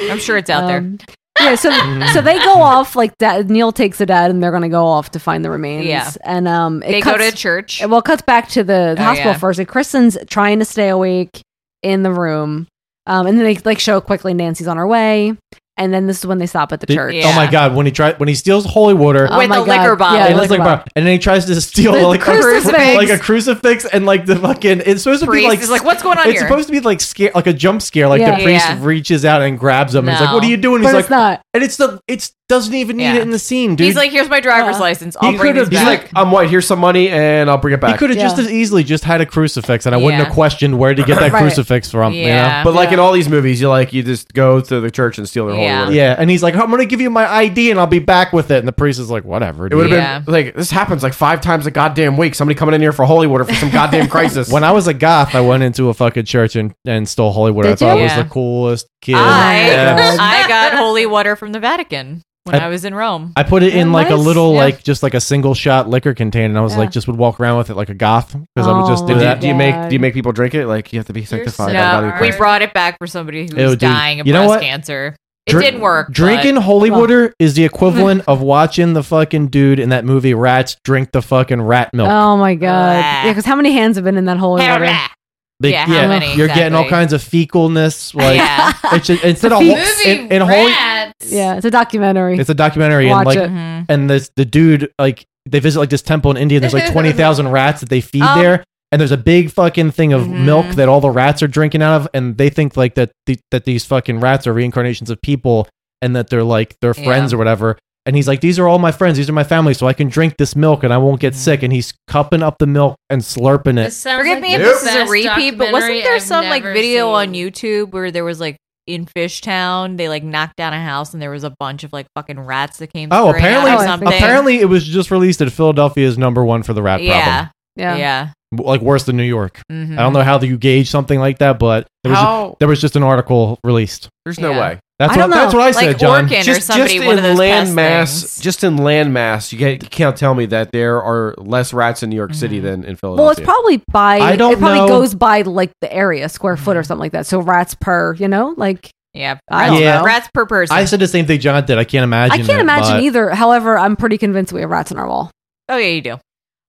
S12: I'm sure it's
S4: Um,
S12: out there.
S2: Um, yeah, so so they go off like dad, Neil takes the dad, and they're gonna go off to find the remains.
S12: Yeah.
S2: and um, it
S12: They go
S2: cuts,
S12: to church.
S2: it- Well, it cuts back to the, the
S12: Oh,
S2: hospital
S12: yeah.
S2: first. And Kristen's trying to stay awake in the room, um, and then they like show quickly Nancy's on her way, and then this is when they stop at the
S7: Did-
S2: church.
S7: Oh my god, when he tried when he steals holy water
S2: Oh With my a God. liquor bottle. Yeah,
S7: and,
S2: liquor
S7: liquor
S2: bottle.
S7: bottle. and then he tries to steal
S2: The
S7: like
S2: crucifix.
S7: a like a crucifix and like the fucking it's supposed to be
S12: Priest
S7: like
S12: is like, "What's going on
S7: It's
S12: here?"
S7: supposed to be like scare like a jump scare like
S12: Yeah.
S7: the priest
S12: Yeah.
S7: reaches out and grabs him and he's like,
S12: No.
S7: "What are you doing?" He's
S12: But
S7: like,
S12: it's not.
S7: and it's the it's doesn't even need
S12: Yeah.
S7: it in the scene, dude.
S12: He's like, here's my driver's license. I'll
S9: he
S12: bring
S9: could
S12: this
S9: have. He's
S12: back.
S9: like, I'm white. Here's some money, and I'll bring it back.
S7: he could have just
S12: Yeah.
S7: as easily just had a crucifix, and I wouldn't
S12: Yeah.
S7: have questioned where to get that
S12: Right.
S7: crucifix from. you know?
S12: Yeah.
S9: But like in all these movies, you like you just go to the church and steal their holy
S7: yeah.
S9: water.
S7: and he's like, "I'm gonna give you my ID, and I'll be back with it." And the priest is like, "Whatever."
S9: It would have been like this happens like five times a goddamn week. Somebody coming in here for holy water for some goddamn crisis.
S7: When I was a goth, I went into a fucking church and, and stole holy water. I
S9: Did
S7: thought
S9: you?
S7: I was
S9: Yeah.
S7: the coolest kid.
S12: I,
S7: Yeah.
S12: I got holy water from the Vatican when
S7: I-
S12: I, was in Rome.
S7: I put it in like a little,
S12: Yeah.
S7: like just like a single shot liquor container, and I was like, just would walk around with it like a goth because I would just do
S9: do,
S7: that.
S9: do you make do you make people drink it? Like you have to be sanctified. by the body
S12: No,
S9: of
S12: we
S9: Christ.
S12: brought it back for somebody who
S7: Ew,
S12: was
S7: dude.
S12: dying of
S7: You know
S12: breast
S7: what?
S12: cancer. It
S7: Drink-
S12: didn't work.
S7: Drinking
S12: but-
S7: holy water is the equivalent of watching the fucking dude in that movie Rats drink the fucking rat milk.
S2: Oh my god! Yeah, because how many hands have been in that whole? water?
S7: Like,
S2: yeah, how many
S7: you're getting all
S2: exactly?
S7: kinds of fecalness. Like
S2: Yeah.
S7: it's just, instead of
S2: Movie
S7: in, in holy,
S2: Yeah, it's a documentary.
S7: It's a documentary,
S2: Watch
S7: and like,
S2: it.
S12: Mm-hmm.
S2: Mhm.
S7: and this the dude like they visit like this temple in India. And there's like twenty thousand rats that they feed
S2: Um,
S7: there, and there's a big fucking thing of milk that all the rats are drinking out of, and they think like that the, that these fucking rats are reincarnations of people, and that they're like their friends
S9: Yeah.
S7: or whatever. And he's like, These are all my friends. These are my family. So I can drink this milk and I won't get sick. And he's cupping up the milk and slurping it.
S12: Forgive me if this is a repeat, but wasn't there some like video on YouTube where there was like in Fishtown they like knocked down a house and there was a bunch of like fucking rats that came.
S7: Oh,
S12: straying out
S7: apparently,
S12: or something.
S7: apparently it was just released at Philadelphia's number one for the rat
S12: yeah,
S7: problem.
S12: yeah, yeah.
S7: Like worse than New York.
S12: Mhm.
S7: I don't know how you gauge something like that, but it was
S12: How-
S7: there was just an article released.
S9: There's no way.
S7: That's what that's what I said, John.
S9: just, just in land mass, just in land mass, you, get, you can't tell me that there are less rats in New York City than in Philadelphia.
S2: Well, it's probably by.
S9: I don't
S2: it probably
S9: know.
S2: goes by like the area, square foot or something like that. So rats per, you know, like
S12: yeah,
S2: I don't
S7: Yeah.
S2: know.
S12: Rats per person.
S7: I said the same thing John did. I can't
S2: I
S7: imagine.
S2: can't
S7: it,
S2: imagine
S7: but-
S2: either. However, I'm pretty convinced we have rats in our wall.
S12: Oh yeah, you do.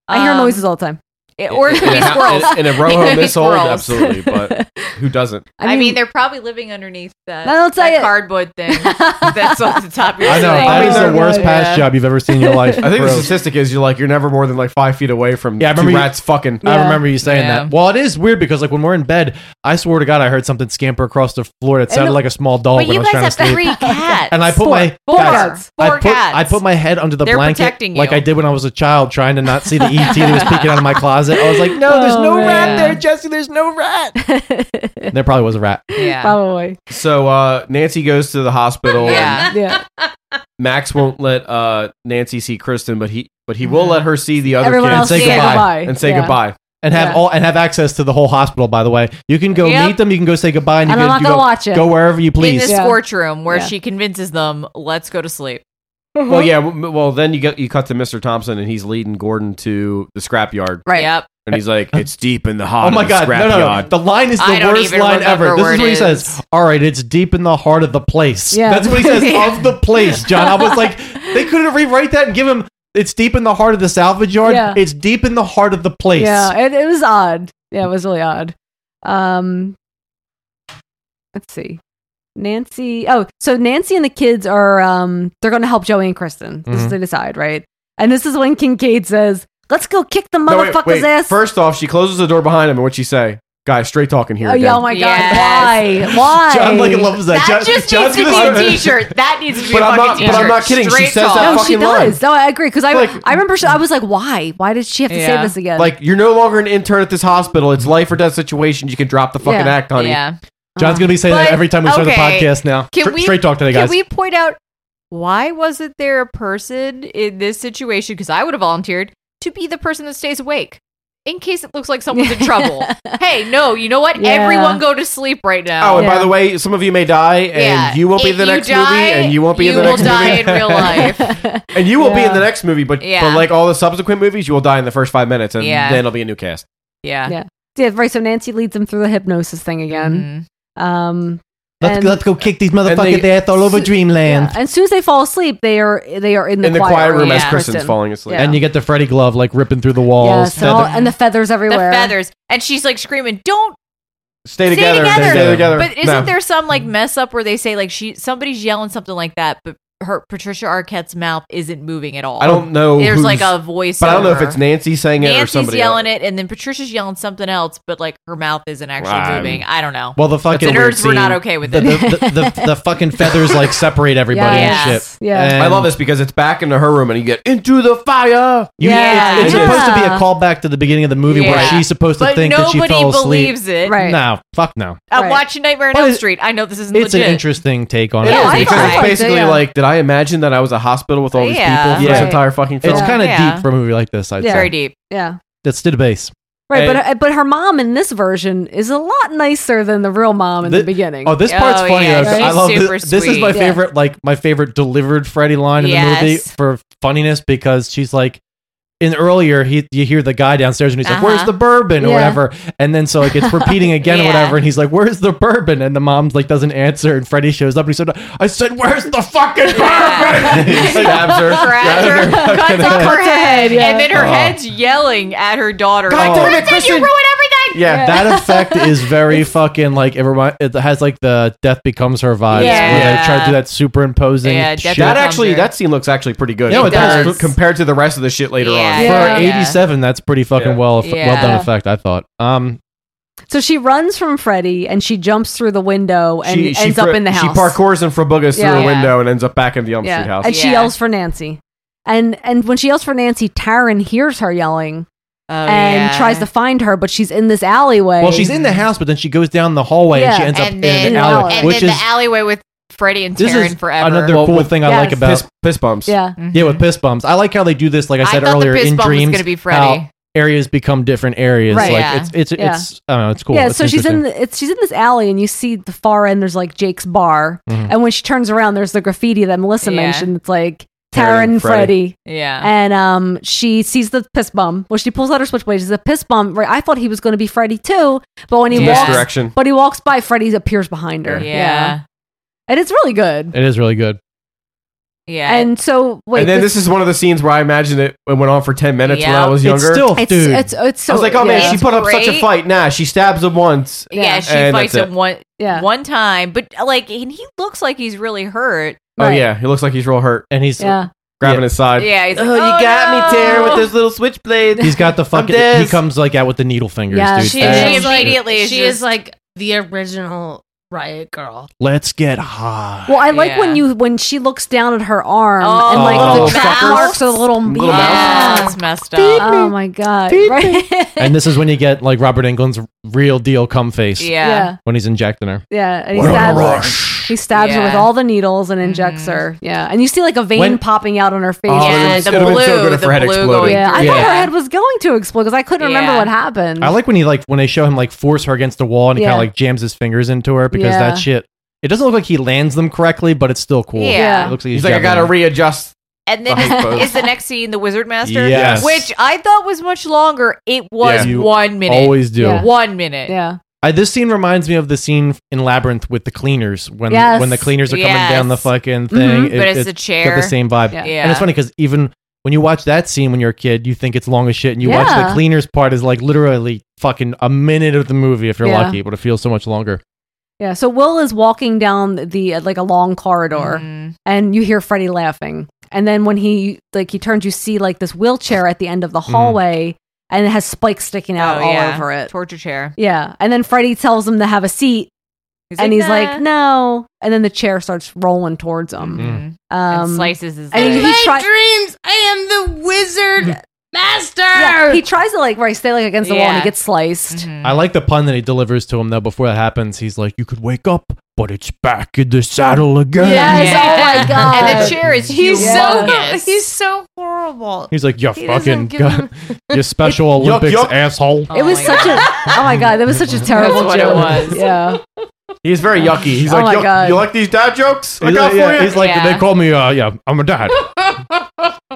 S2: I hear
S12: Um,
S2: noises all the time.
S12: It- or it could be
S9: in, a,
S12: squirrels.
S9: in, in a
S12: It
S9: row
S12: could
S9: home
S12: be
S9: this old,
S12: squirrels.
S9: absolutely. But who doesn't?
S12: I mean, they're probably living underneath that,
S2: I'll tell
S12: that
S2: you-
S12: cardboard thing that's on the top of your
S7: I know
S12: sink.
S7: that is the worst pass job you've ever seen in your life.
S9: I think
S7: Gross.
S9: the statistic is you're like you're never more than like five feet away from
S7: Yeah, I remember
S9: two
S7: you-
S9: rats fucking.
S7: I remember you saying that. Well, it is weird because like when we're in bed, I swear to God, I heard something scamper across the floor that sounded
S12: And-
S7: like a small
S12: But
S7: dog Oh, when I
S12: you
S7: was
S12: guys
S7: trying
S12: have
S7: to sleep.
S12: three cats.
S7: And I put my
S12: four
S7: Guys,
S12: cats. Four
S7: I put,
S12: cats.
S7: I put my head under the
S12: They're
S7: blanket
S12: protecting
S7: like
S12: you.
S7: I did when I was a child, trying to not see the ET that was peeking out of my closet. I was like, no, there's no rat there.
S2: Jesse. There's no rat.
S7: J-" There probably was a rat.
S12: Yeah.
S2: Probably.
S9: So uh, Nancy goes to the hospital. and
S2: Yeah.
S9: Max won't let uh, Nancy see Kristen, but he but he will let her see the other
S2: Everyone
S9: kid
S2: else say goodbye.
S9: and say
S2: Yeah.
S9: goodbye.
S7: And have
S2: Yeah.
S7: all and have access to the whole hospital. By the way, you can go
S12: Yep.
S7: meet them. You can go say goodbye, and you
S12: And
S7: can
S12: I'm not
S7: you
S12: gonna
S7: go,
S12: watch it.
S7: go wherever you
S12: In
S7: please.
S12: the scorch room where
S2: Yeah.
S12: she convinces them, let's go to sleep.
S9: Well, yeah. w- Well, then you get you cut to Mr. Thompson, and he's leading Gordon to the scrapyard.
S12: Right. Yep.
S9: And he's like, "It's deep in the
S7: Oh
S9: heart.
S7: my
S9: of
S7: god!
S9: the
S7: No, no, no!
S9: scrapyard."
S7: The line is the
S9: I don't
S7: worst
S9: even
S7: line ever. This
S9: remember
S7: is what
S9: where
S7: he
S9: it
S7: says. All right, it's deep in the heart of the place.
S9: Yeah.
S7: That's what he says
S9: Yeah.
S7: of the place, John. I was like, they couldn't rewrite that and give him. It's deep in the heart of the salvage yard.
S2: Yeah.
S7: It's deep in the heart of the place.
S2: Yeah, it, it was odd. Yeah, it was really odd. Um, let's see. Nancy. Oh, so Nancy and the kids are um they're going to help Joey and Kristen. This is
S9: Mhm.
S2: they decide, right? And this is when Kincaid says, "Let's go kick the
S9: No, wait,
S2: motherfucker's
S9: wait.
S2: ass."
S9: First off, she closes the door behind him, and what'd she say? Guys, straight talking here.
S2: oh,
S9: again.
S2: yeah, oh my god!
S12: Yes.
S2: Why? Why?
S9: John like loves that. John-
S12: just
S9: John's
S12: needs
S9: gonna
S12: to be
S9: say-
S12: a t-shirt. That needs to be
S9: But
S12: a
S9: I'm
S12: fucking
S9: not- but
S12: t-shirt.
S9: I'm not kidding. She
S12: Straight
S9: says that
S12: talk.
S2: no, she
S9: fucking line.
S2: does. No, I agree because I
S9: Like-
S2: I remember she, I was like, "Why? Why did she have to say
S9: Yeah.
S2: this again?"
S9: Like, you're no longer an intern at this hospital. It's life or death situation. You can drop the fucking
S2: Yeah.
S9: act, honey.
S2: Yeah.
S7: John's
S2: Uh-huh.
S7: gonna be saying that
S12: But-
S7: every time we start the
S12: okay.
S7: podcast now.
S12: Can
S7: Stra-
S12: we-
S7: straight talk today, guys.
S12: Can we point out why wasn't there a person in this situation? Because I would have volunteered to be the person that stays awake in case it looks like someone's in trouble. hey, no, you know what?
S9: Yeah.
S12: Everyone go to sleep right now.
S9: Oh, and by the way, some of you may die, and
S12: Yeah.
S9: you won't be in
S12: If
S9: the
S12: you
S9: next
S12: die,
S9: movie, and you won't be in
S12: you
S9: the
S12: will
S9: next
S12: die
S9: movie.
S12: in real life.
S9: and you will be in
S12: Yeah.
S9: the next movie, but,
S12: Yeah.
S9: but like all the subsequent movies, you will die in the first five minutes, and
S2: Yeah.
S9: then it'll be a new cast.
S12: yeah,
S2: yeah, yeah. Right. So Nancy leads them through the hypnosis thing
S12: Mm-hmm.
S2: again. Um,
S7: let's,
S2: and-
S7: let's go kick these motherfuckers
S9: they-
S7: ass all over Dreamland.
S2: And as soon as they fall asleep, they are they are in the,
S7: In the
S2: choir
S7: choir room
S9: as
S2: Yeah.
S9: Kristen's falling asleep.
S7: And you get the Freddy glove like ripping through the walls.
S2: Yes, and, all- and the feathers everywhere.
S12: The feathers. And she's like screaming, Don't
S9: Stay
S12: stay
S9: together.
S12: together.
S9: Stay together.
S12: But isn't
S9: No. Mm.
S12: there some like mess up where they say like she somebody's yelling something like that, but her Patricia Arquette's mouth isn't moving at all.
S9: I don't know.
S12: There's
S9: who's-
S12: like a voice.
S9: But I don't know if it's Nancy saying it or
S12: Nancy's
S9: somebody
S12: yelling it, and then Patricia's yelling something else, but like her mouth isn't actually
S9: Right.
S12: moving. I don't know.
S7: Well, the fucking
S12: the nerds were not okay with it.
S7: the, The, the, the, the fucking feathers like separate everybody and shit. And
S9: I love this because it's back into her room, and you get into the fire.
S7: You,
S9: Yeah.
S7: it- it's
S9: Yeah.
S7: supposed to be a callback to the beginning of the movie where
S9: Yeah.
S7: she's supposed to
S12: But
S7: think that she
S12: nobody
S7: fell asleep.
S12: believes it. Right.
S7: No, fuck no.
S12: I'm watching Nightmare on
S7: But
S12: Elm
S7: it-
S12: Street. I know this isn't
S7: It's
S12: legit.
S7: an interesting take on
S12: It
S7: it.
S12: is,
S9: because
S12: I
S9: it's
S12: thought-
S9: basically
S12: Yeah.
S9: like, did I imagine that I was a hospital with all these
S12: Yeah.
S9: people for this
S7: Right.
S9: entire fucking film?
S7: It's kind of
S2: Yeah.
S7: deep for a movie like this. I'd
S2: Yeah.
S7: say.
S2: Very
S12: deep.
S2: Yeah.
S7: That's to the base.
S2: Right, but her, but her mom in this version is a lot nicer than the real mom in the,
S7: Thi-
S2: beginning.
S7: Oh, this part's funny. though, 'cause I love this. This is my
S2: Yeah.
S7: favorite, like my favorite delivered Freddy line in the movie
S2: Yes.
S7: for funniness because she's like. In earlier, he you hear the guy downstairs and he's like,
S9: Uh-huh.
S7: "Where's the bourbon?" or
S9: Yeah.
S7: whatever, and then so like it's repeating again or
S9: Yeah.
S7: whatever, and he's like, "Where's the bourbon?" and the mom like doesn't answer, and Freddy shows up and he said, "I said where's the fucking bourbon?" He stabs her,
S12: Grabs her, cuts off her head, and then her
S7: Oh.
S12: head's yelling at her daughter. Oh.
S7: God
S12: like,
S7: damn it,
S12: "Kristen,
S7: Kristen!"
S12: you ruin everything.
S7: Yeah, that effect is very fucking like it, remind, it has like the death becomes her vibes. where they
S9: Yeah.
S7: try to do that superimposing.
S9: Yeah,
S7: shit.
S9: that actually that scene looks actually pretty good.
S7: No, it
S9: compared,
S7: does.
S9: compared to the rest of the shit later
S7: for
S9: on.
S7: eighty seven. That's pretty fucking well well done
S9: Yeah.
S7: effect. I thought. Um,
S2: So she runs from Freddy and she jumps through the window and
S9: she, she
S2: ends up
S9: fr-
S2: in the house.
S9: She parkours and fraboogas
S2: Yeah.
S9: through a
S2: Yeah.
S9: window and ends up back in the Elm
S2: yeah.
S9: Street house.
S2: And she yells for Nancy. And and when she yells for Nancy, Taryn hears her yelling
S12: Oh,
S2: and
S7: yeah.
S2: tries to find her, but she's in this alleyway.
S7: Well, she's in the house, but then she goes down the hallway and she
S2: Yeah.
S7: ends
S2: And
S7: up in
S2: then-
S7: the alleyway,
S2: and
S7: which
S12: then
S7: is
S12: the alleyway with Freddy and
S7: this is
S12: Taryn forever. Mm-hmm.
S7: another cool thing I like about
S9: piss, piss bumps.
S2: Yeah,
S7: yeah, with piss bumps. I like how they do this. Like I said
S12: thought the
S7: earlier,
S12: piss
S7: in
S12: bump was
S7: dreams,
S12: gonna be Freddy.
S7: how areas become different areas.
S2: Right.
S7: Like
S2: Yeah.
S7: it's it's
S2: Yeah.
S7: it's I don't know. It's cool.
S2: Yeah,
S7: It's
S2: so she's in
S7: interesting.
S2: the, it's she's in this alley, and you see the far end. There's like Jake's bar,
S7: Mhm.
S9: Mm-hmm.
S2: and when she turns around, there's the graffiti that Melissa
S12: Yeah.
S2: mentioned. It's like
S12: Taryn
S2: Taryn,
S12: and
S2: Freddy.
S12: Freddy. Yeah.
S2: and um, she sees the piss bum. Well, she pulls out her switchblade. She's a piss bum. Right, I thought he was going to be Freddy too, but when he
S7: Yeah.
S2: walks,
S7: Misdirection.
S2: but he walks by, Freddy appears behind her.
S7: Yeah.
S2: and it's really good.
S7: It is really good.
S12: Yeah,
S2: and so wait,
S9: and then this, is one of the scenes where I imagined it it went on for ten minutes when I was
S7: It's
S9: younger.
S7: still-
S2: It's,
S7: dude.
S2: it's it's so
S9: I was like, oh
S2: yeah.
S9: man, she put up such a
S12: great.
S9: fight. Nah, she stabs him once.
S12: Yeah, she
S9: and
S12: fights
S9: that's
S12: him one one time, but like, and he looks like he's really hurt.
S9: Oh yeah, he looks like he's real hurt,
S7: and he's
S12: Yeah.
S9: grabbing his side.
S12: Yeah, he's like,
S9: you got me, Taryn, with
S12: this
S9: little switchblade.
S7: He's got the fucking. He
S4: dead.
S7: comes like out with the needle fingers,
S4: Yeah,
S7: dude.
S4: she,
S7: That's-
S4: is like-
S12: immediately is
S4: she
S12: just-
S4: is like the original riot girl.
S7: Let's get high.
S2: Well, I like
S4: Yeah.
S2: when you when she looks down at her arm
S4: Oh,
S2: and like
S7: Oh,
S2: the
S7: fuckers.
S2: track marks of the little,
S7: Little
S2: yeah.
S7: mouse.
S12: That's messed
S2: Feed
S12: up.
S2: me. Oh my god! Right?
S7: and this is when you get like Robert Englund's real deal cum face.
S2: Yeah. Yeah.
S7: When he's injecting her.
S2: Yeah, and he
S7: What a
S2: stabs, he stabs her with
S7: Yeah.
S2: all the needles and injects her. Yeah, and you see like a vein
S7: When-
S2: popping out on her face.
S7: Oh, Yeah, it would've- the it would've been so blue- good if her the head blue exploded. going
S2: Yeah, I
S7: through
S2: thought
S7: it.
S2: her head was going to explode because I couldn't remember
S12: Yeah.
S2: what happened.
S7: I like when he like when they show him like force her against the wall and he
S2: Yeah.
S7: kind of like jams his fingers into her because
S2: Yeah.
S7: that shit. It doesn't look like he lands them correctly, but it's still cool.
S12: Yeah.
S7: It looks like
S9: He's
S7: he's,
S9: like, I gotta
S7: readjust.
S12: And then
S7: I suppose.
S12: is, is the next scene the Wizard Master?
S7: Yes.
S12: Which I thought was much longer. It was
S7: Yeah. You
S12: one minute.
S7: always do. Yeah.
S12: One minute.
S2: Yeah.
S7: I, this scene reminds me of the scene in Labyrinth with the cleaners when
S12: Yes.
S7: when the cleaners are coming
S12: Yes.
S7: down the fucking thing.
S12: Mhm. But it's a
S7: got
S12: chair.
S7: the same vibe.
S12: Yeah.
S7: And it's funny because even when you watch that scene when you're a kid, you think it's long as shit, and you watch
S2: Yeah.
S7: the cleaners part is like literally fucking a minute of the movie if you're
S2: Yeah.
S7: lucky, but it feels so much longer.
S2: Yeah, so Will is walking down the uh, like a long corridor,
S12: Mm-hmm.
S2: and you hear Freddy laughing. And then when he like he turns, you see like this wheelchair at the end of the hallway, and it has spikes sticking out all over it.
S12: Torture chair.
S2: Yeah, and then Freddy tells him to have a seat,
S12: He's
S2: and
S12: like,
S2: he's
S12: "Nah." Mm-hmm.
S2: like, "No." And then the chair starts rolling towards him.
S7: Mm.
S2: Um,
S12: And slices his
S2: and
S12: leg.
S2: he,
S12: In
S2: try-
S12: my
S4: dreams, I am the wizard master.
S2: Yeah, he tries to like right stay like against the wall, and he
S4: Yeah.
S2: gets sliced.
S12: Mm-hmm.
S7: I like the pun that he delivers to him though before that happens. He's like, You could wake up, but it's back in the saddle again.
S2: Yes,
S4: Yeah.
S2: oh my god!
S12: And the chair is
S4: He's
S12: humongous.
S4: so he's so horrible.
S7: He's like, You
S4: He doesn't
S7: fucking
S4: give him-
S7: god, you special Olympics asshole.
S12: Oh
S2: It was such a oh my god! That was such a terrible
S9: what it
S2: joke.
S9: was.
S2: Yeah.
S9: He's very yucky. He's
S2: Oh my
S9: like, "Yo,
S2: God.
S9: you like these dad jokes? I
S7: He's
S9: got
S7: like,
S9: for
S7: yeah,
S9: you."
S7: he's like, they call me uh yeah, I'm a dad.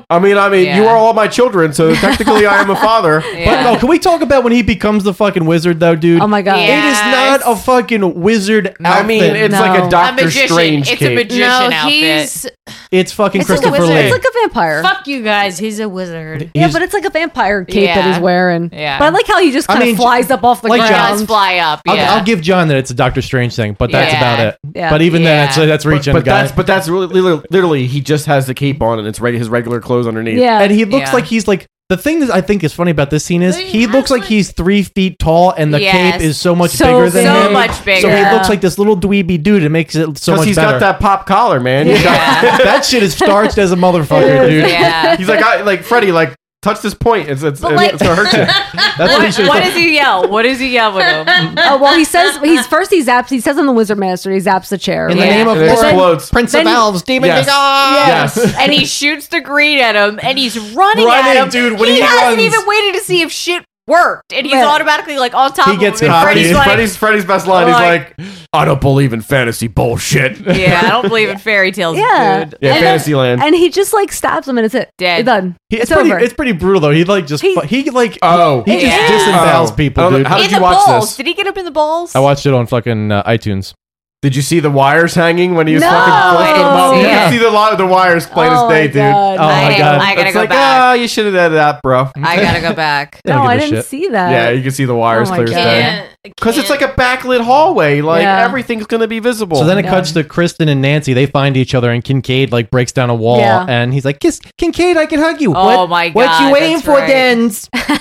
S9: I mean, I mean, you
S7: Yeah.
S9: are all my children, so technically I am a father.
S7: But no, can we talk about when he becomes the fucking wizard though, dude?
S2: Oh my God.
S7: It is not a fucking wizard
S9: I mean,
S7: outfit.
S9: it's like a Doctor Strange cape.
S4: no,
S12: outfit.
S4: he's
S7: It's fucking
S2: It's like, a
S7: Christopher
S2: wizard.
S7: Lee.
S2: it's like a vampire.
S4: fuck you guys. He's a wizard.
S2: yeah, but it's like a vampire cape that
S4: Yeah.
S2: he's wearing.
S4: Yeah.
S2: But I like how he just
S7: I
S2: kind of
S7: mean,
S2: flies up off the
S7: like
S2: ground.
S7: John-
S12: fly up. Yeah.
S7: I'll, I'll give John that it's a Doctor Strange thing, but that's
S12: Yeah.
S7: about it.
S12: Yeah.
S7: But even
S12: Yeah.
S7: then, that's that's reaching,
S9: but
S7: guys.
S9: that's but that's really, literally, literally he just has the cape on and it's right his regular clothes underneath.
S7: and he looks like he's like the thing that I think is funny about this scene is he looks like he's three feet tall, and the
S9: Yes.
S7: cape is so much
S9: So
S7: bigger than
S9: big.
S7: him.
S9: So much
S7: So
S9: bigger.
S7: he looks like this little dweeby dude. It makes it so
S9: 'Cause
S7: much
S9: he's
S7: better.
S9: got that pop collar, man. He's got-
S7: that shit is starched as a motherfucker, dude.
S9: He's like, I, like Freddy, like touch this point. It's it's, it's, it's gonna hurt you.
S7: That's what he
S12: What,
S7: should
S12: what does he yell? What does he yell with him?
S2: oh well, he says he's first he zaps. He says I'm the wizard master. He zaps the chair.
S7: In the
S2: right?
S7: name of
S2: But
S7: Lord-
S2: then-
S7: Explodes. Prince of
S2: then-
S7: Elves, Demon Yes. Begone.
S12: Yes.
S7: Yes.
S12: and he shoots the green at him, and he's running, at
S7: Running,
S12: him.
S7: dude, when
S12: he,
S7: he
S12: hasn't
S7: runs.
S12: even waited to see if shit worked, and he's
S7: Man.
S12: automatically like on top
S9: He gets
S12: of him. and
S9: copied.
S12: Freddy's like,
S9: Freddy's, Freddy's best line. he's like, I don't believe in fantasy bullshit.
S12: yeah, I don't believe in fairy tales,
S2: Yeah.
S12: dude.
S9: Yeah,
S2: And then-
S9: Fantasyland.
S2: And he just like stabs him, and it's it. Dead. done.
S7: He-
S2: it's
S7: it's, pretty,
S2: over.
S7: it's pretty brutal though. He like just he, he like
S9: oh
S7: he just
S12: Yeah.
S7: disembowels
S9: Oh.
S7: people,
S9: I don't know-
S7: dude.
S9: how did
S12: in the balls. Did he get him in the balls?
S7: I watched it on fucking uh, iTunes.
S9: Did you see the wires hanging when he was
S10: No,
S9: fucking flipping them
S10: I
S9: up?
S10: didn't
S9: You
S10: see
S9: can
S10: it.
S9: see the lot of the wires plain
S10: Oh
S9: as day,
S10: my
S9: dude.
S10: God.
S9: Oh
S10: I gotta-
S9: my god!
S10: I gotta
S9: it's
S10: go
S9: like,
S10: back.
S9: ah, you should have edited that, bro.
S12: I gotta go back.
S9: They don't give a shit. Yeah, you can see the wires
S12: Oh my
S9: clear as
S12: God.
S9: day.
S12: Can't-
S9: Because it's like a backlit hallway. Like
S12: Yeah.
S9: everything's gonna be visible.
S7: So then it cuts to Kristen and Nancy. They find each other, and Kincaid like breaks down a wall,
S9: Yeah.
S7: and he's like, "Kiss Kincaid, I can hug you."
S12: Oh
S7: What-
S12: my
S7: What you
S12: God,
S7: waiting
S12: that's
S7: for,
S12: right.
S7: then?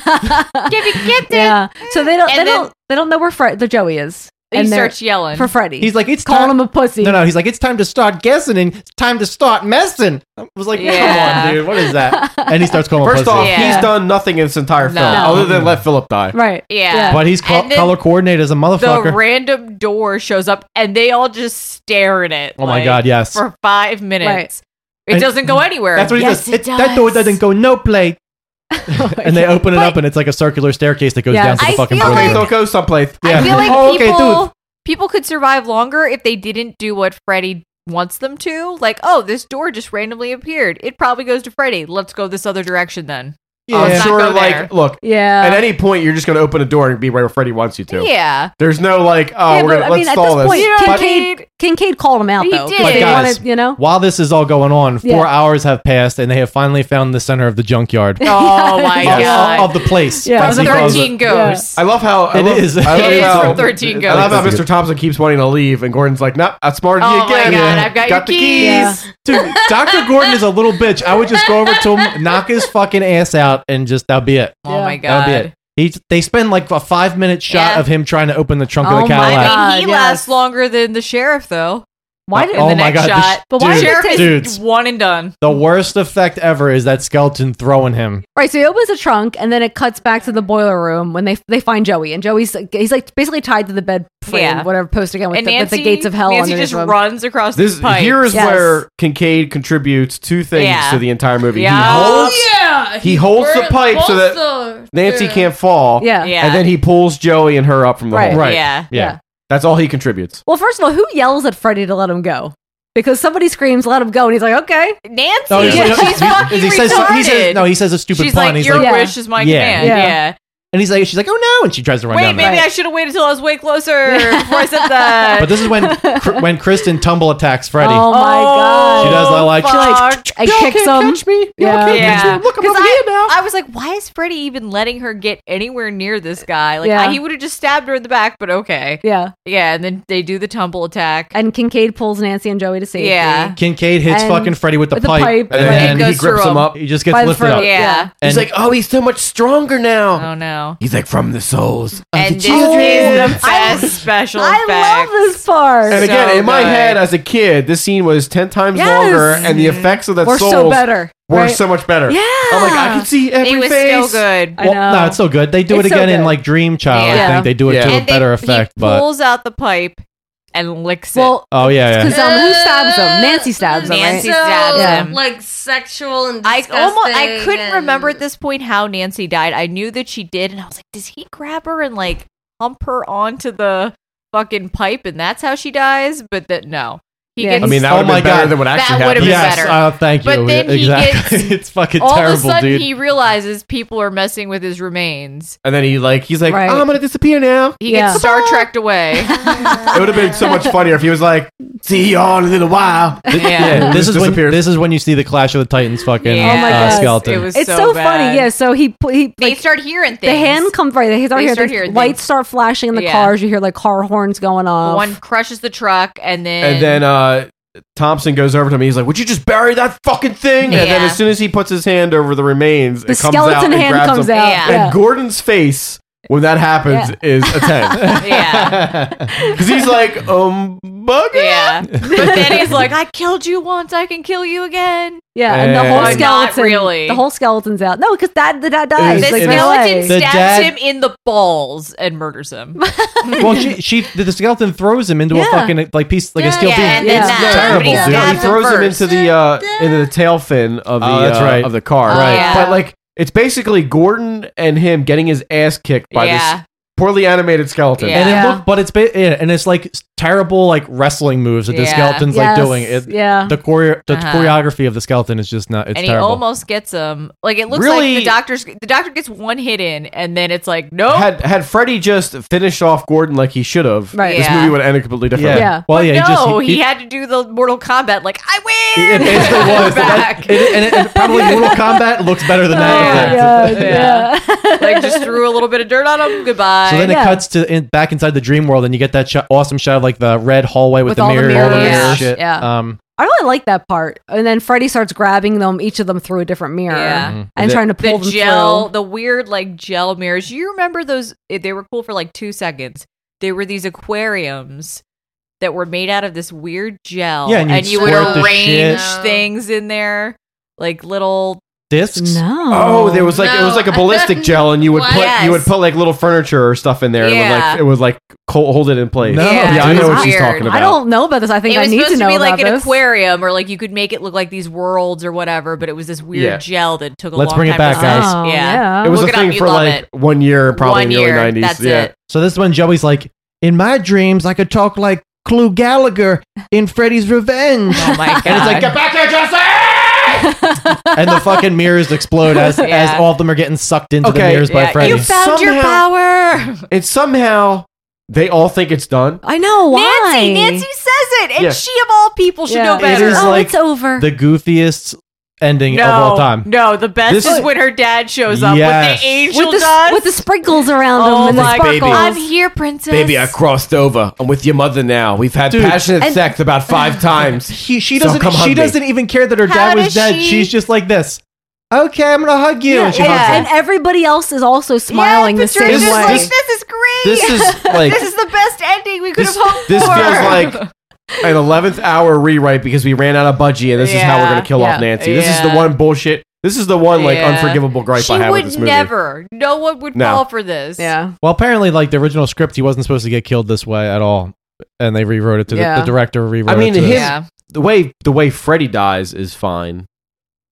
S2: Give it, get Yeah. So they don't. They don't. They don't know where Fred, the Joey is.
S12: He
S2: And they're-
S12: starts yelling.
S2: for Freddy.
S7: He's like, "It's
S2: calling
S7: time-
S2: him a pussy.
S7: No, no. He's like, "It's time to start guessing, and it's time to start messing." I was like,
S2: Yeah.
S7: "Come on, dude, what is that?" And he starts calling.
S9: First
S7: pussy.
S9: off,
S2: Yeah.
S9: he's done nothing in this entire film
S7: No.
S9: other than let Philip die.
S2: Right.
S12: Yeah.
S7: but he's co-
S12: And then
S7: color coordinated as a
S12: The
S7: motherfucker.
S12: random door shows up and they all just stare at it.
S7: Oh my God, yes.
S12: For five minutes. It
S7: And-
S12: doesn't go anywhere.
S7: That's what he
S12: Yes,
S7: says.
S12: it
S7: It- That door doesn't go no play. and they open it up, and it's like a circular staircase that goes
S12: Yeah.
S7: down to the
S12: I
S7: fucking
S12: feel
S7: building.
S12: like- Okay, so
S9: go someplace.
S12: I feel like
S7: oh, okay,
S12: people
S7: dude.
S12: people could survive longer if they didn't do what Freddy wants them to. Like, oh, this door just randomly appeared. It probably goes to Freddy. Let's go this other direction then.
S9: I'm
S12: Let's not
S9: sure,
S12: go
S9: like,
S12: there.
S9: look,
S2: Yeah.
S9: At any point, you're just going to open a door and be where Freddy wants you to.
S12: Yeah.
S9: There's no like, oh,
S2: Yeah,
S9: we're
S2: but,
S9: gonna
S2: I
S9: let's
S2: mean, at
S9: stall
S2: this point,
S9: this. But-
S2: Kincaid, Kincaid called him out though. 'cause
S7: But
S2: he wanted-
S7: guys,
S2: you know.
S7: while this is all going on, four
S2: Yeah.
S7: hours have passed, and they have finally found the center of the junkyard.
S12: Oh my
S7: Of-
S12: God.
S7: Of the place.
S12: Yeah.
S7: As he
S12: From
S7: calls
S12: 13
S7: it.
S12: Ghosts.
S9: I love how I
S7: It
S9: love,
S7: is.
S9: I love
S7: It is
S9: how,
S12: from 13
S9: I love how
S7: Ghosts.
S9: Mr. Thompson keeps wanting to leave, and Gordon's like, "Nope, I outsmarted
S12: Oh
S9: you
S12: my
S9: again.
S12: God, I've got your
S9: the
S12: keys."
S7: Dude, Dr. Gordon is a little bitch. I would just go over to him, knock his fucking ass out, and just that'll be it.
S12: Oh my
S7: That'll
S12: God.
S7: be it. He, they spend like a five minute shot
S12: Yeah.
S7: of him trying to open the trunk of
S12: Oh
S7: the
S12: my
S7: Cadillac.
S12: I mean, he lasts longer than the sheriff though.
S7: Why did-
S12: in
S7: Oh
S12: the
S7: my
S12: next
S7: God, the
S12: shot?
S7: sh- But why
S12: the
S7: did it
S12: sheriff
S7: take-
S12: is
S7: Dudes.
S12: one and done.
S7: The worst effect ever is that skeleton throwing him.
S2: Right, so he opens the trunk, and then it cuts back to the boiler room when they they find Joey, and Joey's he's like basically tied to the bed frame,
S12: Yeah.
S2: whatever post again with,
S12: And
S2: the, with the
S12: Nancy-
S2: gates of hell.
S12: Nancy
S2: under his
S12: just
S2: room.
S12: runs across
S9: This
S12: the pipe.
S9: here is
S2: Yes.
S9: where Kincaid contributes two things
S12: Yeah.
S9: to the entire movie.
S12: Yeah.
S9: He holds,
S12: Yeah,
S9: he
S12: he
S9: holds the
S12: holds
S9: pipe so that
S12: the-
S9: Nancy
S12: yeah.
S9: can't fall.
S2: Yeah.
S12: Yeah.
S9: and then he pulls Joey and her up from the
S2: Right.
S9: hole.
S2: Right. Yeah. Yeah.
S9: That's all he contributes.
S2: Well, first of all, who yells at Freddy to let him go? Because somebody screams, "Let him go," and he's like, "Okay,
S12: Nancy."
S7: No, he's like- he's- he says, he says no, he says a stupid
S12: She's
S7: pun.
S12: like,
S7: he's
S12: "Your
S7: like,
S12: wish is my command." Yeah.
S7: And he's like, she's like, oh no, and she tries to run
S12: Wait,
S7: down. the-
S12: maybe I should have waited till I was way closer before I said that.
S7: But this is when Kr- when Kristen tumble attacks Freddy.
S12: Oh my god!
S7: She does not like.
S12: Fuck.
S2: I kick some."
S12: Yeah,
S2: Yeah.
S12: Look, I, I was like, why is Freddy even letting her get anywhere near this guy? Like,
S2: Yeah.
S12: I- he would have just stabbed her in the back, but okay.
S2: Yeah.
S12: Yeah, and then they do the tumble attack.
S2: And Kincaid pulls Nancy and Joey to safety.
S12: Yeah.
S7: Kincaid hits
S2: And-
S7: fucking Freddy with the,
S2: with the pipe,
S7: and
S2: and then
S7: then
S2: it
S7: he
S2: goes
S7: grips
S2: through him.
S7: him up. He just gets
S2: By the
S7: lifted
S2: throat,
S7: up.
S2: yeah. Yeah.
S7: And
S9: He's like, oh, he's so much stronger now.
S12: Oh no. Oh,
S9: He's like from the souls.
S12: and this
S2: children.
S12: is the best special
S2: I
S12: effect.
S2: love this part.
S9: And again,
S2: Oh, So
S9: in my
S2: good.
S9: head as a kid, this scene was ten times
S2: Yes.
S9: longer, and the effects of that
S2: Were so
S9: souls
S2: better,
S9: were
S2: right?
S9: so much better.
S2: Yeah.
S9: I'm like, I can see every
S12: It was
S9: face.
S12: so good.
S7: Oh Well, no, it's so good. They do
S12: It's
S7: it
S12: so
S7: again in
S12: good.
S7: like Dream Child. I
S12: Yeah.
S7: think they do it to a
S12: And they-
S7: better effect.
S12: He
S7: But
S12: pulls out the pipe and licks it.
S7: oh yeah,
S2: Because
S7: yeah.
S2: um, who stabs
S4: Uh,
S2: him? Nancy stabs him.
S12: Nancy
S2: right?
S12: stabs
S2: Yeah.
S12: him.
S4: Like sexual and
S12: I
S4: disgusting.
S12: almost I couldn't
S4: and-
S12: remember at this point how Nancy died. I knew that she did, and I was like, does he grab her and like hump her onto the fucking pipe, and that's how she dies? But that no, he
S7: I mean, that
S9: Oh
S7: would
S9: my
S7: have been better
S9: God.
S7: than what actually
S12: That
S7: happened.
S12: would've been
S7: yes,
S12: better.
S7: uh, thank you.
S12: But then he
S7: exactly.
S12: gets-
S7: it's fucking
S12: all
S7: terrible,
S12: of a sudden
S7: dude.
S12: he realizes people are messing with his remains.
S9: and then he like he's like, "Oh,
S12: Right.
S9: I'm gonna disappear now.
S12: He gets Star Trek'd away.
S9: It would have been so much funnier if he was like, see y'all in a little while.
S7: Yeah, this is when this is when you see the Clash of the Titans fucking
S12: Yeah. Oh my
S7: uh,
S12: gosh,
S7: skeleton.
S12: it was
S2: It's so,
S12: so bad.
S2: funny. Yeah. So he pu- he
S12: they start hearing things.
S2: the hand comes right. They start
S12: They
S2: hearing
S12: start
S2: the
S12: hearing
S2: lights start flashing in the
S12: Yeah.
S2: cars. You hear like car horns going off.
S12: One crushes the truck, and then
S9: and then uh Thompson goes over to me. He's like, "Would you just bury that fucking thing?" And then
S12: Yeah.
S9: as soon as he puts his hand over the remains,
S2: The
S9: it comes out
S2: skeleton
S9: and
S2: hand
S9: grabs
S2: comes
S9: him.
S2: out.
S9: And
S2: Yeah.
S9: Gordon's face when that happens is a ten.
S12: Yeah.
S9: because he's like, um, bug.
S12: Yeah. But then he's like, I killed you once, I can kill you again.
S2: Yeah, and the whole
S12: Like, not
S2: skeleton,
S12: really.
S2: the whole skeleton's out. No, because that the dad dies.
S12: the
S2: Like, no
S12: skeleton
S2: way.
S12: stabs him in the balls and murders him.
S7: well, she, she the skeleton throws him into a
S12: Yeah.
S7: fucking like piece like a steel
S12: yeah,
S7: beam.
S12: and
S9: then
S7: It's
S9: that.
S7: terrible,
S9: But he
S7: dude.
S9: stabs He throws him him first. into the uh, into the tail fin of the
S7: Oh, that's
S9: uh,
S7: right.
S9: of the car.
S7: Oh, Right. yeah.
S9: But like, it's basically Gordon and him getting his ass kicked by
S7: Yeah.
S9: this poorly animated skeleton.
S7: And it look, but it's ba- yeah, and it's like s- terrible like wrestling moves that the
S12: Yeah.
S7: skeleton's
S12: Yes,
S7: like doing. It,
S12: yeah.
S7: The choreo- the
S12: Uh-huh.
S7: choreography of the skeleton is just not. It's
S12: and he
S7: terrible.
S12: almost gets him. Like it looks
S9: Really-
S12: like the doctor's the doctor gets one hit in, and then it's like nope.
S9: Had had Freddy just finished off Gordon like he should have,
S12: Right.
S9: this
S12: Yeah.
S9: movie would end completely different.
S7: Oh,
S12: Well, yeah, no, he, had to do the Mortal Kombat. Like I win.
S7: It basically was.
S12: Back.
S7: It- and, it- and probably Mortal Kombat looks better than that.
S12: yeah,
S7: effect.
S12: yeah. like just threw a little bit of dirt on him. Goodbye.
S7: So then it cuts to in, back inside the dream world, and you get that shot, awesome shot of like the red hallway with,
S2: With
S7: the
S2: all the
S7: mirror, and all the
S2: mirrors.
S7: mirror
S2: Yeah.
S7: shit.
S2: Yeah.
S7: Um,
S2: I really like that part. And then Freddy starts grabbing them, each of them through a different mirror,
S12: Yeah. Mhm.
S2: and
S12: The-
S2: trying to pull
S12: the
S2: them
S12: gel,
S2: through.
S12: the weird like gel mirrors. You remember those? eh, They were cool for like two seconds. They were these aquariums that were made out of this weird gel,
S7: Yeah, and you'd
S12: you would
S7: squirt the
S12: arrange
S7: shit.
S12: things in there, like little.
S7: discs.
S2: No.
S9: Oh, there was like it was like a ballistic gel, and you would put
S12: Yes.
S9: you would put like little furniture or stuff in there,
S12: Yeah.
S9: and it would like it would like co- hold it in place.
S7: No, Yeah.
S9: yeah, I
S7: dude.
S9: know what she's
S12: Weird.
S9: talking about.
S2: I don't know about this. I think
S12: it
S2: I
S12: was
S2: need
S12: supposed
S2: to know
S12: be like
S2: about
S12: an
S2: this.
S12: aquarium, or like you could make it look like these worlds or whatever. But it was this weird
S9: Yeah.
S12: gel that took a
S9: Let's
S12: long
S9: bring it
S12: time.
S9: back,
S12: to
S9: guys.
S12: set.
S9: Oh,
S12: yeah,
S9: It was
S12: Look
S9: a
S12: up,
S9: thing
S12: you
S9: for
S12: love
S9: like
S12: it.
S9: one year, probably
S12: One
S9: in the
S12: year,
S9: early nineties.
S12: that's
S9: Yeah,
S12: it.
S7: So this one, Joey's like, in my dreams, I could talk like Clue Gallagher in Freddy's Revenge. Oh
S12: my god!
S7: and it's like, get back here, Jesse! and the fucking mirrors explode as as
S12: Yeah.
S7: all of them are getting sucked into the
S9: Okay.
S7: mirrors by
S9: Yeah,
S7: Freddy.
S9: you found-
S12: Found your power.
S9: and somehow they all think it's done.
S2: I know why.
S12: Nancy, Nancy says it, and
S9: Yeah.
S12: she of all people should
S2: Yeah.
S12: know
S2: It
S12: better.
S7: is Oh, like it's
S2: over.
S7: the goofiest ending
S12: no,
S7: of all time.
S12: No, the best
S7: This-
S12: is when her dad shows up
S7: Yes.
S12: with the angel
S2: with the,
S12: dust.
S2: with the sprinkles around
S12: oh
S2: them and the
S12: my
S2: sparkles.
S12: god! I'm here, princess.
S9: Baby, I crossed over. I'm with your mother now. We've had
S7: Dude,
S9: passionate
S7: and-
S9: sex about five times.
S7: He, she
S9: So
S7: doesn't.
S9: come hug
S7: she
S9: me.
S7: doesn't even care that her
S2: How
S7: dad was
S2: does
S7: dead.
S2: she-
S7: She's just like this. Okay, I'm gonna hug you.
S2: Yeah,
S7: and she
S2: and,
S7: hugs him.
S2: and everybody else is also smiling the same
S9: Patricia's
S2: way.
S9: like, This-
S12: This is great.
S9: This is, like-
S12: this is the best ending we could
S9: This-
S12: have hoped
S9: This
S12: for.
S9: feels like an eleventh hour rewrite because we ran out of budgie, and this is how we're
S12: Yeah.
S9: gonna kill off
S12: Yeah.
S9: Nancy. This is
S12: Yeah.
S9: the one bullshit. This is the one like
S12: Yeah.
S9: unforgivable gripe
S12: she
S9: I have
S12: would
S9: with this movie.
S12: never. No one would
S7: No.
S12: fall for this. Yeah.
S7: Well, apparently, like the original script, he wasn't supposed to get killed this way at all, and they rewrote it to
S12: Yeah.
S7: the, the director. Rewrote.
S9: I mean,
S7: it to
S9: his
S7: this.
S9: the way the way Freddy dies is fine.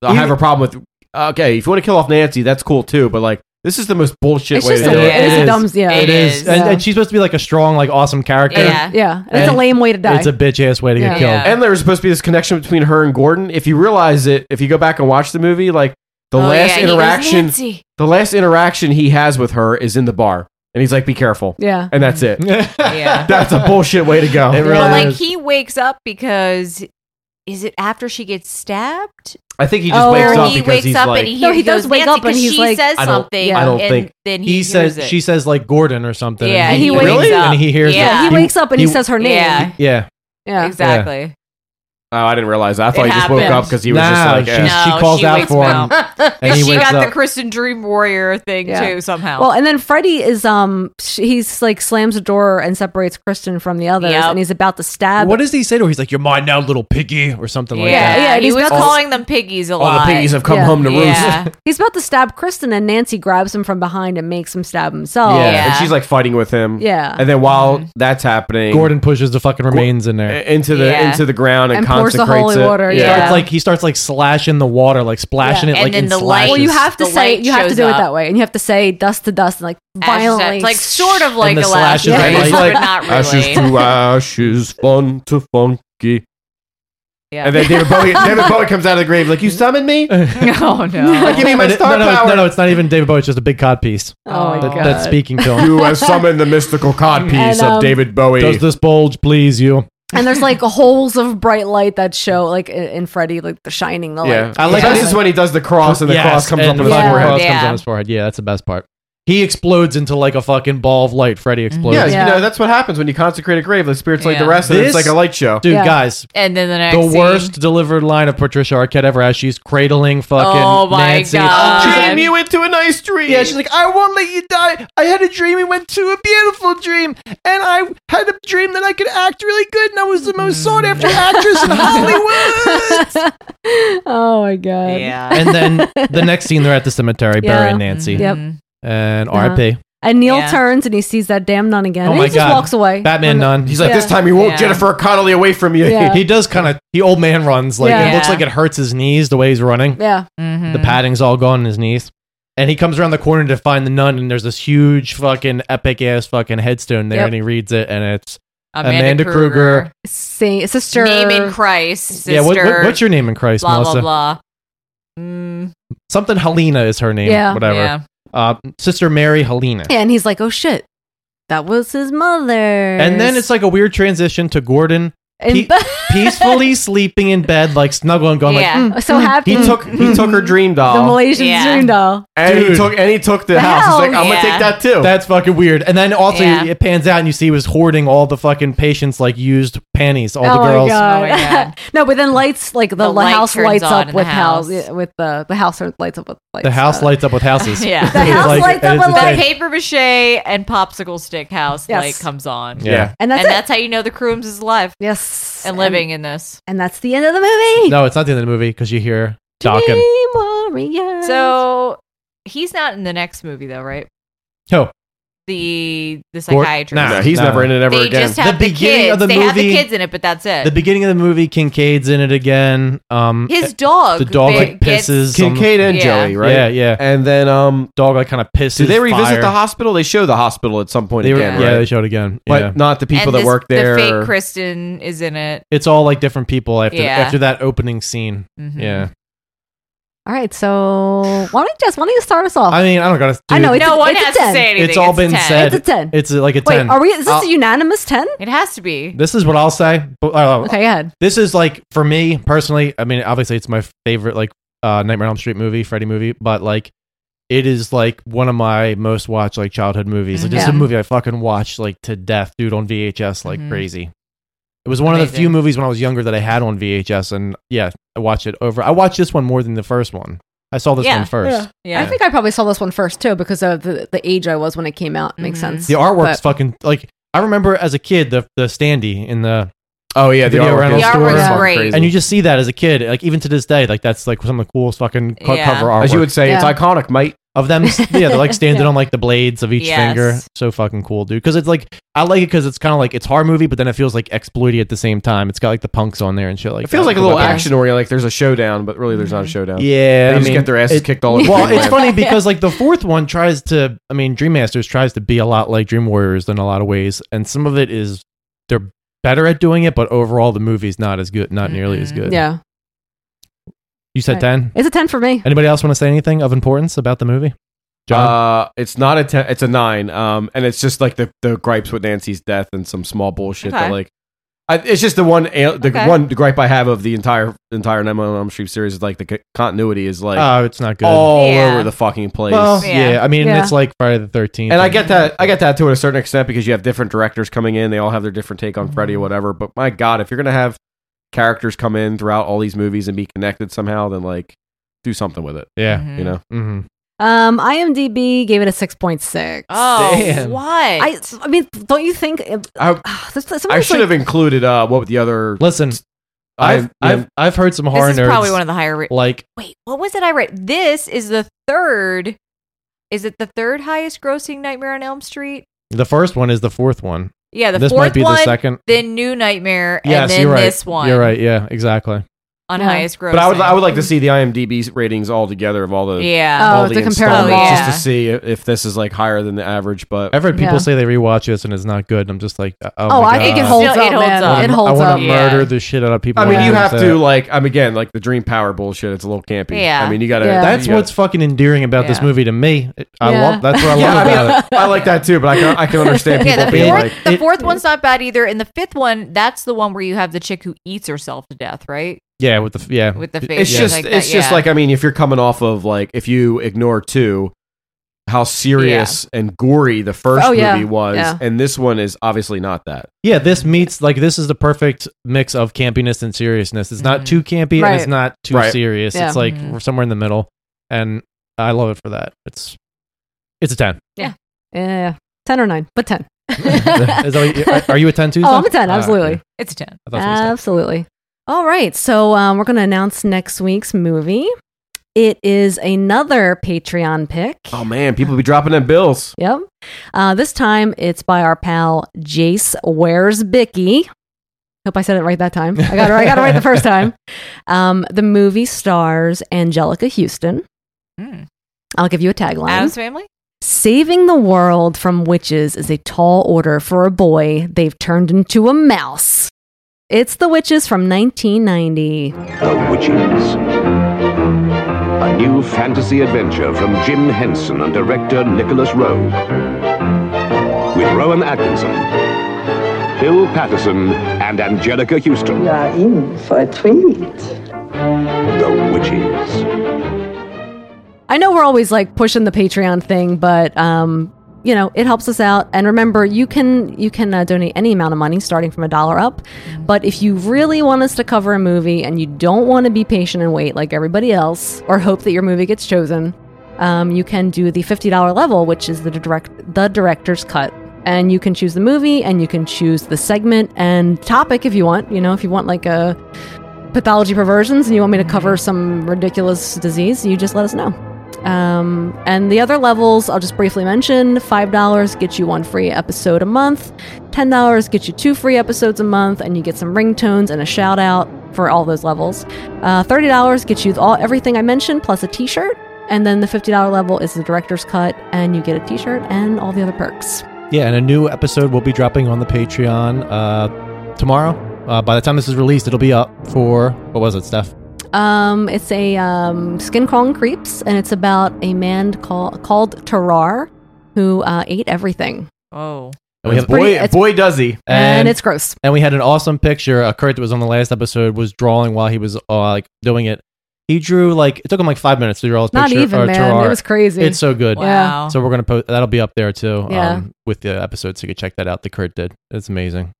S9: I have a problem with. Okay, if you want to kill off Nancy, that's cool too. But like, this is the most bullshit
S2: It's
S9: way
S2: just
S9: to
S2: a-
S9: do it.
S2: it is a dumb- yeah.
S7: it
S2: It
S7: is,
S2: is.
S7: And,
S2: Yeah.
S7: and she's supposed to be like a strong, like awesome character.
S2: yeah, yeah. It's a
S9: And
S2: lame way to die.
S7: It's a bitch ass way to get
S2: Yeah.
S7: killed.
S12: Uh,
S9: And there's supposed to be this connection between her and Gordon. If you realize it, if you go back and watch the movie, like the
S12: Oh, yeah,
S9: last
S12: he was
S9: interaction,
S12: Nancy.
S9: the last interaction he has with her is in the bar, and he's like, "Be careful."
S2: Yeah.
S9: and that's it.
S12: Yeah.
S9: that's a bullshit way to go.
S7: It really
S12: But
S7: is.
S12: like he wakes up because is it after she gets stabbed?
S9: I think he
S2: Oh,
S9: just
S12: Or
S9: wakes up
S12: he
S9: because
S12: wakes
S9: he's
S12: up
S9: like,
S12: and he,
S2: No, he
S12: goes
S2: does wake
S12: Nancy
S2: up and
S12: 'cause
S2: he's
S12: she
S2: like-
S12: says
S9: I don't
S12: something.
S9: think- I don't
S12: and
S9: think-
S12: then he,
S7: says
S12: hears it.
S7: she says like Gordon or something.
S12: Yeah,
S7: and
S12: he wakes
S7: really?
S12: up.
S7: and he hears.
S12: Yeah.
S7: it.
S2: he wakes up and he, says her name.
S12: Yeah.
S7: Yeah.
S2: Yeah.
S12: Exactly.
S9: "Oh, I didn't realize that. I thought
S12: It
S9: he just woke
S12: happened.
S9: up because he was just
S7: Nah,
S9: like." eh.
S7: she's- she
S12: No,
S7: calls out
S12: wakes
S7: for
S12: up.
S7: him, and he
S12: she
S7: wakes
S12: got the
S7: up.
S12: Kristen Dream Warrior thing
S2: Yeah.
S12: too somehow.
S2: Well, and then Freddy is um sh- he's like slams the door and separates Kristen from the others,
S12: Yep.
S2: and he's about to stab.
S7: What does he say to her? He's like, "You're mine now, little piggy," or something like
S2: Yeah,
S7: that.
S2: yeah, and
S12: he
S2: he's
S12: was
S2: got this-
S12: calling them piggies a lot.
S2: Yeah.
S12: Yeah.
S2: He's about to stab Kristen, and Nancy grabs him from behind and makes him stab himself.
S9: yeah. and she's like fighting with him.
S2: Yeah.
S9: and then while
S12: Mm-hmm.
S9: that's happening,
S7: Gordon pushes the fucking remains in there
S9: into the
S2: Yeah.
S9: into the ground and,
S2: And pours the
S9: consecrates
S2: holy
S9: it.
S2: water,
S7: He
S2: Yeah.
S7: starts like he starts like slashing the water, like splashing it
S12: And
S7: like
S12: then
S7: in
S12: the light-
S7: slashes.
S2: Well, you have to
S12: The
S2: say
S12: light
S2: you have to
S12: shows
S2: do it
S12: up.
S2: that way, and you have to say dust to dust, and like violently,
S12: like sort of like
S9: And
S12: a
S9: the
S12: last
S9: slashes,
S12: name,
S9: right? Like,
S12: but not
S9: ashes
S12: really.
S9: to ashes, fun to funky.
S12: Yeah.
S9: And then David Bowie, David Bowie comes out of the grave like, "You summoned me?
S12: No, no.
S9: Give me my
S7: And it-
S9: star
S7: no, no,
S9: power."
S7: No, no, it's not even David Bowie. It's just a big codpiece.
S2: Oh my
S7: That-
S2: God.
S7: That's speaking to him.
S9: You have summoned the mystical codpiece
S2: And, um,
S9: of David Bowie.
S7: Does this bulge please you?
S2: and there's like holes of bright light that show like in, in Freddy, like the shining. The
S9: yeah,
S2: light.
S9: I like
S7: Yeah.
S9: this is when he does the cross and the
S7: Yes,
S9: cross comes up
S7: and
S9: in his
S7: the
S9: forehead.
S7: Cross comes
S12: Yeah.
S7: on his forehead. Yeah, that's the best part. He explodes into like a fucking ball of light. Freddy
S12: Mm-hmm.
S7: explodes.
S9: Yeah, you know that's what happens when you consecrate a grave. The spirits like the
S12: Yeah.
S9: rest of it. It's
S7: This-
S9: like a light show.
S7: Dude, guys,
S12: And then the next
S7: the
S12: scene-
S7: worst delivered line of Patricia Arquette ever has. She's cradling fucking
S12: Oh my
S7: Nancy.
S12: God.
S7: She's
S9: Dream
S7: like,
S9: you into a nice dream.
S7: yeah, she's like, I won't let you die. I had a dream. It went to a beautiful dream, and I had a dream that I could act really good, and I was the most sought after actress in Hollywood.
S2: Oh my god.
S12: Yeah.
S7: and then the next scene, they're at the cemetery burying
S2: Yeah.
S7: Nancy.
S2: Yep.
S12: Mm-hmm.
S7: And
S2: Uh-huh.
S7: R.I.P.
S2: And Neil
S12: Yeah.
S2: turns and he sees that damn nun again.
S7: Oh
S2: and
S7: my
S2: he just
S7: God.
S2: walks away.
S7: Batman nun.
S9: He's like,
S2: Yeah.
S9: this time you won't
S12: Yeah.
S9: Jennifer Connolly away from you.
S2: Yeah.
S7: He does kind of. He old man runs like it
S2: Yeah.
S7: looks like it hurts his knees the way he's running.
S2: Yeah.
S12: Mm-hmm.
S7: The
S12: Mm.
S7: padding's all gone in his knees, and he comes around the corner to find the nun, and there's this huge fucking epic ass fucking headstone there,
S2: Yep.
S7: and he reads it, and it's
S12: Amanda,
S7: Amanda
S12: Kruger.
S7: Kruger.
S2: Sing, sister.
S12: Name in Christ. Sister.
S7: Yeah, what- what- what's your name in Christ,
S12: blah,
S7: Melissa?
S12: Blah, blah, Mm,
S7: Something Helena is her name.
S2: Yeah.
S7: Whatever.
S2: Yeah.
S7: Uh, Sister Mary Helena.
S2: Yeah, and he's like, oh shit, that was his mother.
S7: And then it's like a weird transition to Gordon
S2: In
S7: pe- peacefully sleeping in bed, like snuggling, going
S2: Yeah.
S7: like,
S2: So happy.
S7: Hmm. He took he took her dream doll.
S2: the Malaysian dream doll.
S7: And
S9: he took-
S7: and he took
S9: the The house. It's like, hell, "I'm gonna yeah. take
S7: that too. That's fucking weird. And then also
S2: Yeah.
S7: it pans out and you see he was hoarding all the fucking patients like used panties, all
S2: oh,
S7: the girls.
S2: My God. no, but then lights like the,
S12: The light
S2: house
S12: turns
S2: lights
S12: on
S2: up
S12: in the
S2: with house,
S12: house.
S2: yeah, with the the house lights up with lights. uh,
S7: The house lights up with houses.
S12: yeah.
S7: It's like- it is
S12: that
S7: insane.
S12: paper mache and popsicle stick house
S2: Yes.
S12: light comes on.
S7: Yeah. Yeah.
S12: And
S2: And
S12: that's,
S2: that's it.
S12: how you know the Crooms is alive.
S2: Yes.
S12: And living in this.
S2: And that's the end of the movie.
S7: No, it's not the end of the movie because you hear Dawkins.
S2: Warriors.
S12: So he's not in the next movie though, right?
S7: Who?
S12: The the
S7: Gor-
S12: psychiatrist.
S9: "Oh,
S7: Nah, he's Nah. never in it ever
S12: they
S7: again.
S12: Just have
S7: The
S12: the,
S7: beginning
S12: kids.
S7: of the
S12: they have the
S7: movie-
S12: kids in it, but that's it.
S7: The beginning of the movie, Kincaid's in it again. Um,
S12: His dog
S7: The dog
S12: that
S7: like
S12: gets-
S7: pisses. on the-
S9: Kincaid and
S12: Yeah.
S9: Joey, right?
S7: Yeah, yeah.
S9: And then um,
S7: dog like kind of pisses.
S9: Did they revisit
S7: fire.
S9: the hospital? They show the hospital at some point
S7: They were-
S9: again.
S7: yeah,
S9: right?
S7: they showed again,
S9: but
S7: yeah.
S9: not the people
S12: and
S9: that
S12: this-
S9: work there.
S12: The fake Kristen is in it.
S7: It's all like different people after
S12: Yeah.
S7: after that opening scene.
S12: Mm-hmm.
S7: Yeah.
S2: All right, so why don't you just why don't you start us off?
S7: I mean, I don't gotta.
S2: Oh. I know
S7: dude,
S2: it's
S12: No
S2: a,
S12: one
S2: it's a
S12: has to
S2: 10.
S12: say anything.
S7: It's all
S12: a
S7: been
S12: 10.
S7: said.
S2: It's a ten.
S7: It's a- like a
S2: Wait,
S7: ten. Uh,
S2: are we? Is this
S7: I'll-
S2: a unanimous ten?
S12: It has to be.
S7: This is what I'll say. but, uh,
S2: Okay, go ahead.
S7: This is like for me personally. I mean, obviously, it's my favorite like uh, Nightmare on Elm Street movie, Freddy movie, but like it is like one of my most watched like childhood movies. Like this is a
S10: Yeah.
S7: movie I fucking watched like to death, dude, on VHS like
S10: Mhm.
S7: crazy. It was one of the few
S10: Amazing.
S7: movies when I was younger that I had on VHS, and yeah, I watched it over. I watched this one more than the first one. I saw this one first.
S2: I think I probably saw this one first too because of the, the age I was when it came out. Makes
S12: Mm-hmm.
S2: sense.
S7: The artwork's
S2: But-
S7: fucking like I remember as a kid the the standee in the
S9: oh yeah, the
S7: video
S9: artwork
S7: rental
S9: is- The
S7: store.
S9: artwork's Yeah. great.
S7: And you just see that as a kid, like even to this day, like that's like some of the coolest fucking co-
S9: Yeah.
S7: cover artwork.
S9: As you would say, it's Yeah. iconic, mate.
S7: Of them, yeah, they're like standing
S9: Yeah.
S7: on like the blades of each
S9: Yes.
S7: finger. So fucking cool, dude. Because it's like I like it because it's kind of like it's horror movie, but then it feels like exploity at the same time. It's got like the punks on there and shit like.
S9: It feels
S7: that.
S9: like a little
S7: Yeah.
S9: action oriented. Like there's a showdown, but really there's
S7: Mm-hmm.
S9: not a showdown.
S7: Yeah,
S9: they
S7: I
S9: just
S7: mean,
S9: get their asses
S7: it-
S9: kicked all over.
S7: Well,
S9: the
S7: it's
S9: land.
S7: funny because like the fourth one tries to. I mean, Dream Masters tries to be a lot like Dream Warriors in a lot of ways, and some of it is they're better at doing it, but overall the movie's not as good, not nearly as good.
S2: yeah,
S7: you said
S2: Right.
S7: ten.
S2: It's a ten for me.
S7: Anybody else want to say anything of importance about the movie?
S9: Uh, it's not a ten. It's a nine. Um, and it's just like the the gripes with Nancy's death and some small bullshit
S7: Okay.
S9: that like. I, it's just the one al- the
S7: Okay.
S9: one gripe I have of the entire entire Nightmare on Elm Street series is like the c- continuity is like
S7: Oh, it's not good.
S9: Uh, all
S7: Yeah.
S9: over the fucking place.
S7: Well, yeah. I mean, it's like Friday the Thirteenth,
S9: and I get that I get that to a certain extent because you have different directors coming in, they all have their different take
S12: Mm-hmm.
S9: on Freddy or whatever. But my God, if you're gonna have characters come in throughout all these movies and be connected somehow, then like do something with it.
S7: Yeah,
S9: you know.
S7: Mm-hmm.
S2: Um, IMDb gave it a six point six.
S12: Oh, Damn. what?
S2: I, I mean, don't you think? uh,
S9: I,
S2: this, this-
S9: I
S2: somebody's
S9: should
S2: like-
S9: have included uh what the other
S7: listen. I've I've I've heard some
S12: This
S7: horror
S12: is
S7: nerds
S12: probably one of the higher ra-
S7: like
S12: Wait, what was it I read? This is the third. Is it the third highest grossing Nightmare on Elm Street?
S7: the first one is the fourth one.
S12: Yeah, the
S7: this
S12: fourth
S7: might be
S12: one,
S7: the second.
S12: Then New Nightmare,
S7: yes,
S12: and then
S7: you're right.
S12: this one.
S7: You're right. Yeah, exactly.
S12: On highest grossing.
S9: But I would I would like to see the IMDb ratings all together of all the
S12: Yeah.
S9: all
S12: Oh,
S9: the
S12: to compare them
S9: installments,
S12: all.
S9: just to
S12: Yeah.
S9: see if if this is like higher than the average. But
S7: I've heard people say they rewatch this and it's not good. and I'm just like, oh,
S2: Oh,
S7: my
S2: I think
S7: God.
S2: it holds
S12: Still- it
S2: up,
S12: holds
S2: man.
S12: up.
S2: It
S7: I
S2: holds
S7: wanna
S2: up.
S7: murder the shit out of people.
S9: I mean,
S7: when
S9: you
S7: they
S9: have
S7: say
S9: to
S7: it.
S9: like I'm again like the dream power bullshit. It's a little campy.
S7: Yeah.
S9: I mean, you gotta.
S7: That's
S9: you gotta-
S7: what's fucking endearing about this movie to me. I
S9: Yeah.
S7: love. That's what I love
S9: Yeah, I mean,
S7: about it.
S9: I like that too, but I can I can understand people
S12: Yeah, the
S9: being
S12: fourth,
S9: like
S12: the fourth one's not bad either, and the fifth one, that's the one where you have the chick who eats herself to death, right?
S7: Yeah, with the yeah,
S12: With the face
S9: It's
S12: and
S9: just
S12: like that,
S9: it's just
S12: yeah.
S9: like I mean, if you're coming off of like if you ignore two, how serious and gory the first
S7: Oh, yeah.
S9: movie was,
S7: Yeah.
S9: and this one is obviously not that.
S7: Yeah, this meets like this is the perfect mix of campiness and seriousness. It's not too campy and it's
S9: Right.
S7: not too
S9: Right.
S7: serious.
S9: Yeah.
S7: It's like
S12: Mm-hmm.
S7: we're somewhere in the middle, and I love it for that. It's it's a ten.
S2: Yeah. Yeah. Ten or nine, but ten.
S7: Is that what you- are- are you a ten too?
S2: Oh, I'm a
S7: Seth?
S2: 10,
S7: Ah,
S2: absolutely.
S7: okay.
S12: It's a 10.
S7: I thought that's what you said.
S2: Absolutely. Uh, All right. So um, we're going to announce next week's movie. It is another Patreon pick.
S9: Oh man, people be dropping them bills.
S2: Yep. Uh, this time it's by our pal Jace Where's Bicky. Hope I said it right that time. I got it right, I got it right the first time. Um, the
S7: Hmm.
S2: movie stars Angelica Houston. I'll give you a tagline.
S12: Adam's Family?
S2: Saving the world from witches is a tall order for a boy they've turned into a mouse. It's The Witches from 1990.
S24: The Witches. A new fantasy adventure from Jim Henson and director Nicholas Rowe. With Rowan Atkinson, Bill Patterson, and Angelica Houston.
S25: You are Uh, in for a treat.
S24: The Witches.
S2: I know we're always like pushing the Patreon thing, but um, you know it helps us out. And remember, you can you can uh, donate any amount of money, starting from a dollar up. But if you really want us to cover a movie and you don't want to be patient and wait like everybody else, or hope that your movie gets chosen, um, you can do the fifty dollar level, which is the direct the director's cut. And you can choose the movie, and you can choose the segment and topic if you want. You know, if you want like a pathology perversions and you want me to cover some ridiculous disease, you just let us know. Um, and the other levels, I'll just briefly mention $5 gets you one free episode a month, $10 gets you two free episodes a month, and you get some ringtones and a shout out for all those levels. Uh, $30 gets you all everything I mentioned plus a t shirt. And then the $50 level is the director's cut, and you get a t shirt and all the other perks.
S10: Yeah, and a new episode will be dropping on the Patreon uh, tomorrow. Uh, by the time this is released, it'll be up for what was it, Steph?
S2: Um, it's a um, skin crawling creeps, and it's about a man call, called Tarar who uh, ate everything.
S17: Oh,
S10: And we have
S2: pretty-
S10: boy,
S2: it's-
S10: boy does he,
S2: and it's gross.
S10: And we had an awesome picture. Uh, Kurt that was on the last episode was drawing while he was uh, like doing it. He drew like it took him like five minutes to draw his
S2: Not
S10: picture.
S2: even,
S10: or
S2: man.
S10: Gerard.
S2: It was crazy.
S10: It's so good.
S2: Wow.
S10: So we're gonna post that'll be up there too.
S2: Yeah.
S10: Um, with the episode, so you can check that out. The Kurt did. It's amazing.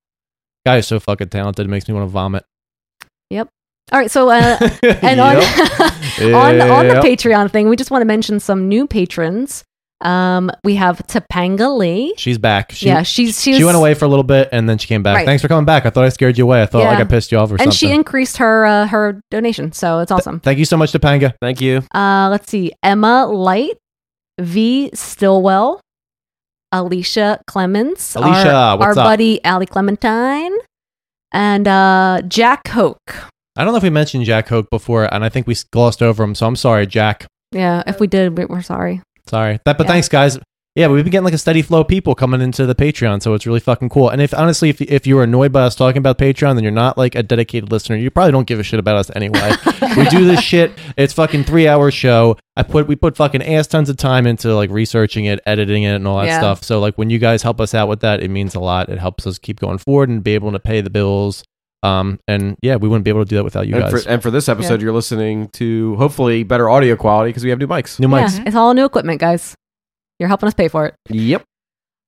S10: Guy is so fucking talented. It makes me want to vomit.
S2: Yep. All right. So, uh, and on, on, on the
S10: Yep.
S2: Patreon thing, we just want to mention some new patrons. Um, we have Topanga Lee.
S10: She's back. She,
S2: Yeah, she's- she
S10: she,
S2: was-
S10: went away for a little bit and then she came back.
S2: Right.
S10: Thanks for coming back. I thought I scared you away. I thought
S2: Yeah.
S10: like I pissed you off or
S2: and
S10: something.
S2: she increased her uh, her donation, so it's awesome.
S10: Thank you so much, Topanga. Thank you.
S2: Uh, let's see. Emma Light, V. Stillwell, Alicia Clements, our-
S10: Alicia,
S2: our,
S10: what's up?
S2: buddy Ali Clementine, and uh, Jack Hoke.
S10: I don't know if we mentioned Jack Hoke before, and I think we s- glossed over him. So I'm sorry, Jack.
S2: Yeah, if we did, we- we're sorry.
S10: Sorry. That, but thanks, guys. Yeah, we've been getting like a steady flow of people coming into the Patreon, so it's really fucking cool. And if honestly, if, if you were annoyed by us talking about Patreon, then you're not like a dedicated listener. You probably don't give a shit about us anyway. we do this shit. It's fucking three hour show. I put we put fucking ass tons of time into like researching it, editing it, and all that
S26: Yeah.
S10: stuff. So like when you guys help us out with that, it means a lot. It helps us keep going forward and be able to pay the bills. Um, and yeah, we wouldn't be able to do that without you
S9: and,
S10: guys.
S9: for, and for this episode,
S2: Yeah.
S9: you're listening to hopefully better audio quality because we have new mics.
S10: New
S2: Yeah, it's all new equipment, guys. You're helping us pay for it.
S9: Yep.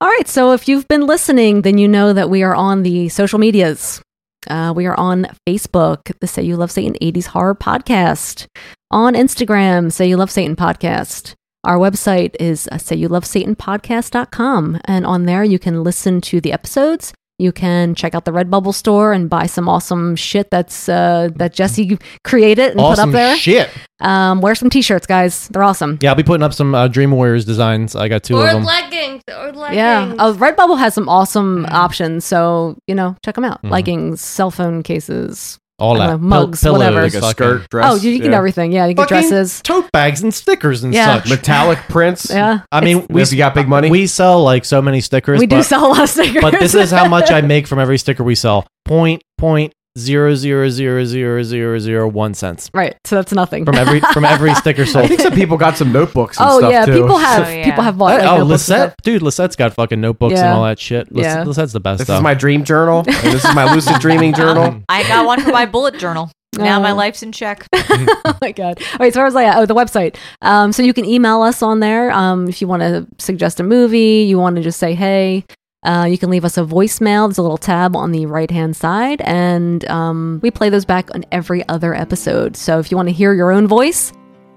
S2: All right. So if you've been listening, then you know that we are on the social medias. Uh, we are on Facebook, the Say You Love Satan 80s Horror Podcast. On Instagram, Say You Love Satan Podcast. Our website is uh, sayyoulovesatanpodcast.com. And on there, you can listen to the episodes. You can check out the Redbubble store and buy some awesome shit that's uh, that Jesse created and put up
S10: Awesome
S2: there.
S10: shit.
S2: Um, wear some t-shirts, guys. They're awesome.
S10: Yeah, I'll be putting up some uh, Dream Warriors designs. I got two of
S4: Or
S10: them.
S4: leggings. Or leggings.
S2: Yeah. Oh, Redbubble has some awesome options. So, you know, check them out.
S10: Mhm.
S2: Leggings, cell phone cases,
S10: All
S2: I don't
S10: that.
S2: know,
S10: Pill-
S2: mugs,
S10: pillows,
S2: whatever.
S10: Like a fucking- skirt, dress,
S2: Oh, you, you get
S10: yeah.
S2: everything. Yeah, you get
S10: Fucking
S2: dresses.
S10: Tote bags and stickers and
S2: Yeah.
S10: such.
S9: Metallic prints.
S2: Yeah.
S10: I mean,
S2: It's-
S10: we you got big money. We sell like so many stickers.
S2: we do
S10: but-
S2: sell a lot of stickers.
S10: But this is how much I make from every sticker we sell. Point point zero zero zero zero zero zero one cents
S2: Right. So that's nothing.
S10: from every from every sticker sold.
S2: I think some
S10: people got some notebooks.
S2: and Oh, stuff, yeah, too. people have- people have bought, like,
S10: oh,
S2: notebooks and
S10: Lisette, dude, Lisette's got fucking notebooks and
S2: Yeah.
S10: all that shit. Lis-
S2: Yeah.
S10: Lisette's the best.
S9: This
S10: though.
S9: is my dream journal. and this is my lucid dreaming journal.
S12: I got one for my bullet journal. Now my life's in check.
S2: oh my god! All right, so where was I at? Oh, the website. Um, so you can email us on there um, if you want to suggest a movie. You want to just say hey. Uh, you can leave us a voicemail. There's a little tab on the right hand side, and um, we play those back on every other episode. So if you want to hear your own voice,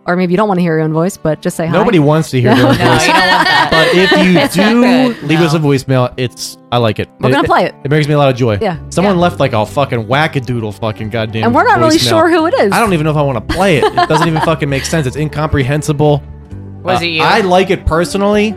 S2: or maybe you don't want to hear your own voice, but just say hi.
S10: Nobody wants to hear
S2: No.
S10: your voice. But if you do leave us a voicemail, it's I like it.
S2: We're gonna play it.
S10: It brings me a lot of joy.
S2: Yeah.
S10: Someone left like a fucking wackadoodle fucking goddamn.
S2: And we're not really
S10: voicemail.
S2: sure who it is.
S10: I don't even know if I want to play it. It doesn't even fucking make sense. It's incomprehensible. Uh,
S2: Was it you?
S10: I like it personally,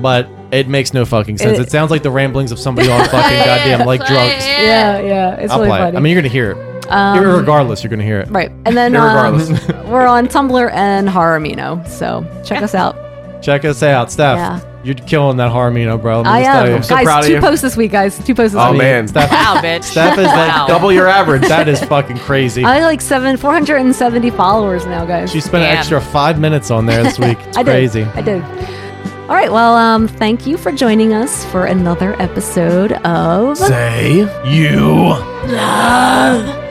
S10: but it makes no fucking sense. It,
S2: It-
S10: sounds like the ramblings of somebody on fucking goddamn like drugs.
S2: Yeah, yeah, it's
S10: I'll
S2: really
S10: play
S2: funny.
S10: it. I mean, you're gonna hear it.
S2: Um,
S10: Irregardless, you're gonna hear it.
S2: right, and then um,
S10: Irregardless.
S2: we're on Tumblr and Horror Amino, so check us out.
S10: Check us out, Steph.
S2: Yeah.
S10: You're killing that Harmino, bro. Let me
S2: I
S10: just tell
S2: am.
S10: you.
S2: guys, two posts this week, guys. Two posts this
S10: Oh,
S2: week.
S10: man. Steph,
S2: Wow, bitch.
S10: Steph is
S2: Wow.
S10: like double your average. That is fucking crazy.
S2: I have like seven, 470 followers now, guys.
S10: She spent an extra five minutes on there this week. It's
S2: I
S10: crazy.
S2: Did. I did. All right. Well, um, thank you for joining us for another episode of
S7: Say you
S2: Love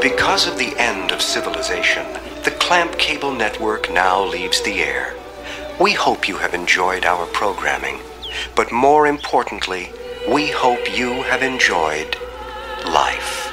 S3: Because of the end of civilization, the Clamp Cable Network now leaves the air. We hope you have enjoyed our programming, but more importantly, we hope you have enjoyed life.